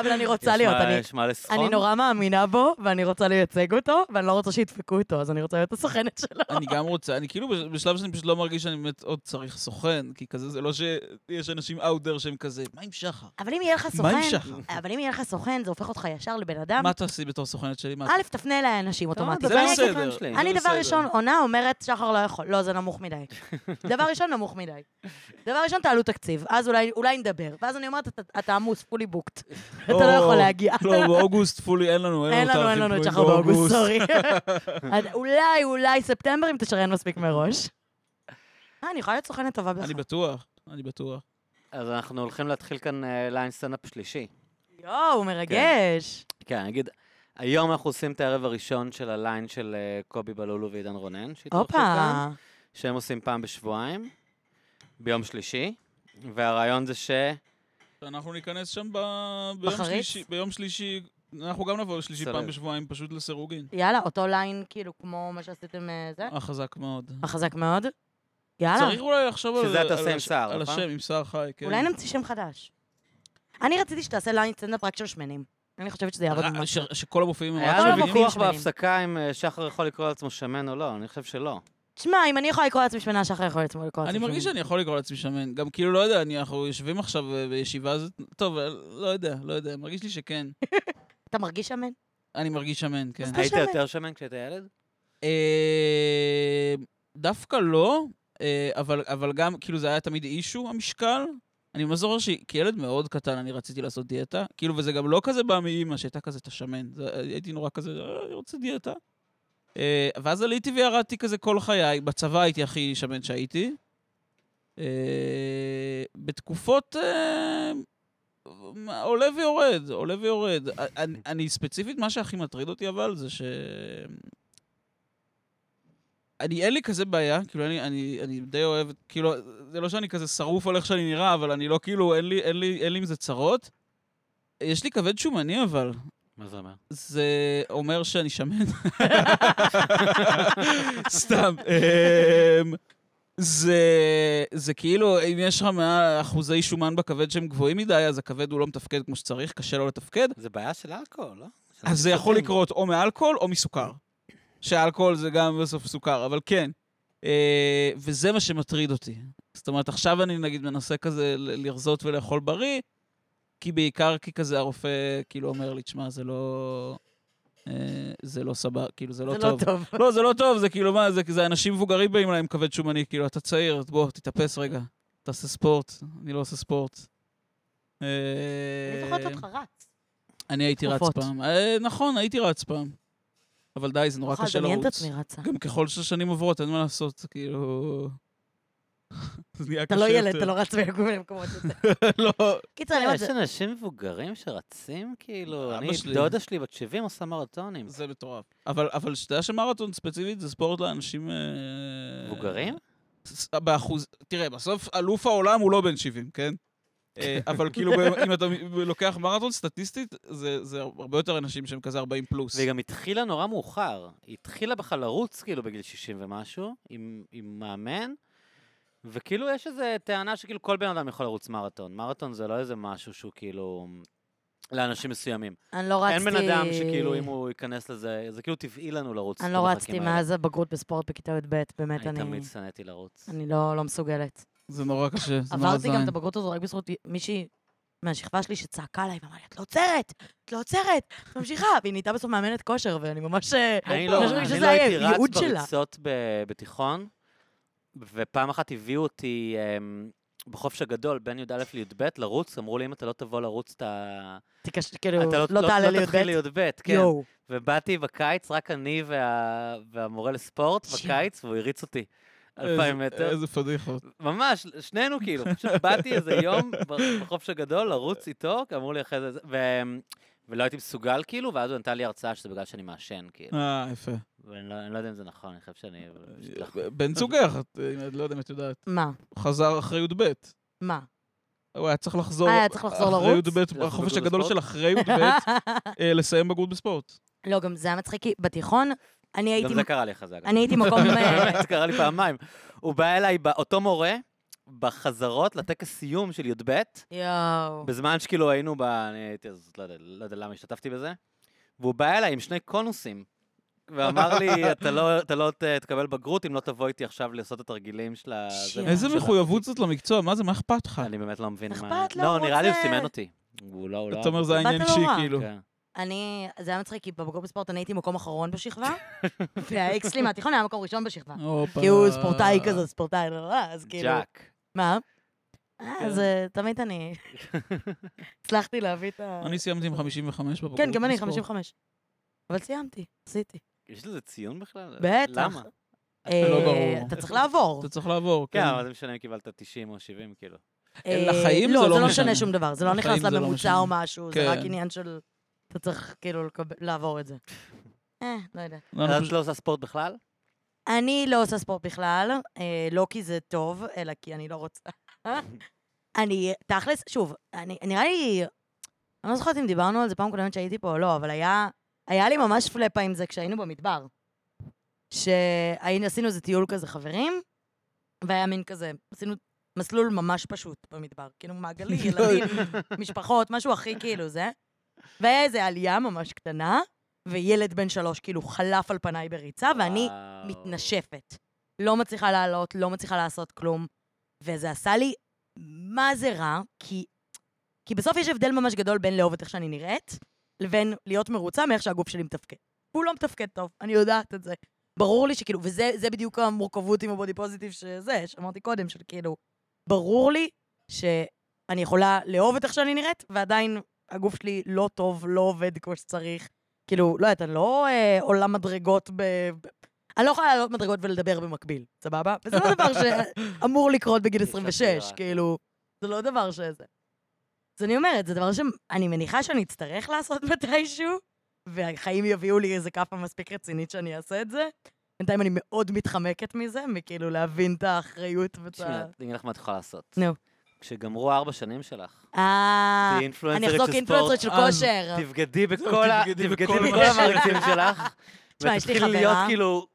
Speaker 1: אבל אני רוצה
Speaker 2: יש
Speaker 1: להיות.
Speaker 2: מה-
Speaker 1: אני-
Speaker 2: יש מה לסחון?
Speaker 1: אני נורא מאמינה בו, ואני רוצה לייצג אותו, ואני לא רוצה שידפקו אותו, אז אני רוצה להיות הסוכנת שלו.
Speaker 3: אני גם רוצה, אני כאילו בש- בשלב שאני פשוט לא מרגיש שאני באמת עוד צריך סוכן, כי כזה זה לא שיש אנשים אאוטר שהם כזה, מה עם שחר?
Speaker 1: אבל אם יהיה לך
Speaker 3: מה עם
Speaker 1: סוכן,
Speaker 3: שחר?
Speaker 1: אבל אם יהיה לך סוכן, זה הופך אותך ישר לבן אדם.
Speaker 3: מה תעשי בתור סוכנת שלי? מה-
Speaker 1: א', תפנה אליי אנשים אוטומטית.
Speaker 3: זה
Speaker 1: אני אגיד-
Speaker 3: בסדר.
Speaker 2: שלי.
Speaker 3: זה
Speaker 1: אני דבר
Speaker 3: בסדר.
Speaker 1: ראשון, עונה אומרת, שחר לא יכול. לא, זה נמוך מדי. דבר ראשון, נמוך מדי. דבר ראשון, תעלו תקציב, אז אולי- אולי נדבר. ואז אני אומרת, "אתה- אתה עמוס, פולי בוקט. אתה לא
Speaker 3: או,
Speaker 1: יכול להגיע.
Speaker 3: לא, באוגוסט פולי, אין לנו,
Speaker 1: אין לנו, אין
Speaker 3: תאריכים
Speaker 1: לנו את
Speaker 3: פנויים
Speaker 1: שחר באוגוסט, סורי. אז אולי, אולי ספטמבר, אם תשריין מספיק מראש. אה, אני יכולה להיות סוכנת טובה בך.
Speaker 3: אני בטוח, אני בטוח.
Speaker 2: אז אנחנו הולכים להתחיל כאן אה, ליין סטנדאפ שלישי.
Speaker 1: יואו, מרגש.
Speaker 2: כן, אני אגיד, היום אנחנו עושים את הערב הראשון של הליין של אה, קובי בלולו ועידן רונן, שהתארחו כאן,
Speaker 1: הופה.
Speaker 2: שהם עושים פעם בשבועיים, ביום שלישי, והרעיון זה ש...
Speaker 3: אנחנו ניכנס שם ב... ביום
Speaker 1: בחריץ?
Speaker 3: שלישי, ביום שלישי אנחנו גם נבוא לשלישי
Speaker 2: סלב.
Speaker 3: פעם בשבועיים, פשוט לסירוגין.
Speaker 1: כן. יאללה, אותו ליין, כאילו, כמו מה שעשיתם אה, זה?
Speaker 3: אה, חזק מאוד.
Speaker 1: החזק מאוד. יאללה,
Speaker 3: צריך אולי לחשוב על
Speaker 2: שזה אתה
Speaker 3: על
Speaker 2: עושה עם
Speaker 3: הש-
Speaker 2: שיער,
Speaker 3: על
Speaker 2: נכון?
Speaker 3: השם, עם שיער חי, כן.
Speaker 1: אולי נמציא שם חדש. אני רציתי שתעשה ליין סטנדאפ רק של שמנים. אני חושבת שזה יעבוד
Speaker 3: ר-
Speaker 1: ממש.
Speaker 3: ש- שכל המופיעים הם
Speaker 2: היה
Speaker 1: כל
Speaker 3: רק
Speaker 2: לנו
Speaker 1: המופיעים
Speaker 3: שווים.
Speaker 2: ויכוח
Speaker 1: שמנים.
Speaker 2: בהפסקה אם אה, שחר יכול לקרוא לעצמו שמן או לא, אני חושב שלא.
Speaker 1: תשמע, אם אני יכולה לקרוא לעצמי שמנה, שחר יכול לקרוא לעצמי שמנה.
Speaker 3: אה. אני מרגיש שאני יכול לקרוא לעצמי שמן. גם כאילו, לא יודע, אני- אנחנו יושבים עכשיו אה, בישיבה הזאת, טוב, אה, לא יודע, לא יודע, מרגיש לי שכן.
Speaker 1: אתה מרגיש שמן?
Speaker 3: אני מרגיש שמן, כן.
Speaker 1: אתה
Speaker 2: היית
Speaker 1: שמן.
Speaker 2: יותר שמן כשהיית ילד?
Speaker 3: אה, דווקא לא, אה, אבל, אבל גם, כאילו, זה היה תמיד אישו, המשקל. אני ממש זוכר שכילד מאוד קטן אני רציתי לעשות דיאטה, כאילו, וזה גם לא כזה בא מאימא, שהייתה כזה, אתה שמן. זה- הייתי נורא כזה, "אה, אני רוצה דיאטה. אה, ואז עליתי וירדתי כזה כל חיי, בצבא הייתי הכי שמן שהייתי. אה, בתקופות אה, עולה ויורד, עולה ויורד. אני, אני ספציפית, מה שהכי מטריד אותי אבל זה ש... אני, אין לי כזה בעיה, כאילו, אני, אני, אני די אוהב, כאילו, זה לא שאני כזה שרוף על איך שאני נראה, אבל אני לא, כאילו, אין לי, אין לי, אין לי עם זה צרות. יש לי כבד שומני, אבל.
Speaker 2: מה זה אומר?
Speaker 3: זה אומר שאני שמן. סתם. אמ, זה, זה כאילו, אם יש לך מעל אחוזי שומן בכבד שהם גבוהים מדי, אז הכבד הוא לא מתפקד כמו שצריך, קשה לו לתפקד.
Speaker 2: זה בעיה של אלכוהול, לא? של
Speaker 3: אז זה יכול
Speaker 2: ניסויים.
Speaker 3: לקרות או מאלכוהול או מסוכר. שאלכוהול זה גם בסוף סוכר, אבל כן. אה, וזה מה שמטריד אותי. זאת אומרת, עכשיו אני נגיד מנסה כזה ל- לרזות ולאכול בריא, כי בעיקר כי כזה הרופא כאילו אומר לי, תשמע, זה לא... אה, זה לא סבבה, כאילו זה לא
Speaker 1: זה לא
Speaker 3: טוב.
Speaker 1: טוב.
Speaker 3: לא, זה לא טוב, זה כאילו מה, זה, זה אנשים מבוגרים באים להם כבד שומני, כאילו, אתה צעיר, בוא, תתאפס רגע. תעשה ספורט, אני לא עושה ספורט. אה,
Speaker 1: אני זוכרת אותך רץ.
Speaker 3: אני הייתי רץ
Speaker 1: תקופות.
Speaker 3: פעם. אה, נכון, הייתי רץ פעם. אבל די, זה נורא
Speaker 1: אני
Speaker 3: קשה
Speaker 1: יכולה לדמיין את
Speaker 3: לרוץ.
Speaker 1: עצמי רצה.
Speaker 3: גם ככל שהשנים עוברות, אין מה לעשות, זה כאילו... זה נהיה
Speaker 1: אתה
Speaker 3: קשה
Speaker 1: לא ילד,
Speaker 3: יותר.
Speaker 1: אתה לא רץ במקומות יותר.
Speaker 3: לא.
Speaker 1: קיצר, אני אומרת,
Speaker 2: אה, כן, יש
Speaker 1: זה-
Speaker 2: אנשים מבוגרים שרצים, כאילו,
Speaker 3: אבא
Speaker 2: אני,
Speaker 3: שלי.
Speaker 2: דודה שלי בת 70 עושה מרתונים.
Speaker 3: זה מטורף. אבל, אבל שאתה יודע שמרתון ספציפית זה ספורט לאנשים... אה,
Speaker 2: מבוגרים?
Speaker 3: ס- באחוז... תראה, בסוף אלוף העולם הוא לא בן 70, כן? אה, אבל כאילו, ב- אם אתה מ- לוקח מרתון סטטיסטית, זה, זה הרבה יותר אנשים שהם כזה 40 פלוס.
Speaker 2: והיא גם התחילה נורא מאוחר. היא התחילה בכלל לרוץ, כאילו, בגיל 60 ומשהו, עם, עם מאמן, וכאילו יש איזו טענה שכאילו כל בן אדם יכול לרוץ מרתון. מרתון זה לא איזה משהו שהוא כאילו... לאנשים מסוימים.
Speaker 1: אני לא רצתי...
Speaker 2: אין בן אדם שכאילו, אם הוא ייכנס לזה, זה כאילו טבעי לנו לרוץ.
Speaker 1: אני
Speaker 2: את
Speaker 1: לא
Speaker 2: המרחקים
Speaker 1: רצתי
Speaker 2: האלה.
Speaker 1: מאז הבגרות בספורט בכיתה י"ב, באמת,
Speaker 2: אני
Speaker 1: אני...
Speaker 2: תמיד שנאתי לרוץ.
Speaker 1: אני לא לא מסוגלת.
Speaker 3: זה נורא קשה, זה נורא
Speaker 1: עברתי גם
Speaker 3: זין.
Speaker 1: את הבגרות הזו רק בזכות מישהי מהשכבה שלי שצעקה עליי ואמרה לי, את לא עוצרת, את לא עוצרת, את ממשיכה. והיא נהייתה בסוף מאמנת כושר, ואני ממש... אה,
Speaker 2: אני
Speaker 1: ממש
Speaker 2: לא,
Speaker 1: מרגיש
Speaker 2: אני
Speaker 1: שזה
Speaker 2: לא
Speaker 1: היה
Speaker 2: הייתי רץ
Speaker 1: ייעוד שלה.
Speaker 2: בריצות ב- בתיכון, ופעם אחת הביאו אותי אמ, בחופש הגדול, בין י"א לי"ב, לרוץ, אמרו לי, אם אתה לא תבוא לרוץ, אתה
Speaker 1: תיגש- כאילו,
Speaker 2: אתה
Speaker 1: לא תעלה לי
Speaker 2: תתחיל
Speaker 1: י"ב.
Speaker 2: לי"ב, כן.
Speaker 1: יואו.
Speaker 2: ובאתי בקיץ, רק אני וה- והמורה לספורט
Speaker 1: שיט.
Speaker 2: בקיץ, והוא הריץ אותי.
Speaker 3: איזה-
Speaker 2: אלפיים מטר.
Speaker 3: איזה פדיחות.
Speaker 2: ממש, שנינו כאילו, פשוט באתי איזה יום ב- בחופש הגדול לרוץ איתו, כי אמרו לי אחרי זה, זה- ו- ולא הייתי מסוגל כאילו, ואז הוא נתן לי הרצאה שזה בגלל שאני מעשן, כאילו.
Speaker 3: אה, יפה.
Speaker 2: ואני לא אני לא יודע אם זה נכון, אני חושב שאני... אבל פשוט לא-
Speaker 3: בן זוגך, את- אה, לא יודע אם את יודעת,
Speaker 1: מה?
Speaker 3: הוא חזר אחרי י"ב.
Speaker 1: מה?
Speaker 3: הוא היה צריך לחזור...
Speaker 1: אה, היה צריך לחזור
Speaker 3: אחרי
Speaker 1: לרוץ?
Speaker 3: י"ב,
Speaker 2: לעשות
Speaker 3: החופש
Speaker 2: בגרות
Speaker 3: הגדול
Speaker 2: בספורט? אה,
Speaker 3: של אחרי י"ב, אה, לסיים בגרות בספורט.
Speaker 1: לא, גם זה היה מצחיקי. בתיכון, אני
Speaker 2: גם
Speaker 1: הייתי...
Speaker 2: זה קרה לי לך, זה אגב.
Speaker 1: אני הייתי מקום... אה,
Speaker 2: באמת, קרה לי פעמיים. הוא בא אליי, בא- אותו מורה, בחזרות לטקס סיום של י"ב,
Speaker 1: יואו.
Speaker 2: בזמן שכאילו היינו ב... אני הייתי אז, לא יודע, לא יודע למה השתתפתי בזה, והוא בא אליי עם שני קונוסים, ואמר לי, "אתה לא- אתה לא ת- תקבל בגרות אם לא תבוא איתי עכשיו לעשות את התרגילים של ה... זה."
Speaker 1: שיט.
Speaker 3: איזה
Speaker 2: של ה-
Speaker 3: מחויבות זאת למקצוע, מה זה, מה אכפת לך?
Speaker 2: אני באמת לא מבין
Speaker 1: אכפת
Speaker 2: מה...
Speaker 1: לו,
Speaker 2: לא,
Speaker 1: הוא
Speaker 2: נראה לי הוא
Speaker 1: רוצה-
Speaker 2: סימן אותי. הוא לא, הוא לא...
Speaker 3: אתה אומר, זה
Speaker 1: אכפת
Speaker 3: העניין
Speaker 1: לו
Speaker 3: אישי,
Speaker 1: נורא.
Speaker 3: כאילו.
Speaker 2: כן.
Speaker 1: אני... זה היה מצחיק, כי בבגרות בספורט אני הייתי מקום אחרון בשכבה, והאקס שלי מהתיכון היה מקום ראשון בשכבה.
Speaker 3: הופה.
Speaker 1: כי הוא ספורטאי
Speaker 3: אה.
Speaker 1: כזה, ספורטאי, לא, לא, אז כאילו...
Speaker 2: ג'אק.
Speaker 1: מה?
Speaker 3: כן.
Speaker 1: אז אה, תמיד אני... הצלחתי להביא את ה...
Speaker 3: אני סיימתי עם 55 בבגרות.
Speaker 1: כן, גם אני,
Speaker 3: בספורט.
Speaker 1: 55. אבל סיימתי, עשיתי.
Speaker 2: יש לזה ציון בכלל?
Speaker 1: בטח.
Speaker 2: למה?
Speaker 3: לא
Speaker 1: אה,
Speaker 3: ברור.
Speaker 1: אתה צריך לעבור.
Speaker 3: אתה צריך לעבור,
Speaker 2: כן,
Speaker 3: כן.
Speaker 2: אבל זה משנה אם קיבלת 90 או 70, כאילו.
Speaker 1: אה,
Speaker 3: לחיים
Speaker 1: לא,
Speaker 3: זה לא
Speaker 1: זה לא
Speaker 3: משנה.
Speaker 1: משנה שום דבר, זה לא
Speaker 3: לחיים
Speaker 1: נכנס
Speaker 3: זה לא
Speaker 1: לממוצע
Speaker 3: משנה.
Speaker 1: או משהו, זה רק
Speaker 3: כן.
Speaker 1: עניין של... אתה צריך כאילו לקב- לעבור את זה. אה, לא יודעת.
Speaker 3: אנחנו
Speaker 2: אז
Speaker 3: פשוט-
Speaker 2: את לא עושה ספורט בכלל?
Speaker 1: אני לא עושה ספורט בכלל, אה, לא כי זה טוב, אלא כי אני לא רוצה. אני, תכלס, שוב, אני, נראה לי, אני לא זוכרת אם דיברנו על זה פעם קודמת שהייתי פה או לא, אבל היה, היה לי ממש פלאפה עם זה כשהיינו במדבר. שעשינו איזה טיול כזה חברים, והיה מין כזה, עשינו מסלול ממש פשוט במדבר, כאילו מעגלי, ילדים, משפחות, משהו הכי כאילו זה. והיה איזו עלייה ממש קטנה, וילד בן שלוש כאילו חלף על פניי בריצה, לא, ואני
Speaker 2: וואו.
Speaker 1: מתנשפת. לא מצליחה לעלות, לא מצליחה לעשות כלום. וזה עשה לי מה זה רע, כי, כי בסוף יש הבדל ממש גדול בין לאהוב את איך שאני נראית, לבין להיות מרוצה מאיך שהגוף שלי מתפקד. הוא לא מתפקד טוב, אני יודעת את זה. ברור לי שכאילו, וזה זה בדיוק המורכבות עם הבודי פוזיטיב שזה, שאמרתי קודם, של כאילו, ברור לי שאני יכולה לאהוב את איך שאני נראית, ועדיין הגוף שלי לא טוב, לא עובד כמו שצריך. כאילו, לא יודעת, אני לא אה, עולה מדרגות ב... ב- אני לא יכולה לעלות מדרגות ולדבר במקביל, סבבה? וזה לא דבר שאמור לקרות בגיל
Speaker 2: יש לך
Speaker 1: 26,
Speaker 2: בחירה.
Speaker 1: כאילו, זה לא דבר שזה. אז אני אומרת, זה דבר שאני מניחה שאני אצטרך לעשות מתישהו, והחיים יביאו לי איזה כאפה מספיק רצינית שאני אעשה את זה. בינתיים אני מאוד מתחמקת מזה, מכאילו להבין את האחריות ואת
Speaker 2: תשמעי,
Speaker 1: ה...
Speaker 2: אני אגיד לך מה את יכולה לעשות.
Speaker 1: נו.
Speaker 2: כשגמרו ארבע שנים שלך,
Speaker 1: אה,
Speaker 2: תהיי
Speaker 1: אני
Speaker 2: אינפלואנסרית
Speaker 1: אחזור
Speaker 2: של
Speaker 1: כאינפלואנסרית
Speaker 2: ספורט, אה,
Speaker 1: של
Speaker 3: אז
Speaker 1: כושר.
Speaker 2: תבגדי
Speaker 3: זהו,
Speaker 2: בכל ה-
Speaker 3: תבגדי
Speaker 2: תבגדי
Speaker 3: בכל
Speaker 2: בכל
Speaker 1: מה ש-
Speaker 2: המעריצים שלך,
Speaker 1: תשמע, יש לי
Speaker 2: ותתחילי להיות
Speaker 1: חברה-
Speaker 2: כאילו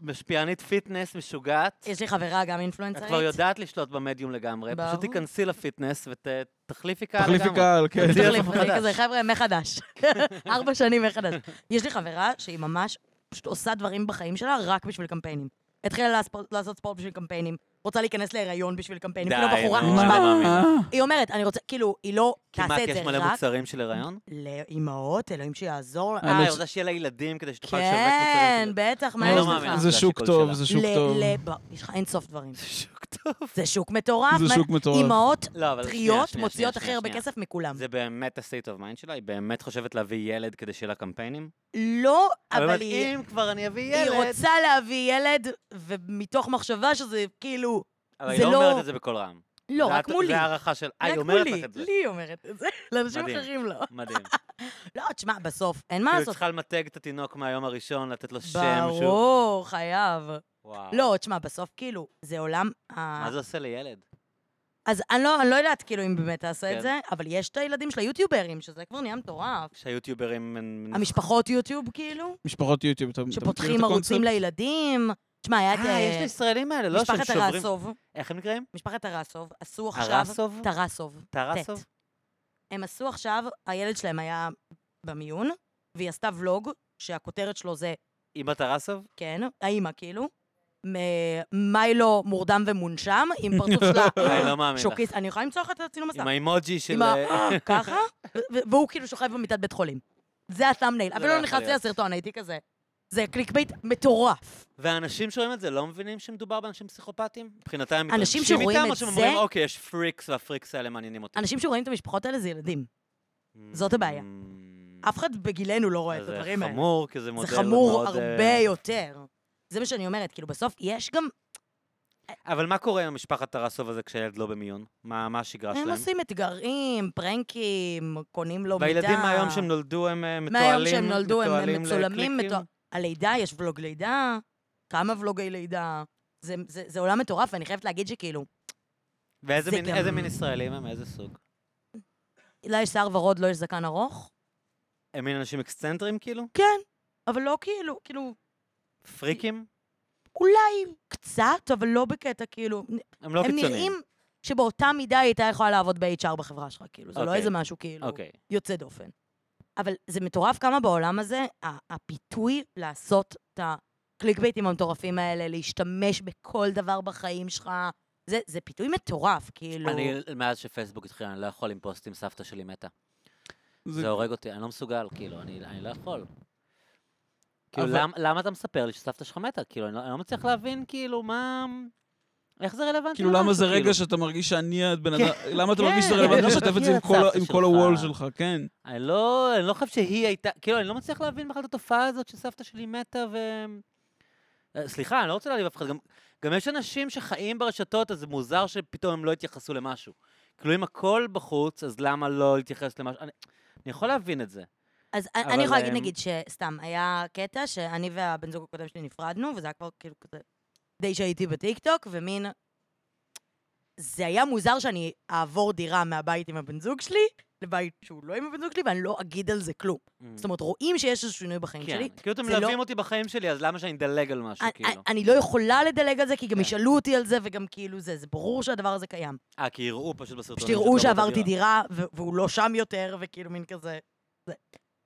Speaker 2: משפיענית פיטנס משוגעת.
Speaker 1: יש לי חברה גם
Speaker 2: את
Speaker 1: אינפלואנסרית.
Speaker 2: כבר יודעת לשלוט במדיום לגמרי, פשוט
Speaker 1: אה, ברור.
Speaker 2: תיכנסי לפיטנס ותחליפי קהל לגמרי.
Speaker 3: תחליפי קהל, כן.
Speaker 2: תחליפי
Speaker 1: צריך
Speaker 2: לך
Speaker 1: לפרק
Speaker 2: מחדש.
Speaker 1: כזה, חבר'ה, מחדש. ארבע שנים מחדש. יש לי חברה שהיא ממש פשוט עושה דברים בחיים שלה רק בשביל קמפיינים. התחילה לעשות- לעשות ספורט בשביל קמפיינים, רוצה להיכנס להיריון בשביל קמפיינים,
Speaker 2: די,
Speaker 1: כאילו בחורה,
Speaker 2: נו, אני
Speaker 1: נשבעת.
Speaker 2: לא
Speaker 3: מה?
Speaker 1: היא אומרת, אני רוצה, כאילו, היא לא
Speaker 2: כמעט
Speaker 1: תעשה את
Speaker 2: יש
Speaker 1: זה
Speaker 2: מלא
Speaker 1: רק
Speaker 2: מוצרים של הריון?
Speaker 1: לאימהות, אלוהים שיעזור לה.
Speaker 3: אני
Speaker 2: אה, היא
Speaker 3: לא-
Speaker 2: רוצה שיהיה לה ילדים כדי שתוכל לשווק
Speaker 1: כן,
Speaker 2: מוצרים שלה.
Speaker 1: בטח, מה
Speaker 2: אני
Speaker 1: יש
Speaker 2: לא
Speaker 1: לך?
Speaker 2: מאמין.
Speaker 3: זה
Speaker 2: זה
Speaker 3: שוק
Speaker 2: השיקול
Speaker 3: טוב,
Speaker 2: שלה.
Speaker 3: זה שוק
Speaker 1: ל-
Speaker 3: טוב.
Speaker 1: ל- ב- יש לך אין סוף דברים.
Speaker 2: זה שוק טוב.
Speaker 1: זה שוק מטורף.
Speaker 3: זה
Speaker 1: מה-
Speaker 3: שוק מטורף.
Speaker 1: אימהות
Speaker 2: לא, אבל שנייה,
Speaker 1: טריות
Speaker 2: שנייה,
Speaker 1: מוציאות
Speaker 2: שנייה,
Speaker 1: הכי הרבה
Speaker 2: שנייה.
Speaker 1: כסף מכולם.
Speaker 2: זה באמת ה-state of mind שלה? היא באמת חושבת להביא ילד כדי שיהיה לה קמפיינים?
Speaker 1: לא,
Speaker 2: אומרת,
Speaker 1: אבל היא...
Speaker 2: אם כבר אני אביא ילד...
Speaker 1: היא רוצה להביא ילד, ומתוך מחשבה שזה כאילו...
Speaker 2: אבל
Speaker 1: זה
Speaker 2: היא לא
Speaker 1: לא-
Speaker 2: אומרת את זה בקול רם.
Speaker 1: לא,
Speaker 2: זה
Speaker 1: רק
Speaker 2: את-
Speaker 1: מולי.
Speaker 2: זה הערכה של... אה, היא
Speaker 1: רק
Speaker 2: אומרת
Speaker 1: מולי.
Speaker 2: לך את זה.
Speaker 1: לי היא אומרת את זה, לאנשים
Speaker 2: מדהים.
Speaker 1: אחרים לא.
Speaker 2: מדהים.
Speaker 1: לא, תשמע, בסוף, אין מה
Speaker 2: כאילו, היא
Speaker 1: לעשות.
Speaker 2: צריכה למתג את התינוק מהיום הראשון, לתת לו שם, שהוא...
Speaker 1: ברור, חייב.
Speaker 2: וואו.
Speaker 1: לא, אה. תשמע, בסוף כאילו, זה עולם... ה-
Speaker 2: מה זה עושה לילד?
Speaker 1: אז אני לא, אני לא יודעת כאילו אם באמת תעשה
Speaker 2: כן.
Speaker 1: את זה, אבל יש את הילדים של היוטיוברים, שזה כבר נהיה מטורף.
Speaker 2: שהיוטיוברים... הם-
Speaker 1: המשפחות יוטיוב, כאילו,
Speaker 3: משפחות יוטיוב, אתה אתה מכיר את הקונספט?
Speaker 1: שפותחים ערוצים לילדים. תשמע, היה את
Speaker 2: אה, יש את
Speaker 1: אה,
Speaker 2: הישראלים האלה, לא? שהם
Speaker 1: משפחת
Speaker 2: שוברים-
Speaker 1: הרסוב.
Speaker 2: איך הם נקראים?
Speaker 1: משפחת הרסוב עשו עכשיו...
Speaker 2: הרסוב?
Speaker 1: טרסוב.
Speaker 2: טרסוב?
Speaker 1: ט'. הם עשו עכשיו, הילד שלהם היה במיון, והיא עשתה ולוג, שהכותרת שלו זה,
Speaker 2: אמא טרסוב?
Speaker 1: כן, האימא כאילו, מ- מיילו מורדם ומונשם, עם פרצוף
Speaker 2: אני
Speaker 1: שלה,
Speaker 2: לא מאמין לך.
Speaker 1: שוקיס, אני יכולה למצוא לך את הצילום מסך.
Speaker 2: עם האימוג'י של...
Speaker 1: אה, עם ה... אה, ככה, ו- ו- והוא כאילו שוכב במיטת בית חולים. זה התאמנייל.
Speaker 2: זה
Speaker 1: אפילו
Speaker 2: לא
Speaker 1: לא
Speaker 2: יכול
Speaker 1: נכנסתי
Speaker 2: להיות.
Speaker 1: לסרטון, הייתי כזה. זה קליק בייט מטורף.
Speaker 2: והאנשים שרואים את זה לא מבינים שמדובר באנשים פסיכופטיים? מבחינתם הם
Speaker 1: אנשים
Speaker 2: מתרגשים
Speaker 1: שרואים
Speaker 2: איתם, או
Speaker 1: את
Speaker 2: שהם
Speaker 1: זה-
Speaker 2: אומרים, אוקיי, יש פריקס, והפריקס האלה מעניינים אותי.
Speaker 1: אנשים שרואים את המשפחות האלה זה ילדים. זאת הבעיה.
Speaker 2: Mm,
Speaker 1: אף אחד בגילנו לא רואה את
Speaker 2: אז
Speaker 1: הדברים
Speaker 2: זה
Speaker 1: האלה.
Speaker 2: חמור, כי זה
Speaker 1: זה
Speaker 2: מודל מאוד...
Speaker 1: חמור הרבה
Speaker 2: אה,
Speaker 1: יותר. זה מה שאני אומרת, כאילו בסוף יש גם
Speaker 2: אבל מה קורה עם המשפחת טרסוב הזה כשהילד לא במיון? מה מה השגרה
Speaker 1: הם
Speaker 2: שלהם?
Speaker 1: עושים אתגרים, פרנקים, קונים לו מידע.
Speaker 2: והילדים מהיום שהם נולדו הם אה, מתועלים?
Speaker 1: מהיום שהם נולדו, הם-
Speaker 2: מתועלים לא
Speaker 1: הם מצולמים.
Speaker 2: לקליקים?
Speaker 1: מתוע- הלידה, יש ולוג לידה, כמה ולוגי לידה. זה, זה, זה עולם מטורף, ואני חייבת להגיד שכאילו,
Speaker 2: ואיזה
Speaker 1: זה
Speaker 2: מין-
Speaker 1: גם-
Speaker 2: איזה מין ישראלים הם? איזה סוג?
Speaker 1: לה יש שיער ורוד, לא יש זקן ארוך.
Speaker 2: הם מין אנשים אקסצנטרים כאילו?
Speaker 1: כן, אבל לא כאילו, כאילו,
Speaker 2: פריקים?
Speaker 1: אולי קצת, אבל לא בקטע כאילו.
Speaker 2: הם לא
Speaker 1: הם
Speaker 2: קיצוניים.
Speaker 1: נראים שבאותה מידה היא הייתה יכולה לעבוד ב-HR בחברה שלך, כאילו. זה לא
Speaker 2: אוקיי.
Speaker 1: איזה משהו כאילו.
Speaker 2: אוקיי.
Speaker 1: יוצא דופן. אבל זה מטורף כמה בעולם הזה, ה- הפיתוי לעשות את הקליק בייטים המטורפים האלה, להשתמש בכל דבר בחיים שלך, זה, זה פיתוי מטורף, כאילו...
Speaker 2: לא. אני, מאז שפייסבוק התחיל, אני לא יכול עם פוסטים, סבתא שלי מתה.
Speaker 3: זה-
Speaker 2: זה הורג אותי, אני לא מסוגל, כאילו, אני אני לא יכול. כאילו,
Speaker 3: אבל-
Speaker 2: למ- למה אתה מספר לי שסבתא שלך מתה? כאילו, אני לא- אני לא מצליח להבין, כאילו, מה... איך זה רלוונטי?
Speaker 3: כאילו, למה זה
Speaker 2: למשהו, כאילו?
Speaker 3: רגע שאתה מרגיש שאני הבן אדם, למה אתה
Speaker 2: כן.
Speaker 3: מרגיש שזה
Speaker 2: כן,
Speaker 3: רלוונטי
Speaker 2: אני לא
Speaker 3: לשתף את זה
Speaker 2: מכיר
Speaker 3: עם
Speaker 2: את
Speaker 3: כל ה-
Speaker 2: סבתא
Speaker 3: עם כל
Speaker 2: שלך.
Speaker 3: הוול שלך, כן.
Speaker 2: אני לא, אני לא חושב שהיא הייתה, כאילו, אני לא מצליח להבין בכלל את התופעה הזאת שסבתא שלי מתה ו... אה, סליחה, אני לא רוצה להעליב אף אחד. גם, גם יש אנשים שחיים ברשתות, אז זה מוזר שפתאום הם לא התייחסו למשהו. כאילו, אם הכל בחוץ, אז למה לא להתייחס למשהו? אני, אני יכול להבין את זה.
Speaker 1: אז אני-
Speaker 2: אבל,
Speaker 1: אני יכולה להגיד,
Speaker 2: אמ,
Speaker 1: נגיד, שסתם, היה קטע שאני והבן זוג הקודם שלי נפרדנו, וזה היה כבר כאילו כזה די שהייתי בטיקטוק, ומין... זה היה מוזר שאני אעבור דירה מהבית עם הבן זוג שלי לבית שהוא לא עם הבן זוג שלי, ואני לא אגיד על זה כלום. זאת אומרת, רואים שיש איזה שינוי בחיים שלי.
Speaker 2: Mm. כן, כאילו אתם
Speaker 1: זה לא-
Speaker 2: מלווים אותי בחיים שלי, אז למה שאני אדלג על משהו,
Speaker 1: אני-
Speaker 2: כאילו?
Speaker 1: אני לא יכולה לדלג על זה, כי גם
Speaker 2: כן.
Speaker 1: ישאלו אותי על זה, וגם כאילו זה, זה ברור שהדבר הזה קיים.
Speaker 2: אה, כי יראו פשוט בסרטונים.
Speaker 1: שתראו
Speaker 2: שאת לא
Speaker 1: שעברתי
Speaker 2: בדירה.
Speaker 1: דירה, ו- והוא לא שם יותר, וכאילו מין כזה... זה.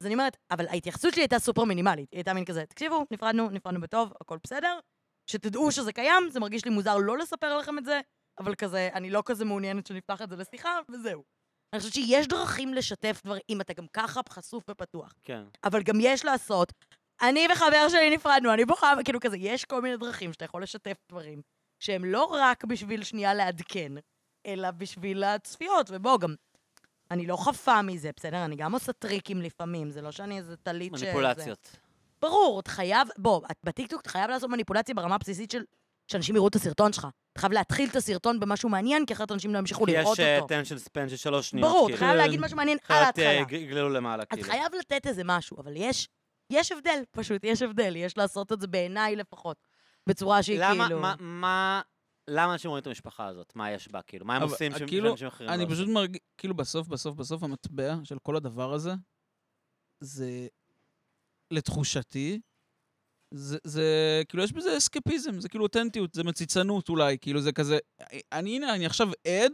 Speaker 1: אז אני אומרת, אבל ההתייחסות שלי הייתה סופר מינימלית. היא הייתה מין כזה, תקשיבו, נפרדנו, נפרדנו בטוב, הכל בסדר. שתדעו שזה קיים, זה מרגיש לי מוזר לא לספר לכם את זה, אבל כזה, אני לא כזה מעוניינת שנפתח את זה לשיחה, וזהו. אני חושבת שיש דרכים לשתף דברים, אם אתה גם ככה חשוף ופתוח.
Speaker 2: כן.
Speaker 1: אבל גם יש לעשות, אני וחבר שלי נפרדנו, אני בוכה, כאילו כזה, יש כל מיני דרכים שאתה יכול לשתף דברים, שהם לא רק בשביל שנייה לעדכן, אלא בשביל הצפיות, ובוא, גם, אני לא חפה מזה, בסדר? אני גם עושה טריקים לפעמים, זה לא שאני איזה טלית ש...
Speaker 2: מניפולציות.
Speaker 1: זה- ברור, אתה חייב, בוא, את- בטיקטוק אתה חייב לעשות מניפולציה ברמה הבסיסית של... שאנשים יראו את הסרטון שלך. אתה חייב להתחיל את הסרטון במשהו מעניין, כי אחרת אנשים לא ימשיכו
Speaker 2: כי
Speaker 1: לראות
Speaker 2: יש
Speaker 1: אותו.
Speaker 2: טנשן ספן של שלוש שניות,
Speaker 1: ברור, אתה
Speaker 2: כאילו.
Speaker 1: חייב
Speaker 3: כן.
Speaker 1: להגיד משהו מעניין על
Speaker 2: אחרת אה,
Speaker 1: ההתחלה.
Speaker 2: יג- יגללו למעלה,
Speaker 1: אז
Speaker 2: כאילו.
Speaker 1: חייב לתת איזה משהו, אבל יש, יש הבדל, פשוט, יש הבדל, יש לעשות את זה בעיניי לפחות. בצורה שהיא
Speaker 2: למה,
Speaker 1: כאילו...
Speaker 2: מה- מה, למה אנשים רואים את המשפחה הזאת? מה יש בה, כאילו? מה הם
Speaker 3: אבל,
Speaker 2: עושים ש-
Speaker 3: כאילו,
Speaker 2: שאנשים אחרים לא
Speaker 3: אני
Speaker 2: עושים?
Speaker 3: פשוט מרגיש, כאילו בסוף, בסוף, בסוף המטבע של כל הדבר הזה, זה, לתחושתי, זה, זה, כאילו, יש בזה אסקפיזם, זה כאילו אותנטיות, זה מציצנות אולי, כאילו, זה כזה, אני, הנה, אני עכשיו עד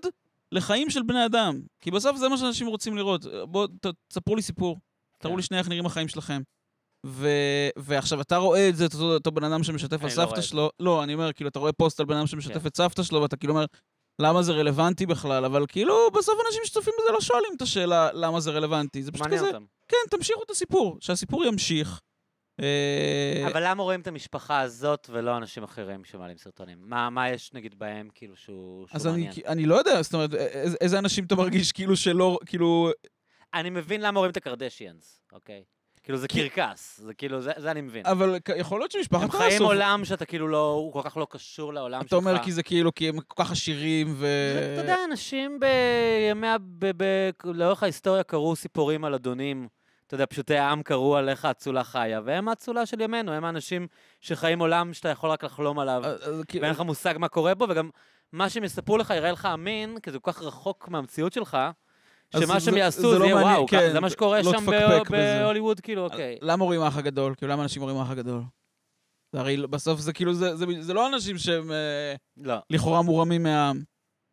Speaker 3: לחיים של בני אדם, כי בסוף זה מה שאנשים רוצים לראות. בואו, תספרו לי סיפור, תראו
Speaker 2: כן.
Speaker 3: לי שנייה איך נראים החיים שלכם. ו, ועכשיו, אתה רואה את זה, את אותו, אותו בן אדם שמשתף
Speaker 2: אני
Speaker 3: על
Speaker 2: לא רואה
Speaker 3: סבתא
Speaker 2: את זה.
Speaker 3: שלו, לא, אני אומר, כאילו, אתה רואה פוסט על בן אדם שמשתף
Speaker 2: כן.
Speaker 3: את סבתא שלו, ואתה כאילו אומר, למה זה רלוונטי בכלל, אבל כאילו, בסוף אנשים שצופים בזה לא שואלים את השאלה למה זה רלוונטי. זה פשוט
Speaker 2: מעניין
Speaker 3: כזה,
Speaker 2: אותם.
Speaker 3: כן, תמשיכו את הסיפור, שהסיפור ימשיך. אה,
Speaker 2: אבל למה רואים את המשפחה הזאת ולא אנשים אחרים שמעלים סרטונים? מה, מה יש נגיד בהם, כאילו, שהוא, שהוא
Speaker 3: אז אני,
Speaker 2: מעניין?
Speaker 3: אני לא יודע, זאת אומרת, איזה, איזה אנשים אתה מרגיש כאילו שלא, כאילו,
Speaker 2: אני מבין למה רואים את הקרדשיאנס, אוקיי? כאילו, זה קרקס, זה כאילו, זה, זה אני מבין.
Speaker 3: אבל כ- יכול להיות
Speaker 2: הם
Speaker 3: שמשפחת
Speaker 2: חיים
Speaker 3: קרסוף,
Speaker 2: עולם שאתה כאילו לא, הוא כל כך לא קשור לעולם שלך.
Speaker 3: אתה אומר כי זה כאילו, כי הם כל כך עשירים ו...
Speaker 2: זה, אתה יודע, אנשים בימי, ה- ב- ב- לאורך ההיסטוריה קראו סיפורים על אדונים. אתה יודע, פשוטי העם קראו עליך אצולה חיה, והם האצולה של ימינו, הם האנשים שחיים עולם שאתה יכול רק לחלום עליו,
Speaker 3: אז- אז כאילו-
Speaker 2: ואין לך מושג מה קורה בו, וגם מה שהם יספרו לך יראה לך אמין, כי זה כל כך רחוק מהמציאות שלך,
Speaker 3: אז
Speaker 2: שמה שהם
Speaker 3: זה-
Speaker 2: יעשו
Speaker 3: זה
Speaker 2: זה
Speaker 3: לא
Speaker 2: יהיה
Speaker 3: מעניין,
Speaker 2: וואו, ככה-
Speaker 3: כן,
Speaker 2: זה מה שקורה
Speaker 3: לא
Speaker 2: שם
Speaker 3: תפקפק
Speaker 2: ב-
Speaker 3: בזה. אה,
Speaker 2: בהוליווד, כאילו, אוקיי.
Speaker 3: למה רואים האח הגדול? כאילו, למה אנשים רואים האח הגדול? זה הרי בסוף זה כאילו, זה, זה, זה לא אנשים שהם... אה,
Speaker 2: לא.
Speaker 3: לכאורה מורמים מהעם.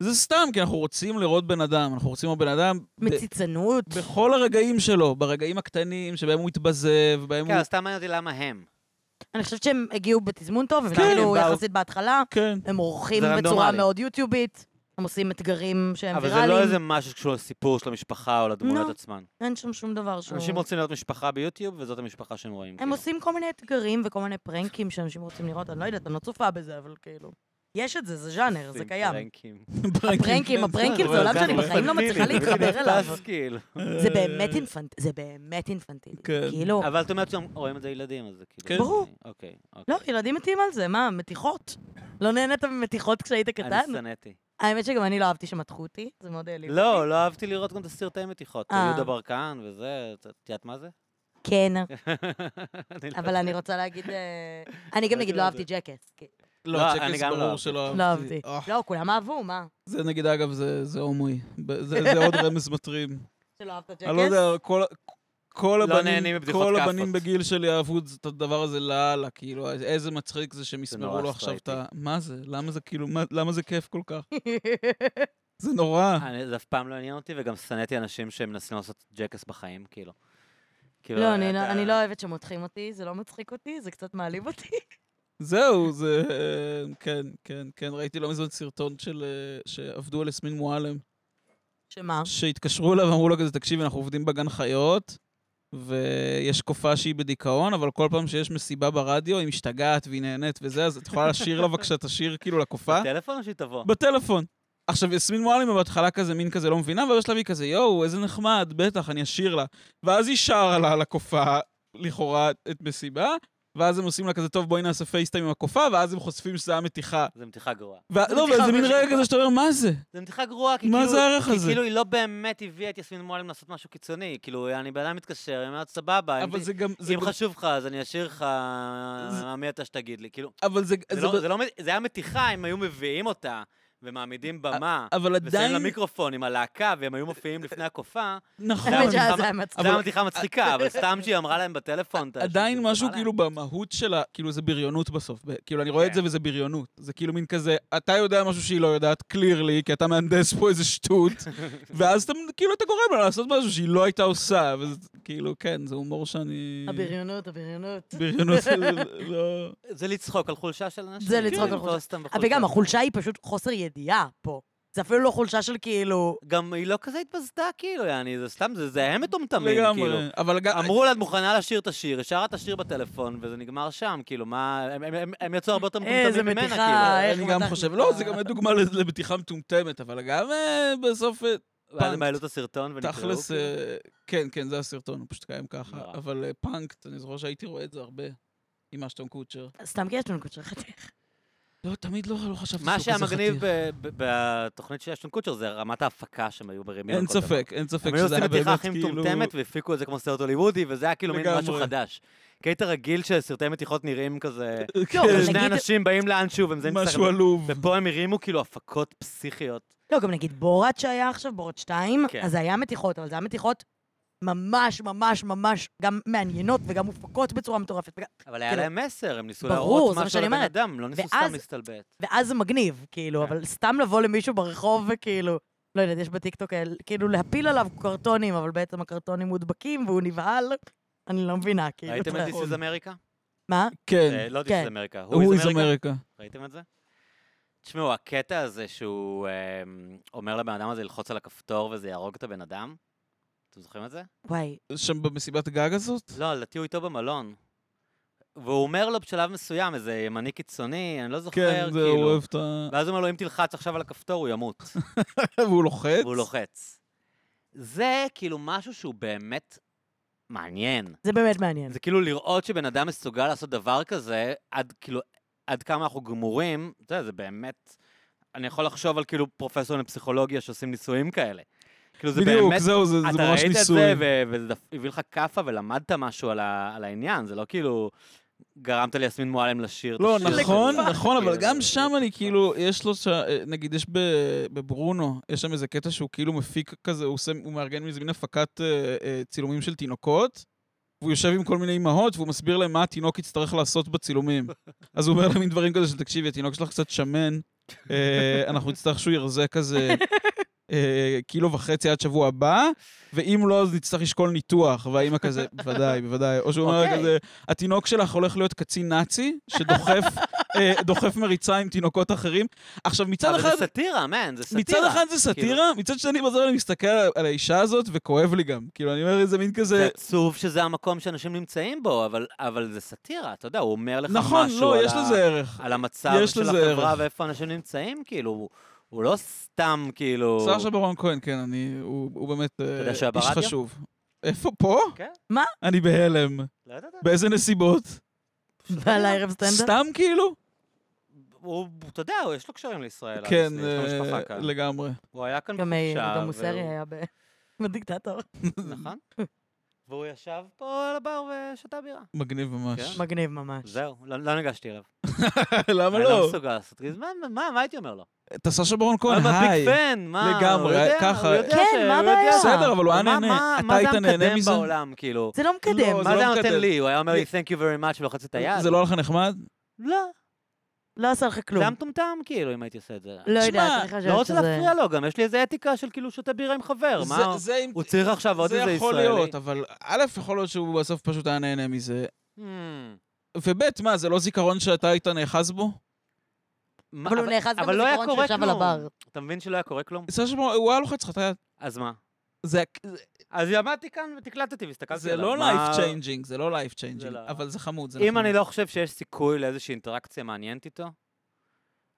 Speaker 3: זה סתם, כי אנחנו רוצים לראות בן אדם, אנחנו רוצים לראות בן אדם ב-
Speaker 1: מציצנות?
Speaker 3: בכל הרגעים שלו, ברגעים הקטנים שבהם הוא התבזב, בהם
Speaker 2: כן,
Speaker 3: הוא...
Speaker 2: אז סתם מעניין אותי למה הם.
Speaker 1: אני חושבת שהם הגיעו בתזמון טוב, הם
Speaker 2: סתם, כן, הם
Speaker 1: כאילו
Speaker 2: באו-
Speaker 1: יחסית בהתחלה,
Speaker 3: כן.
Speaker 1: הם עורכים
Speaker 2: זה
Speaker 1: בצורה
Speaker 2: רנדומלי.
Speaker 1: מאוד יוטיובית, הם עושים אתגרים שהם
Speaker 2: אבל זה לא איזה
Speaker 1: ויראליים,
Speaker 2: משהו שקשור לסיפור של המשפחה או לדמויות
Speaker 1: לא.
Speaker 2: עצמן.
Speaker 1: אין שם שום דבר שהוא...
Speaker 2: אנשים רוצים להיות משפחה ביוטיוב, וזאת המשפחה שהם רואים.
Speaker 1: הם
Speaker 2: כאילו.
Speaker 1: עושים כל מיני אתגרים וכל מיני פרנקים שאנשים רוצים לראות, אני לא יודעת, אני לא צופה בזה, אבל כאילו... יש את זה, זה ז'אנר, זה
Speaker 2: עושים
Speaker 1: קיים.
Speaker 2: פרנקים.
Speaker 3: כן,
Speaker 1: הפרנקים, הפרנקים זה
Speaker 2: אבל
Speaker 1: עולם
Speaker 2: גם
Speaker 1: שאני
Speaker 2: הוא
Speaker 1: בחיים לא מצליחה
Speaker 2: אינפנטילי,
Speaker 1: להתחבר
Speaker 2: זה
Speaker 1: אליו.
Speaker 2: טס, כאילו.
Speaker 1: זה באמת אינפנט- זה באמת אינפנטילי.
Speaker 3: כן.
Speaker 1: כאילו...
Speaker 2: אבל את אומרת שהם רואים את זה ילדים, אז זה
Speaker 3: כן.
Speaker 2: כאילו...
Speaker 1: ברור.
Speaker 2: אוקיי. אוקיי.
Speaker 1: לא, ילדים מתים על זה, מה, מתיחות? לא נהנית ממתיחות כשהיית קטן?
Speaker 2: אני שנאתי.
Speaker 1: האמת שגם אני לא אהבתי שמתחו אותי, זה מאוד העליב.
Speaker 2: לא, לא אהבתי לראות גם את הסרטי מתיחות.
Speaker 1: אוקיי. אה.
Speaker 2: יהודה ברקן וזה, את את יודעת מה זה?
Speaker 1: כן,
Speaker 2: אני לא
Speaker 1: אבל אני רוצה להגיד... אה, אני גם
Speaker 2: לא
Speaker 1: נגיד
Speaker 2: יודעת.
Speaker 1: לא אהבתי ג'קס. כי-
Speaker 3: לא,
Speaker 2: לא, אני
Speaker 3: צ'קס
Speaker 2: גם לא
Speaker 3: ברור
Speaker 2: אהבתי.
Speaker 3: שלא
Speaker 1: לא אהבתי.
Speaker 3: אה,
Speaker 1: לא, כולם אהבו, מה?
Speaker 3: זה נגיד, אגב, זה זה הומואי. ב- זה זה עוד רמז מטרים.
Speaker 1: שלא אהבת ג'קס?
Speaker 3: אני לא יודע, כל... כל
Speaker 2: לא
Speaker 3: הבנים,
Speaker 2: נהנים מבדיחות
Speaker 3: כל
Speaker 2: כאפות.
Speaker 3: הבנים בגיל שלי אהבו את זה- את הדבר הזה לאללה, כאילו, איזה מצחיק זה שהם יסמרו
Speaker 2: נורא
Speaker 3: לו עכשיו את
Speaker 2: סטרייטי.
Speaker 3: ה... מה זה? למה זה כאילו, מה- למה זה כיף כל כך? זה נורא.
Speaker 2: אני- זה אף פעם לא עניין אותי, וגם שנאתי אנשים שמנסים לעשות ג'קס בחיים, כאילו. כאילו,
Speaker 1: לא, אני
Speaker 2: אתה-
Speaker 1: לא- אני לא אוהבת שמותחים אותי, זה לא מצחיק אותי, זה קצת מעליב אותי.
Speaker 3: זהו, זה... אה, כן, כן, כן. ראיתי לא מזמן סרטון של... אה, שעבדו על יסמין מועלם,
Speaker 1: שמה?
Speaker 3: שהתקשרו אליו ואמרו לו כזה, תקשיב, אנחנו עובדים בגן חיות, ויש קופה שהיא בדיכאון, אבל כל פעם שיש מסיבה ברדיו, היא משתגעת והיא נהנית וזה, אז את יכולה לשיר לה בבקשה, תשיר כאילו לקופה.
Speaker 2: בטלפון או שהיא תבוא?
Speaker 3: בטלפון. עכשיו, יסמין מועלם בהתחלה כזה, מין כזה לא מבינה, ובשלב היא כזה, יואו, איזה נחמד, בטח, אני אשיר לה. ואז היא שרה לה על הקופה, לכאורה, את מסיבה, ואז הם עושים לה כזה, טוב, בואי נעשה פייסטיים עם הקופה, ואז הם חושפים שזה היה מתיחה.
Speaker 2: זו מתיחה גרועה.
Speaker 3: ו- לא,
Speaker 1: מתיחה,
Speaker 3: וזה מין
Speaker 1: אבל-
Speaker 3: רגע כזה שאתה אומר, מה זה?
Speaker 2: זו מתיחה גרועה, כי
Speaker 3: מה
Speaker 2: כאילו...
Speaker 3: זה הערך
Speaker 2: כי
Speaker 3: הזה?
Speaker 2: כאילו היא לא באמת הביאה את יסמין מועלם לעשות משהו קיצוני. כאילו, אני בן אדם מתקשר, היא אומרת, סבבה, אם
Speaker 3: אבל
Speaker 2: ת-
Speaker 3: זה גם... זה
Speaker 2: אם
Speaker 3: גם-
Speaker 2: חשוב לך, אז אני אשאיר לך
Speaker 3: זה-
Speaker 2: מי אתה שתגיד לי. כאילו,
Speaker 3: אבל זה...
Speaker 2: זה
Speaker 3: זה
Speaker 2: לא-
Speaker 3: ב-
Speaker 2: זה לא מ- זה היה מתיחה אם היו מביאים אותה ומעמידים במה,
Speaker 3: אבל
Speaker 2: ושמים
Speaker 3: עדיין...
Speaker 2: למיקרופון עם הלהקה, והם היו מופיעים לפני הקופה,
Speaker 3: נכון.
Speaker 1: האמת
Speaker 2: זה
Speaker 1: שאז זה היה מצחיק.
Speaker 2: זו
Speaker 3: אבל-
Speaker 2: הייתה בדיחה מצחיקה, אבל סתם שהיא אמרה להם בטלפון. אתה-
Speaker 3: עדיין
Speaker 2: שזה
Speaker 3: משהו
Speaker 2: בא להם.
Speaker 3: כאילו במהות שלה, כאילו זה בריונות בסוף. ב- כאילו, אני רואה את
Speaker 2: כן.
Speaker 3: זה וזה בריונות. זה כאילו מין כזה, אתה יודע משהו שהיא לא יודעת, קלירלי, כי אתה מהנדס פה איזה שטות, ואז אתה כאילו אתה גורם לה לעשות משהו שהיא לא הייתה עושה, וזה כאילו, כן, זה הומור שאני...
Speaker 1: הבריונות, הבריונות.
Speaker 3: בריונות זה לא...
Speaker 2: זה לצחוק על חולשה של אנשים.
Speaker 1: זה לצחוק
Speaker 2: כן,
Speaker 1: על חולשה. אה,
Speaker 2: לא סתם
Speaker 1: אבל
Speaker 2: בחולשה.
Speaker 1: גם החולשה היא פשוט חוסר ידיעה פה. זה אפילו לא חולשה של כאילו...
Speaker 2: גם היא לא כזה התבזתה, כאילו, יעני, זה סתם, זה- זה הם מטומטמים, כאילו.
Speaker 3: לגמרי. אבל גם...
Speaker 2: אמרו לה, את מוכנה לשיר את השיר, היא שרה את השיר בטלפון, וזה נגמר שם, כאילו, מה... הם- הם- הם- הם יצאו הרבה יותר
Speaker 1: איזה
Speaker 2: מטומטמים ממנה,
Speaker 1: מתיחה,
Speaker 2: כאילו.
Speaker 1: איך
Speaker 3: אני גם
Speaker 1: מתחת
Speaker 3: חושב,
Speaker 1: לך.
Speaker 3: לא, זה
Speaker 2: אה.
Speaker 3: גם דוגמה לבדיחה מטומטמת, אבל גם אה, בסוף אה,
Speaker 2: ואז הם
Speaker 3: פאנק.
Speaker 2: העלו את הסרטון ונקראו.
Speaker 3: תכלס,
Speaker 2: כאילו.
Speaker 3: אה, כן, כן, זה הסרטון, הוא פשוט קיים ככה.
Speaker 2: נורא.
Speaker 3: אבל אה, פאנקט, אני זוכר שהייתי רואה את זה הרבה עם אשטון קוצ'ר.
Speaker 1: סתם כי יש לנו קוצ'ר חתיך.
Speaker 3: לא, תמיד לא לא חשבתי
Speaker 2: מה
Speaker 3: שהוא
Speaker 2: שהיה
Speaker 3: כזה
Speaker 2: מגניב
Speaker 3: חתיך.
Speaker 2: ב- ב- בתוכנית של אשטון קוצ'ר זה רמת ההפקה שהם היו מרימים.
Speaker 3: אין
Speaker 2: על כל דבר.
Speaker 3: ספק, אין ספק
Speaker 2: הם היו עושים
Speaker 3: שזה היה
Speaker 2: את הבדיחה
Speaker 3: באמת
Speaker 2: הכי
Speaker 3: כאילו...
Speaker 2: מטומטמת והפיקו את זה כמו סרט הוליוודי, וזה היה כאילו מין משהו
Speaker 3: לגמרי.
Speaker 2: חדש. כי היית רגיל שסרטי מתיחות נראים כזה...
Speaker 1: לא,
Speaker 3: כן,
Speaker 1: אבל
Speaker 2: שני
Speaker 1: נגיד-
Speaker 2: אנשים באים לאנשהו והם מזיינים את
Speaker 3: משהו
Speaker 2: הסרט.
Speaker 3: עלוב.
Speaker 2: ופה הם הרימו כאילו הפקות פסיכיות.
Speaker 1: לא, גם נגיד בורת שהיה עכשיו, בורת 2,
Speaker 2: כן.
Speaker 1: אז זה היה מתיחות, אבל זה היה מתיחות ממש, ממש, ממש, גם מעניינות וגם מופקות בצורה מטורפת. וגם-
Speaker 2: אבל היה
Speaker 3: כן.
Speaker 1: כאילו,
Speaker 2: להם מסר, הם ניסו
Speaker 1: ברור,
Speaker 2: להראות
Speaker 1: זה מה
Speaker 2: משהו
Speaker 1: שאני
Speaker 2: לבן
Speaker 1: אומרת.
Speaker 2: אדם, הם לא ניסו
Speaker 1: ואז-
Speaker 2: סתם להסתלבט.
Speaker 1: ואז זה מגניב, כאילו,
Speaker 2: כן.
Speaker 1: אבל סתם לבוא למישהו ברחוב וכאילו, לא יודעת, יש בטיקטוק כאלה, כאילו להפיל עליו קרטונים, אבל בעצם הקרטונים מודבקים והוא נבהל, אני לא מבינה, כאילו.
Speaker 2: ראיתם את
Speaker 1: אתה-
Speaker 2: This is America?
Speaker 1: מה?
Speaker 3: כן,
Speaker 2: אה, לא This
Speaker 1: כן.
Speaker 2: is America,
Speaker 3: הוא
Speaker 2: Who is
Speaker 3: איז
Speaker 2: America?
Speaker 3: אמריקה.
Speaker 2: ראיתם את זה? תשמעו, הקטע הזה שהוא אה, אומר לבן אדם הזה ללחוץ על הכפתור וזה יהרוג את הבן אדם? אתם זוכרים את זה?
Speaker 1: וואי,
Speaker 3: שם במסיבת גג הזאת?
Speaker 2: לא, לדעתי הוא איתו במלון. והוא אומר לו בשלב מסוים, איזה ימני קיצוני, אני לא זוכר,
Speaker 3: כן, זה,
Speaker 2: כאילו.
Speaker 3: הוא אוהב את ה...
Speaker 2: ואז הוא אומר לו, אם תלחץ עכשיו על הכפתור, הוא ימות.
Speaker 3: והוא לוחץ?
Speaker 2: והוא לוחץ. זה כאילו משהו שהוא באמת מעניין.
Speaker 1: זה באמת מעניין.
Speaker 2: זה כאילו לראות שבן אדם מסוגל לעשות דבר כזה, עד כאילו, עד כמה אנחנו גמורים, אתה יודע, זה באמת... אני יכול לחשוב על כאילו פרופסורים לפסיכולוגיה שעושים ניסויים כאלה. כאילו זה
Speaker 3: בדיוק,
Speaker 2: באמת...
Speaker 3: זהו, זה זה
Speaker 2: אתה
Speaker 3: ממש
Speaker 2: ראית את
Speaker 3: ניסוי.
Speaker 2: זה, ו- וזה דפ- הביא לך כאפה ולמדת משהו על, ה- על העניין, זה לא כאילו גרמת ליסמין מועלם לשיר את
Speaker 3: לא,
Speaker 2: השיר.
Speaker 3: נכון,
Speaker 2: כאילו,
Speaker 3: נכון, אבל
Speaker 2: כאילו,
Speaker 3: גם
Speaker 2: זה-
Speaker 3: שם אני כאילו, יש לו, ש- אה, נגיד, יש ב- בברונו, יש שם איזה קטע שהוא כאילו מפיק כזה, הוא עושה- הוא מארגן מזה מין הפקת אה, אה, צילומים של תינוקות, והוא יושב עם כל מיני אימהות, והוא מסביר להם מה התינוק יצטרך לעשות בצילומים. אז הוא אומר להם מין דברים כזה של, תקשיבי, התינוק שלך קצת שמן, אה, אנחנו נצטרך שהוא ירזה כזה אה, קילו וחצי עד שבוע הבא, ואם לא, אז נצטרך לשקול ניתוח. והאימא כזה, בוודאי, בוודאי. או שהוא אומר
Speaker 2: אוקיי.
Speaker 3: כזה, התינוק שלך הולך להיות קצין נאצי, שדוחף אה, דוחף מריצה עם תינוקות אחרים. עכשיו, מצד
Speaker 2: אבל
Speaker 3: אחד...
Speaker 2: זה סאטירה, מן, זה סאטירה.
Speaker 3: מצד אחד זה
Speaker 2: כאילו,
Speaker 3: סאטירה, מצד שני בזמן אני מסתכל על- על האישה הזאת וכואב לי גם. כאילו, אני אומר איזה מין
Speaker 2: זה
Speaker 3: כזה...
Speaker 2: עצוב שזה המקום שאנשים נמצאים בו, אבל- אבל זה סאטירה, אתה יודע, הוא אומר לך
Speaker 3: נכון,
Speaker 2: משהו
Speaker 3: לא,
Speaker 2: על
Speaker 3: יש
Speaker 2: ה-
Speaker 3: לזה ערך.
Speaker 2: על המצב
Speaker 3: יש
Speaker 2: של
Speaker 3: לזה
Speaker 2: החברה
Speaker 3: ערך.
Speaker 2: ואיפה אנשים נמצאים, כאילו, הוא- הוא לא סתם, כאילו...
Speaker 3: סשה ברון כהן, כן, אני... הוא הוא באמת אה,
Speaker 2: יודע שהיה
Speaker 3: איש
Speaker 2: ברדיו?
Speaker 3: חשוב. איפה, פה?
Speaker 2: כן.
Speaker 1: מה?
Speaker 3: אני בהלם.
Speaker 2: לא יודעת?
Speaker 3: באיזה נסיבות?
Speaker 1: ועל הערב סטנדאפ?
Speaker 3: סתם כאילו?
Speaker 2: הוא, אתה יודע, הוא- יש לו קשרים לישראל. אז
Speaker 3: כן,
Speaker 2: יש לו משפחה
Speaker 3: אה,
Speaker 2: כאן.
Speaker 3: לגמרי.
Speaker 2: הוא היה כאן
Speaker 1: גם
Speaker 2: בחופשה.
Speaker 1: אה, גם מוסרי
Speaker 2: והוא-
Speaker 1: היה ב- בדיקטטור.
Speaker 2: נכון. והוא ישב פה על הבר ושתה בירה.
Speaker 3: מגניב ממש.
Speaker 2: כן?
Speaker 1: מגניב ממש.
Speaker 2: זהו, לא לא ניגשתי אליו.
Speaker 3: למה
Speaker 2: אני לא
Speaker 3: לא?
Speaker 2: מסוגל לעשות את זה. מה- מה מה הייתי אומר לו?
Speaker 3: אתה סשה ברון
Speaker 2: אבל
Speaker 3: כהן, היי.
Speaker 2: ביג פן, מה? הוא
Speaker 3: לגמרי,
Speaker 2: יודע,
Speaker 3: ככה.
Speaker 2: הוא יודע
Speaker 1: כן,
Speaker 2: ש-
Speaker 1: מה
Speaker 2: הוא יודע.
Speaker 1: הבעיה?
Speaker 3: בסדר, אבל הוא היה
Speaker 2: מה- מה-
Speaker 3: נהנה. אתה
Speaker 2: מה זה
Speaker 3: היית נהנה
Speaker 2: המקדם
Speaker 3: מזה?
Speaker 2: בעולם, כאילו?
Speaker 1: זה לא מקדם.
Speaker 3: לא,
Speaker 2: מה זה היה
Speaker 3: מקדם.
Speaker 2: נותן לי? הוא היה אומר לי,
Speaker 3: זה-
Speaker 2: Thank you very much, ולוחץ את היד?
Speaker 3: זה לא היה לך נחמד?
Speaker 2: לא.
Speaker 1: לא עשה לך
Speaker 2: זה
Speaker 1: כלום.
Speaker 2: היה מטומטם, כאילו, אם הייתי עושה את זה.
Speaker 1: לא יודעת,
Speaker 3: תשמע,
Speaker 1: אני חושבת שזה...
Speaker 2: לא רוצה להפריע לו, גם יש לי איזה אתיקה של כאילו שותה בירה עם חבר,
Speaker 3: זה-
Speaker 2: מה?
Speaker 3: זה אם-
Speaker 2: הוא צריך עכשיו עוד
Speaker 3: זה
Speaker 2: איזה ישראלי.
Speaker 3: יכול להיות, אבל א', יכול להיות שהוא בסוף פשוט היה נהנה מזה.
Speaker 2: Hmm.
Speaker 3: וב', מה, זה לא זיכרון שאתה היית נאחז בו?
Speaker 2: מה-
Speaker 1: אבל הוא נאחז
Speaker 2: אבל לא היה
Speaker 1: בזיכרון
Speaker 2: קורה
Speaker 1: שישב על
Speaker 2: כלום.
Speaker 1: הבר.
Speaker 2: אתה מבין שלא היה קורה כלום?
Speaker 3: סשה ברון, הוא היה לוחץ לך את היד.
Speaker 2: אז מה?
Speaker 3: זה-
Speaker 2: אז עמדתי כאן ותקלטתי והסתכלתי
Speaker 3: זה
Speaker 2: עליו.
Speaker 3: לא
Speaker 2: מה-
Speaker 3: life changing, זה לא life
Speaker 2: זה
Speaker 3: changing,
Speaker 2: לא.
Speaker 3: אבל זה חמוד, זה
Speaker 2: אם
Speaker 3: נחמד.
Speaker 2: אני לא חושב שיש סיכוי לאיזושהי אינטראקציה מעניינת איתו,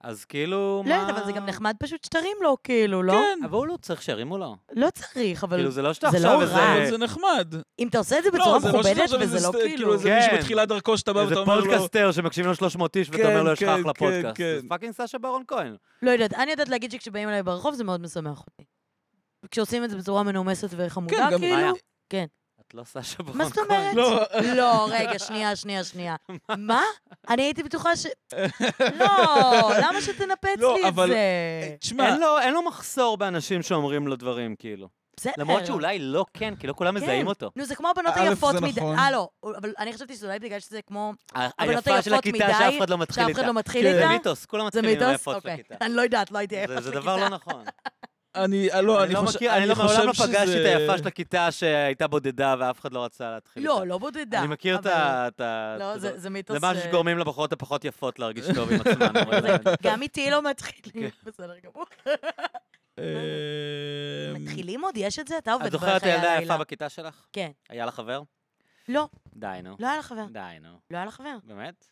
Speaker 2: אז כאילו,
Speaker 1: לא
Speaker 2: מה...
Speaker 1: יודעת, אבל זה גם נחמד פשוט שתרים לו, כאילו, לא?
Speaker 3: כן,
Speaker 2: אבל הוא לא צריך שירימו לו.
Speaker 1: לא צריך, אבל
Speaker 2: כאילו, זה לא שאתה
Speaker 1: זה
Speaker 2: עכשיו
Speaker 1: לא
Speaker 2: איזה...
Speaker 1: רע.
Speaker 3: אבל זה נחמד.
Speaker 1: אם אתה עושה את זה
Speaker 3: לא,
Speaker 1: בצורה
Speaker 3: זה לא
Speaker 1: מכובדת,
Speaker 3: שאתה-
Speaker 1: וזה לא
Speaker 3: זה-
Speaker 1: כאילו...
Speaker 3: איזה
Speaker 2: כן.
Speaker 3: מישהו בתחילת דרכו שאתה בא
Speaker 2: איזה
Speaker 3: ואתה אומר לו...
Speaker 2: פודקאסטר שמקשיבים לו 300 איש, ואתה אומר לו, יש לך
Speaker 3: כן,
Speaker 2: אחלה
Speaker 3: כן,
Speaker 2: פודקאסט.
Speaker 3: כן.
Speaker 2: זה פאקינג סשה ברון כהן.
Speaker 1: לא יודעת, אני יודעת להגיד שכשבאים אליי ברחוב זה מאוד משמח אותי. כשעושים את זה בצורה מנומסת
Speaker 3: כן,
Speaker 1: וחמודה,
Speaker 3: גם
Speaker 2: מאיה.
Speaker 1: כאילו... כן.
Speaker 2: את לא סשה ברון כהן.
Speaker 1: מה זאת אומרת?
Speaker 3: לא,
Speaker 1: לא, רגע, שנייה, שנייה, שנייה. מה? אני הייתי בטוחה ש... לא, למה שתנפץ
Speaker 3: לא,
Speaker 1: לי את
Speaker 3: אבל-
Speaker 1: זה?
Speaker 3: תשמע,
Speaker 2: אין לו- אין לו מחסור באנשים שאומרים לו דברים, כאילו.
Speaker 1: בסדר.
Speaker 2: למרות שאולי לא כן, כי לא כולם מזהים אותו.
Speaker 1: נו, זה כמו הבנות
Speaker 3: א', זה
Speaker 1: היפות מדי.
Speaker 3: נכון.
Speaker 1: אה, לא, אבל אני חשבתי שזה אולי בגלל שזה כמו...
Speaker 2: ה-
Speaker 1: אבל
Speaker 2: היפה
Speaker 1: אתה
Speaker 2: של
Speaker 1: יפות
Speaker 2: הכיתה
Speaker 1: מדי,
Speaker 2: שאף אחד לא מתחיל
Speaker 1: שאף
Speaker 2: איתה.
Speaker 1: אחד לא מתחיל
Speaker 2: כן, זה
Speaker 1: איתה?
Speaker 2: מיתוס, כולם
Speaker 1: זה
Speaker 2: מתחילים עם
Speaker 1: מידוס?
Speaker 2: היפות של
Speaker 1: אוקיי.
Speaker 2: הכיתה.
Speaker 1: אני לא יודעת, לא הייתי היפה
Speaker 2: זה-
Speaker 1: של
Speaker 2: זה דבר לא
Speaker 1: הכיתה.
Speaker 2: נכון.
Speaker 3: אני, אה, לא,
Speaker 2: אני לא
Speaker 3: חושב-
Speaker 2: מכיר, אני לא-
Speaker 3: חושב
Speaker 2: מעולם לא פגשתי את
Speaker 3: שזה-
Speaker 2: היפה של הכיתה שהייתה בודדה ואף אחד לא רצה להתחיל איתה.
Speaker 1: לא, לא בודדה.
Speaker 2: אני מכיר את
Speaker 1: אבל-
Speaker 2: ה... את ה-
Speaker 1: לא,
Speaker 2: את
Speaker 1: זה
Speaker 2: ה-
Speaker 1: זה מיתוס...
Speaker 2: זה משהו
Speaker 1: אה,
Speaker 2: שגורמים לבחורות הפחות יפות להרגיש טוב עם עצמן. אומרים
Speaker 1: זה-
Speaker 2: להם.
Speaker 1: גם איתי לא
Speaker 2: כן.
Speaker 1: מתחילים. בסדר גמור.
Speaker 3: אה,
Speaker 1: מתחילים עוד? יש את זה? אתה עובד
Speaker 2: אמ, את זוכרת את
Speaker 1: בחיי
Speaker 2: הילדה היפה
Speaker 1: הלילה.
Speaker 2: בכיתה שלך?
Speaker 1: כן.
Speaker 2: היה לה חבר?
Speaker 1: לא,
Speaker 2: די, נו.
Speaker 1: לא היה לה חבר.
Speaker 2: די, נו.
Speaker 1: לא היה לה חבר.
Speaker 2: באמת?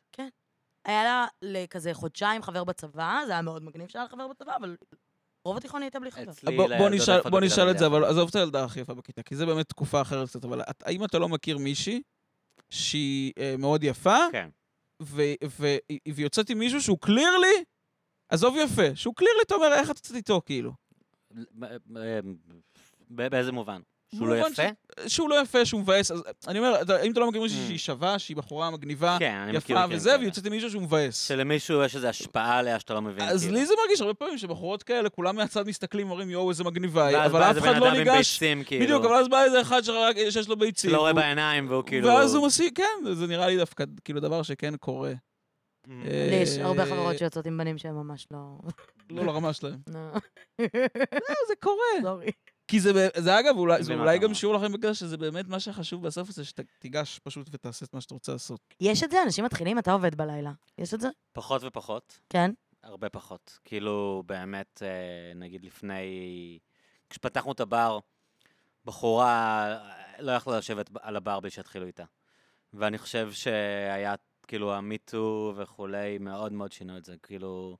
Speaker 1: היה לה לכזה חודשיים חבר בצבא, זה היה מאוד מגניב שהיה לה חבר בצבא, אבל רוב התיכון היא הייתה בלי חבר.
Speaker 2: אצלי
Speaker 3: אה, בוא- בוא
Speaker 2: לילדות
Speaker 3: נשאל-
Speaker 2: היפות
Speaker 3: בוא
Speaker 2: בכיתה
Speaker 3: נשאל את זה,
Speaker 2: בודדה.
Speaker 3: אבל עזוב את הילדה הכי יפה בכיתה, כי זה באמת תקופה אחרת קצת, אבל את- האם אתה לא מכיר מישהי שהיא אה, מאוד יפה,
Speaker 1: לא.
Speaker 2: כן.
Speaker 3: ו- ו- ויוצאת עם מישהו שהוא קלירלי, עזוב יפה, שהוא קלירלי, אתה אומר, איך את יוצאת איתו, כאילו?
Speaker 2: ב- באיזה מובן? שהוא לא
Speaker 3: במובן
Speaker 2: יפה?
Speaker 3: שהוא לא יפה, שהוא מבאס, אז אני אומר, אתה- אם אתה לא מכיר מישהי שהיא שווה, שהיא בחורה מגניבה,
Speaker 2: Mm. כן, אני מכיר.
Speaker 3: יפה
Speaker 2: כן,
Speaker 3: וזה,
Speaker 2: כן.
Speaker 3: ויוצאת עם מישהו שהוא מבאס.
Speaker 2: שלמישהו יש איזו השפעה עליה שאתה לא מבין.
Speaker 3: אז
Speaker 2: כאילו.
Speaker 3: לי זה מרגיש הרבה פעמים שבחורות כאלה, כולם מהצד מסתכלים, אומרים, יואו, איזה מגניבה היא,
Speaker 2: ואז
Speaker 3: אבל
Speaker 2: בא
Speaker 3: אף
Speaker 2: איזה
Speaker 3: אחד
Speaker 2: בן
Speaker 3: לא
Speaker 2: אדם עם
Speaker 3: ניגש.
Speaker 2: ביצים, כאילו.
Speaker 3: בדיוק, אבל אז בא איזה אחד שרק- שיש לו ביצים.
Speaker 2: שלא רואה
Speaker 3: הוא-
Speaker 2: בעיניים, והוא כאילו...
Speaker 3: ואז הוא מסיק, כן, זה- זה נראה לי דווקא, כאילו, דבר שכן קורה.
Speaker 2: Mm. אה,
Speaker 1: לי יש הרבה
Speaker 3: אה,
Speaker 1: חברות שיוצאות עם בנים שהם ממש לא...
Speaker 3: לא לרמה שלהם.
Speaker 1: לא,
Speaker 3: זה קורה.
Speaker 1: סורי.
Speaker 3: כי זה, בא- זה אגב, אולי, זה
Speaker 2: מבין מה
Speaker 3: אולי
Speaker 2: אתה
Speaker 3: גם
Speaker 2: אומר.
Speaker 3: שיעור לכם בגלל שזה באמת מה שחשוב בסוף זה שתיגש פשוט ותעשה את מה שאתה רוצה לעשות.
Speaker 1: יש את זה, אנשים מתחילים, אתה עובד בלילה. יש את זה?
Speaker 2: פחות ופחות.
Speaker 1: כן.
Speaker 2: הרבה פחות. כאילו, באמת, אה, נגיד לפני... כשפתחנו את הבר, בחורה אה, לא יכלה לשבת ב- על הבר בלי שיתחילו איתה. ואני חושב שהיה, כאילו, המיטו וכולי, מאוד מאוד שינו את זה. כאילו,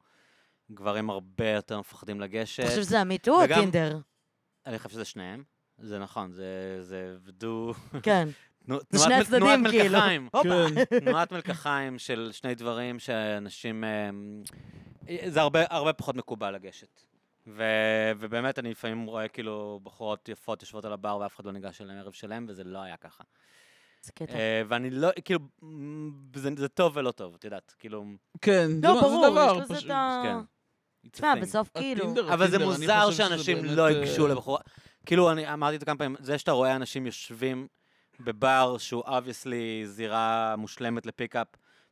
Speaker 2: גברים הרבה יותר מפחדים לגשת.
Speaker 1: אתה חושב שזה המיטו או
Speaker 2: כן. וגם-
Speaker 1: טינדר?
Speaker 2: אני חושב שזה שניהם. זה נכון, זה, זה דו...
Speaker 1: כן.
Speaker 2: תנו-
Speaker 1: זה
Speaker 2: תנועת
Speaker 1: שני
Speaker 2: מ-
Speaker 1: הצדדים,
Speaker 2: תנועת
Speaker 1: כאילו.
Speaker 2: מלקחיים.
Speaker 1: הופה.
Speaker 2: תנועת מלקחיים של שני דברים שאנשים... אמ, זה הרבה, הרבה פחות מקובל לגשת. ו, ובאמת, אני לפעמים רואה כאילו בחורות יפות יושבות על הבר ואף אחד לא ניגש אליהם ערב שלם, וזה לא היה ככה.
Speaker 1: זה קטע.
Speaker 2: אה, ואני לא, כאילו, מ, זה, זה טוב ולא טוב, את יודעת, כאילו...
Speaker 3: כן,
Speaker 1: לא, ברור, יש לזה את ה...
Speaker 2: כן. it's
Speaker 1: אה.
Speaker 2: a
Speaker 1: תשמע,
Speaker 2: thing.
Speaker 1: בסוף כאילו...
Speaker 2: אבל זה מוזר שאנשים
Speaker 3: אה,
Speaker 2: לא ייגשו לבחורה. כאילו, אני אמרתי את זה כמה פעמים, זה שאתה רואה אנשים יושבים בבר שהוא אובייסלי זירה מושלמת לפיקאפ,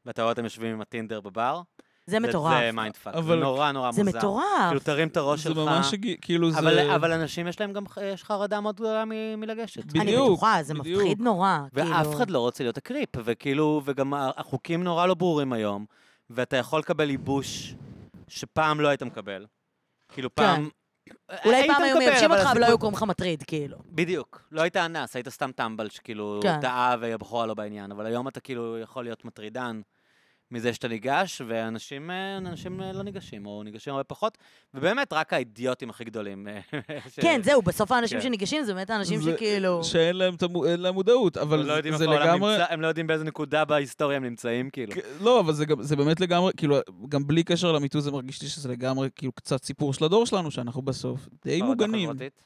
Speaker 2: ואתה רואה אותם יושבים עם הטינדר בבר,
Speaker 1: זה
Speaker 2: זה-
Speaker 1: מטורף.
Speaker 2: זה מיינדפאק, זה
Speaker 3: אבל-
Speaker 2: נורא נורא
Speaker 1: זה
Speaker 2: מוזר. כאילו,
Speaker 1: מטורף.
Speaker 2: תרים את הראש
Speaker 3: זה
Speaker 2: שלך,
Speaker 3: ממש, הגי- כאילו זה...
Speaker 2: אבל- אבל אנשים יש להם גם ח- יש חרדה מאוד גדולה מ- מלגשת.
Speaker 3: בדיוק.
Speaker 1: אני בטוחה, זה
Speaker 3: בדיוק.
Speaker 1: מפחיד נורא.
Speaker 2: ואף
Speaker 1: כאילו.
Speaker 2: אחד לא רוצה להיות הקריפ, וכאילו, וגם ה- החוקים נורא לא ברורים היום, ואתה יכול לקבל ייבוש שפעם לא היית מקבל. כאילו פעם...
Speaker 1: כן. אולי
Speaker 3: אה,
Speaker 2: היית
Speaker 1: פעם היו
Speaker 2: מקבל,
Speaker 1: מייבשים
Speaker 2: אבל
Speaker 1: אותך, אבל לא
Speaker 2: הסיכוי-
Speaker 1: היו קוראים לך מטריד, כאילו.
Speaker 3: כן.
Speaker 2: בדיוק. לא היית אנס, היית סתם טמבל שכאילו
Speaker 1: כן.
Speaker 2: טעה והבחורה לא בעניין, אבל היום אתה כאילו יכול להיות מטרידן מזה שאתה ניגש, ואנשים אה, אנשים אה, לא ניגשים, או ניגשים הרבה פחות, ובאמת רק האידיוטים הכי גדולים. אה, ש-
Speaker 1: כן, זהו, בסוף האנשים
Speaker 2: כן.
Speaker 1: שניגשים זה באמת האנשים
Speaker 3: זה-
Speaker 1: שכאילו...
Speaker 3: שאין להם את המו- אין להם מודעות,
Speaker 2: הם לא
Speaker 3: אבל
Speaker 2: יודעים
Speaker 3: זה
Speaker 2: איפה העולם
Speaker 3: לגמרי...
Speaker 2: נמצא, הם לא יודעים באיזה נקודה בהיסטוריה הם נמצאים, כאילו.
Speaker 3: כן, לא, אבל זה, גם, זה באמת לגמרי, כאילו, גם בלי קשר למיטו, זה מרגיש לי שזה לגמרי, כאילו, קצת סיפור של הדור שלנו, שאנחנו בסוף די
Speaker 2: חרדה
Speaker 3: מוגנים.
Speaker 2: חברתית.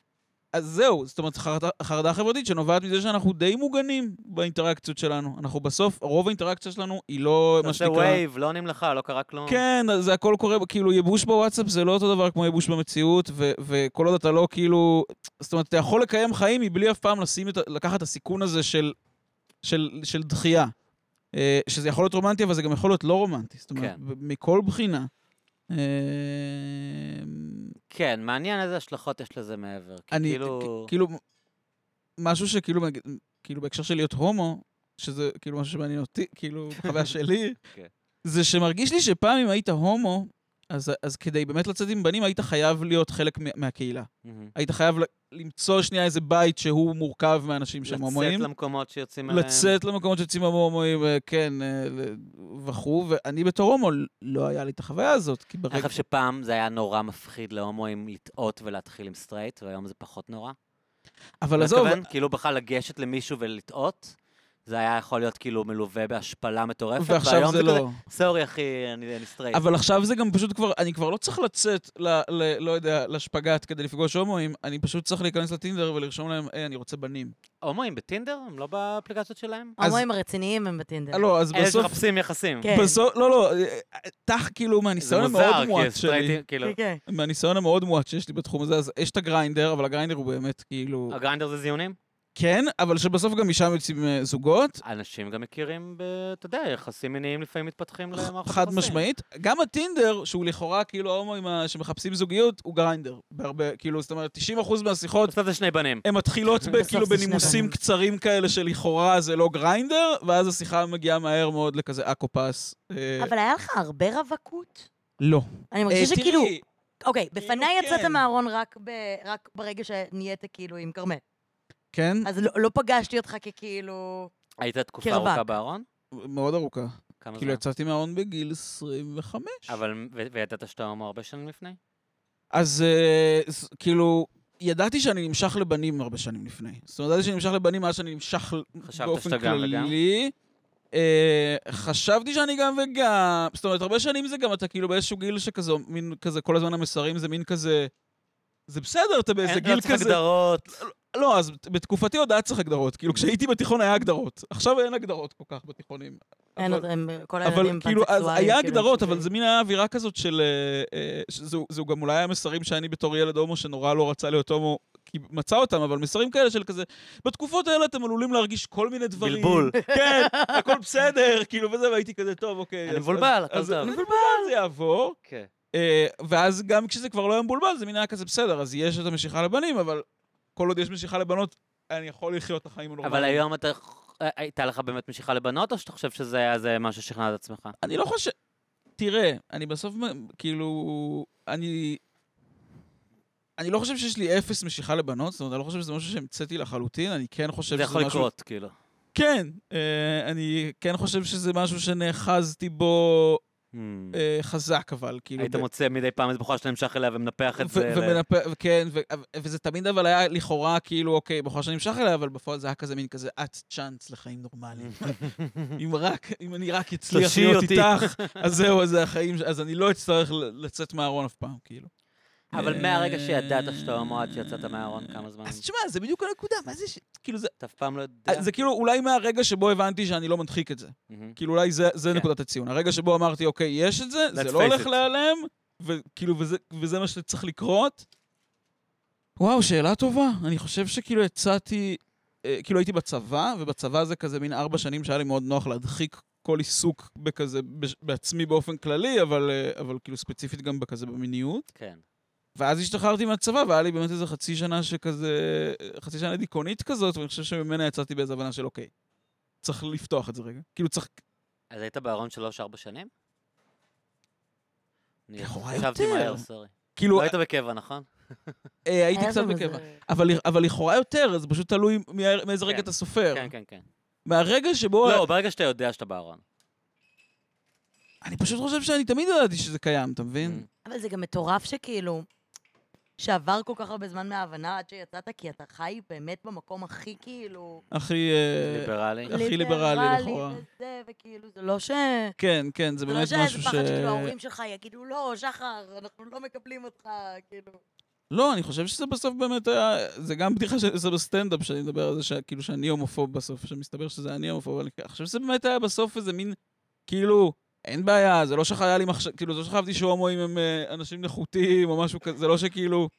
Speaker 3: אז זהו, זאת אומרת, חרדה, חרדה חברתית שנובעת מזה שאנחנו די מוגנים באינטראקציות שלנו. אנחנו בסוף, רוב האינטראקציה שלנו היא לא
Speaker 2: אתה
Speaker 3: מה
Speaker 2: עושה
Speaker 3: שנקרא...
Speaker 2: וייב, לא עונים לך, לא קרה כלום.
Speaker 3: כן, אז זה הכל קורה, כאילו ייבוש בוואטסאפ זה לא אותו דבר כמו ייבוש במציאות, ו- וכל עוד אתה לא כאילו... זאת אומרת, אתה יכול לקיים חיים מבלי אף פעם לשים את, ה- לקחת את הסיכון הזה של, של, של דחייה. אה, שזה יכול להיות רומנטי, אבל זה גם יכול להיות לא רומנטי. זאת אומרת,
Speaker 2: כן.
Speaker 3: ב- מכל בחינה. אה,
Speaker 2: כן, מעניין איזה השלכות יש לזה מעבר. כי
Speaker 3: אני,
Speaker 2: כאילו...
Speaker 3: כ- כאילו, משהו שכאילו, נגיד, כאילו בהקשר של להיות הומו, שזה כאילו משהו שמעניין אותי, כאילו, בחוויה שלי,
Speaker 2: כן.
Speaker 3: זה שמרגיש לי שפעם אם היית הומו, אז, אז כדי באמת לצאת עם בנים, היית חייב להיות חלק מה- מהקהילה.
Speaker 2: מהמם.
Speaker 3: היית חייב ל- למצוא שנייה איזה בית שהוא מורכב מאנשים שהם
Speaker 2: לצאת
Speaker 3: הומואים.
Speaker 2: למקומות שיוצאים מהם.
Speaker 3: לצאת למקומות שיוצאים הומואים, אה, כן, אה, ל- וכו', ואני בתור הומו, לא היה לי את החוויה הזאת, כי
Speaker 2: אני
Speaker 3: ברגע...
Speaker 2: חושב שפעם זה היה נורא מפחיד להומואים לטעות ולהתחיל עם סטרייט, והיום זה פחות נורא.
Speaker 3: אבל
Speaker 2: אתה
Speaker 3: עזוב,
Speaker 2: מתכוון? כאילו בכלל לגשת למישהו ולטעות, זה היה יכול להיות כאילו מלווה בהשפלה מטורפת,
Speaker 3: ועכשיו
Speaker 2: והיום
Speaker 3: זה
Speaker 2: כזה,
Speaker 3: לא.
Speaker 2: סורי אחי, אני אני סטרייט.
Speaker 3: אבל עכשיו זה גם פשוט כבר, אני כבר לא צריך לצאת ל... ל- לא יודע, לשפגאט כדי לפגוש הומואים, אני פשוט צריך להיכנס לטינדר ולרשום להם, היי, אני רוצה בנים.
Speaker 2: הומואים בטינדר? הם לא באפליקציות שלהם?
Speaker 3: אז-
Speaker 1: ההומואים הרציניים הם בטינדר.
Speaker 3: אה, לא, אז
Speaker 2: אלה
Speaker 3: בסוף...
Speaker 2: שמחפשים יחסים.
Speaker 1: כן.
Speaker 3: בסוף, לא, לא, אה, תח כאילו
Speaker 2: זה
Speaker 3: מהניסיון
Speaker 2: מוזר,
Speaker 3: המאוד
Speaker 2: כי
Speaker 3: מועט שלי,
Speaker 2: סטרייטים, כאילו,
Speaker 3: לא.
Speaker 1: כן, כן.
Speaker 3: מהניסיון המאוד מועט שיש לי בתחום הזה, אז יש את הגריינדר, אבל הגריינדר הוא באמת כאילו...
Speaker 2: הגריינדר זה זיונים?
Speaker 3: כן, אבל שבסוף גם משם יוצאים אה, זוגות,
Speaker 2: אנשים גם מכירים, ב- אתה יודע, יחסים מיניים לפעמים מתפתחים למערכות יחסים.
Speaker 3: חד משמעית. גם הטינדר, שהוא לכאורה כאילו ההומואים ה- שמחפשים זוגיות, הוא גריינדר. בהרבה, כאילו, זאת אומרת, 90% מהשיחות
Speaker 2: בסוף זה שני בנים.
Speaker 3: הן מתחילות ב-
Speaker 1: בסוף
Speaker 3: כאילו
Speaker 1: זה שני
Speaker 3: בנימוסים
Speaker 1: בנים.
Speaker 3: קצרים כאלה שלכאורה זה לא גריינדר, ואז השיחה מגיעה מהר מאוד לכזה אקופס. אה,
Speaker 1: אבל היה לך הרבה רווקות?
Speaker 3: לא.
Speaker 1: אני
Speaker 3: אה,
Speaker 1: מרגישה שכאילו...
Speaker 3: תראי,
Speaker 1: אוקיי,
Speaker 3: כאילו
Speaker 1: בפניי יצאת
Speaker 3: כן.
Speaker 1: מהארון רק ב- רק ברגע שנהיית כאילו עם כרמל.
Speaker 3: כן,
Speaker 1: אז לא- לא פגשתי אותך ככאילו...
Speaker 2: היית תקופה
Speaker 1: קרבק.
Speaker 2: ארוכה בארון?
Speaker 3: מאוד ארוכה.
Speaker 2: כמה
Speaker 3: כאילו
Speaker 2: זמן?
Speaker 3: יצאתי מהארון בגיל 25.
Speaker 2: אבל, ו- וידעת שאתה הומו הרבה שנים לפני?
Speaker 3: אז אה, ז- כאילו, ידעתי שאני נמשך לבנים הרבה שנים לפני. זאת אומרת, ידעתי שאני נמשך לבנים מאז שאני נמשך ל-
Speaker 2: חשבת שאתה
Speaker 3: באופן
Speaker 2: גם וגם?
Speaker 3: כללי. אה, חשבתי שאני גם וגם. זאת אומרת, הרבה שנים זה גם אתה כאילו באיזשהו גיל שכזה, מין כזה, כל הזמן המסרים זה מין כזה... זה בסדר, אתה באיזה
Speaker 2: אין-
Speaker 3: גיל
Speaker 2: לא צריך
Speaker 3: כזה...
Speaker 2: הגדרות.
Speaker 3: לא, אז בתקופתי עוד היה צריך הגדרות. כאילו, כשהייתי בתיכון היה הגדרות. עכשיו אין הגדרות כל כך בתיכונים.
Speaker 1: אין
Speaker 3: אבל-
Speaker 1: עוד, הם- כל
Speaker 3: אבל
Speaker 1: הילדים
Speaker 3: כאילו, אז
Speaker 1: פנסקסואלים,
Speaker 3: היה
Speaker 1: כאילו,
Speaker 3: הגדרות,
Speaker 1: הם
Speaker 3: אבל זה מין היה אווירה כזאת של... אה, אה, שזהו- זהו גם אולי המסרים שאני בתור ילד הומו, שנורא לא רצה להיות הומו, כי מצא אותם, אבל מסרים כאלה של כזה, בתקופות האלה אתם עלולים להרגיש כל מיני דברים.
Speaker 2: בלבול.
Speaker 3: כן, הכל בסדר, כאילו, וזה, והייתי כזה, טוב, אוקיי.
Speaker 2: אני
Speaker 3: אז-
Speaker 2: מבולבל,
Speaker 3: אז-
Speaker 2: הכל
Speaker 3: אז
Speaker 2: טוב."
Speaker 3: אני מבולבל, זה יעבור.
Speaker 2: כן.
Speaker 3: אה, ואז גם כשזה כבר לא היה מבולבל, זה מין היה כזה בסדר, אז יש את המשיכה לבנים, אבל כל עוד יש משיכה לבנות, אני יכול לחיות את החיים הנורמליים.
Speaker 2: כן. אבל היום אתה... אה, הייתה לך באמת משיכה לבנות, או שאתה חושב שזה היה זה משהו ששכנע את עצמך?
Speaker 3: אני לא חושב... תראה, אני בסוף, מ- כאילו, אני... אני לא חושב שיש לי אפס משיכה לבנות, זאת אומרת, אני לא חושב שזה משהו שהמצאתי לחלוטין, אני כן חושב שזה
Speaker 2: זה
Speaker 3: משהו...
Speaker 2: יכול לקרות, כאילו.
Speaker 3: כן, אה, אני כן חושב שזה משהו שנאחזתי בו
Speaker 2: Hmm.
Speaker 3: אה, חזק, אבל כאילו...
Speaker 2: היית
Speaker 3: ב-
Speaker 2: מוצא מדי פעם איזה בחורה שאתה נמשך אליה ומנפח את
Speaker 3: ו-
Speaker 2: זה. ל-
Speaker 3: ומנפ- כן, ו- וזה תמיד אבל היה לכאורה כאילו, אוקיי, בחורה שאני נמשך אליה, אבל בפועל זה היה כזה מין כזה, את צ'אנס לחיים נורמליים. אם רק, אם אני רק אצליח
Speaker 2: תלשי
Speaker 3: להיות
Speaker 2: אותי.
Speaker 3: איתך, אז זהו, אז זה החיים, ש- אז אני לא אצטרך ל- לצאת מהארון אף פעם, כאילו. אה,
Speaker 2: אבל מהרגע שידעת שאתה הומו, עד שיצאת מהארון כמה זמן?
Speaker 3: אז תשמע, זה בדיוק הנקודה, מה זה ש... כאילו, זה-
Speaker 2: אתה אף פעם לא יודע.
Speaker 3: זה כאילו אולי מהרגע שבו הבנתי שאני לא מדחיק את זה.
Speaker 2: מהמם.
Speaker 3: כאילו, אולי זה- זה
Speaker 2: כן.
Speaker 3: נקודת הציון. הרגע שבו אמרתי, אוקיי, יש את זה, זה
Speaker 2: Let's
Speaker 3: לא
Speaker 2: face
Speaker 3: הולך
Speaker 2: it.
Speaker 3: להיעלם, וכאילו, וזה- וזה מה שצריך לקרות. וואו, שאלה טובה. אני חושב שכאילו יצאתי, אה, כאילו הייתי בצבא, ובצבא זה כזה מין ארבע שנים שהיה לי מאוד נוח להדחיק כל עיסוק בכזה, בש- בעצמי באופן כללי, אבל, אה, אבל כאילו ספציפית גם בכזה במיניות.
Speaker 2: כן.
Speaker 3: ואז השתחררתי מהצבא, והיה לי באמת איזה חצי שנה שכזה, חצי שנה דיכאונית כזאת, ואני חושב שממנה יצאתי באיזו הבנה של אוקיי, צריך לפתוח את זה רגע. כאילו צריך
Speaker 2: אז היית בארון שלוש-ארבע שנים? אני
Speaker 3: לכאורה
Speaker 2: חשבתי
Speaker 3: כן, יותר.
Speaker 2: מהר, סורי.
Speaker 3: כאילו,
Speaker 2: לא היית בקבע, נכון?
Speaker 3: אה,
Speaker 1: כזה-
Speaker 3: הייתי
Speaker 1: היה
Speaker 3: קצת
Speaker 1: שם איזה-
Speaker 3: בקבע. אבל, אבל לכאורה יותר, זה פשוט תלוי מה- מאיזה
Speaker 2: כן,
Speaker 3: רגע אתה סופר.
Speaker 2: כן, כן, כן.
Speaker 3: מהרגע שבו...
Speaker 2: לא, ברגע שאתה יודע שאתה בארון.
Speaker 3: אני פשוט חושב שאני תמיד ידעתי שזה קיים, אתה מבין?
Speaker 2: Mm.
Speaker 1: אבל זה גם מטורף שכאילו, שעבר כל כך הרבה זמן מההבנה עד שיצאת, כי אתה חי באמת במקום הכי כאילו...
Speaker 3: הכי... אה,
Speaker 2: ליברלי.
Speaker 3: הכי ליברלי, לכאורה.
Speaker 1: וזה, וכאילו, זה לא ש...
Speaker 3: כן, כן, זה
Speaker 1: זה לא
Speaker 3: באמת
Speaker 1: שאיזה
Speaker 3: משהו ש...
Speaker 1: פחד שכאילו ההורים שלך יגידו, לא, שחר, אנחנו לא מקבלים אותך, כאילו...
Speaker 3: לא, אני חושב שזה בסוף באמת היה... זה גם בדיחה של זה בסטנדאפ, שאני מדבר על זה, שכאילו שאני הומופוב בסוף, שמסתבר שזה אני הומופוב, אבל אני חושב שזה באמת היה בסוף איזה מין, כאילו, אין בעיה, זה לא שחיה לי מחשב, כאילו, זה לא שחשבתי שהומואים הם אה, אנשים נחותים או משהו כזה, זה לא שכאילו...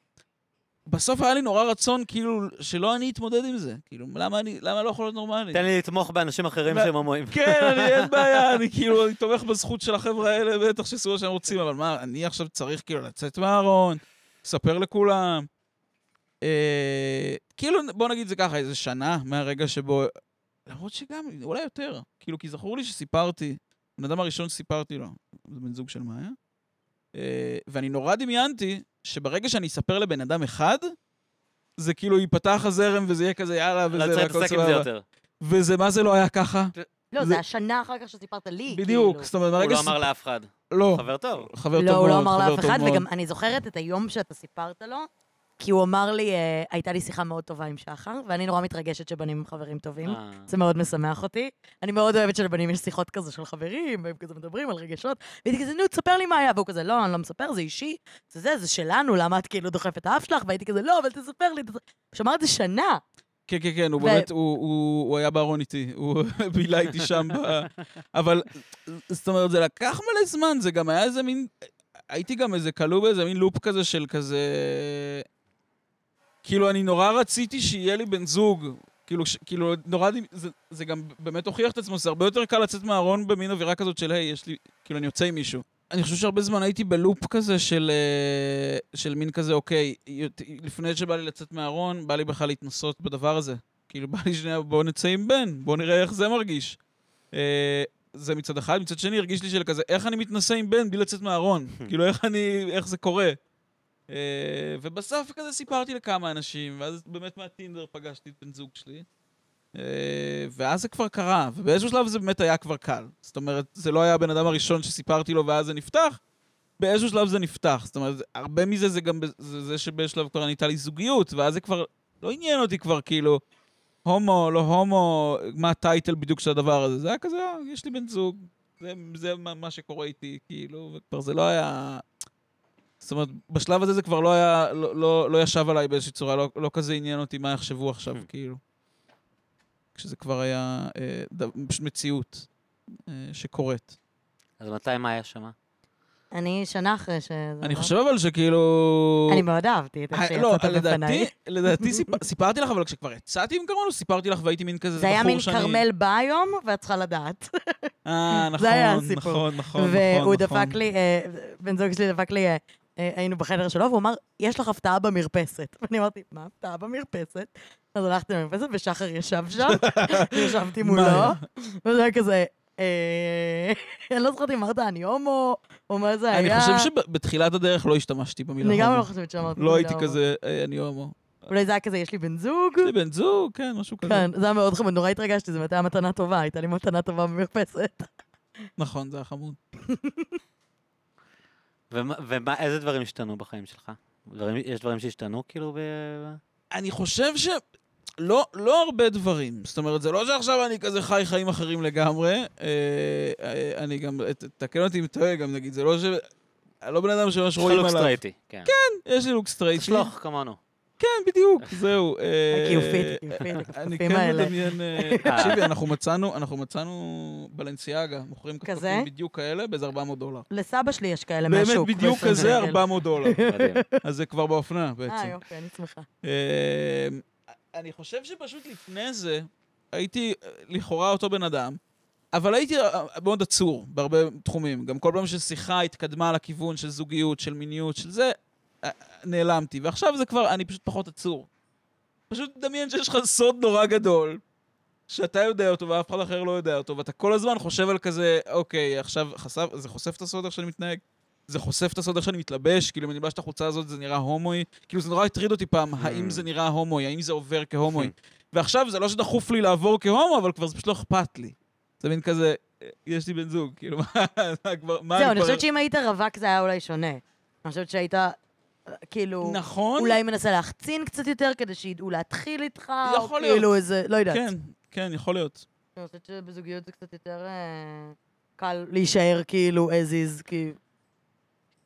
Speaker 3: בסוף היה לי נורא רצון, כאילו, שלא אני אתמודד עם זה. כאילו, למה אני, למה לא יכול להיות נורמלי?
Speaker 2: תן לי לתמוך באנשים אחרים
Speaker 3: מה-
Speaker 2: שהם הומואים.
Speaker 3: כן, אני, אין בעיה, אני כאילו, אני תומך בזכות של החבר'ה האלה, בטח שיעשו מה שהם רוצים, אבל מה, אני עכשיו צריך כאילו לצאת מהארון, לספר לכולם. אה, כאילו, בוא נגיד זה ככה, איזה שנה מהרגע שבו... למרות שגם, אולי יותר. כאילו, כי זכור לי שסיפרתי, הבן אדם הראשון שסיפרתי לו, זה בן זוג של מאיה, אה, ואני נורא דמיינתי שברגע שאני אספר לבן אדם אחד, זה כאילו ייפתח הזרם וזה יהיה כזה יאללה, וזה...
Speaker 2: לא צריך
Speaker 3: והכל
Speaker 2: להתעסק עם זה
Speaker 3: סבבה."
Speaker 2: יותר.
Speaker 3: וזה מה זה לא היה ככה?
Speaker 1: לא,
Speaker 3: זה-
Speaker 1: זה השנה אחר כך שסיפרת לי, כאילו.
Speaker 3: בדיוק, זאת אומרת,
Speaker 2: הוא
Speaker 3: ברגע...
Speaker 2: לא אמר לאף אחד.
Speaker 3: לא,
Speaker 2: חבר טוב.
Speaker 3: חבר טוב מאוד,
Speaker 1: לא, הוא לא אמר
Speaker 3: חבר
Speaker 1: לאף
Speaker 3: טוב
Speaker 1: אחד,
Speaker 3: מאוד.
Speaker 1: וגם אני זוכרת את היום שאתה סיפרת לו, כי הוא אמר לי, אה, הייתה לי שיחה מאוד טובה עם שחר, ואני נורא מתרגשת שבנים הם חברים טובים.
Speaker 2: אה,
Speaker 1: זה מאוד משמח אותי. אני מאוד אוהבת שלבנים יש שיחות כזה של חברים, והם כזה מדברים על רגשות, והייתי כזה, נו, תספר לי מה היה, והוא כזה, לא, אני לא מספר, זה אישי, זה זה, זה שלנו, למה את כאילו דוחפת את האף שלך, והייתי כזה, לא, אבל תספר לי, תספר. שמע את זה שנה.
Speaker 3: כן, כן, כן, הוא
Speaker 1: ו-
Speaker 3: באמת, הוא- הוא הוא היה בארון איתי, הוא בילה איתי שם, ב- אבל זאת אומרת, זה לקח מלא זמן, זה גם היה איזה מין, הייתי גם איזה כלוא באיזה מין לופ כזה של כזה... כאילו, אני נורא רציתי שיהיה לי בן זוג. כאילו, ש- כאילו נורא, דמ- זה, זה גם באמת הוכיח את עצמו, זה הרבה יותר קל לצאת מהארון במין אווירה כזאת של, היי, יש לי, כאילו, אני יוצא עם מישהו. אני חושב שהרבה זמן הייתי בלופ כזה של, אה, של מין כזה, אוקיי, יות- לפני שבא לי לצאת מהארון, בא לי בכלל להתנסות בדבר הזה. כאילו, בא לי שנייה, בוא נצא עם בן, בוא נראה איך זה מרגיש. אה, זה מצד אחד, מצד שני הרגיש לי של כזה, איך אני מתנסה עם בן בלי לצאת מהארון? כאילו, איך אני, איך זה קורה? אה, ובסוף כזה סיפרתי לכמה אנשים, ואז באמת מהטינדר פגשתי את בן זוג שלי. אה, ואז זה כבר קרה, ובאיזשהו שלב זה באמת היה כבר קל. זאת אומרת, זה לא היה הבן אדם הראשון שסיפרתי לו ואז זה נפתח, באיזשהו שלב זה נפתח. זאת אומרת, הרבה מזה זה גם בז- זה, זה שבאיזשהו שלב כבר נהייתה לי זוגיות, ואז זה כבר לא עניין אותי כבר כאילו, הומו, לא הומו, מה הטייטל בדיוק של הדבר הזה. זה היה כזה, "אה, יש לי בן זוג, זה, זה מה, מה שקורה איתי, כאילו, וכבר זה לא היה... זאת אומרת, בשלב הזה זה כבר לא היה, לא, לא, לא ישב עליי באיזושהי צורה, לא, לא כזה עניין אותי מה יחשבו עכשיו,
Speaker 2: Hmm.
Speaker 3: כאילו. כשזה כבר היה אה, ד- פשוט מציאות אה, שקורית.
Speaker 2: אז מתי מה היה שמה?
Speaker 1: אני שנה אחרי ש...
Speaker 3: אני חושב אבל שכאילו...
Speaker 1: אני מאוד אהבתי את איך
Speaker 3: אה, לא,
Speaker 1: שיצאת
Speaker 3: לדעתי,
Speaker 1: בפניי.
Speaker 3: לדעתי סיפ- סיפרתי לך, אבל כשכבר יצאתי עם כרמל, או סיפרתי לך והייתי מין כזה
Speaker 1: זה היה מין
Speaker 3: בחור שאני...
Speaker 1: כרמל בא היום, ואת צריכה לדעת.
Speaker 3: אה, נכון,
Speaker 1: זה היה
Speaker 3: נכון,
Speaker 1: הסיפור.
Speaker 3: נכון, נכון.
Speaker 1: והוא
Speaker 3: נכון.
Speaker 1: דפק לי, אה, בן זוג שלי דפק לי, אה, אה, היינו בחדר שלו, והוא אמר, יש לך הפתעה במרפסת. ואני אמרתי, מה הפתעה במרפסת? אז הלכתי למרפסת, ושחר ישב שם, וישבתי
Speaker 3: מה
Speaker 1: מולו,
Speaker 3: היה?
Speaker 1: וזה היה כזה, אה, אני לא זוכרת אם אמרת אני הומו, או מה זה
Speaker 3: אני
Speaker 1: היה.
Speaker 3: חושב שבתחילת הדרך לא השתמשתי במילה
Speaker 1: אני גם
Speaker 3: הומו.
Speaker 1: לא חושבת שאמרתי
Speaker 3: לא הייתי
Speaker 1: הומו.
Speaker 3: כזה, "אה, אני הומו.
Speaker 1: אולי זה היה כזה, יש לי בן זוג.
Speaker 3: יש לי בן זוג, כן, משהו כזה.
Speaker 1: כן, זה היה מאוד חמוד, נורא התרגשתי, זו הייתה מתנה טובה, הייתה לי מתנה טובה במרפסת.
Speaker 3: נכון, זה היה חמוד.
Speaker 2: ואיזה דברים השתנו בחיים שלך? דברים- יש דברים שהשתנו כאילו ב-
Speaker 3: אני חושב ש... לא, לא הרבה דברים. זאת אומרת, זה לא שעכשיו אני כזה חי חיים אחרים לגמרי. אה, אה, אני גם, ת- תקן אותי אם טועה גם, נגיד, זה לא ש... אני לא בן אדם שממש רואים
Speaker 2: חלוק
Speaker 3: עליו.
Speaker 2: סטרייטי, כן. כן.
Speaker 3: יש לי לוק סטרייטי.
Speaker 2: תשלוח כמונו.
Speaker 3: כן, בדיוק, זהו. אה,
Speaker 1: הכיופית,
Speaker 3: אה,
Speaker 1: הכיופית,
Speaker 3: אני
Speaker 1: הכפכפים
Speaker 3: כן
Speaker 1: האלה.
Speaker 3: מדמיין... אה, תקשיבי, אנחנו מצאנו, אנחנו מצאנו בלנסיאגה, מוכרים
Speaker 1: כזה?
Speaker 3: כפכפים בדיוק כאלה באיזה 400 דולר.
Speaker 1: לסבא שלי יש כאלה
Speaker 3: באמת
Speaker 1: מהשוק.
Speaker 3: בדיוק
Speaker 1: בסדר.
Speaker 3: כזה 400 דולר.
Speaker 2: מדהים.
Speaker 3: אז זה כבר באופנה
Speaker 1: אה,
Speaker 3: בעצם.
Speaker 1: יופי, אני שמחה.
Speaker 3: אה, אני חושב שפשוט לפני זה הייתי אה, לכאורה אותו בן אדם, אבל הייתי אה, מאוד עצור בהרבה תחומים. גם כל פעם ששיחה התקדמה לכיוון של זוגיות, של מיניות, של זה, אה, נעלמתי. ועכשיו זה כבר, אני פשוט פחות עצור. פשוט דמיין שיש לך סוד נורא גדול, שאתה יודע אותו ואף אחד אחר לא יודע אותו, ואתה כל הזמן חושב על כזה, אוקיי, עכשיו חשף, זה חושף את הסוד איך שאני מתנהג? זה חושף את הסוד איך שאני מתלבש? כאילו, אם אני לבש את החולצה הזאת זה נראה הומואי? כאילו, זה נורא הטריד אותי פעם, האם זה נראה הומואי? האם זה עובר כהומואי? ועכשיו זה לא שדחוף לי לעבור כהומו, אבל כבר זה פשוט לא אכפת לי. זה מין כזה, אה, יש לי בן זוג, כאילו, מה, מה כבר... מה
Speaker 1: זהו, אני
Speaker 3: כבר-
Speaker 1: חושבת שאם היית רווק זה היה אולי שונה. אני חושבת שהיית, אה, כאילו,
Speaker 3: נכון?
Speaker 1: אולי מנסה להחצין קצת יותר כדי שידעו להתחיל איתך, או
Speaker 3: יכול להיות.
Speaker 1: כאילו איזה, לא יודעת.
Speaker 3: כן, כן, יכול להיות.
Speaker 1: אני חושבת שבזוגיות זה קצת יותר אה, קל להישאר כאילו as is, כי...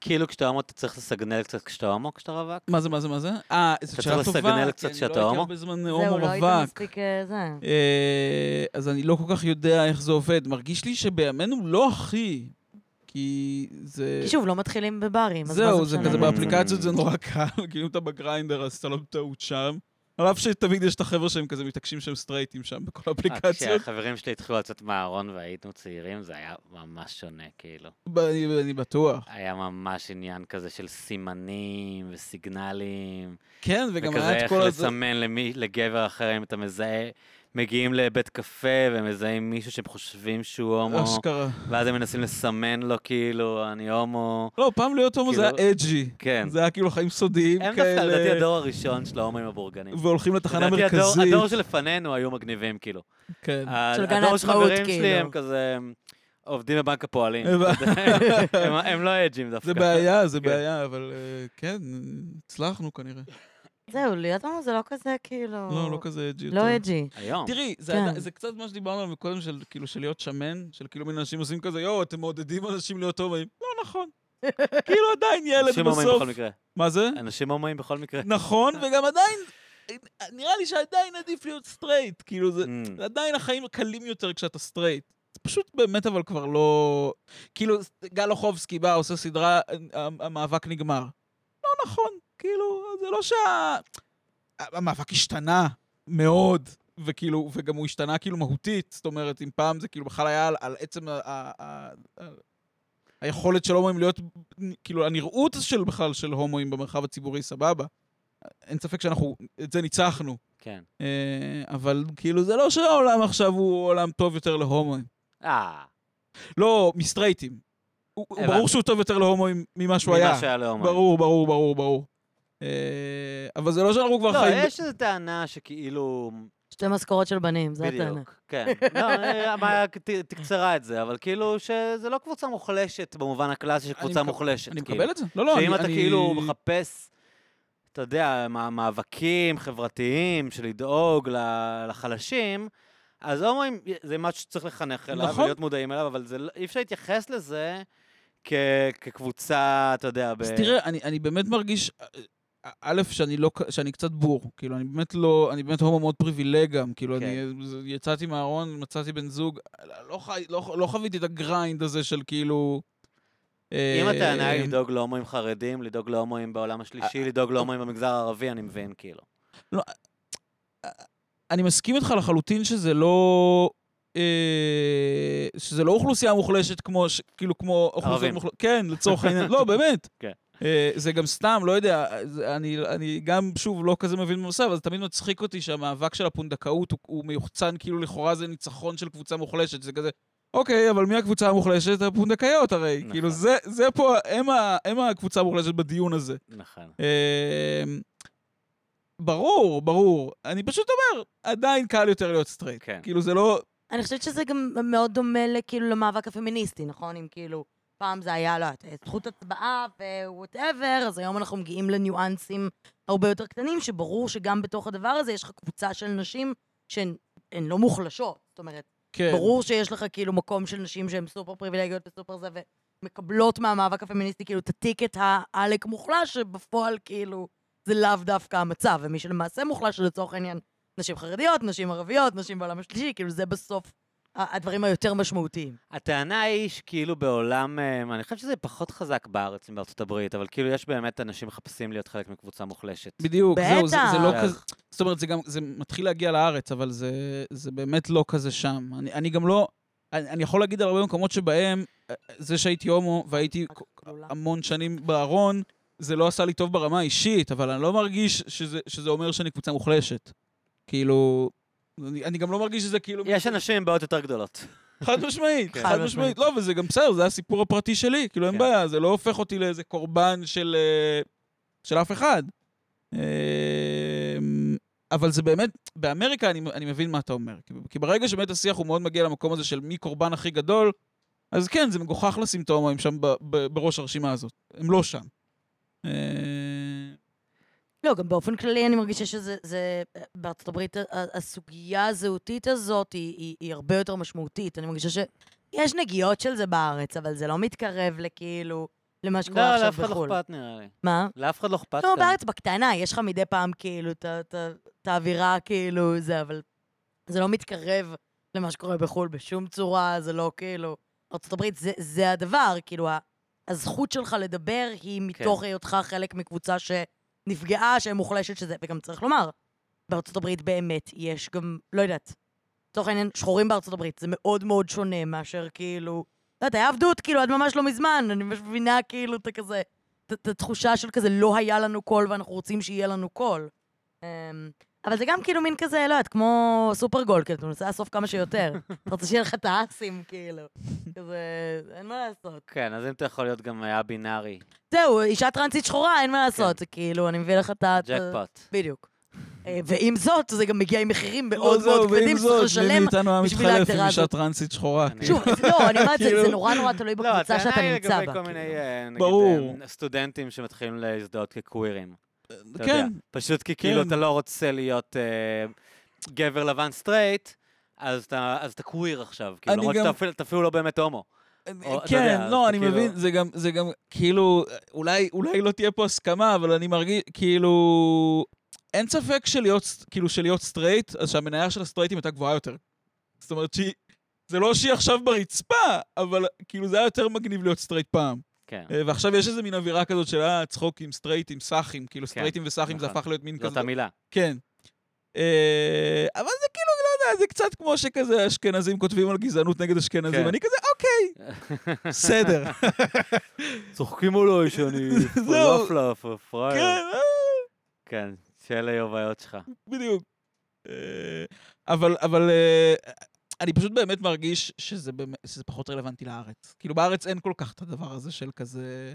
Speaker 2: כאילו כשאתה הומו אתה צריך לסגנל קצת כשאתה הומו כשאתה רווק?
Speaker 3: מה זה, מה זה, מה זה? אה, זו
Speaker 2: אתה
Speaker 3: שאלה
Speaker 2: צריך
Speaker 3: טובה.
Speaker 2: לסגנל
Speaker 3: כי
Speaker 2: קצת
Speaker 3: אני
Speaker 2: שאתה
Speaker 3: לא הייתי
Speaker 2: הומו?
Speaker 3: הרבה זמן אה,
Speaker 1: זהו,
Speaker 3: הומו
Speaker 1: לא היית
Speaker 3: רווק.
Speaker 1: מספיק אה, זה.
Speaker 3: אה, אז אני לא כל כך יודע איך זה עובד. מרגיש לי שבימינו לא הכי, כי זה...
Speaker 1: כי שוב, לא מתחילים בברים, אז מה
Speaker 3: זהו, זה
Speaker 1: משנה?
Speaker 3: כזה
Speaker 2: בעיה.
Speaker 3: באפליקציות זה נורא קל, כאילו אם אתה בגריינדר אז אתה לא בטעות שם. על אף שתמיד יש את החבר'ה שהם כזה מתעקשים שהם סטרייטים שם בכל
Speaker 2: אה,
Speaker 3: האפליקציות.
Speaker 2: כשהחברים שלי התחילו לצאת מהארון והיינו צעירים זה היה ממש שונה כאילו.
Speaker 3: ב- אני אני בטוח.
Speaker 2: היה ממש עניין כזה של סימנים וסיגנלים.
Speaker 3: כן, וגם
Speaker 2: וכזה
Speaker 3: היה את
Speaker 2: איך
Speaker 3: כל הזה.
Speaker 2: לסמן למי, לגבר אחר אם אתה מזהה. מגיעים לבית קפה ומזהים מישהו שהם חושבים שהוא הומו,
Speaker 3: אשכרה.
Speaker 2: ואז הם מנסים לסמן לו כאילו, אני הומו.
Speaker 3: לא, פעם להיות הומו זה
Speaker 2: כאילו-
Speaker 3: היה אג'י.
Speaker 2: כן.
Speaker 3: זה היה כאילו חיים סודיים
Speaker 2: הם דווקא, לדעתי,
Speaker 3: כאלה.
Speaker 2: הדור הראשון של ההומואים הבורגנים.
Speaker 3: והולכים לתחנה
Speaker 2: לדעתי, הדור-
Speaker 3: מרכזית.
Speaker 2: הדור שלפנינו היו מגניבים, כאילו.
Speaker 3: כן.
Speaker 1: של גן
Speaker 2: הדור של
Speaker 1: העצמאות,
Speaker 2: חברים שלי
Speaker 1: כאילו.
Speaker 2: הם כזה הם עובדים בבנק הפועלים.
Speaker 3: הבנתי.
Speaker 2: הם- הם לא אג'ים דווקא.
Speaker 3: זה בעיה, זה
Speaker 2: כן.
Speaker 3: בעיה, אבל אה, כן, הצלחנו כנראה.
Speaker 1: זהו, להיות הומו זה לא כזה, כאילו...
Speaker 3: לא, לא כזה אג'י.
Speaker 1: לא
Speaker 3: יותר.
Speaker 1: אג'י.
Speaker 2: היום.
Speaker 3: תראי, זה,
Speaker 1: כן.
Speaker 3: עדי- זה קצת מה שדיברנו עליו מקודם, של כאילו של להיות שמן, של כאילו מין אנשים עושים כזה, יואו, אתם מעודדים אנשים להיות הומואים. לא נכון. כאילו עדיין ילד
Speaker 2: אנשים הומואים
Speaker 3: בסוף.
Speaker 2: בכל מקרה. אה.
Speaker 3: מה זה?
Speaker 2: אנשים הומואים בכל מקרה.
Speaker 3: נכון, וגם עדיין, נראה לי שעדיין עדיף להיות סטרייט. כאילו, זה,
Speaker 2: Mm.
Speaker 3: עדיין החיים קלים יותר כשאתה סטרייט. זה פשוט באמת אבל כבר לא... כאילו, גל אוחובסקי בא, עושה סדרה, ה- המאבק נגמר. לא נכון, כאילו, זה לא שה... המאבק השתנה מאוד, וכאילו, וגם הוא השתנה כאילו מהותית, זאת אומרת, אם פעם זה כאילו בכלל היה על, על עצם ה... ה, ה, ה היכולת של הומואים להיות, כאילו, הנראות של בכלל של הומואים במרחב הציבורי, סבבה. אין ספק שאנחנו, את זה ניצחנו.
Speaker 2: כן.
Speaker 3: אה, אבל כאילו זה לא שהעולם עכשיו הוא עולם טוב יותר להומואים.
Speaker 2: אה,
Speaker 3: לא, מסטרייטים. הוא- הוא-
Speaker 2: הבנתי.
Speaker 3: ברור שהוא טוב יותר להומואים ממה שהוא היה.
Speaker 2: ממה שהיה להומואים.
Speaker 3: ברור, ברור, ברור, ברור. אה, אבל זה לא שאנחנו כבר
Speaker 2: לא,
Speaker 3: חיים... ב-
Speaker 2: יש איזו טענה שכאילו...
Speaker 1: שתי משכורות של בנים, זו הטענה.
Speaker 2: בדיוק, כן. לא, אה, הבעיה ת- תקצרה את זה, אבל כאילו שזה לא קבוצה מוחלשת במובן הקלאסי של
Speaker 3: אני
Speaker 2: קבוצה
Speaker 3: מקב-
Speaker 2: מוחלשת.
Speaker 3: אני
Speaker 2: כאילו.
Speaker 3: מקבל את זה. לא, לא, אני...
Speaker 2: שאם אתה
Speaker 3: אני-
Speaker 2: כאילו מחפש, אתה יודע, מא- מאבקים חברתיים של לדאוג ל- לחלשים, אז הומואים זה משהו שצריך לחנך אליו
Speaker 3: נכון.
Speaker 2: ולהיות מודעים אליו, אבל זה לא- אי אפשר להתייחס לזה כ- כקבוצה, אתה יודע, ב...
Speaker 3: אז תראה, אני- אני באמת מרגיש... אה, אה, א', שאני לא... ק- שאני קצת בור. כאילו, אני באמת לא... אני באמת הומו מאוד פריבילג גם. כאילו,
Speaker 2: כן.
Speaker 3: אני זה- יצאתי מהארון, מצאתי בן זוג. לא חי- לא- לא חוויתי את הגריינד הזה של כאילו...
Speaker 2: אם
Speaker 3: אה,
Speaker 2: הטענה היא
Speaker 3: אה,
Speaker 2: לדאוג להומואים חרדים, לדאוג להומואים בעולם השלישי, לדאוג להומואים במגזר הערבי, אני מבין, כאילו.
Speaker 3: אני מסכים איתך לחלוטין שזה לא... אה, שזה לא אוכלוסייה מוחלשת כמו, ש- כאילו כמו אוכלוסייה
Speaker 2: ערבים.
Speaker 3: מוחלשת. כן, לצורך העניין. לא, באמת.
Speaker 2: כן.
Speaker 3: אה, זה גם סתם, לא יודע, זה- אני, אני גם, שוב, לא כזה מבין בנושא, אבל זה תמיד מצחיק אותי שהמאבק של הפונדקאות הוא, הוא מיוחצן, כאילו לכאורה זה ניצחון של קבוצה מוחלשת, זה כזה, אוקיי, אבל מי הקבוצה המוחלשת? הפונדקאיות הרי.
Speaker 2: נכון.
Speaker 3: כאילו, זה, זה פה, הם, ה, הם הקבוצה המוחלשת בדיון הזה.
Speaker 2: נכון.
Speaker 3: אמ, ברור, ברור. אני פשוט אומר, עדיין קל יותר להיות סטרייט.
Speaker 2: כן.
Speaker 3: כאילו, זה לא...
Speaker 1: אני חושבת שזה גם מאוד דומה לכאילו למאבק הפמיניסטי, נכון? אם כאילו, פעם זה היה, לא יודעת, זכות הצבעה ווואטאבר, אז היום אנחנו מגיעים לניואנסים הרבה יותר קטנים, שברור שגם בתוך הדבר הזה יש לך קבוצה של נשים שהן הן לא מוחלשות. זאת אומרת,
Speaker 3: כן.
Speaker 1: ברור שיש לך כאילו מקום של נשים שהן סופר פריבילגיות וסופר זה, ומקבלות מהמאבק הפמיניסטי כאילו את הטיקט העלק מוחלש, שבפועל כאילו זה לאו דווקא המצב, ומי שלמעשה מוחלש זה לצורך העניין נשים חרדיות, נשים ערביות, נשים בעולם השלישי, כאילו זה בסוף ה- הדברים היותר משמעותיים.
Speaker 2: הטענה היא שכאילו בעולם, אה, אני חושב שזה פחות חזק בארץ מבארצות הברית, אבל כאילו יש באמת אנשים מחפשים להיות חלק מקבוצה מוחלשת.
Speaker 3: בדיוק, זהו, זה, זה לא
Speaker 2: בטח.
Speaker 3: כזה... זאת אומרת, זה גם, זה מתחיל להגיע לארץ, אבל זה, זה באמת לא כזה שם. אני, אני גם לא... אני, אני יכול להגיד על הרבה מקומות שבהם, אה, זה שהייתי הומו והייתי
Speaker 1: כאילו,
Speaker 3: המון שנים בארון, זה לא עשה לי טוב ברמה האישית, אבל אני לא מרגיש שזה, שזה אומר שאני קבוצה מוחלשת. כאילו... אני, אני גם לא מרגיש שזה כאילו...
Speaker 2: יש אנשים עם בעיות יותר גדולות.
Speaker 3: חד משמעית,
Speaker 2: כן.
Speaker 3: חד משמעית. לא, וזה גם בסדר, זה הסיפור הפרטי שלי, כאילו אין
Speaker 2: כן.
Speaker 3: בעיה, זה לא הופך אותי לאיזה קורבן של אה, של אף אחד. אמ, אבל זה באמת, באמריקה אני, אני מבין מה אתה אומר. כי- כי ברגע שבאמת השיח הוא מאוד מגיע למקום הזה של מי קורבן הכי גדול, אז כן, זה מגוחך לשים את ההומואים שם ב, ב, בראש הרשימה הזאת. הם לא שם. אה,
Speaker 1: לא, גם באופן כללי אני מרגישה שזה, זה, בארצות הברית ה- הסוגיה הזהותית הזאת היא, היא, היא הרבה יותר משמעותית. אני מרגישה שיש נגיעות של זה בארץ, אבל זה לא מתקרב לכאילו, למה
Speaker 2: לא,
Speaker 1: שקורה עכשיו
Speaker 2: לאף
Speaker 1: בחו"ל.
Speaker 2: אחד לא אכפת נראה לי.
Speaker 1: מה?
Speaker 2: לאף אחד לא אכפת
Speaker 1: לא,
Speaker 2: כאן.
Speaker 1: בארץ בקטנה, יש לך מדי פעם כאילו את ה- את ה- את האווירה כאילו זה, אבל זה לא מתקרב למה שקורה בחו"ל בשום צורה, זה לא כאילו... ארה"ב זה, זה הדבר, כאילו ה- הזכות שלך לדבר היא מתוך
Speaker 2: כן.
Speaker 1: היותך חלק מקבוצה שנפגעה, שמוחלשת שזה, וגם צריך לומר, בארצות הברית באמת יש גם, לא יודעת, לצורך העניין, שחורים בארצות הברית, זה מאוד מאוד שונה מאשר כאילו, לא יודעת, היה עבדות, כאילו, עד ממש לא מזמן, אני ממש מבינה כאילו את הכזה, את- את התחושה של כזה, לא היה לנו קול ואנחנו רוצים שיהיה לנו קול. אמ, אבל זה גם כאילו מין כזה, לא יודעת, כמו סופרגול, כאילו, אתה מנסה לאסוף כמה שיותר. אתה רוצה שיהיה לך את האסים, כאילו. כזה, אין מה לעשות.
Speaker 2: כן, אז אם אתה יכול להיות גם היה בינארי,
Speaker 1: זהו, אישה טרנסית שחורה, אין מה לעשות. זה כאילו, אני מביא לך את ה...
Speaker 2: ג'קפוט.
Speaker 1: בדיוק. אה, ועם זאת, זה גם מגיע עם מחירים
Speaker 3: לא,
Speaker 1: מאוד
Speaker 3: זהו,
Speaker 1: מאוד
Speaker 3: ועם
Speaker 1: כבדים שצריך
Speaker 3: זאת, מי
Speaker 1: לשלם.
Speaker 3: מאיתנו היה
Speaker 1: בשביל
Speaker 3: מתחלף עם
Speaker 1: ההגדרה
Speaker 3: אישה
Speaker 1: הזאת.
Speaker 3: טרנסית שחורה.
Speaker 2: אני-
Speaker 1: שוב, זה- לא, אני אומרת, זה
Speaker 3: כאילו-
Speaker 1: זה נורא נורא תלוי
Speaker 2: לא,
Speaker 1: בקבוצה שאתה
Speaker 2: הטענה היא
Speaker 1: נמצא
Speaker 2: לגבי
Speaker 1: בה.
Speaker 2: כל אה,
Speaker 1: כאילו.
Speaker 2: מיני, אה, נגיד,
Speaker 3: ברור.
Speaker 2: אה, סטודנטים שמתחילים להזדהות כקווירים. אתה יודע.
Speaker 3: כן,
Speaker 2: פשוט כי כאילו
Speaker 3: כן.
Speaker 2: אתה לא רוצה להיות אה, גבר לבן סטרייט, אז אתה אז אתה קוויר עכשיו, כאילו,
Speaker 3: אני
Speaker 2: למרות
Speaker 3: גם-
Speaker 2: שאתה אפילו- אתה אפילו לא באמת הומו. או, אתה
Speaker 3: כן,
Speaker 2: יודע,
Speaker 3: לא,
Speaker 2: זה
Speaker 3: אני
Speaker 2: כאילו-
Speaker 3: מבין, זה גם, זה גם, כאילו, אולי, אולי לא תהיה פה הסכמה, אבל אני מרגיש, כאילו, אין ספק שלהיות, ס- כאילו, שלהיות סטרייט, אז שהמניה של הסטרייטים הייתה גבוהה יותר. זאת אומרת שהיא, זה לא שהיא עכשיו ברצפה, אבל כאילו זה היה יותר מגניב להיות סטרייט פעם.
Speaker 2: כן.
Speaker 3: אה, ועכשיו יש איזה מין אווירה כזאת של אה, צחוקים, סטרייטים, סאחים, כאילו
Speaker 2: כן,
Speaker 3: סטרייטים וסאחים זה
Speaker 2: נכון.
Speaker 3: הפך להיות מין
Speaker 2: זאת
Speaker 3: כזה.
Speaker 2: המילה.
Speaker 3: כן. אה, אבל זה כאילו, לא יודע, זה קצת כמו שכזה אשכנזים כותבים על גזענות נגד אשכנזים,
Speaker 2: כן. אוקיי.
Speaker 3: אני כזה, אוקיי, בסדר.
Speaker 2: צוחקים עליי שאני
Speaker 3: זהו.
Speaker 2: פלאפלה, פראייר.
Speaker 3: כן, אה,
Speaker 2: כן, שאלה יוביות שלך.
Speaker 3: בדיוק. אה, אבל, אבל אה, אני פשוט באמת מרגיש שזה, באמת, שזה פחות רלוונטי לארץ. כאילו, בארץ אין כל כך את הדבר הזה של כזה...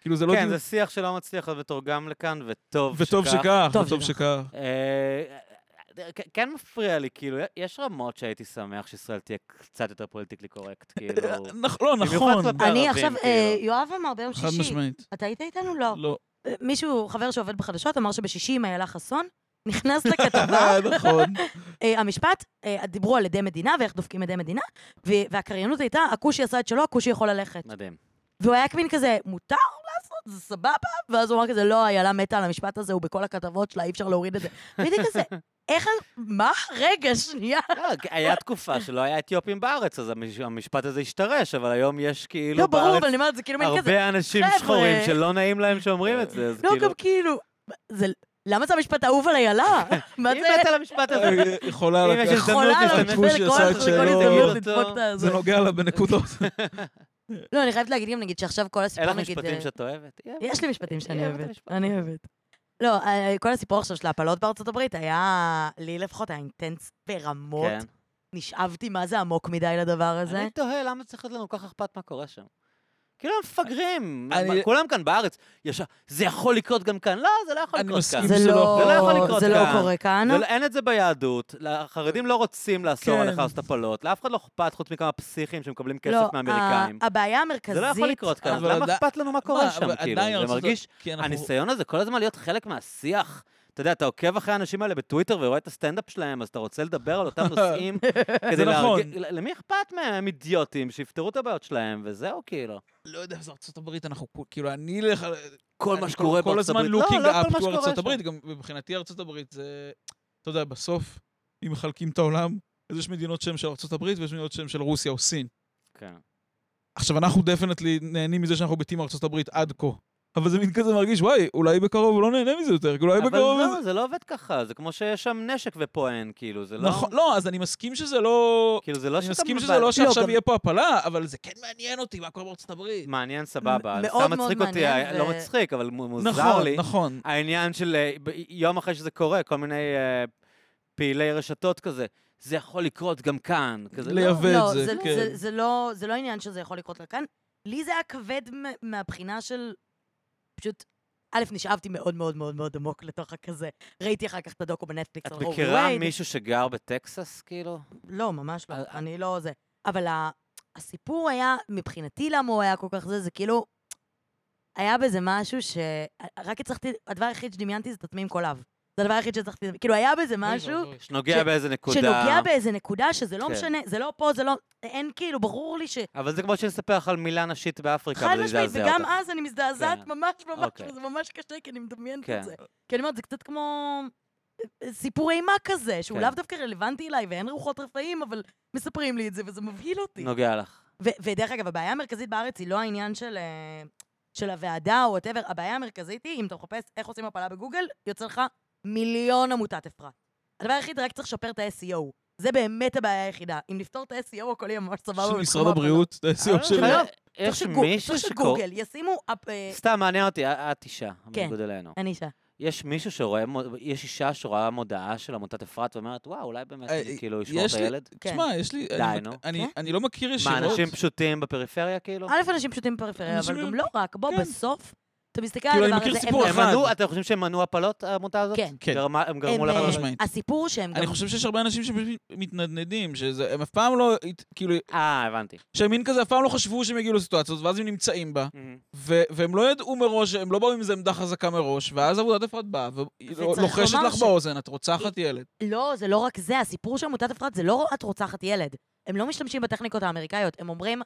Speaker 3: כאילו, זה לא...
Speaker 2: כן,
Speaker 3: דיון-
Speaker 2: זה שיח שלא מצליח מתורגם לכאן, וטוב שכך.
Speaker 3: וטוב שכך,
Speaker 1: טוב
Speaker 3: וטוב
Speaker 1: שכך.
Speaker 3: שכך.
Speaker 2: אה, כ- כן מפריע לי, כאילו, יש רמות שהייתי שמח שישראל תהיה קצת יותר פוליטיקלי קורקט, כאילו.
Speaker 3: נכ- לא, נכון,
Speaker 2: כלפי-
Speaker 1: אני
Speaker 2: בערבים,
Speaker 1: עכשיו,
Speaker 2: כאילו.
Speaker 1: אה, יואב אמר ביום
Speaker 3: חד
Speaker 1: שישי,
Speaker 3: משמעית.
Speaker 1: אתה היית איתנו? לא.
Speaker 3: לא.
Speaker 1: אה, מישהו, חבר שעובד בחדשות, אמר שבשישי עם איילה חסון, נכנס לכתבה,
Speaker 3: נכון.
Speaker 1: אה, המשפט, אה, דיברו על עדי מדינה ואיך דופקים עדי מדינה, ו- והקריינות הייתה, הכושי עשה את שלו, הכושי יכול ללכת.
Speaker 2: מדהים.
Speaker 1: והוא היה כמין כזה, מותר לעשות? זה סבבה? ואז הוא אמר כזה, לא, איילה מתה על המשפט הזה, הוא בכל הכתבות שלה, אי אפשר להוריד את זה. והייתי כזה, איך... מה? רגע, שנייה.
Speaker 2: לא, כי היה תקופה שלא היה אתיופים בארץ, אז המש- המשפט הזה השתרש, אבל היום יש
Speaker 1: לא,
Speaker 2: כאילו
Speaker 1: ברור,
Speaker 2: בארץ
Speaker 1: אבל אני אומרת, זה כאילו מין כזה...
Speaker 2: הרבה אנשים
Speaker 1: "חבר'ה."
Speaker 2: שחורים שלא נעים להם שאומרים את זה, אז
Speaker 1: לא,
Speaker 2: כאילו...
Speaker 1: גם כאילו... זה- למה זה המשפט האהוב על איילה? מה
Speaker 2: אם
Speaker 1: זה?
Speaker 2: באת למשפט הזה,
Speaker 3: אה, יכולה
Speaker 2: אם יש הזדמנות
Speaker 3: לקחת...
Speaker 1: חולה עליו,
Speaker 2: להשתמש
Speaker 1: זה
Speaker 3: בו, שהיא
Speaker 1: לכל
Speaker 3: עושה את
Speaker 1: כל
Speaker 3: שלו.
Speaker 1: הזדמנות
Speaker 2: תגיד
Speaker 1: לדפוק
Speaker 2: אותו.
Speaker 1: את הזה.
Speaker 3: זה נוגע לה בנקודות.
Speaker 1: לא, אני חייבת להגיד גם, נגיד, שעכשיו כל
Speaker 2: אין
Speaker 1: הסיפור,
Speaker 2: לך
Speaker 1: נגיד...
Speaker 2: משפטים
Speaker 1: אה,
Speaker 2: שאת אוהבת? יהיה.
Speaker 1: יש לי משפטים שאני
Speaker 2: אוהבת את
Speaker 1: אוהבת,
Speaker 2: המשפט.
Speaker 1: אני אוהבת. לא, אה, כל הסיפור עכשיו של ההפלות בארצות הברית היה, לי לפחות היה אינטנס ברמות.
Speaker 2: כן.
Speaker 1: נשאבתי מה זה עמוק מדי לדבר הזה.
Speaker 2: אני תוהה למה צריך להיות לנו כל כך אכפת מה קורה שם. כאילו הם מפגרים,
Speaker 3: אני-
Speaker 2: מה- כולם כאן בארץ, ישר, זה יכול לקרות גם כאן. לא, זה לא יכול
Speaker 3: אני
Speaker 2: לקרות
Speaker 3: מסכים.
Speaker 2: כאן.
Speaker 1: זה
Speaker 3: זה
Speaker 1: לא,
Speaker 3: לא-
Speaker 2: זה לא יכול לקרות
Speaker 1: זה לא
Speaker 2: כאן.
Speaker 1: קורה כאן.
Speaker 2: זה לא- אין את זה ביהדות, החרדים לא רוצים לאסור
Speaker 3: כן.
Speaker 2: עליך לעשות הפלות, לאף אחד לא אכפת חוץ מכמה פסיכים שמקבלים כסף
Speaker 1: לא,
Speaker 2: מהאמריקאים.
Speaker 1: ה- הבעיה
Speaker 2: זה
Speaker 1: המרכזית...
Speaker 2: לא יכול לקרות כאן, אז
Speaker 3: אבל
Speaker 2: למה
Speaker 3: עדי-
Speaker 2: אכפת לנו מה קורה שם, כאילו? זה מרגיש, הניסיון הזה כל הזמן להיות חלק מהשיח. אתה יודע, אתה עוקב אחרי האנשים האלה בטוויטר ורואה את הסטנדאפ שלהם, אז אתה רוצה לדבר על אותם נושאים כדי
Speaker 3: זה נכון.
Speaker 2: להרגיע... ל- למי אכפת מהם? הם אידיוטים, שיפתרו את הבעיות שלהם, וזהו, כאילו.
Speaker 3: לא יודע, זה ארצות הברית, אנחנו כול- כאילו, אני לך...
Speaker 2: כל מה שקורה
Speaker 3: כל
Speaker 2: בארצות
Speaker 3: הזמן
Speaker 2: הברית. לא,
Speaker 3: לוקינג
Speaker 2: לא כל
Speaker 3: אפ
Speaker 2: מה
Speaker 3: טו
Speaker 2: שקורה
Speaker 3: ארצות
Speaker 2: שם.
Speaker 3: הברית, גם מבחינתי ארצות הברית זה... אתה יודע, בסוף, אם מחלקים את העולם, אז יש מדינות שהן של ארצות הברית ויש מדינות שהן של רוסיה או סין.
Speaker 2: כן.
Speaker 3: עכשיו, אנחנו דפנטלי נהנים מזה שאנחנו בטים ארצות הברית עד כה. אבל זה מין כזה מרגיש, וואי, אולי בקרוב לא נהנה מזה יותר, כי אולי
Speaker 2: אבל
Speaker 3: בקרוב...
Speaker 2: לא, זה לא עובד ככה, זה כמו שיש שם נשק ופה אין, כאילו, זה לא...
Speaker 3: נכון, לא, אז אני מסכים שזה לא...
Speaker 2: כאילו, זה לא
Speaker 3: אני
Speaker 2: שאתה
Speaker 3: מסכים
Speaker 2: בב-
Speaker 3: שזה לא שעכשיו
Speaker 1: גם-
Speaker 3: יהיה פה הפלה, אבל זה כן מעניין אותי מה קורה בארצות הברית.
Speaker 2: מעניין, סבבה.
Speaker 1: מאוד
Speaker 2: סתם
Speaker 1: מאוד
Speaker 2: מצחיק אותי,
Speaker 1: מעניין,
Speaker 2: לא
Speaker 1: ו-
Speaker 2: מצחיק, אבל מו- מוזר
Speaker 3: נכון,
Speaker 2: לי.
Speaker 3: נכון.
Speaker 2: העניין של אה, ב- יום אחרי שזה קורה, כל מיני אה, פעילי רשתות כזה, זה יכול לקרות גם כאן. כזה, לא,
Speaker 3: לייבא
Speaker 1: לא,
Speaker 3: את זה,
Speaker 1: זה-
Speaker 3: כן.
Speaker 1: זה- זה לא- זה לא עניין שזה יכול לקרות לכאן. לי זה היה כבד מ- מהבחינה של... פשוט, א', נשאבתי מאוד מאוד מאוד מאוד עמוק לתוך הכזה. ראיתי אחר כך את הדוקו בנטפליקס
Speaker 2: את
Speaker 1: על רוב
Speaker 2: מכירה
Speaker 1: וייד.
Speaker 2: מישהו שגר בטקסס, כאילו?
Speaker 1: לא, ממש לא.
Speaker 2: אה, אה.
Speaker 1: אני לא זה. אבל ה- הסיפור היה, מבחינתי למה הוא היה כל כך זה, זה כאילו... היה בזה משהו ש... רק הצלחתי, הדבר היחיד שדמיינתי זה את עצמי עם קולב. זה הדבר היחיד שהצלחתי... לדמי- כאילו, היה בזה משהו
Speaker 2: שנוגע
Speaker 1: ש-
Speaker 2: באיזה נקודה.
Speaker 1: שנוגע באיזה נקודה שזה לא
Speaker 2: כן.
Speaker 1: משנה, זה לא פה, זה לא... אין כאילו, ברור לי ש...
Speaker 2: אבל זה כמו שנספר לך על מילה נשית באפריקה,
Speaker 1: חד
Speaker 2: וזה
Speaker 1: משמעית,
Speaker 2: יזעזע
Speaker 1: וגם
Speaker 2: אותך.
Speaker 1: אז אני מזדעזעת
Speaker 2: כן.
Speaker 1: ממש ממש,
Speaker 2: אוקיי.
Speaker 1: וזה ממש קשה, כי אני מדמיינת
Speaker 2: כן.
Speaker 1: את זה. כי אני אומרת, זה קצת כמו סיפור אימה כזה, שהוא
Speaker 2: כן.
Speaker 1: לאו דווקא רלוונטי אליי, ואין רוחות רפאים, אבל מספרים לי את זה, וזה מבהיל אותי.
Speaker 2: נוגע לך.
Speaker 1: ו- ודרך אגב, הבעיה המרכזית בארץ היא לא העניין של, אה, של הוועדה או וואטאבר, הבעיה המרכזית היא, אם אתה מחפש איך עושים הפלה בגוגל, יוצא לך מיליון עמותת אפרת. הדבר היחיד, רק צריך לשפר את ה-SEO. זה באמת הבעיה היחידה. אם נפתור את ה-SEO, הכל יהיה ממש סבבה.
Speaker 3: של
Speaker 1: בתחום
Speaker 3: משרד
Speaker 1: ההפלה.
Speaker 3: הבריאות, אה,
Speaker 1: אה,
Speaker 3: זה הסיום
Speaker 2: אבל
Speaker 3: שלי.
Speaker 1: אוקיי.
Speaker 2: חייב-
Speaker 1: צריך
Speaker 2: אה, יש
Speaker 1: שגוגל,
Speaker 2: מישהו
Speaker 1: צריך
Speaker 2: שקורא...
Speaker 1: שגוגל ישימו... אפ- אה,
Speaker 2: סתם, מעניין אותי, את- את אישה,
Speaker 1: כן.
Speaker 2: בניגוד אלינו.
Speaker 1: אני אישה.
Speaker 2: יש מישהו שרואה, מו- יש אישה שרואה מודעה של עמותת אפרת ואומרת, וואו, אולי באמת
Speaker 3: אה,
Speaker 2: אני כאילו ישמור את
Speaker 3: יש לי-
Speaker 2: הילד?
Speaker 1: כן.
Speaker 3: תשמע, יש לי...
Speaker 2: די,
Speaker 3: אני-
Speaker 2: נו.
Speaker 3: אני-
Speaker 1: כן?
Speaker 3: אני לא מכיר
Speaker 2: מה,
Speaker 3: ישירות.
Speaker 2: אנשים פשוטים בפריפריה, כאילו?
Speaker 1: א', אנשים פשוטים בפריפריה,
Speaker 3: אנשים
Speaker 1: אבל גם
Speaker 3: עם-
Speaker 1: לא רק. בוא,
Speaker 3: כן.
Speaker 1: בסוף, אתה מסתכל על
Speaker 3: כאילו, אני
Speaker 1: הדבר הזה,
Speaker 3: מכיר
Speaker 1: הם
Speaker 3: סיפור
Speaker 1: לא-
Speaker 2: הם
Speaker 3: אחד.
Speaker 2: מנעו, אתם חושבים שהם מנעו הפלות, העמותה הזאת?
Speaker 1: כן.
Speaker 3: כן.
Speaker 2: גרמה- הם גרמו
Speaker 1: הם,
Speaker 2: להפלות?
Speaker 1: אה,
Speaker 3: משמעית.
Speaker 1: הסיפור שהם גם...
Speaker 3: אני חושב שיש הרבה אנשים שפשוט מתנדנדים, שהם אף פעם לא, הת- כאילו,
Speaker 2: אה, הבנתי.
Speaker 3: שהם מין כזה אף פעם לא חשבו שהם יגיעו לסיטואציות, ואז הם נמצאים בה, ו- והם לא ידעו מראש, הם לא באו עם איזה עמדה חזקה מראש, ואז עבודת אפרת באה,
Speaker 1: וצריך
Speaker 3: ולוחשת
Speaker 1: לומר
Speaker 3: לך
Speaker 1: ש-
Speaker 3: באוזן, את רוצחת ילד.
Speaker 1: לא, זה לא רק זה, הסיפור של עמותת אפרת זה לא את רוצחת ילד. הם לא משתמשים בטכניקות האמריקאיות, הם אומרים,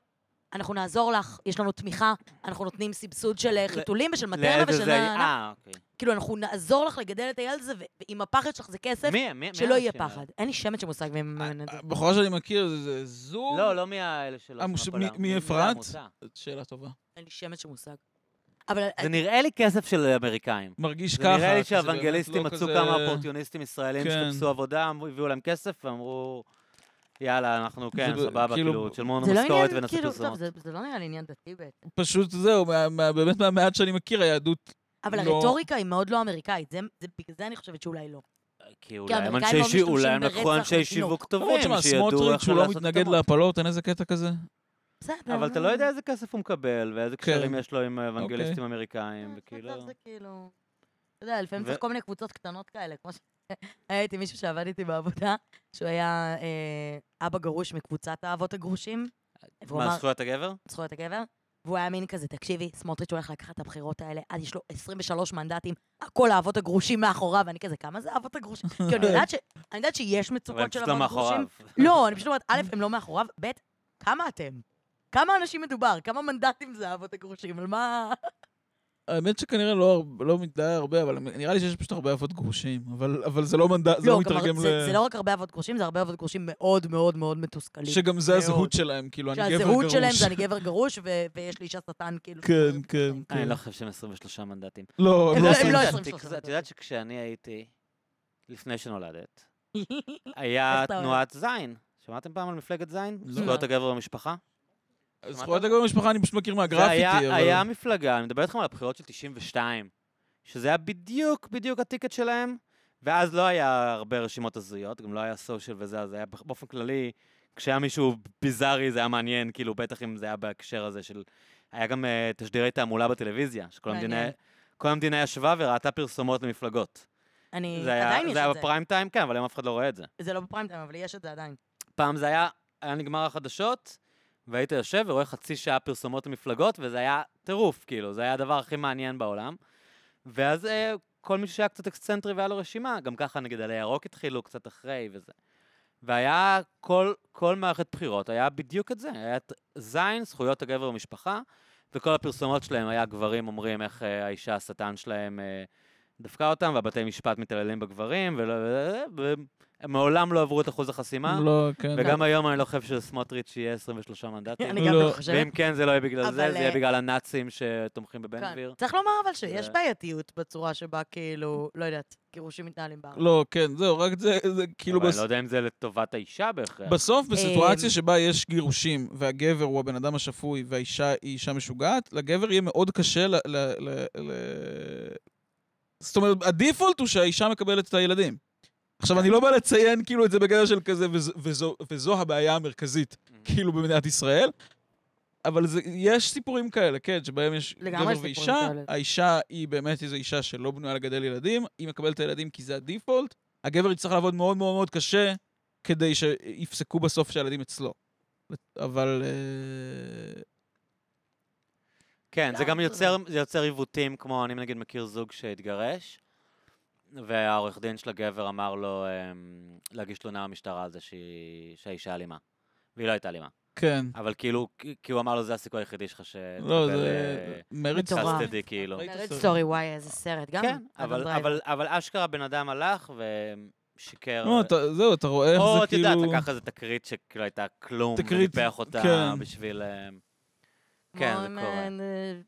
Speaker 1: אנחנו נעזור לך, יש לנו תמיכה, אנחנו נותנים סבסוד של אה, חיתולים ושל מטרנה
Speaker 2: לאיזה
Speaker 1: ושל...
Speaker 2: זה-
Speaker 1: נה- נה."
Speaker 2: אה, אוקיי.
Speaker 1: כאילו, אנחנו נעזור לך לגדל את הילד הזה, ו- ועם הפחד שלך זה כסף,
Speaker 2: מי אה, הם? מי- מי
Speaker 1: לא שלא יהיה
Speaker 2: האנשים האלה?
Speaker 1: פחד. אין לי שמץ של מושג מי מממן את זה.
Speaker 3: הבחורה שאני מכיר זה- זה זוג,
Speaker 2: לא, לא מהאלה שלא...
Speaker 3: המוש-
Speaker 2: עושים הפלה.
Speaker 3: מי-
Speaker 2: מי- מי
Speaker 3: מאפרת?
Speaker 2: העמותה?
Speaker 3: שאלה טובה.
Speaker 1: אין לי שמץ של מושג. אבל אה,
Speaker 2: זה נראה לי כסף של אמריקאים.
Speaker 3: מרגיש
Speaker 2: זה
Speaker 3: ככה.
Speaker 2: נראה לי
Speaker 3: כי זה באמת
Speaker 2: שהאוונגליסטים
Speaker 3: לא
Speaker 2: מצאו
Speaker 3: כזה-
Speaker 2: כמה אופורטיוניסטים ישראלים
Speaker 3: כן.
Speaker 2: שתפסו עבודה, אמרו- הביאו להם כסף ואמרו, יאללה, אנחנו כן,
Speaker 3: ב-
Speaker 2: סבבה,
Speaker 3: כאילו-
Speaker 2: כאילו, תשלמו
Speaker 1: זה
Speaker 2: לנו
Speaker 1: לא
Speaker 2: משכורת
Speaker 1: עניין,
Speaker 2: ונעשה
Speaker 1: כאילו, טוב,
Speaker 2: פרסומות.
Speaker 1: זה זה לא נראה לי עניין דתי בעצם.
Speaker 3: פשוט זהו, מה- מה- באמת מהמעט שאני מכיר, היהדות...
Speaker 1: אבל
Speaker 3: לא.
Speaker 1: הרטוריקה היא מאוד לא אמריקאית, זה זה- בגלל זה אני חושבת שאולי לא.
Speaker 2: כי אולי הם
Speaker 1: האמריקאים לא
Speaker 2: אנשי שיווק, אולי הם
Speaker 1: משתמשים
Speaker 2: לקחו
Speaker 1: ברצח
Speaker 2: אנשי
Speaker 1: וזנות.
Speaker 2: שיווק
Speaker 3: למרות
Speaker 2: טובים,
Speaker 3: שמה,
Speaker 2: שידעו
Speaker 3: סמוטריץ'
Speaker 2: איך
Speaker 3: הוא לא
Speaker 2: לעשות
Speaker 3: מתנגד
Speaker 2: התאמות.
Speaker 3: להפלות, אין איזה קטע כזה?
Speaker 1: בסדר.
Speaker 2: אבל אתה לא יודע איזה כסף הוא מקבל, ואיזה
Speaker 3: כן.
Speaker 2: קשרים יש לו
Speaker 3: אוקיי.
Speaker 2: עם אוונגליסטים
Speaker 1: אה,
Speaker 2: אמריקאים,
Speaker 1: בסדר,
Speaker 2: וכאילו...
Speaker 1: זה כאילו... אתה יודע, לפעמים
Speaker 2: כן, ו-
Speaker 1: צריך כל מיני קבוצות קטנות כאלה, כמו ש... היה איתי מישהו שעבד איתי בעבודה, שהוא היה אה, אבא גרוש מקבוצת האבות הגרושים, והוא
Speaker 2: אה, מה,
Speaker 1: אמר,
Speaker 2: זכויות הגבר?
Speaker 1: זכויות הגבר, והוא היה מין כזה, תקשיבי, סמוטריץ' הולך לקחת את הבחירות האלה, אז יש לו 23 מנדטים, כל האבות הגרושים מאחוריו, ואני כזה, כמה זה האבות הגרושים? כי אני יודעת ש- אני יודעת שיש
Speaker 2: אבל הם
Speaker 1: מצוקות של
Speaker 2: פשוט לא
Speaker 1: אבות
Speaker 2: מאחוריו.
Speaker 1: גרושים. לא, אני פשוט אומרת, א', הם לא מאחוריו, ב', כמה אתם? כמה אנשים מדובר? כמה מנדטים זה האבות הגרושים? על מה...
Speaker 3: האמת שכנראה לא הר- לא די הרבה, אבל נראה לי שיש פשוט הרבה אבות גרושים, אבל אבל זה לא מנדט, זה לא
Speaker 1: גם הר-
Speaker 3: מתרגם
Speaker 1: זה, זה
Speaker 3: ל...
Speaker 1: לא רק הרבה אבות גרושים, זה הרבה אבות גרושים מאוד מאוד מאוד מתוסכלים.
Speaker 3: שגם זה
Speaker 1: מאוד.
Speaker 3: הזהות שלהם, כאילו, אני גבר גרוש.
Speaker 1: שהזהות שלהם זה אני גבר גרוש, ו- ויש לי אישה שטן, כאילו.
Speaker 3: כן, כן,
Speaker 1: שטן.
Speaker 2: אני לא חושב שהם 23 מנדטים.
Speaker 3: לא,
Speaker 1: הם
Speaker 3: הם לא
Speaker 1: לא-
Speaker 3: עושים...
Speaker 1: לא-
Speaker 2: את
Speaker 1: 23
Speaker 2: יודעת-
Speaker 1: מנדטים.
Speaker 2: את יודעת שכשאני הייתי, לפני שנולדת, היה
Speaker 1: אתה אוהב?
Speaker 2: תנועת זין. שמעתם פעם על מפלגת זין?
Speaker 3: לא.
Speaker 2: זכויות הגבר במשפחה?
Speaker 3: זכויות הגבר במשפחה אני פשוט מכיר מהגרפיטי,
Speaker 2: זה היה- היה
Speaker 3: אבל...
Speaker 2: מפלגה, אני מדבר איתכם על הבחירות של 92, שזה היה בדיוק, בדיוק הטיקט שלהם, ואז לא היה הרבה רשימות הזויות, גם לא היה סושיאל וזה, אז זה היה באח- באופן כללי, כשהיה מישהו ביזארי זה היה מעניין, כאילו, בטח אם זה היה בהקשר הזה של... היה גם אה, תשדירי תעמולה בטלוויזיה, שכל המדינה...
Speaker 1: מעניין.
Speaker 2: כל המדינה ישבה וראתה פרסומות למפלגות.
Speaker 1: אני,
Speaker 2: זה היה,
Speaker 1: עדיין יש
Speaker 2: זה היה
Speaker 1: את זה.
Speaker 2: בפריים טיים, כן, אבל היום אף אחד לא רואה את זה.
Speaker 1: זה לא בפריים טיים, אבל יש את זה עדיין.
Speaker 2: פעם זה היה, היה נגמר החדשות, והיית יושב ורואה חצי שעה פרסומות למפלגות, וזה היה טירוף, כאילו, זה היה הדבר הכי מעניין בעולם. ואז אה, כל מי שהיה קצת אקסצנטרי והיה לו רשימה, גם ככה נגיד עלי ירוק התחילו קצת אחרי וזה. והיה כל, כל מערכת בחירות, היה בדיוק את זה, היה את זין, זכויות הגבר במשפחה, וכל הפרסומות שלהם היה גברים אומרים איך אה, האישה השטן שלהם אה, דפקה אותם, והבתי משפט מתעללים בגברים, ולא- אה, והם מעולם לא עברו את אחוז החסימה.
Speaker 3: לא, כן.
Speaker 2: וגם היום אני לא חושב שלסמוטריץ' יהיה 23 מנדטים.
Speaker 1: אוקיי. אני גם
Speaker 3: לא.
Speaker 1: לא חושבת.
Speaker 2: ואם כן, זה לא יהיה בגלל זה,
Speaker 1: אבל,
Speaker 2: זה יהיה
Speaker 1: אה,
Speaker 2: בגלל הנאצים שתומכים בבן
Speaker 1: כן.
Speaker 2: גביר.
Speaker 1: צריך לומר אבל שיש
Speaker 2: זה-
Speaker 1: בעייתיות בצורה שבה כאילו, לא יודעת, גירושים מתנהלים בארץ.
Speaker 3: לא, כן, זהו, רק זה, זה כאילו...
Speaker 2: אבל
Speaker 3: בס-
Speaker 2: אני לא יודע אם זה לטובת האישה בהכרח.
Speaker 3: בסוף,
Speaker 1: אמ,
Speaker 3: בסיטואציה שבה יש גירושים, והגבר הוא הבן אדם השפוי, והאישה היא אישה משוגעת, לגבר יהיה מאוד קשה ל... ל, ל, ל... זאת אומרת, הדיפולט הוא שהאישה מקבלת את הילדים. עכשיו, אני לא בא לציין כאילו את זה בגדר של כזה, וזו, וזו, וזו הבעיה המרכזית, כאילו, במדינת ישראל, אבל זה, יש סיפורים כאלה, כן, שבהם יש
Speaker 1: לגמרי
Speaker 3: גבר
Speaker 1: יש סיפורים
Speaker 3: ואישה,
Speaker 1: כאלה.
Speaker 3: האישה היא באמת איזו אישה שלא בנויה לגדל ילדים, היא מקבלת את הילדים כי זה הדיפולט, הגבר יצטרך לעבוד מאוד מאוד מאוד קשה, כדי שיפסקו בסוף שהילדים אצלו. אבל... אה,
Speaker 2: כן, זה
Speaker 1: לא,
Speaker 2: גם
Speaker 1: אני
Speaker 2: יוצר זה יוצר עיוותים, כמו אני נגיד מכיר זוג שהתגרש, והעורך דין של הגבר אמר לו אמ, להגיש תלונה במשטרה על זה שהיא- שהאישה אלימה. והיא לא הייתה אלימה.
Speaker 3: כן.
Speaker 2: אבל כאילו, כי הוא אמר לו, זה הסיכוי היחידי שלך
Speaker 3: לא,
Speaker 2: שתקבל... אה,
Speaker 3: זה... מריץ
Speaker 1: מטורף.
Speaker 3: סטורי.
Speaker 2: קאסטדי, כאילו.
Speaker 3: ראיתי
Speaker 1: מרד
Speaker 3: סרט.
Speaker 1: סטורי, וואי, איזה סרט. גם
Speaker 2: כן,
Speaker 1: אדם
Speaker 2: אבל-
Speaker 1: דרייבר.
Speaker 2: אבל- אבל אשכרה בן אדם הלך ושיקר.
Speaker 3: לא, אתה- זהו, אתה רואה איך
Speaker 2: או,
Speaker 3: זה
Speaker 2: את יודעת,
Speaker 3: כאילו...
Speaker 2: לקח איזה תקרית שכאילו הייתה כלום,
Speaker 3: תקרית,
Speaker 2: וניפח אותה
Speaker 3: כן.
Speaker 2: בשביל... אה,
Speaker 1: כמו
Speaker 2: כן, זה
Speaker 1: עם,
Speaker 2: קורה.
Speaker 1: אה,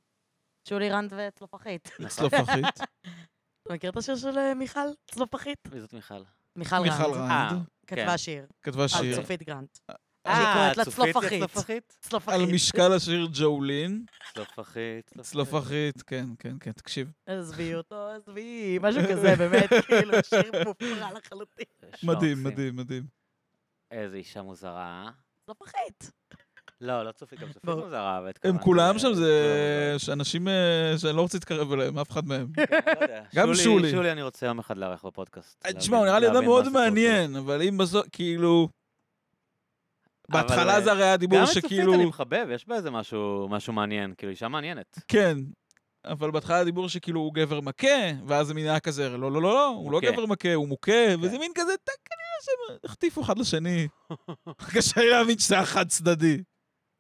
Speaker 1: שולי רנד וצלופחית.
Speaker 3: צלופחית.
Speaker 1: אתה מכיר את השיר של אה, מיכל? צלופחית?
Speaker 2: מי זאת מיכל?
Speaker 1: מיכל
Speaker 3: מיכל
Speaker 1: רנד.
Speaker 2: אה,
Speaker 3: רנד
Speaker 1: כתבה שיר.
Speaker 3: כתבה
Speaker 1: על
Speaker 3: שיר.
Speaker 1: צופית גרנט. שהיא
Speaker 2: אה,
Speaker 1: קוראת לה
Speaker 2: הצופית היא
Speaker 1: צלופחית.
Speaker 2: הצלופחית?
Speaker 1: צלופחית.
Speaker 3: על משקל השיר ג'ולין.
Speaker 2: צלופחית.
Speaker 3: צלופחית, כן, כן, כן, תקשיב.
Speaker 1: עזבי אותו, עזבי, משהו כזה, באמת, כאילו, שיר מופרע לחלוטין.
Speaker 2: יש לה
Speaker 3: מדהים,
Speaker 2: אורסים.
Speaker 3: מדהים, מדהים.
Speaker 1: לא
Speaker 2: איזה אישה מוזרה.
Speaker 1: צלופחית.
Speaker 2: לא, לא צופית, גם צופית
Speaker 1: ברור.
Speaker 2: מוזרה, אבל
Speaker 3: הם
Speaker 2: התכוונתי
Speaker 3: כולם
Speaker 2: ל-
Speaker 3: שם,
Speaker 2: לא,
Speaker 3: זה אנשים אה, שאני לא רוצה להתקרב אליהם, אף אחד מהם.
Speaker 2: לא, לא יודע.
Speaker 3: גם שולי.
Speaker 2: שולי, אני רוצה יום אחד לארח בפודקאסט.
Speaker 3: אה,
Speaker 2: להבין-
Speaker 3: תשמע, הוא נראה לי אדם
Speaker 2: להבין מה
Speaker 3: מאוד
Speaker 2: הסיפור שלו.
Speaker 3: מעניין, אבל אם בסוף, כאילו...
Speaker 2: אבל,
Speaker 3: בהתחלה
Speaker 2: אה,
Speaker 3: זה הרי היה
Speaker 2: גם
Speaker 3: דיבור
Speaker 2: את צופית
Speaker 3: שכאילו...
Speaker 2: אני מחבב, יש בה איזה משהו משהו מעניין, כאילו אישה מעניינת.
Speaker 3: כן. אבל בהתחלה היה דיבור שכאילו הוא גבר מכה, ואז זה מין היה כזה, לא, לא, לא, לא, הוא לא
Speaker 2: מוכה.
Speaker 3: גבר מכה, הוא מוכה, וזה מין כזה, "טק, כנראה שהם החטיפו אחד לשני. קשה לי להאמין שזה היה חד צדדי.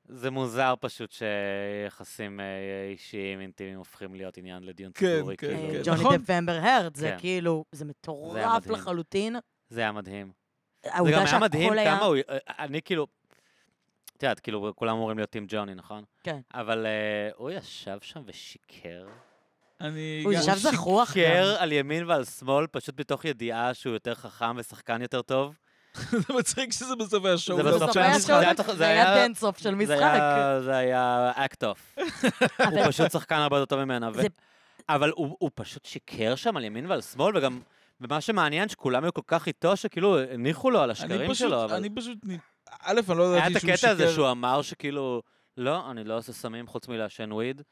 Speaker 2: זה מוזר פשוט שיחסים אה, אישיים אינטימיים הופכים להיות עניין לדיון
Speaker 3: כן,
Speaker 2: ציבורי,
Speaker 3: כן,
Speaker 1: אה,
Speaker 2: כאילו.
Speaker 3: כן.
Speaker 1: ג'וני
Speaker 3: נכון.
Speaker 1: דפ ואמבר הרד, זה
Speaker 2: כן.
Speaker 1: כאילו, זה מטורף
Speaker 2: מדהים.
Speaker 1: לחלוטין.
Speaker 2: זה היה מדהים. זה גם
Speaker 1: העובדה
Speaker 2: היה
Speaker 1: שהכחול
Speaker 2: מדהים
Speaker 1: היה...
Speaker 2: כמה הוא... אה, אני כאילו... את יודעת, כאילו, כולם אמורים להיות עם ג'וני, נכון?
Speaker 1: כן.
Speaker 2: אבל אה, הוא ישב שם ושיקר.
Speaker 3: אני...
Speaker 1: הוא
Speaker 3: גם-
Speaker 1: ישב זחוח
Speaker 2: שיקר
Speaker 1: גם.
Speaker 2: על ימין ועל שמאל, פשוט מתוך ידיעה שהוא יותר חכם ושחקן יותר טוב.
Speaker 3: זה מצחיק שזה בסוף היה שואו.
Speaker 2: זה
Speaker 3: דווקא.
Speaker 2: בסוף
Speaker 1: בסוף היה
Speaker 2: המשחק. זה היה
Speaker 1: שואו,
Speaker 2: תח- זה
Speaker 1: זה היה
Speaker 2: היה-
Speaker 1: טנסוף של
Speaker 2: זה
Speaker 1: משחק.
Speaker 2: היה- זה היה אקט אוף. הוא פשוט שחקן הרבה יותר טוב ממנה. ו-
Speaker 1: זה-
Speaker 2: אבל הוא הוא פשוט שיקר שם על ימין ועל שמאל, וגם... ומה שמעניין, שכולם היו כל כך איתו, שכאילו הניחו לו על
Speaker 3: אני
Speaker 2: השקרים
Speaker 3: פשוט,
Speaker 2: שלו, אבל...
Speaker 3: אני פשוט... נ- א', אני לא
Speaker 2: היה את
Speaker 3: ידעתי שהוא שיקר.
Speaker 2: הקטע הזה שהוא אמר שכאילו, לא, אני לא עושה סמים חוץ מלעשן וויד.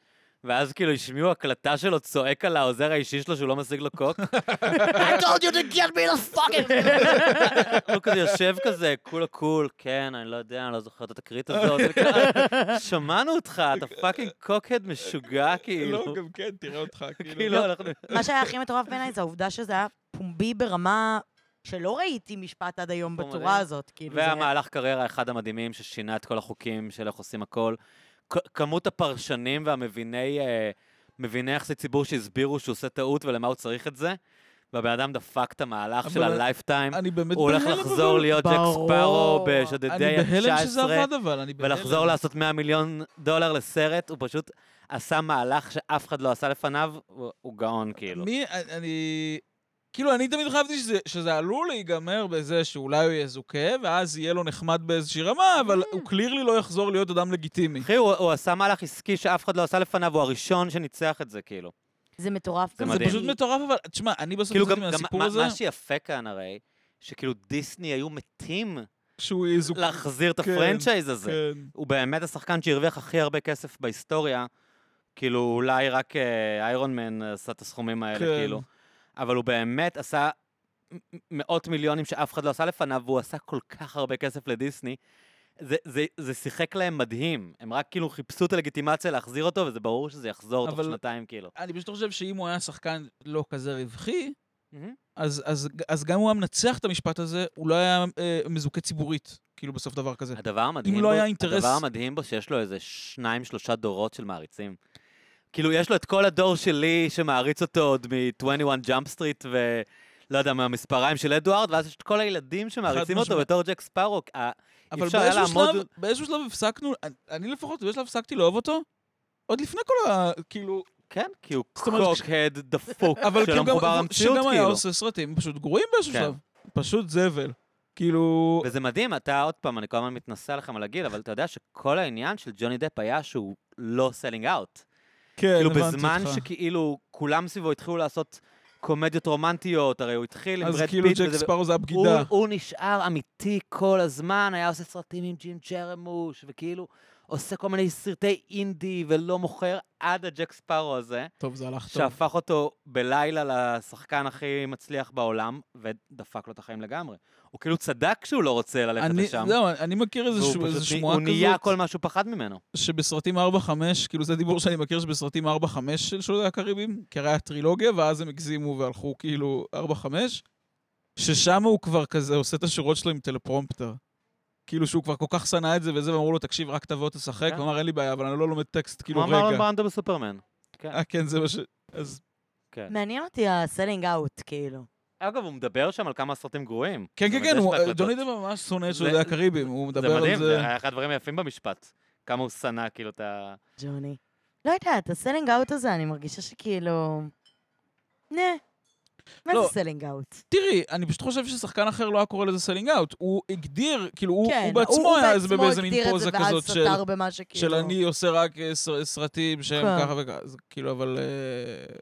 Speaker 2: ואז כאילו השמיעו הקלטה שלו צועק על העוזר האישי שלו שהוא לא משיג לו קוק.
Speaker 1: I told you to get me the fucking...
Speaker 2: הוא כזה יושב כזה, כולו קול, כן, אני לא יודע, אני לא זוכר את התקרית הזאת. שמענו אותך, אתה פאקינג קוקהד משוגע,
Speaker 3: לא,
Speaker 2: כאילו.
Speaker 3: גם כן, תראה אותך, כאילו.
Speaker 2: כאילו, אנחנו...
Speaker 1: מה שהיה הכי מטורף בעיניי זה העובדה שזה היה פומבי ברמה שלא ראיתי משפט עד היום
Speaker 2: פה מדהים.
Speaker 1: בצורה הזאת. כאילו, זה-
Speaker 2: והמהלך קריירה אחד המדהימים ששינה את כל החוקים של איך עושים הכל. כ- כמות הפרשנים והמביני אה, מביני יחסי ציבור שהסבירו שהוא עושה טעות ולמה הוא צריך את זה, והבן אדם דפק את המהלך של
Speaker 3: אבל-
Speaker 2: הלייפטיים.
Speaker 3: אני באמת
Speaker 2: לא, הוא הולך
Speaker 3: בהלם,
Speaker 2: לחזור
Speaker 3: אבל-
Speaker 2: להיות ג'ק
Speaker 1: ברור.
Speaker 2: ספארו
Speaker 3: אני
Speaker 2: בשודדי
Speaker 3: בהלם שזה
Speaker 2: ה-19,
Speaker 3: עבד, אבל אני בהלם.
Speaker 2: ולחזור לעשות 100 מיליון דולר לסרט, הוא פשוט עשה מהלך שאף אחד לא עשה לפניו, הוא- הוא גאון כאילו.
Speaker 3: מי, אני- אני... כאילו, אני תמיד חשבתי שזה, שזה עלול להיגמר בזה שאולי הוא יזוכה, ואז יהיה לו נחמד באיזושהי רמה,
Speaker 2: Mm.
Speaker 3: אבל הוא קלירלי לא יחזור להיות אדם לגיטימי.
Speaker 2: אחי, הוא הוא עשה מהלך עסקי שאף אחד לא עשה לפניו, הוא הראשון שניצח את זה כאילו.
Speaker 1: זה מטורף.
Speaker 2: זה
Speaker 1: גם
Speaker 3: זה
Speaker 2: מדהים.
Speaker 3: פשוט מטורף, אבל תשמע, אני בסוף
Speaker 2: כאילו
Speaker 3: יצאתי
Speaker 2: גם, גם
Speaker 3: מהסיפור
Speaker 2: מה,
Speaker 3: הזה,
Speaker 2: מה שיפה כאן הרי, שכאילו דיסני היו מתים
Speaker 3: שהוא יזוכה.
Speaker 2: להחזיר את
Speaker 3: כן,
Speaker 2: הפרנצ'ייז הזה.
Speaker 3: כן.
Speaker 2: הוא באמת השחקן שהרוויח הכי הרבה כסף בהיסטוריה. כאילו, אולי רק אה, איירון מן עשה את הסכומים האלה,
Speaker 3: כן.
Speaker 2: כאילו. אבל הוא באמת עשה מ- מאות מיליונים שאף אחד לא עשה לפניו, והוא עשה כל כך הרבה כסף לדיסני. זה, זה, זה שיחק להם מדהים. הם רק כאילו חיפשו את הלגיטימציה להחזיר אותו, וזה ברור שזה יחזור תוך
Speaker 3: אבל-
Speaker 2: שנתיים, כאילו.
Speaker 3: אני פשוט חושב שאם הוא היה שחקן לא כזה רווחי, אז, אז, אז גם אם הוא היה מנצח את המשפט הזה, הוא לא היה אה, מזוכה ציבורית, כאילו בסוף דבר כזה.
Speaker 2: הדבר המדהים
Speaker 3: לא
Speaker 2: בו,
Speaker 3: היה אינטרס-
Speaker 2: הדבר המדהים בו שיש לו איזה שניים, שלושה דורות של מעריצים. כאילו, יש לו את כל הדור שלי שמעריץ אותו עוד מ-21 ג'אמפ סטריט ו... לא יודע, מהמספריים של אדוארד, ואז יש את כל הילדים שמעריצים אותו
Speaker 3: משמעית.
Speaker 2: בתור ג'ק ספארו. אה, אי
Speaker 3: אבל
Speaker 2: אפשר היה
Speaker 3: באיזשהו
Speaker 2: לעמוד...
Speaker 3: שלב, באיזשהו שלב הפסקנו, אני- אני לפחות באיזשהו שלב הפסקתי לאהוב אותו, עוד לפני כל ה... כאילו...
Speaker 2: כן, כי הוא
Speaker 3: זאת אומרת,
Speaker 2: קוקהד דפוק,
Speaker 3: אבל
Speaker 2: שלא
Speaker 3: כאילו גם,
Speaker 2: מחובר
Speaker 3: אבל
Speaker 2: למציאות,
Speaker 3: שגם היה
Speaker 2: כאילו.
Speaker 3: עושה סרטים פשוט גרועים באיזשהו
Speaker 2: כן.
Speaker 3: שלב. פשוט זבל. כאילו...
Speaker 2: וזה מדהים, אתה עוד פעם, אני כל הזמן מתנסה לכם על הגיל, אבל אתה יודע שכל העניין של ג'וני דפ היה שהוא לא סלינג אאוט.
Speaker 3: כן,
Speaker 2: כאילו
Speaker 3: הבנתי
Speaker 2: בזמן
Speaker 3: אותך.
Speaker 2: שכאילו כולם סביבו התחילו לעשות קומדיות רומנטיות, הרי הוא התחיל עם
Speaker 3: אז
Speaker 2: ברד פיט.
Speaker 3: כאילו ג'ק
Speaker 2: וזה-
Speaker 3: ספארו זה
Speaker 2: הוא-
Speaker 3: הבגידה.
Speaker 2: הוא נשאר אמיתי כל הזמן, היה עושה סרטים עם ג'ים ג'רמוש, וכאילו עושה כל מיני סרטי אינדי ולא מוכר עד הג'ק ספארו הזה,
Speaker 3: טוב, זה הלך טוב.
Speaker 2: שהפך אותו בלילה לשחקן הכי מצליח בעולם, ודפק לו את החיים לגמרי. הוא כאילו צדק שהוא לא רוצה ללכת
Speaker 3: אני,
Speaker 2: לשם.
Speaker 3: זהו, אני מכיר איזו
Speaker 2: והוא
Speaker 3: ש-
Speaker 2: פשוט
Speaker 3: איזו
Speaker 2: נהיה-
Speaker 3: שמועה
Speaker 2: הוא נהיה
Speaker 3: כזאת,
Speaker 2: כל מה שהוא פחד ממנו.
Speaker 3: שבסרטים 4-5, כאילו זה דיבור שאני מכיר שבסרטים 4-5 של שולי הקריבים, כי הרי היה טרילוגיה, ואז הם הגזימו והלכו כאילו 4-5, ששם הוא כבר כזה עושה את השורות שלו עם טלפרומפטר. כאילו שהוא כבר כל כך שנא את זה וזה, ואמרו לו, תקשיב, רק תבוא, תשחק.
Speaker 2: כן.
Speaker 3: הוא אמר, אין לי בעיה, אבל אני לא לומד טקסט, כאילו,
Speaker 2: כמו מרלון
Speaker 3: רגע.
Speaker 2: ברנדו בסופרמן.
Speaker 3: אה, כן, זה מה ש... אז
Speaker 2: כן.
Speaker 1: מעניין אותי הסלינג אאוט, כאילו.
Speaker 2: אגב, הוא מדבר שם על כמה סרטים גרועים.
Speaker 3: כן,
Speaker 2: זאת אומרת,
Speaker 3: כן, כן,
Speaker 2: יש
Speaker 3: הוא-
Speaker 2: בהקלטות.
Speaker 3: ג'וני דב ממש שונא את
Speaker 2: זה-
Speaker 3: שודדי הקריבים, הוא
Speaker 2: זה
Speaker 3: מדבר על
Speaker 2: מדהים, זה
Speaker 3: זה.
Speaker 2: היה אחד הדברים היפים במשפט. כמה הוא שנא, כאילו, את ה...
Speaker 1: ג'וני. לא יודעת, הסלינג אאוט הזה, אני מרגישה שכאילו... נה. מה
Speaker 3: לא.
Speaker 1: זה סלינג אאוט?
Speaker 3: תראי, אני פשוט חושב ששחקן אחר לא היה קורא לזה סלינג אאוט. הוא הגדיר, כאילו, הוא
Speaker 1: כן,
Speaker 3: הוא בעצמו היה איזה- באיזה מין
Speaker 1: הגדיר את
Speaker 3: פוזה
Speaker 1: זה
Speaker 3: כזאת
Speaker 1: ואז
Speaker 3: של...
Speaker 1: סתר במה שכאילו...
Speaker 3: של אני עושה רק אה, ס- סרטים שהם
Speaker 1: כאילו- כן.
Speaker 3: ככה וככה, זה כאילו, אבל... אה,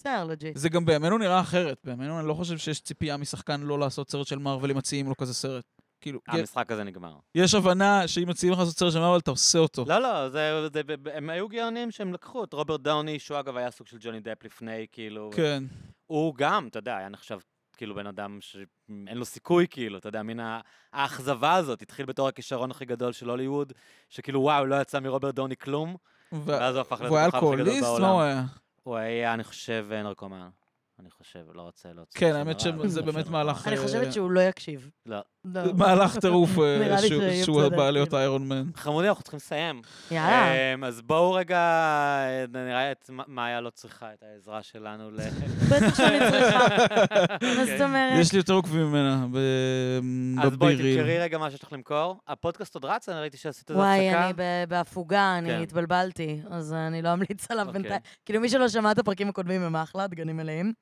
Speaker 1: בסדר, לג'יט.
Speaker 3: זה לא גם בימינו נראה אחרת. בימינו אני לא חושב שיש ציפייה משחקן לא לעשות סרט של מארוולים מציעים לו כזה סרט. כאילו,
Speaker 2: המשחק הזה נגמר.
Speaker 3: יש הבנה שאם מציעים לך לעשות סרט של מארוול, אתה עושה אותו.
Speaker 2: לא, לא, זה, זה, הם היו גאונים שהם לקחו את רוברט דאוני, שהוא אגב היה סוג של ג'וני דפ לפני, כאילו,
Speaker 3: כן.
Speaker 2: הוא גם, אתה יודע, היה נחשב כאילו בן אדם שאין לו סיכוי, כאילו, אתה יודע, מן ה- האכזבה הזאת, התחיל בתור הכישרון הכי גדול של הוליווד, שכאילו, וואו, לא יצא מרוברט דאוני כלום,
Speaker 3: ו-
Speaker 2: ואז הוא הפך
Speaker 3: והוא היה
Speaker 2: לדבר הכי גדול
Speaker 3: אלכוהוליסט? לא, אה, מה הוא
Speaker 2: בעולם.
Speaker 3: היה?
Speaker 2: הוא היה, אני חושב, נרקומן. אני חושב, לא רוצה להוציא.
Speaker 3: כן,
Speaker 2: שם
Speaker 3: האמת
Speaker 2: רע, אבל
Speaker 3: שזה
Speaker 2: אני חושב
Speaker 3: באמת
Speaker 2: נרקומן.
Speaker 3: מהלך...
Speaker 1: אני
Speaker 3: אה,
Speaker 1: חושבת שהוא לא יקשיב.
Speaker 2: לא.
Speaker 1: לא.
Speaker 3: מהלך טירוף אה,
Speaker 1: נראה לי
Speaker 3: שהוא-
Speaker 1: שיהיה
Speaker 3: שהוא
Speaker 1: בסדר,
Speaker 3: בא להיות
Speaker 1: כאילו.
Speaker 3: איירון מן.
Speaker 2: חמודי, אנחנו צריכים לסיים.
Speaker 1: יאללה.
Speaker 2: אמ, אז בואו רגע, אה, נראה את מה- מאיה לא צריכה, את העזרה שלנו ל... אוקיי.
Speaker 1: בטח שאני צריכה. מה זאת אומרת?
Speaker 3: יש לי יותר עוקבים ממנה, ב-
Speaker 2: אז בואי
Speaker 3: בבירים.
Speaker 2: תמכרי רגע מה שיש לך למכור. הפודקאסט עוד רץ, אני ראיתי שעשית איזה
Speaker 1: וואי,
Speaker 2: הפסקה.
Speaker 1: אני ב- בהפוגה, אני
Speaker 2: כן.
Speaker 1: התבלבלתי, אז אני לא אמליץ עליו
Speaker 2: אוקיי.
Speaker 1: בינתיים. כאילו, מי שלא שמע את הפרקים הקודמים הם אחלה, דגנים מלאים.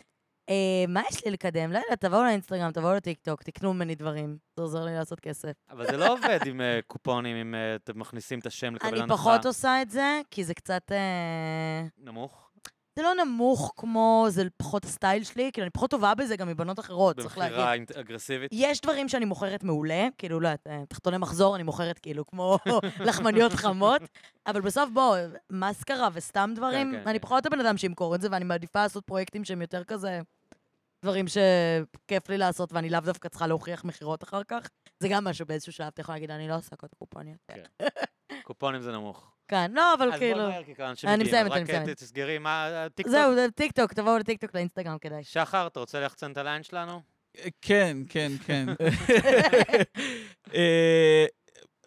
Speaker 1: אה, מה יש לי לקדם? לא יודעת, תבואו לאינסטגרם, תבואו לטיקטוק, תקנו ממני דברים. זה עוזר לי לעשות כסף.
Speaker 2: אבל זה לא עובד עם אה, קופונים, אם אה, אתם מכניסים את השם לקבל
Speaker 1: אני
Speaker 2: הנחה.
Speaker 1: פחות עושה את זה, כי זה קצת... אה,
Speaker 2: נמוך.
Speaker 1: זה לא נמוך כמו, זה פחות הסטייל שלי, כאילו, אני פחות טובה בזה גם מבנות אחרות, צריך להגיד.
Speaker 2: במכירה אינט- אגרסיבית.
Speaker 1: יש דברים שאני מוכרת מעולה, כאילו, לא יודעת, אה, תחתוני מחזור אני מוכרת כאילו כמו לחמניות חמות, אבל בסוף בוא, מסקרה וסתם דברים,
Speaker 2: כן,
Speaker 1: אני
Speaker 2: כן.
Speaker 1: פחות הבן אדם שימכור את זה, ואני מעדיפה לעשות פרויקטים שהם יותר כזה, דברים שכיף לי לעשות, ואני לאו דווקא צריכה להוכיח מכירות אחר כך. זה גם משהו באיזשהו שלב, אתה יכול להגיד, אני לא עושה קוד קופוניות.
Speaker 2: קופונים זה נמוך.
Speaker 1: כן, לא, אבל
Speaker 2: אז בואי
Speaker 1: כאילו...
Speaker 2: מהר, כי כאן אנשים
Speaker 1: אני
Speaker 2: מגיעים.
Speaker 1: מסיימת,
Speaker 2: אז
Speaker 1: אני
Speaker 2: רק, אה,
Speaker 1: מסיימת.
Speaker 2: תסגרי מה... טיקטוק.
Speaker 1: זהו, זה טיקטוק, תבואו לטיקטוק, לאינסטגרם כדאי.
Speaker 2: שחר, אתה רוצה ליחצן את הליין שלנו?
Speaker 3: כן, כן, כן. אה,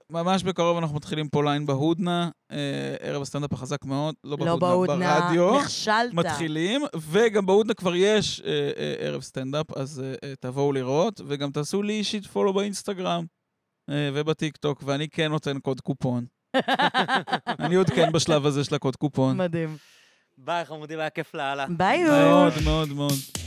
Speaker 3: ממש בקרוב אנחנו מתחילים פה ליין בהודנה, אה, ערב הסטנדאפ החזק מאוד, לא
Speaker 1: לא
Speaker 3: בהודנה,
Speaker 1: בהודנה,
Speaker 3: ברדיו.
Speaker 1: נכשלת.
Speaker 3: מתחילים, וגם בהודנה כבר יש אה, אה, ערב סטנדאפ, אז אה, אה, תבואו לראות, וגם תעשו לי אישית פולו באינסטגרם אה, ובטיקטוק, ואני כן נותן קוד קופון. אני עוד כן בשלב הזה של הקוד קופון.
Speaker 1: מדהים.
Speaker 2: ביי, חמודי, היה כיף לאללה.
Speaker 1: ביי, יוש.
Speaker 3: מאוד מאוד מאוד.